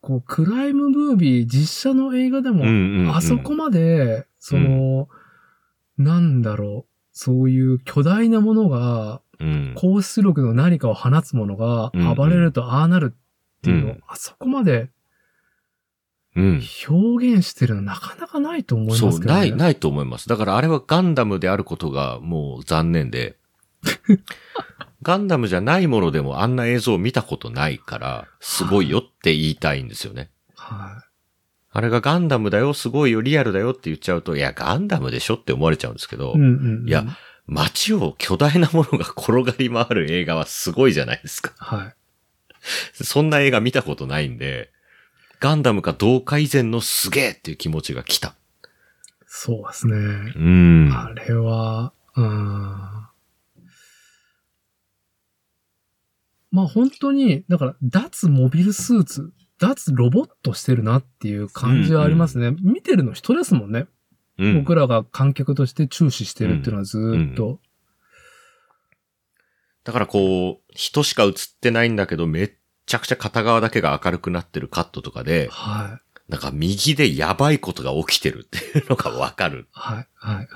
A: こう、クライムムービー、実写の映画で
B: うんう
A: も、
B: ん、うん。
A: あそこまで、その、なんだろう、そういう巨大なものが、
B: うん。
A: 高出力の何かを放つものが
B: うんうん
A: 暴れるとああなるっていうのを、
B: うん
A: あそこまで
B: うん。
A: 表現してるのなかなかないと思いますけど
B: そ
A: ね。
B: う、ない、
A: い。
B: ないと思います。だからあれはガンダムであることがもう残念で、 ガンダムじゃないものでもあんな映像を見たことないから、すごいよって言いたいんですよね。
A: は
B: あれがガンダムだよ、すごいよ、リアルだよって言っちゃうと、いや、ガンダムでしょって思われちゃうんですけど、
A: い。うんうんうん。
B: いや。街を巨大なものが転がり回る映画はすごいじゃないですか。
A: はい。
B: そんな映画見たことないんで、ガンダムかどうか以前のすげえっていう気持ちが来た。
A: そうですね。
B: うん
A: あれは、うん。まあ本当に、だから、脱モビルスーツ、脱ロボットしてるなっていう感じはありますね。見てるの人ですもんね。
B: うん
A: 僕らが観客として注視してるっていうのはずーっと。
B: だからこう、人しか映ってないんだけど、めっちゃくちゃ片側だけが明るくなってるカットとかで、
A: はい。
B: なんか右でやばいことが起きてるっていうのがわかる。
A: はい。はい。はい。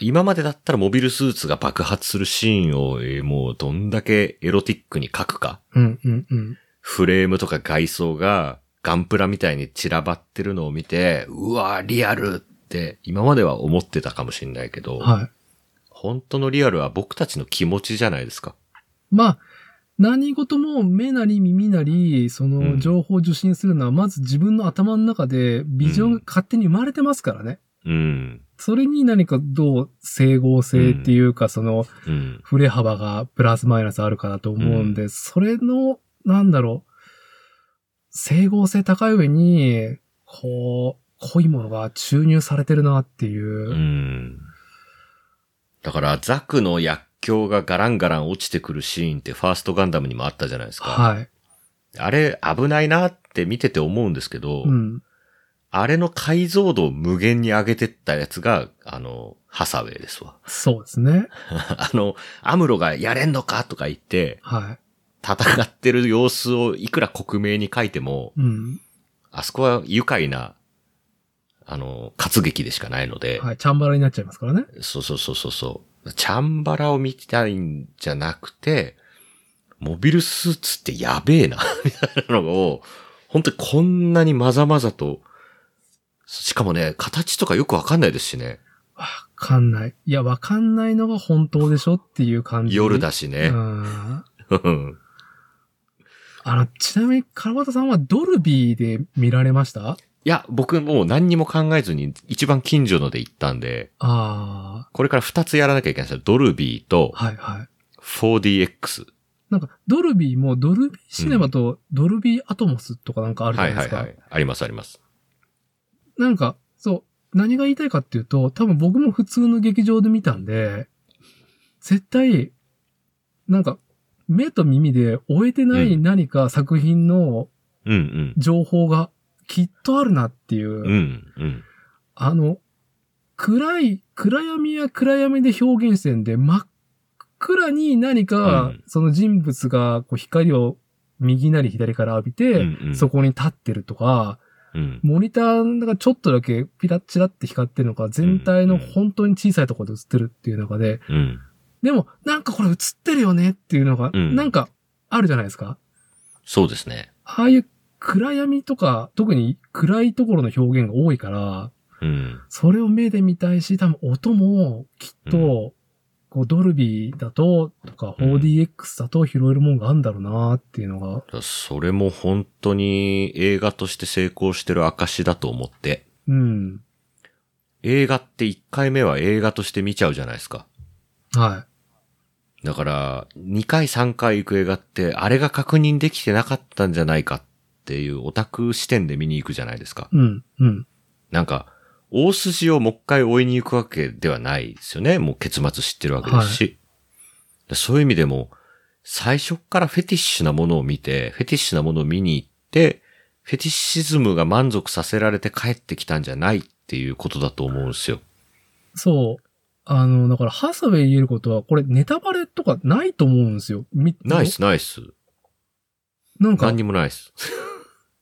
B: 今までだったらモビルスーツが爆発するシーンを、えーもうどんだけエロティックに描くか。
A: うんうんうん。
B: フレームとか外装がガンプラみたいに散らばってるのを見て、うわーリアルって今までは思ってたかもしれないけど、
A: はい。
B: 本当のリアルは僕たちの気持ちじゃないですか。
A: まあ、何事も目なり耳なり、そ
B: うん
A: の情報を受信するのは、まず自分の頭の中でビジョン
B: うん
A: が勝手に生まれてますからね。
B: うん。
A: それに何かどう整合性っていうか、その、
B: うん。
A: 振れ幅がプラスマイナスあるかだと思うんで、それの、なんだろう、整合性高い上に、こう、濃いものが注入されてるなっていうう。
B: ん。だから、ザクの薬莢がガランガラン落ちてくるシーンってファーストガンダムにもあったじゃないですか。
A: はい。
B: あれ、危ないなって見てて思うんですけど、
A: うん。
B: あれの解像度を無限に上げてったやつが、あの、ハサウェイですわ。
A: そうですね。
B: あの、アムロがやれんのかとか言って、
A: は
B: 戦ってる様子をいくら克明に書いても、
A: い。うん。
B: あそこは愉快な、あの、活劇でしかないので、
A: はい。チャンバラになっちゃいますからね。
B: そうそうそうそうそう。チャンバラを見たいんじゃなくて、モビルスーツってやべえな、みたいなのを、本当にこんなにまざまざと、しかもね、形とかよくわかんないですしね。
A: わかんない。いや、わかんないのが本当でしょっていう感じ。
B: 夜だし
A: う
B: ね。
A: ん。
B: うん
A: あの、ちなみに、カルバタさんはドルビーで見られましたあ
B: いや、僕もう何にも考えずに一番近所ので行ったんで、
A: あ
B: これから2つやらなきゃいけないんですよ。ドルビーと
A: ー。はいはい。
B: 4DX。
A: なんか、ドルビーもドルビーシネマとドルビーアトモスとかなんかあるじゃ
B: は
A: ないいで
B: は
A: す
B: い
A: か。
B: はい。ありますあります。
A: なんか、そう、何が言いたいかっていうと、多分僕も普通の劇場で見たんで、絶対、なんか、目と耳で終えてない何か作品の
B: うん
A: 情報がきっとあるなっていう、
B: うん。うんうん。
A: あの、暗い、暗闇や暗闇で表現してるんで、真っ暗に何か、
B: うん
A: その人物がこう光を右なり左から浴びて、
B: うんうん
A: そこに立ってるとか、
B: うん。
A: モニターがちょっとだけピラッチラって光ってるのか、全体の本当に小さいところで映ってるっていう中で、
B: うん。
A: でも、なんかこれ映ってるよねっていうのが、
B: うん
A: なんかあるじゃないですか。
B: そうですね。
A: ああいう暗闇とか、特に暗いところの表現が多いから、
B: うん。
A: それを目で見たいし、多分音もきっと、
B: う
A: こうドルビーだと、とか
B: うん
A: 4DX だと拾えるもんがあるんだろうなっていうのが、
B: それも本当に映画として成功してる証だと思って。
A: うん。
B: 映画って1回目は映画として見ちゃうじゃないですか。
A: は
B: だから、2回3回行く映画って、あれが確認できてなかったんじゃないかっていうオタク視点で見に行くじゃないですか。
A: い。うん、うん。
B: なんか、大筋をもう一回追いに行くわけではないですよね。もう結末知ってるわけですし。でそういう意味でも、最初からフェティッシュなものを見て、フェティッシュなものを見に行って、フェティッシズムが満足させられて帰ってきたんじゃないっていうことだと思うんですよ。
A: そう。あの、だから、ハサウェイ言えることは、これネタバレとかないと思うんですよ。み
B: ナイ。スナイス。
A: なんか
B: 何、にもないです。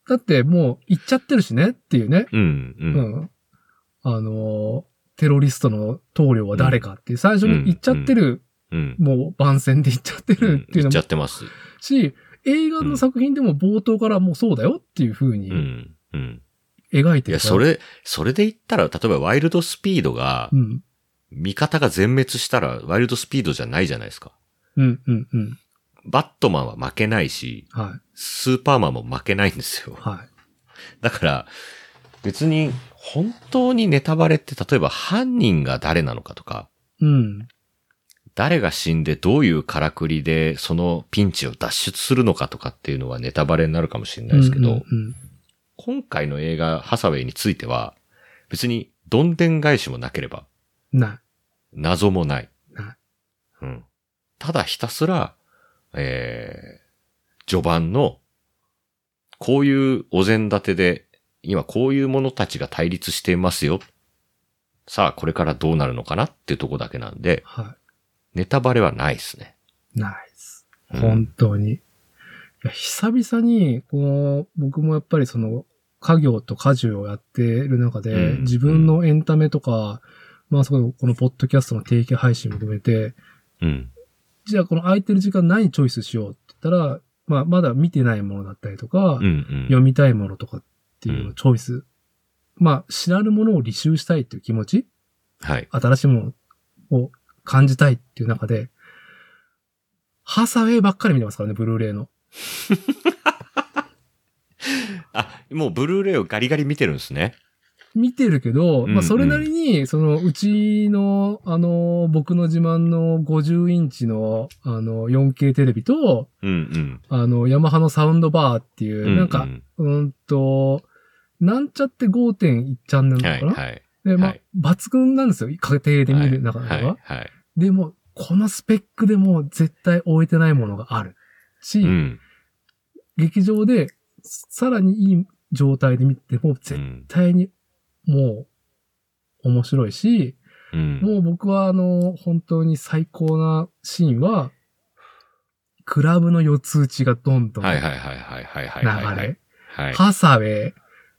A: だってもう行っちゃってるしねっていうね。
B: うん、う。
A: うんん。あの、テロリストの棟梁は誰かっていう、最初に言っちゃってる、
B: うん。
A: もう番宣で言っちゃって
B: うん
A: るっていう
B: 言
A: の
B: っちゃ
A: も
B: ってます。
A: し、映画の作品でも冒頭からもうそうだよっていう風
B: う
A: に
B: ん。うん。
A: 描いてる
B: いや、
A: から
B: そ、れ、それで言ったら、例えばワイルドスピードが
A: う、ん。
B: 味方が全滅したら、ワイルドスピードじゃないじゃないですか。
A: うん、うん、うん。
B: バットマンは負けないし、
A: はい、
B: スーパーマンも負けないんですよ。
A: はい。
B: だから、別に、本当にネタバレって、例えば犯人が誰なのかとか、
A: うん。
B: 誰が死んでどういうからくりでそのピンチを脱出するのかとかっていうのはネタバレになるかもしれないですけど、
A: うんうん
B: 今回の映画ハサウェイについては、別にどんでん返しもなければ、
A: うんな
B: 謎もない。
A: ない
B: うん。ただひたすら、えー、序盤の、こういうお膳立てで、今こういう者たちが対立していますよ。さあ、これからどうなるのかなっていうとこだけなんで、
A: は
B: ネタバレはないですね。
A: い。ナイス。
B: うん
A: 本当に。いや、久々に、この、僕もやっぱりその、家業と家事をやってる中で、
B: うん
A: 自分のエンタメとか、まあ、そこ、このポッドキャストの定期配信も含めて、
B: うん。
A: じゃあこの空いてる時間何チョイスしようって言ったら、まあまだ見てないものだったりとか、
B: うんうん。
A: 読みたいものとかっていうのをチョイス。まあ知らぬものを履修したいっていう気持ち、
B: はい。
A: 新しいものを感じたいっていう中で、ハサウェイばっかり見てますからね、ブルーレイの。
B: あ、もうブルーレイをガリガリ見てるんですね。
A: 見てるけど、
B: うんう
A: まあ
B: ん
A: それなりに、そのうちの、あの、僕の自慢の50インチの、あの、4K テレビと、
B: うん
A: あの、ヤマハのサウンドバーっていうう、
B: ん。う
A: なんか
B: う、
A: うーんと、なんちゃって5.1チャンネルな
B: は
A: の
B: い
A: かな、
B: はい。
A: で、まあ、
B: はい
A: 抜群なんですよ。家庭で見る中では。
B: はいはいはい。
A: でも、このスペックでもう絶対終えてないものがあるし、
B: うん。
A: 劇場でさらにいい状態で見ても
B: う
A: 絶
B: ん。
A: 対にもう面白いし、
B: うん。
A: もう僕はあの、本当に最高なシーンは、クラブの四つ打ちがどんどん流
B: は
A: れ、
B: いはいはいはいはいはいはい。はい。
A: ハサウェイ、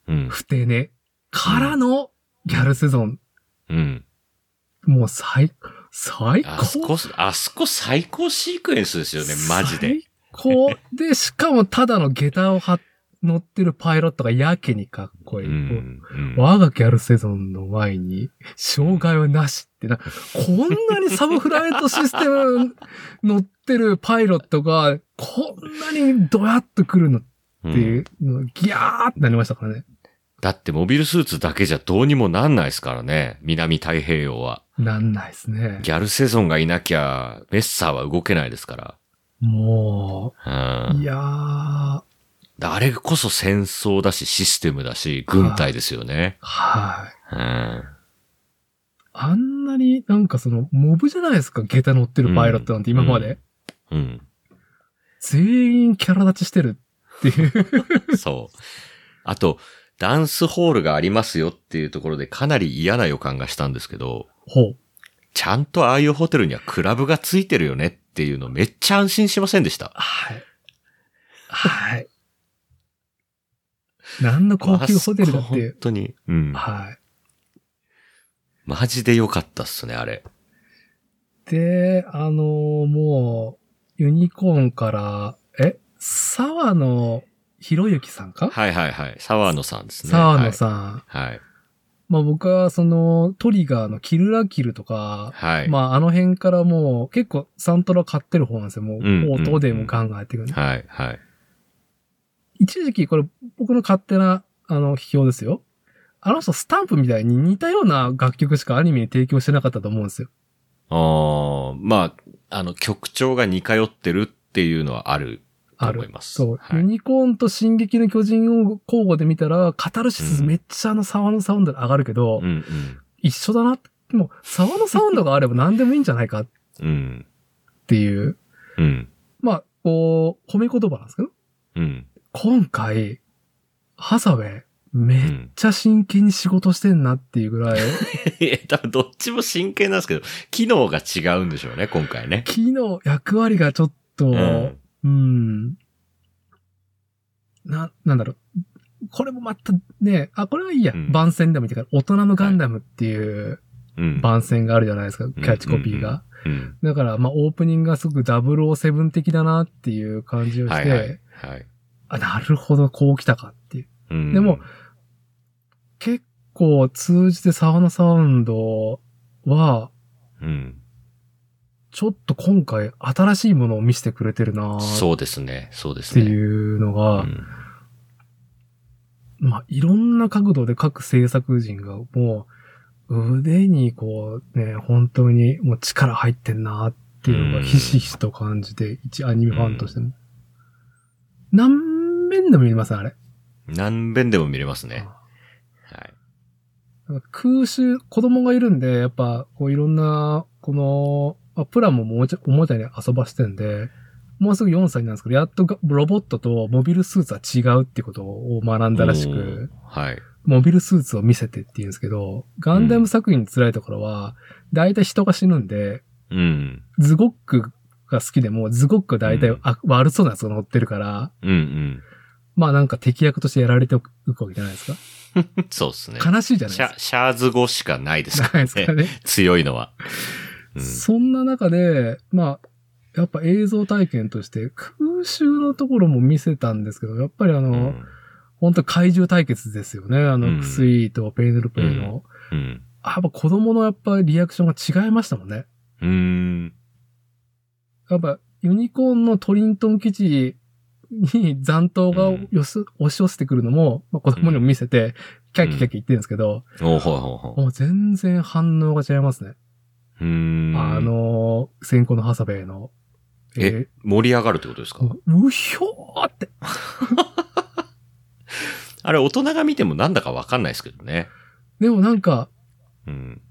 B: うん。
A: ふてね。からの、ギャルセゾン。
B: うん。
A: もう最、最
B: あそ
A: 高。
B: こ、あそこ最高シークエンスですよね、マジで。
A: 最高。で、しかもただの下駄をは乗ってるパイロットがやけにかっこ
B: う
A: いい。
B: ん。うん
A: 我がギャルセゾンの前に、障害はなしってな、こんなにサブフライトシステム乗ってるパイロットが、こんなにドヤッと来るのって
B: う
A: い
B: ん
A: うの、ギャーってなりましたからね。
B: だってモビルスーツだけじゃどうにもなんないですからね、南太平洋は。
A: なんないですね。
B: ギャルセゾンがいなきゃ、メッサーは動けないですから。
A: もう、
B: うん
A: いやー、
B: あれこそ戦争だし、システムだし、軍隊ですよね。
A: はい。
B: うん
A: あんなになんかその、モブじゃないですか、下駄乗ってるパイロットなんて今まで。
B: うん。
A: 全員キャラ立ちしてるっっていう。
B: そう。あと、ダンスホールがありますよっていうところでかなり嫌な予感がしたんですけど、
A: ほう。
B: ちゃんとああいうホテルにはクラブがついてるよねっていうのめっちゃ安心しませんでした。
A: はい。 はい。何の高級ホテルだ
B: あ
A: っ
B: そこ本
A: て。
B: 当に。うん。
A: は
B: マジで良かったっすね、あれ。
A: い。で、あのーもう、ユニコーンから、え沢野博之さんか、
B: はいはいはい。沢野さんですね。
A: 沢野さん。
B: はい。はい。
A: まあ僕は、その、トリガーのキルラキルとか、
B: はい。
A: まああの辺からもう結構サントラ買ってる方なんですよ。も
B: うんうんう
A: うん音でも考えていくね。
B: はいはい。
A: 一時期これ僕の勝手な、あの、批評ですよ。あの人スタンプみたいに似たような楽曲しかアニメに提供してなかったと思うんですよ。
B: あーまあ、あの、曲調が似通ってるっていうのはあると
A: あ
B: 思い
A: る。
B: ます。
A: そう、
B: は
A: ユ
B: い、
A: ニコーンと進撃の巨人を交互で見たら、カタルシスめっちゃあの沢のサウンドで上がるけど、
B: うんうん。
A: 一緒だな。でも沢のサウンドがあれば何でもいいんじゃないかっ
B: うん。
A: ていう。
B: うん。
A: まあ、こう、褒め言葉なんですけど、
B: うん。
A: 今回、ハサウェイ、め
B: う
A: っ
B: ん。
A: ちゃ真剣に仕事してんなっていうぐ らい、
B: いや、多分どっちも真剣なんですけど、機能が違うんでしょうね、今回ね。
A: 木の役割がちょっと、
B: うん。
A: うん。な、なんだろう。これもまたね、あ、これはいいや。
B: うん
A: 番宣でもいいから、大人のガンダムっていう
B: うん。
A: 番宣があるじゃないですか、キャッチコピーが。
B: うん。
A: だから、まあ、オープニングがすごく007的だなっていう感じをし
B: は
A: て、
B: いはい。はい。
A: あ、なるほど、こう来たかっていう。
B: うん
A: でも、結構通じて沢野サウンドは、
B: うん。
A: ちょっと今回新しいものを見せてくれてるなっ
B: そうですね。そうです
A: て
B: ね。
A: いうのが、
B: うん
A: まあ、いろんな角度で各制作人がもう、腕にこうね、本当にもう力入ってんなっていうのがひしひしと感じて、一アニメファンとしても。何面でも見れますね、あれ。
B: 何遍でも見れますね。はい。
A: 空襲、子供がいるんで、やっぱ、こういろんな、この、まあプラももうちょおもちゃに遊ばしてんで、もうすぐ4歳なんですけど、やっとがロボットとモビルスーツは違うってことを学んだらし
B: う
A: く
B: ん、。はい。
A: モビルスーツを見せてって言うんですけど、ガンダム作品の辛いところは、大体人が死ぬんで、
B: うん。
A: ズゴックが好きでも、ズゴックは大体、
B: うん
A: あ悪そうなやつが乗ってるから、
B: うん
A: まあなんか敵役としてやられておくわけじゃないですか。
B: うん。 そうですね。
A: 悲しいじゃない
B: シ
A: です
B: ャ
A: か。
B: シャーズ語しかないです
A: じゃ
B: か
A: ない
B: ら
A: ですか
B: ね。
A: ね。
B: 強いのは。うん
A: そんな中で、まあ、やっぱ映像体験として空襲のところも見せたんですけど、やっぱりあの、
B: うん
A: 本当怪獣対決ですよね。あ
B: う
A: の、
B: ん
A: クスイとペイネルペイの。
B: うん。
A: あやっぱ子供のやっぱリアクションが違いましたもんね。
B: うーん。
A: やっぱ、ユニコーンのトリントン基地に残党がよす、押し寄せてくるのも、まあ、子供にも見せて、キャッキャキャッキャ言ってるんですけど、
B: おほいほいほい
A: もう全然反応が違いますね。
B: うーん。
A: あ、のー、先行のハサベイの。
B: え、盛り上がるってことですか
A: ーうひょーって。
B: あれ、大人が見てもなんだかわかんないですけどね。
A: でもなんか、
B: うん。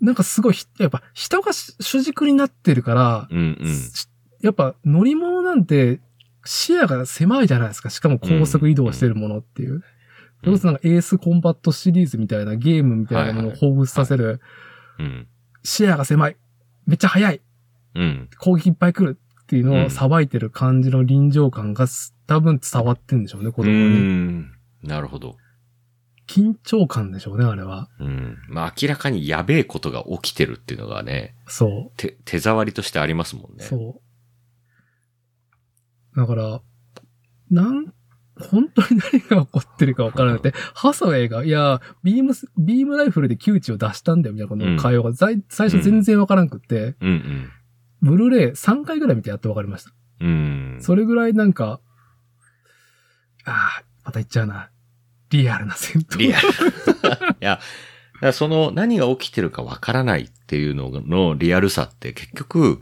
A: なんかすごいひ、やっぱ人がし主軸になってるから、
B: うんうん。
A: しやっぱ乗り物なんて視野が狭いじゃないですか。しかも高速移動してるものっていう。それこそなんかエースコンバットシリーズみたいなゲームみたいなものを
B: はいはい
A: 放物させる。
B: うん。
A: 視野が狭い。めっちゃ速い。
B: うん。
A: 攻撃いっぱい来るっていうの
B: う
A: を
B: ん
A: さばいてる感じの臨場感がす多分伝わってんでしょうね、子
B: うー
A: 供に。
B: ん。なるほど。
A: 緊張感でしょうね、あれは。
B: うん。まあ、明らかにやべえことが起きてるっていうのがね、
A: そ
B: 手、手触りとしてありますもん
A: う。
B: ね。
A: そう。だから、なん、本当に何が起こってるかわからなくて、ハサウェイが、いや、ビームス、ビームライフルで窮地を出したんだよ、みたいなこの会話が、ざい最初全然わからなくって、
B: うん
A: ブルーレイ3回ぐらい見てやっとわかりました。
B: うん。うん。
A: それぐらいなんか、ああ、また言っちゃうな。リアルな戦闘。
B: リアル。 いや、だからその何が起きてるかわからないっていうののリアルさって結局、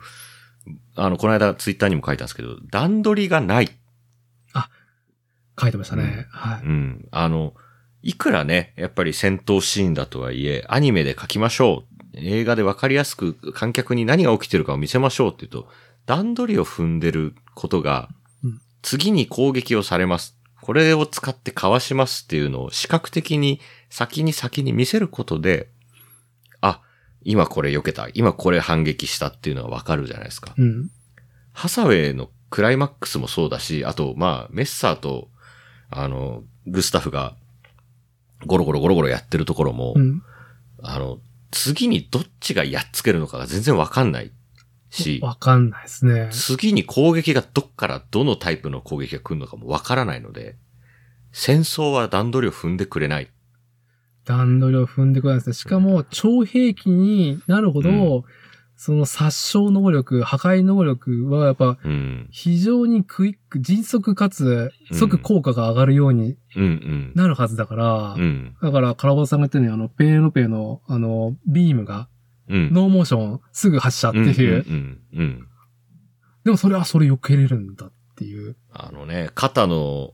B: あの、この間ツイッターにも書いたんですけど、段取りがない。
A: 書いてましたね。
B: うん
A: はい。
B: うん。あの、いくらね、やっぱり戦闘シーンだとはいえ、アニメで書きましょう。映画でわかりやすく観客に何が起きてるかを見せましょうっていうと、段取りを踏んでることが
A: うん、
B: 次に攻撃をされます。これを使って交わしますっていうのを視覚的に先に先に見せることで、あ、今これ避けた、今これ反撃したっていうのがわかるじゃないですか。
A: うん。
B: ハサウェイのクライマックスもそうだし、あと、まあ、メッサーと、あの、グスタフが、ゴロゴロゴロゴロやってるところも、
A: うん。
B: あの、次にどっちがやっつけるのかが全然わかんないし、
A: わかんないですね。
B: 次に攻撃がどっからどのタイプの攻撃が来るのかもわからないので、戦争は段取りを踏んでくれない。
A: 段取りを踏んでください。しかも、超兵器になるほど、
B: う
A: その殺傷能力、破壊能力はやっぱ
B: うん。
A: 非常にクイック、迅速かつ即効果が上がるように
B: うん
A: なるはずだから、
B: うん。うん。
A: だから、カラボさんが言ったように、あの、ペーロペーの、あの、ビームが、
B: うん。
A: ノーモーション、すぐ発射っていう。
B: うんうんうんうん。
A: でもそれはそれ避けれるんだっていう。
B: あのね、肩の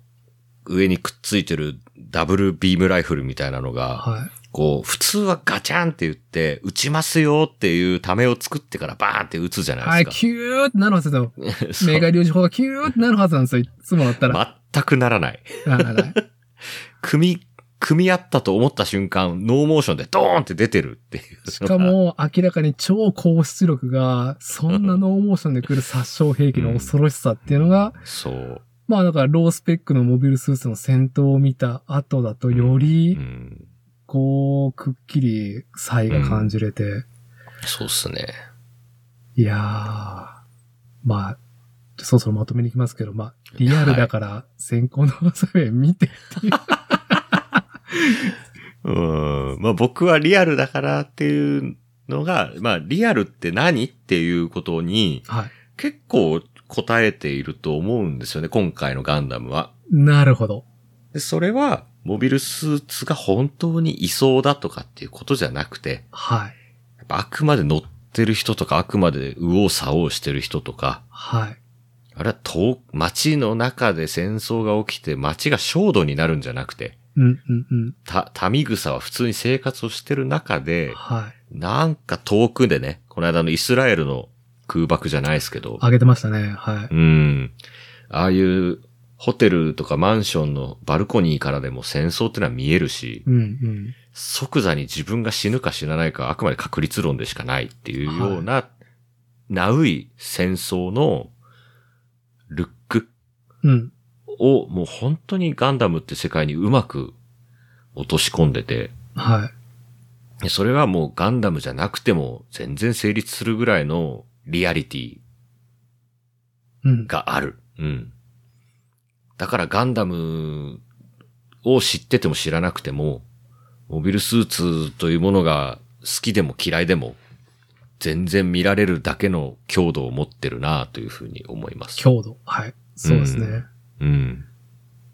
B: 上にくっついてるダブルビームライフルみたいなのが、
A: は
B: こう、普通はガチャンって言って、撃ちますよっていうためを作ってからバーンって撃つじゃ
A: い。
B: な
A: はいい、
B: です
A: キューってなるはずだよ。
B: か。 そう
A: メガ粒子砲がキューってなるはずなんですよ。いつもだったら。
B: 全くならない。
A: ならない。
B: 組み、組み合ったと思った瞬間、ノーモーションでドーンって出てるっていう。
A: しか、も、明らかに超高出力が、そんなノーモーションで来る殺傷兵器の恐ろしさっていうのが、
B: そう。
A: まあだからロースペックのモビルスーツの戦闘を見た後だと、よ
B: う
A: り、
B: ん。
A: こう、くっきり差異が感じれて、
B: そうっすね。
A: いやー、まあ、そろそろまとめに行きますけど、まあ、リアルだから先行のハサウェイ見てっていう。
B: うん。まあ僕はリアルだからっていうのが、まあリアルって何っていうことに、
A: はい。
B: 結構答えていると思うんですよね、今回のガンダムは。
A: なるほど。
B: でそれは、モビルスーツが本当にいそうだとかっていうことじゃなくて、
A: はい。
B: やっぱあくまで乗ってる人とか、あくまで右往左往してる人とか、
A: はい。
B: あれは遠、街の中で戦争が起きて街が焦土になるんじゃなくて、
A: うんうんうん。
B: た、民草は普通に生活をしてる中で、
A: はい。
B: なんか遠くでね、この間のイスラエルの空爆じゃないですけど、
A: 上げてましたね。はい。
B: うん。ああいうホテルとかマンションのバルコニーからでも戦争ってのは見えるし、
A: うんうん。
B: 即座に自分が死ぬか死なないかはあくまで確率論でしかないっていうような、ナウイ戦争のルック
A: うん。
B: をもう本当にガンダムって世界にうまく落とし込んでて、
A: はい。
B: でそれはもうガンダムじゃなくても全然成立するぐらいのリアリティ
A: うん。
B: がある。うん。だからガンダムを知ってても知らなくても、モビルスーツというものが好きでも嫌いでも、全然見られるだけの強度を持ってるなというふうに思います。
A: 強度。はい。そうですね。
B: うんうん。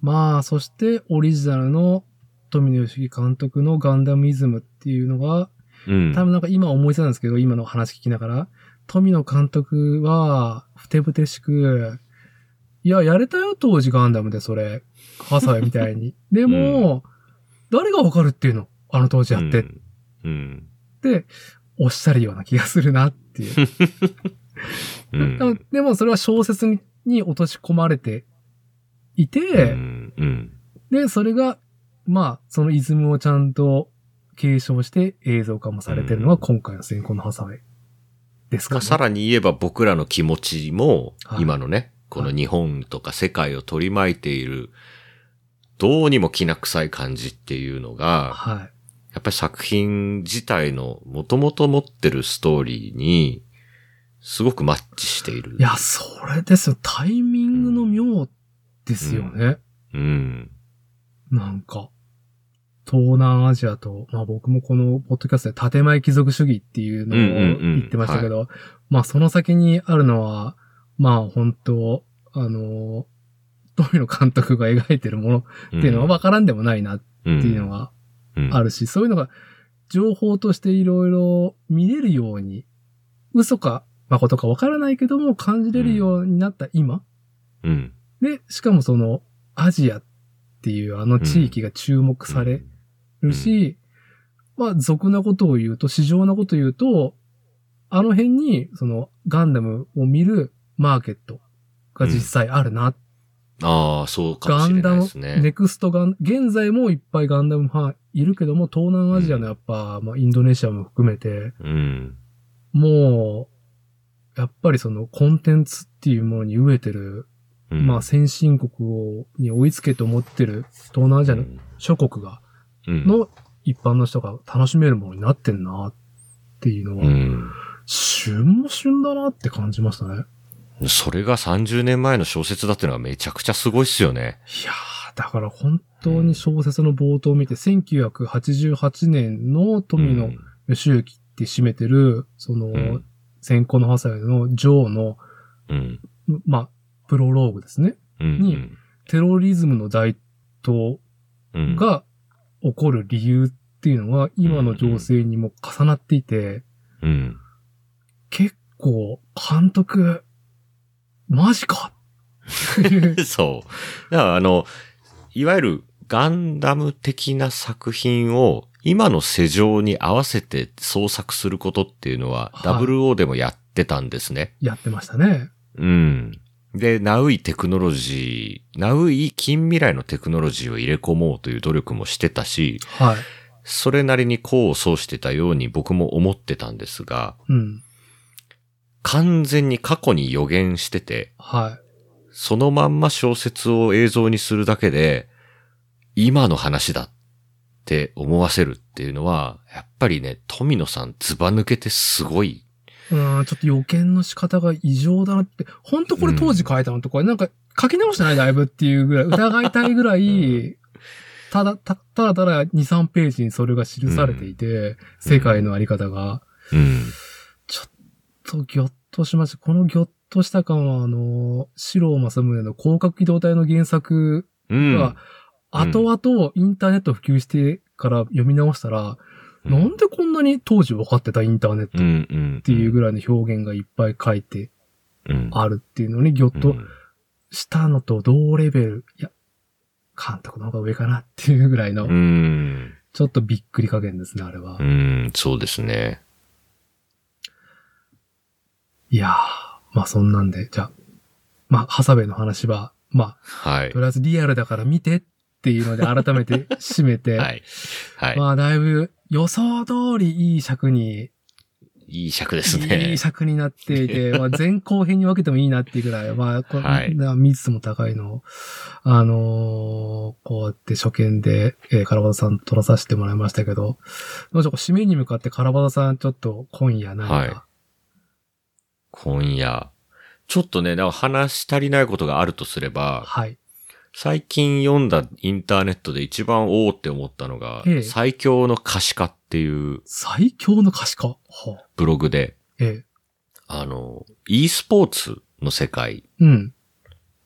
A: まあ、そして、オリジナルの富野義樹監督のガンダムイズムっていうのが、
B: うん。
A: 多分なんか今思いついたんですけど、今の話聞きながら、富野監督は、ふてぶてしく、いや、やれたよ、当時ガンダムで、それ。ハサウェイみたい に。でも、誰がわかるっていうのあの当時やってっ
B: うん。うん。
A: て、おっしゃるような気がするなっていう。
B: うん
A: でもでもそれは小説にに落とし込まれていて、
B: うん。うん。
A: で、それが、まあ、そのイズムをちゃんと継承して映像化もされてるのが今回の先行のハサウェイですか
B: まあ
A: ね。
B: さらに言えば僕らの気持ちも
A: はい
B: 今のね、この日本とか世界を取り巻いているどうにもきな臭い感じっていうのが、
A: はい。
B: やっぱり作品自体の元々持ってるストーリーにすごくマッチしている。
A: いや、それですよ。タイミングの妙ですよね。
B: うん。
A: なんか。東南アジアと、まあ僕もこのポッドキャストで建前貴族主義っていうのを
B: うんうんうん
A: 言ってましたけど、まあその先にあるのは、まあ本当あの、富野監督が描いてるものっていうのは分からんでもないなって
B: うん
A: いうのが
B: うん
A: あるし、そういうのが情報としていろいろ見れるように、嘘か誠かわからないけども感じれるようになった今。
B: うん。
A: で、しかもそのアジアっていうあの地域が注目されるし、まあ俗なことを言うと、市場なことを言うと、あの辺にそのガンダムを見るマーケットが実際あるなっ
B: ああ、そうかも
A: ガ
B: しれ
A: ン
B: な
A: ダ
B: い
A: ム
B: です、ね。
A: ネクストガン、現在もいっぱいガンダム派いるけども、東南アジアのやっぱ、まあ、インドネシアも含めて、
B: うん。
A: もう、やっぱりそのコンテンツっていうものに飢えてる、
B: うん
A: まあ先進国を、に追いつけと思ってる東南アジア
B: う
A: の
B: ん
A: 諸国が、
B: うん
A: の一般の人が楽しめるものになってんなっていうのは、
B: う
A: 旬も旬だなって感じましたね。いや
B: ん。それが30年前の小説だってのはめちゃくちゃすごいっすよね。
A: ー、だから本当に小説の冒頭を見て、1988年の富
B: う
A: 野
B: ん
A: 義行って占めてる、その、
B: うん
A: 先行のハサウェイのジョーの、
B: うん。
A: まあ、プロローグですね。
B: うん。
A: にテロリズムの大統
B: うん、
A: が起こる理由っていうのは、今の情勢にも重なっていて、
B: うん。
A: 結構、監督、マジか
B: そう。だからあの、いわゆるガンダム的な作品を今の世情に合わせて創作することっていうのは
A: はい
B: WO でもやってたんです ね。
A: やってましたね。
B: うん。で、ナウイテクノロジー、ナウイ近未来のテクノロジーを入れ込もうという努力もしてたし、
A: はい。
B: それなりに功を奏してたように僕も思ってたんですが、
A: うん。
B: 完全に過去に予言してて、
A: は
B: そのまんま小説を映像にするだけで、今の話だって思わせるっていうのは、やっぱりね、富野さんズバ抜けてすごい。
A: い。うん、ちょっと予見の仕方が異常だなって、ほんとこれ当時書いたのとか、なんか書き直してないだいぶっていう ぐらい、疑いたいぐらい、ただ、た、ただただ2、3ページにそれが記されていて、世界のあり方が、
B: うん。
A: と、ぎょっとしました。このぎょっとした感は、あの、四郎正宗の広角機動隊の原作
B: うん。
A: が、後々インターネット普及してから読み直したら、
B: うん
A: なんでこんなに当時分かってたインターネット
B: うんうん。っ
A: っていうぐ
B: らい
A: らいの表現がいっぱい書いて
B: うん、
A: あるっていうのにぎょっ
B: う
A: と
B: ん
A: したのと同レベル、いや、監督の方が上かなっていうぐらいの
B: う、ん。
A: ちょっとびっくり加減ですね、あれは
B: う。ん。そうですね。
A: いやー、まあそんなんで、じゃあ、まあ、ハサベの話は、ま
B: は
A: あ、
B: い
A: と。りあえずリアルだから見てっていうので改めて締めて、
B: はい。はい。
A: まあだいぶ予想通りいい尺に、
B: いい尺です
A: い
B: ね
A: い。尺になってい て、まあ前後編に分けてもいいなっていうぐらい、まあ、こ
B: はい
A: な密度も高いのを、あのーこうやって初見で、えー、カラバタさん撮らさせてもらいましたけど、どうしよう、締めに向かってカラバタさんちょっと今夜なんか、
B: はい今夜。ちょっとね、なんか話し足りないことがあるとすれば、
A: はい。
B: 最近読んだインターネットで一番おおって思ったのが
A: ええ、
B: 最強の可視化っていう
A: 最強の可視化。はあ
B: ブログで、
A: ええ
B: あの、e スポーツの世界
A: うん。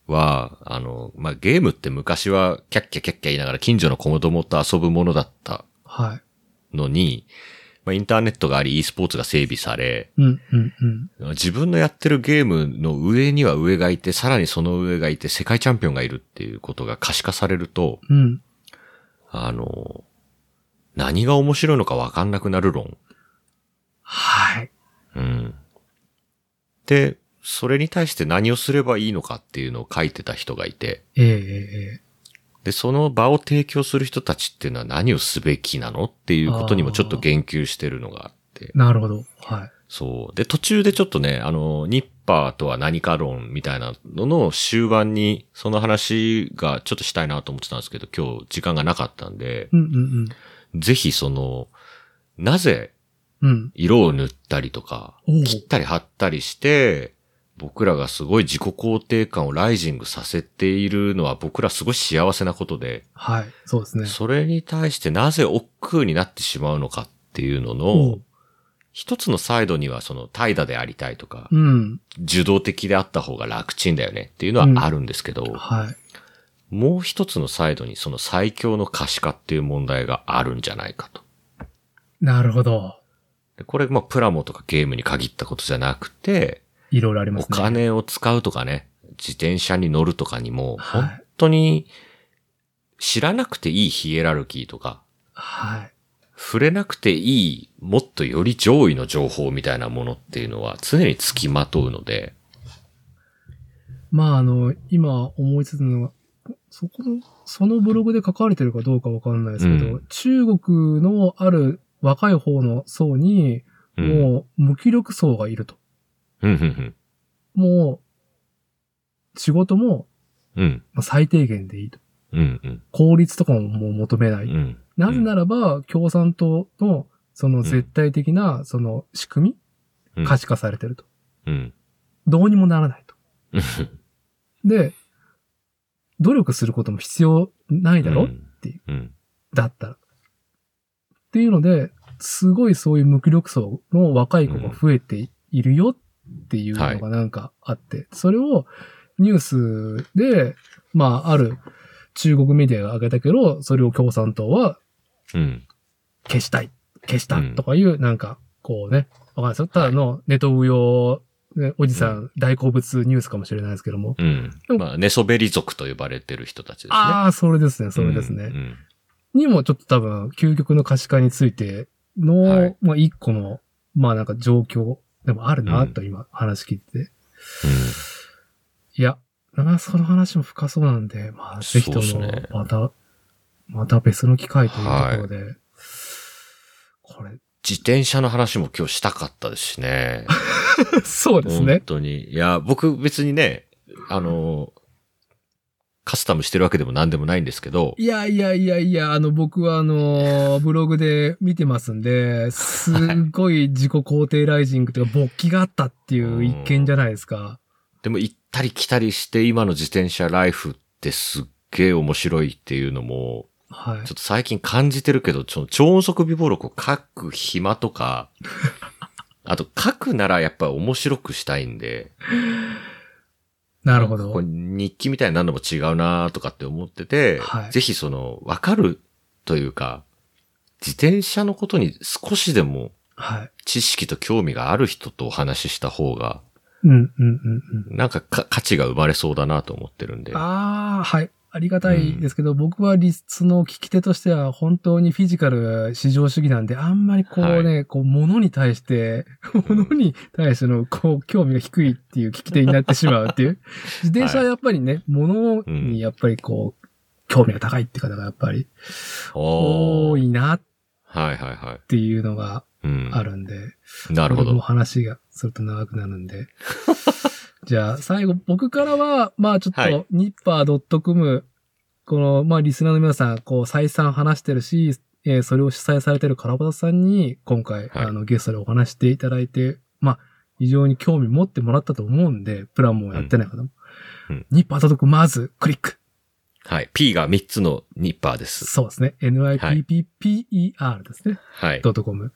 B: は、あの、まあ、ゲームって昔はキャッキャキャッキャ言いながら近所の子供と遊ぶものだった
A: は
B: のに、まあ、インターネットがあり e スポーツが整備され、
A: い。うん、うん、うん。
B: 自分のやってるゲームの上には上がいて、さらにその上がいて世界チャンピオンがいるっていうことが可視化されると、
A: うん。
B: あの、何が面白いのかわかんなくなる論。
A: はい。
B: うん。で、それに対して何をすればいいのかっていうのを書いてた人がいて、
A: えええええ
B: で、その場を提供する人たちっていうのは何をすべきなのっていうことにもちょっと言及してるのがあって
A: え。なるほど。はい。
B: そう。で、途中でちょっとね、あの、ニッパーとは何か論みたいなのの終盤に、その話がちょっとしたいなと思ってたんですけど、今日時間がなかったんで、
A: うん、うん、
B: ぜひその、なぜ
A: うん。うん。
B: 色を塗ったりとか、
A: おう
B: 切ったり貼ったりして、僕らがすごい自己肯定感をライジングさせているのは僕らすごい幸せなことで、
A: はい。そうですね。
B: それに対してなぜ億劫になってしまうのかっていうの
A: お
B: の
A: う、
B: 一つのサイドにはその怠惰でありたいとか、
A: うん。
B: 受動的であった方が楽ちんだよねっていうのはあるんですけど、
A: はい。
B: もう一つのサイドにその最強の可視化っていう問題があるんじゃないかと。
A: なるほど。
B: でこれ、まあ、プラモとかゲームに限ったことじゃなくて、
A: いろいろありま
B: お
A: すね。
B: 金を使うとかね、自転車に乗るとかにも、
A: はい
B: 本当に知らなくていいヒエラルキーとか、
A: はい。
B: 触れなくていい、もっとより上位の情報みたいなものっていうのは常に付きまとうので、
A: まあ、あの、今思いつつのが、そこの、そのブログで書かれてるかどうかわかんないですけど、
B: う
A: 中国のある若い方の層に、
B: うん。
A: もう無気力層がいると。
B: うん、うん、
A: もう、仕事も
B: うん。
A: まあ最低限でいいと。
B: うん、うん、
A: 効率とかももう求めな
B: う
A: い。
B: ん。
A: なぜならば、共産党の、その絶対的な、その仕組
B: う
A: み
B: ん
A: 可視化されてると。
B: うん。
A: どうにもならないと。
B: うん。
A: で、努力することも必要ないだろ、ていう
B: うん。
A: だったら。っていうので、すごいそういう無気力層の若い子が増えているよっていうのがなんかあって、それをニュースで、まあ、ある中国メディアが上げたけど、それを共産党は
B: うん。
A: 消したい、消した
B: うん
A: とかいう、なんか、こうね、わかんないですよ。ただのネトウヨ、ね、おじさん大好物ニュースかもしれないですけども。
B: うん。まあ、寝そべり族と呼ばれてる人たちですね。
A: ああ、それですね、それですね。
B: うん。
A: にもちょっと多分、究極の可視化についての、
B: はい
A: まあ一個の、まあなんか状況でもあるなと今話聞いてて。いや、長その話も深そうなんで、まあぜひと
B: そ
A: も
B: うですね、
A: また、また別の機会というところで、これ、
B: 自転車の話も今日したかったですしね。
A: そうです
B: 本
A: ね。
B: 当に。いや、僕別にね、あの、カスタムしてるわけでも何でもないんですけど、
A: いやいやいやいや、あの、僕はあの、ブログで見てますんで、すっごい自己肯定ライジングというか、勃起があったっていう一件じゃないですか。
B: でも行ったり来たりして今の自転車ライフってすっげえ面白いっていうのも、
A: はい
B: ちょ。っと最近感じてるけど、ちょ超音速微暴録を書く暇 とか、あと書くならやっぱり面白くしたいんで、
A: なるほど。
B: これ日記みたいになるのも違うなとかって思ってて、
A: はい
B: ぜひその、わかるというか、自転車のことに少しでも
A: はい。
B: 知識と興味がある人とお話しした方が、
A: うん、うん、うん、うん。
B: なんかか価値が生まれそうだなと思ってるんで。
A: ああ、はい。ありがたいですけど、僕はリス、その聞き手としては本当にフィジカル至上主義なんで、あんまりこうね、こう、物に対 して、
B: うん
A: 物に対しての、こう、興味が低いっていう聞き手になってしまうって いう。自転車はやっぱりね、物にやっぱりこう、興味が高いって方がやっぱり
B: お
A: 多
B: ー
A: いなっ
B: はいはいはい。
A: ていうのが
B: うん。
A: あるんで。
B: なるほ
A: これも
B: ど。
A: 話がすると長くなるんで。 じゃあ、最後、僕からは、まあちょっ
B: はい
A: と、ニッパー .com、この、まあリスナーの皆さん、こう、再三話してるし、えーそれを主催されてるカラバタさんに、今回、
B: はい
A: あの、ゲストでお話していただいて、まあ、非常に興味持ってもらったと思うんで、プランもやってない方も。
B: うんうん
A: ニッパー .com、まず、クリック。
B: はい。P が3つのニッパーです。
A: そうですね。NIPPPER ですね。
B: はい。
A: ドットコム。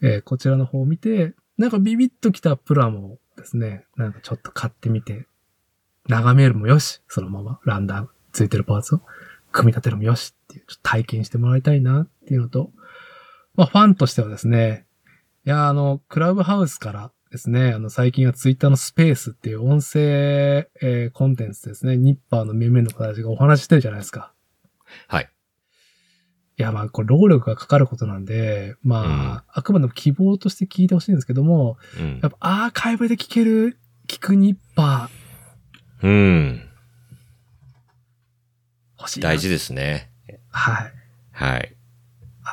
A: えーこちらの方を見て、なんかビビッときたプラモをですね、なんかちょっと買ってみて、眺めるもよし、そのままランダムついてるパーツを組み立てるもよしっていう、ちょっと体験してもらいたいなっていうのと、まあファンとしてはですね、いや、あの、クラブハウスからですね、あの、最近はツイッターのスペースっていう音声、えーコンテンツですね、ニッパーの面々の方たちがお話ししてるじゃないですか。
B: はい。
A: いや、まあ、これ、労力がかかることなんで、まあ、あくまでも希望として聞いてほしいんですけども、
B: うん
A: やっぱアーカイブで聞ける、聞くニッパ
B: うん。
A: ー欲しいな。
B: 大事ですね。
A: はい。
B: はい。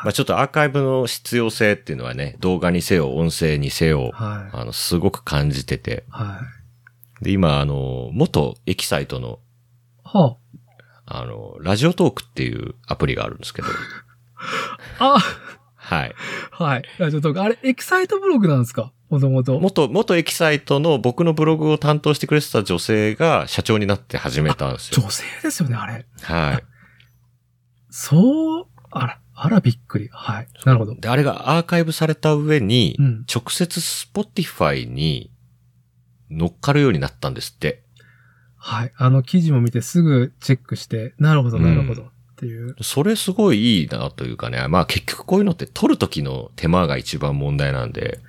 B: まあちょっとアーカイブの必要性っていうのはね、動画にせよ、音声にせよ、
A: はい。
B: あの、すごく感じてて。
A: はい。
B: で、今、あの、元エキサイトの、
A: は
B: あの、ラジオトークっていうアプリがあるんですけど、
A: あ。
B: はい。
A: あ、はい。ラジオトーク。あれ、エキサイトブログなんですかもともと。
B: 元、元エキサイトの僕のブログを担当してくれてた女性が社長になって始めたんですよ。
A: 女性ですよね、あれ。
B: はい。
A: そう、あら、あら、びっくり。はい。なるほど。
B: で、あれがアーカイブされた上に、
A: うん
B: 直接 Spotify に乗っかるようになったんですって。
A: はい。あの、記事も見てすぐチェックして、なるほど、なるほど。っていう。
B: それすごいいいなというかね、まあ結局こういうのって撮る時の手間が一番問題なんで、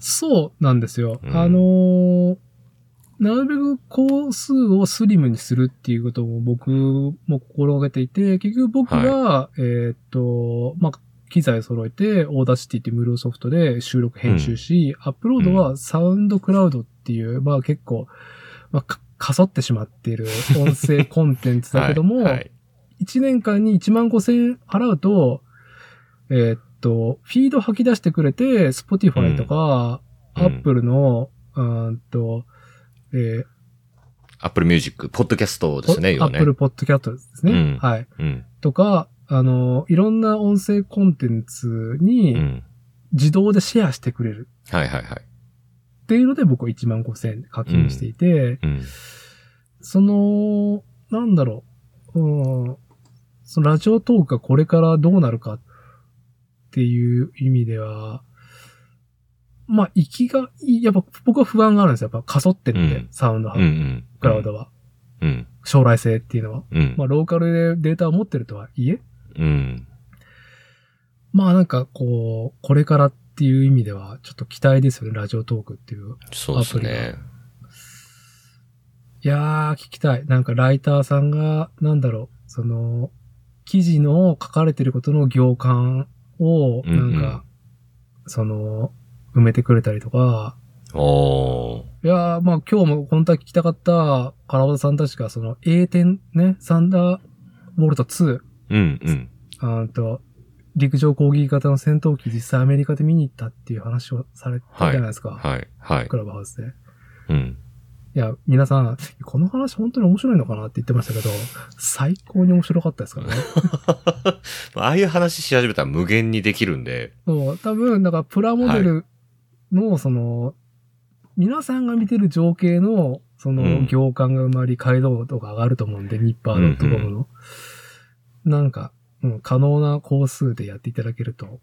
A: そうなんですよ。
B: うん
A: あのーなるべく個数をスリムにするっていうことを僕も心がけていて、結局僕は、えーっと、まあ、機材揃えて、オーダーシティっていう無料ソフトで収録編集し、アップロードはサウンドクラウドっていう、まあ結構、まあ、かかそってしまっている音声コンテンツだけども、
B: はいはい
A: 1年間に1万5千円払うと、えーっと、フィード吐き出してくれて、Spotify とか、
B: うんうん
A: Apple の、うーんと、えー、
B: Apple Music、ポッドキャストですね、要はね。
A: Apple Podcast ですね。
B: うん
A: はい。
B: うん。
A: とか、あの、いろんな音声コンテンツ
B: う
A: に
B: ん。
A: 自動でシェアしてくれる
B: はいはいはい。
A: っていうので僕は1万5千円課金していて、
B: うん。
A: その、なんだろう、うん、そのラジオトークがこれからどうなるかっていう意味では、まあ、行きがいい、やっぱ僕は不安があるんですよ。やっぱ、かそってるんで、
B: うん
A: サウンドハ
B: うんう
A: ウス
B: ん。
A: クラウドは。
B: うん。
A: 将来性っていうのは。
B: うん。
A: まあ、ローカルでデータを持ってるとはいえ、
B: うん。
A: まあなんかこう、これからっていう意味では、ちょっと期待ですよね、ラジオトークっていう。
B: そうですね。
A: いやー、聞きたい。なんかライターさんが、なんだろう、その、記事の書かれてることの行間を、
B: うん
A: な
B: うんん
A: か、その、埋めてくれたりとか、
B: おー。
A: いやー、まあ今日も本当は聞きたかった、カラオさんたちが、その、A 点ね、サンダーボルト2、
B: うんうん。
A: あーと、陸上攻撃型の戦闘機実際アメリカで見に行ったっていう話をされてたじゃないですか。
B: はい。はい
A: ク。ラブハウスで。
B: うん。
A: いや、皆さん、この話本当に面白いのかなって言ってましたけど、最高に面白かったですから ね。
B: ああいう話し始めたら無限にできるんで。
A: そう、多分、なんかプラモデルの、その、皆さんが見てる情景の、そうの、
B: ん
A: 行間が埋まり、解像度が上がると思うんで、ニッパー .com の。なんか、うん、可能な工数でやっていただけると。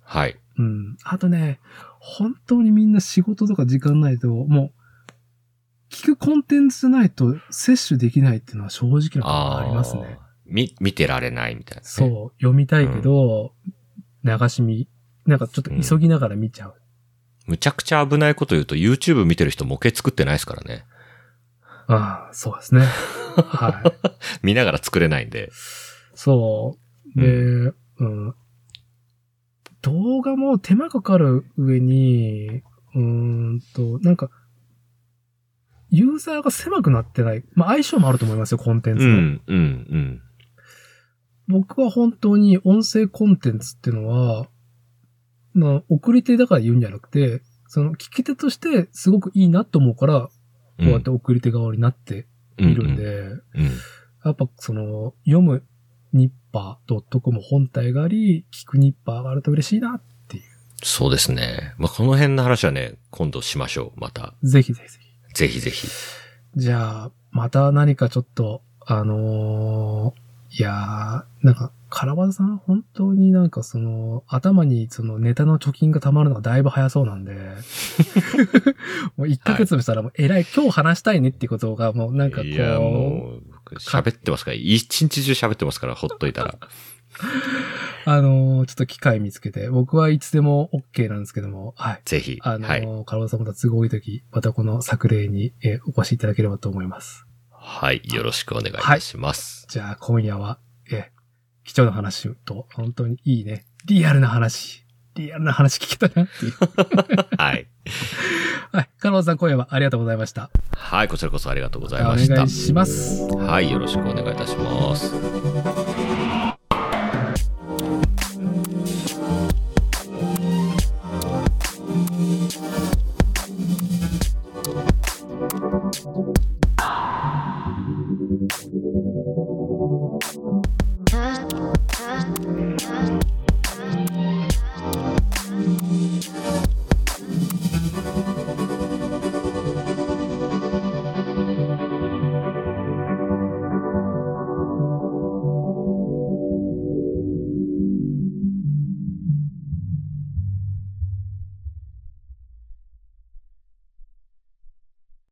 B: はい。
A: うん。あとね、本当にみんな仕事とか時間ないと、もう、聞くコンテンツじゃないと摂取できないっていうのは正直なところがありますね。
B: あー。み、見てられないみたいなね、
A: そう、読みたいけど、流し見、なんかちょっと急ぎながら見ちゃう。
B: むちゃくちゃ危ないこと言うと YouTube 見てる人模型作ってないですからね。
A: ああ、そう ですね。はい。
B: 見ながら作れないんで。
A: そう。で、うん、動画も手間かかる上に、うーんと、なんか、ユーザーが狭くなってない。まあ相性もあると思いますよ、コンテン
B: う
A: ツの。
B: ん、うん、うん。
A: 僕は本当に音声コンテンツっていうのは、まあ、送り手だから言うんじゃなくて、その聞き手としてすごくいいなと思うから、こうやって送り手側になって
B: うん
A: いるんで、
B: うんうん
A: やっぱその、読むニッパー .com 本体があり、聞くニッパーがあると嬉しいな。
B: そうですね。まあ、この辺の話はね、今度しましょう。また。
A: ぜひぜひぜひ。
B: ぜひぜひ。
A: じゃあ、また何かちょっと、あのーいやー、なんか、カラバザさん本当になんかその、頭にそのネタの貯金が溜まるのがだいぶ早そうなんで、 もう1ヶ月もしたらもう偉い、今日話したいねっていうことがもうなんかこう、
B: いや、もう、喋ってますから、一日中喋ってますから、ほっとい たら。
A: あのーちょっと機会見つけて、僕はいつでも OK なんですけども、はい。
B: ぜひ。
A: あの、
B: はい。
A: カラオさんまた都合いいとき、またこの作例に、えーお越しいただければと思います。
B: はい。よろしくお願いいたします。
A: じゃあ今夜は、えー貴重な話と、本当にいいね、リアルな話、リアルな話聞けたなっていう。
B: はい。
A: はい。カラオさん今夜はありがとうございました。
B: はい。こちらこそありがとうございまし
A: お願
B: た
A: い。します。
B: はい。よろしくお願いいたします。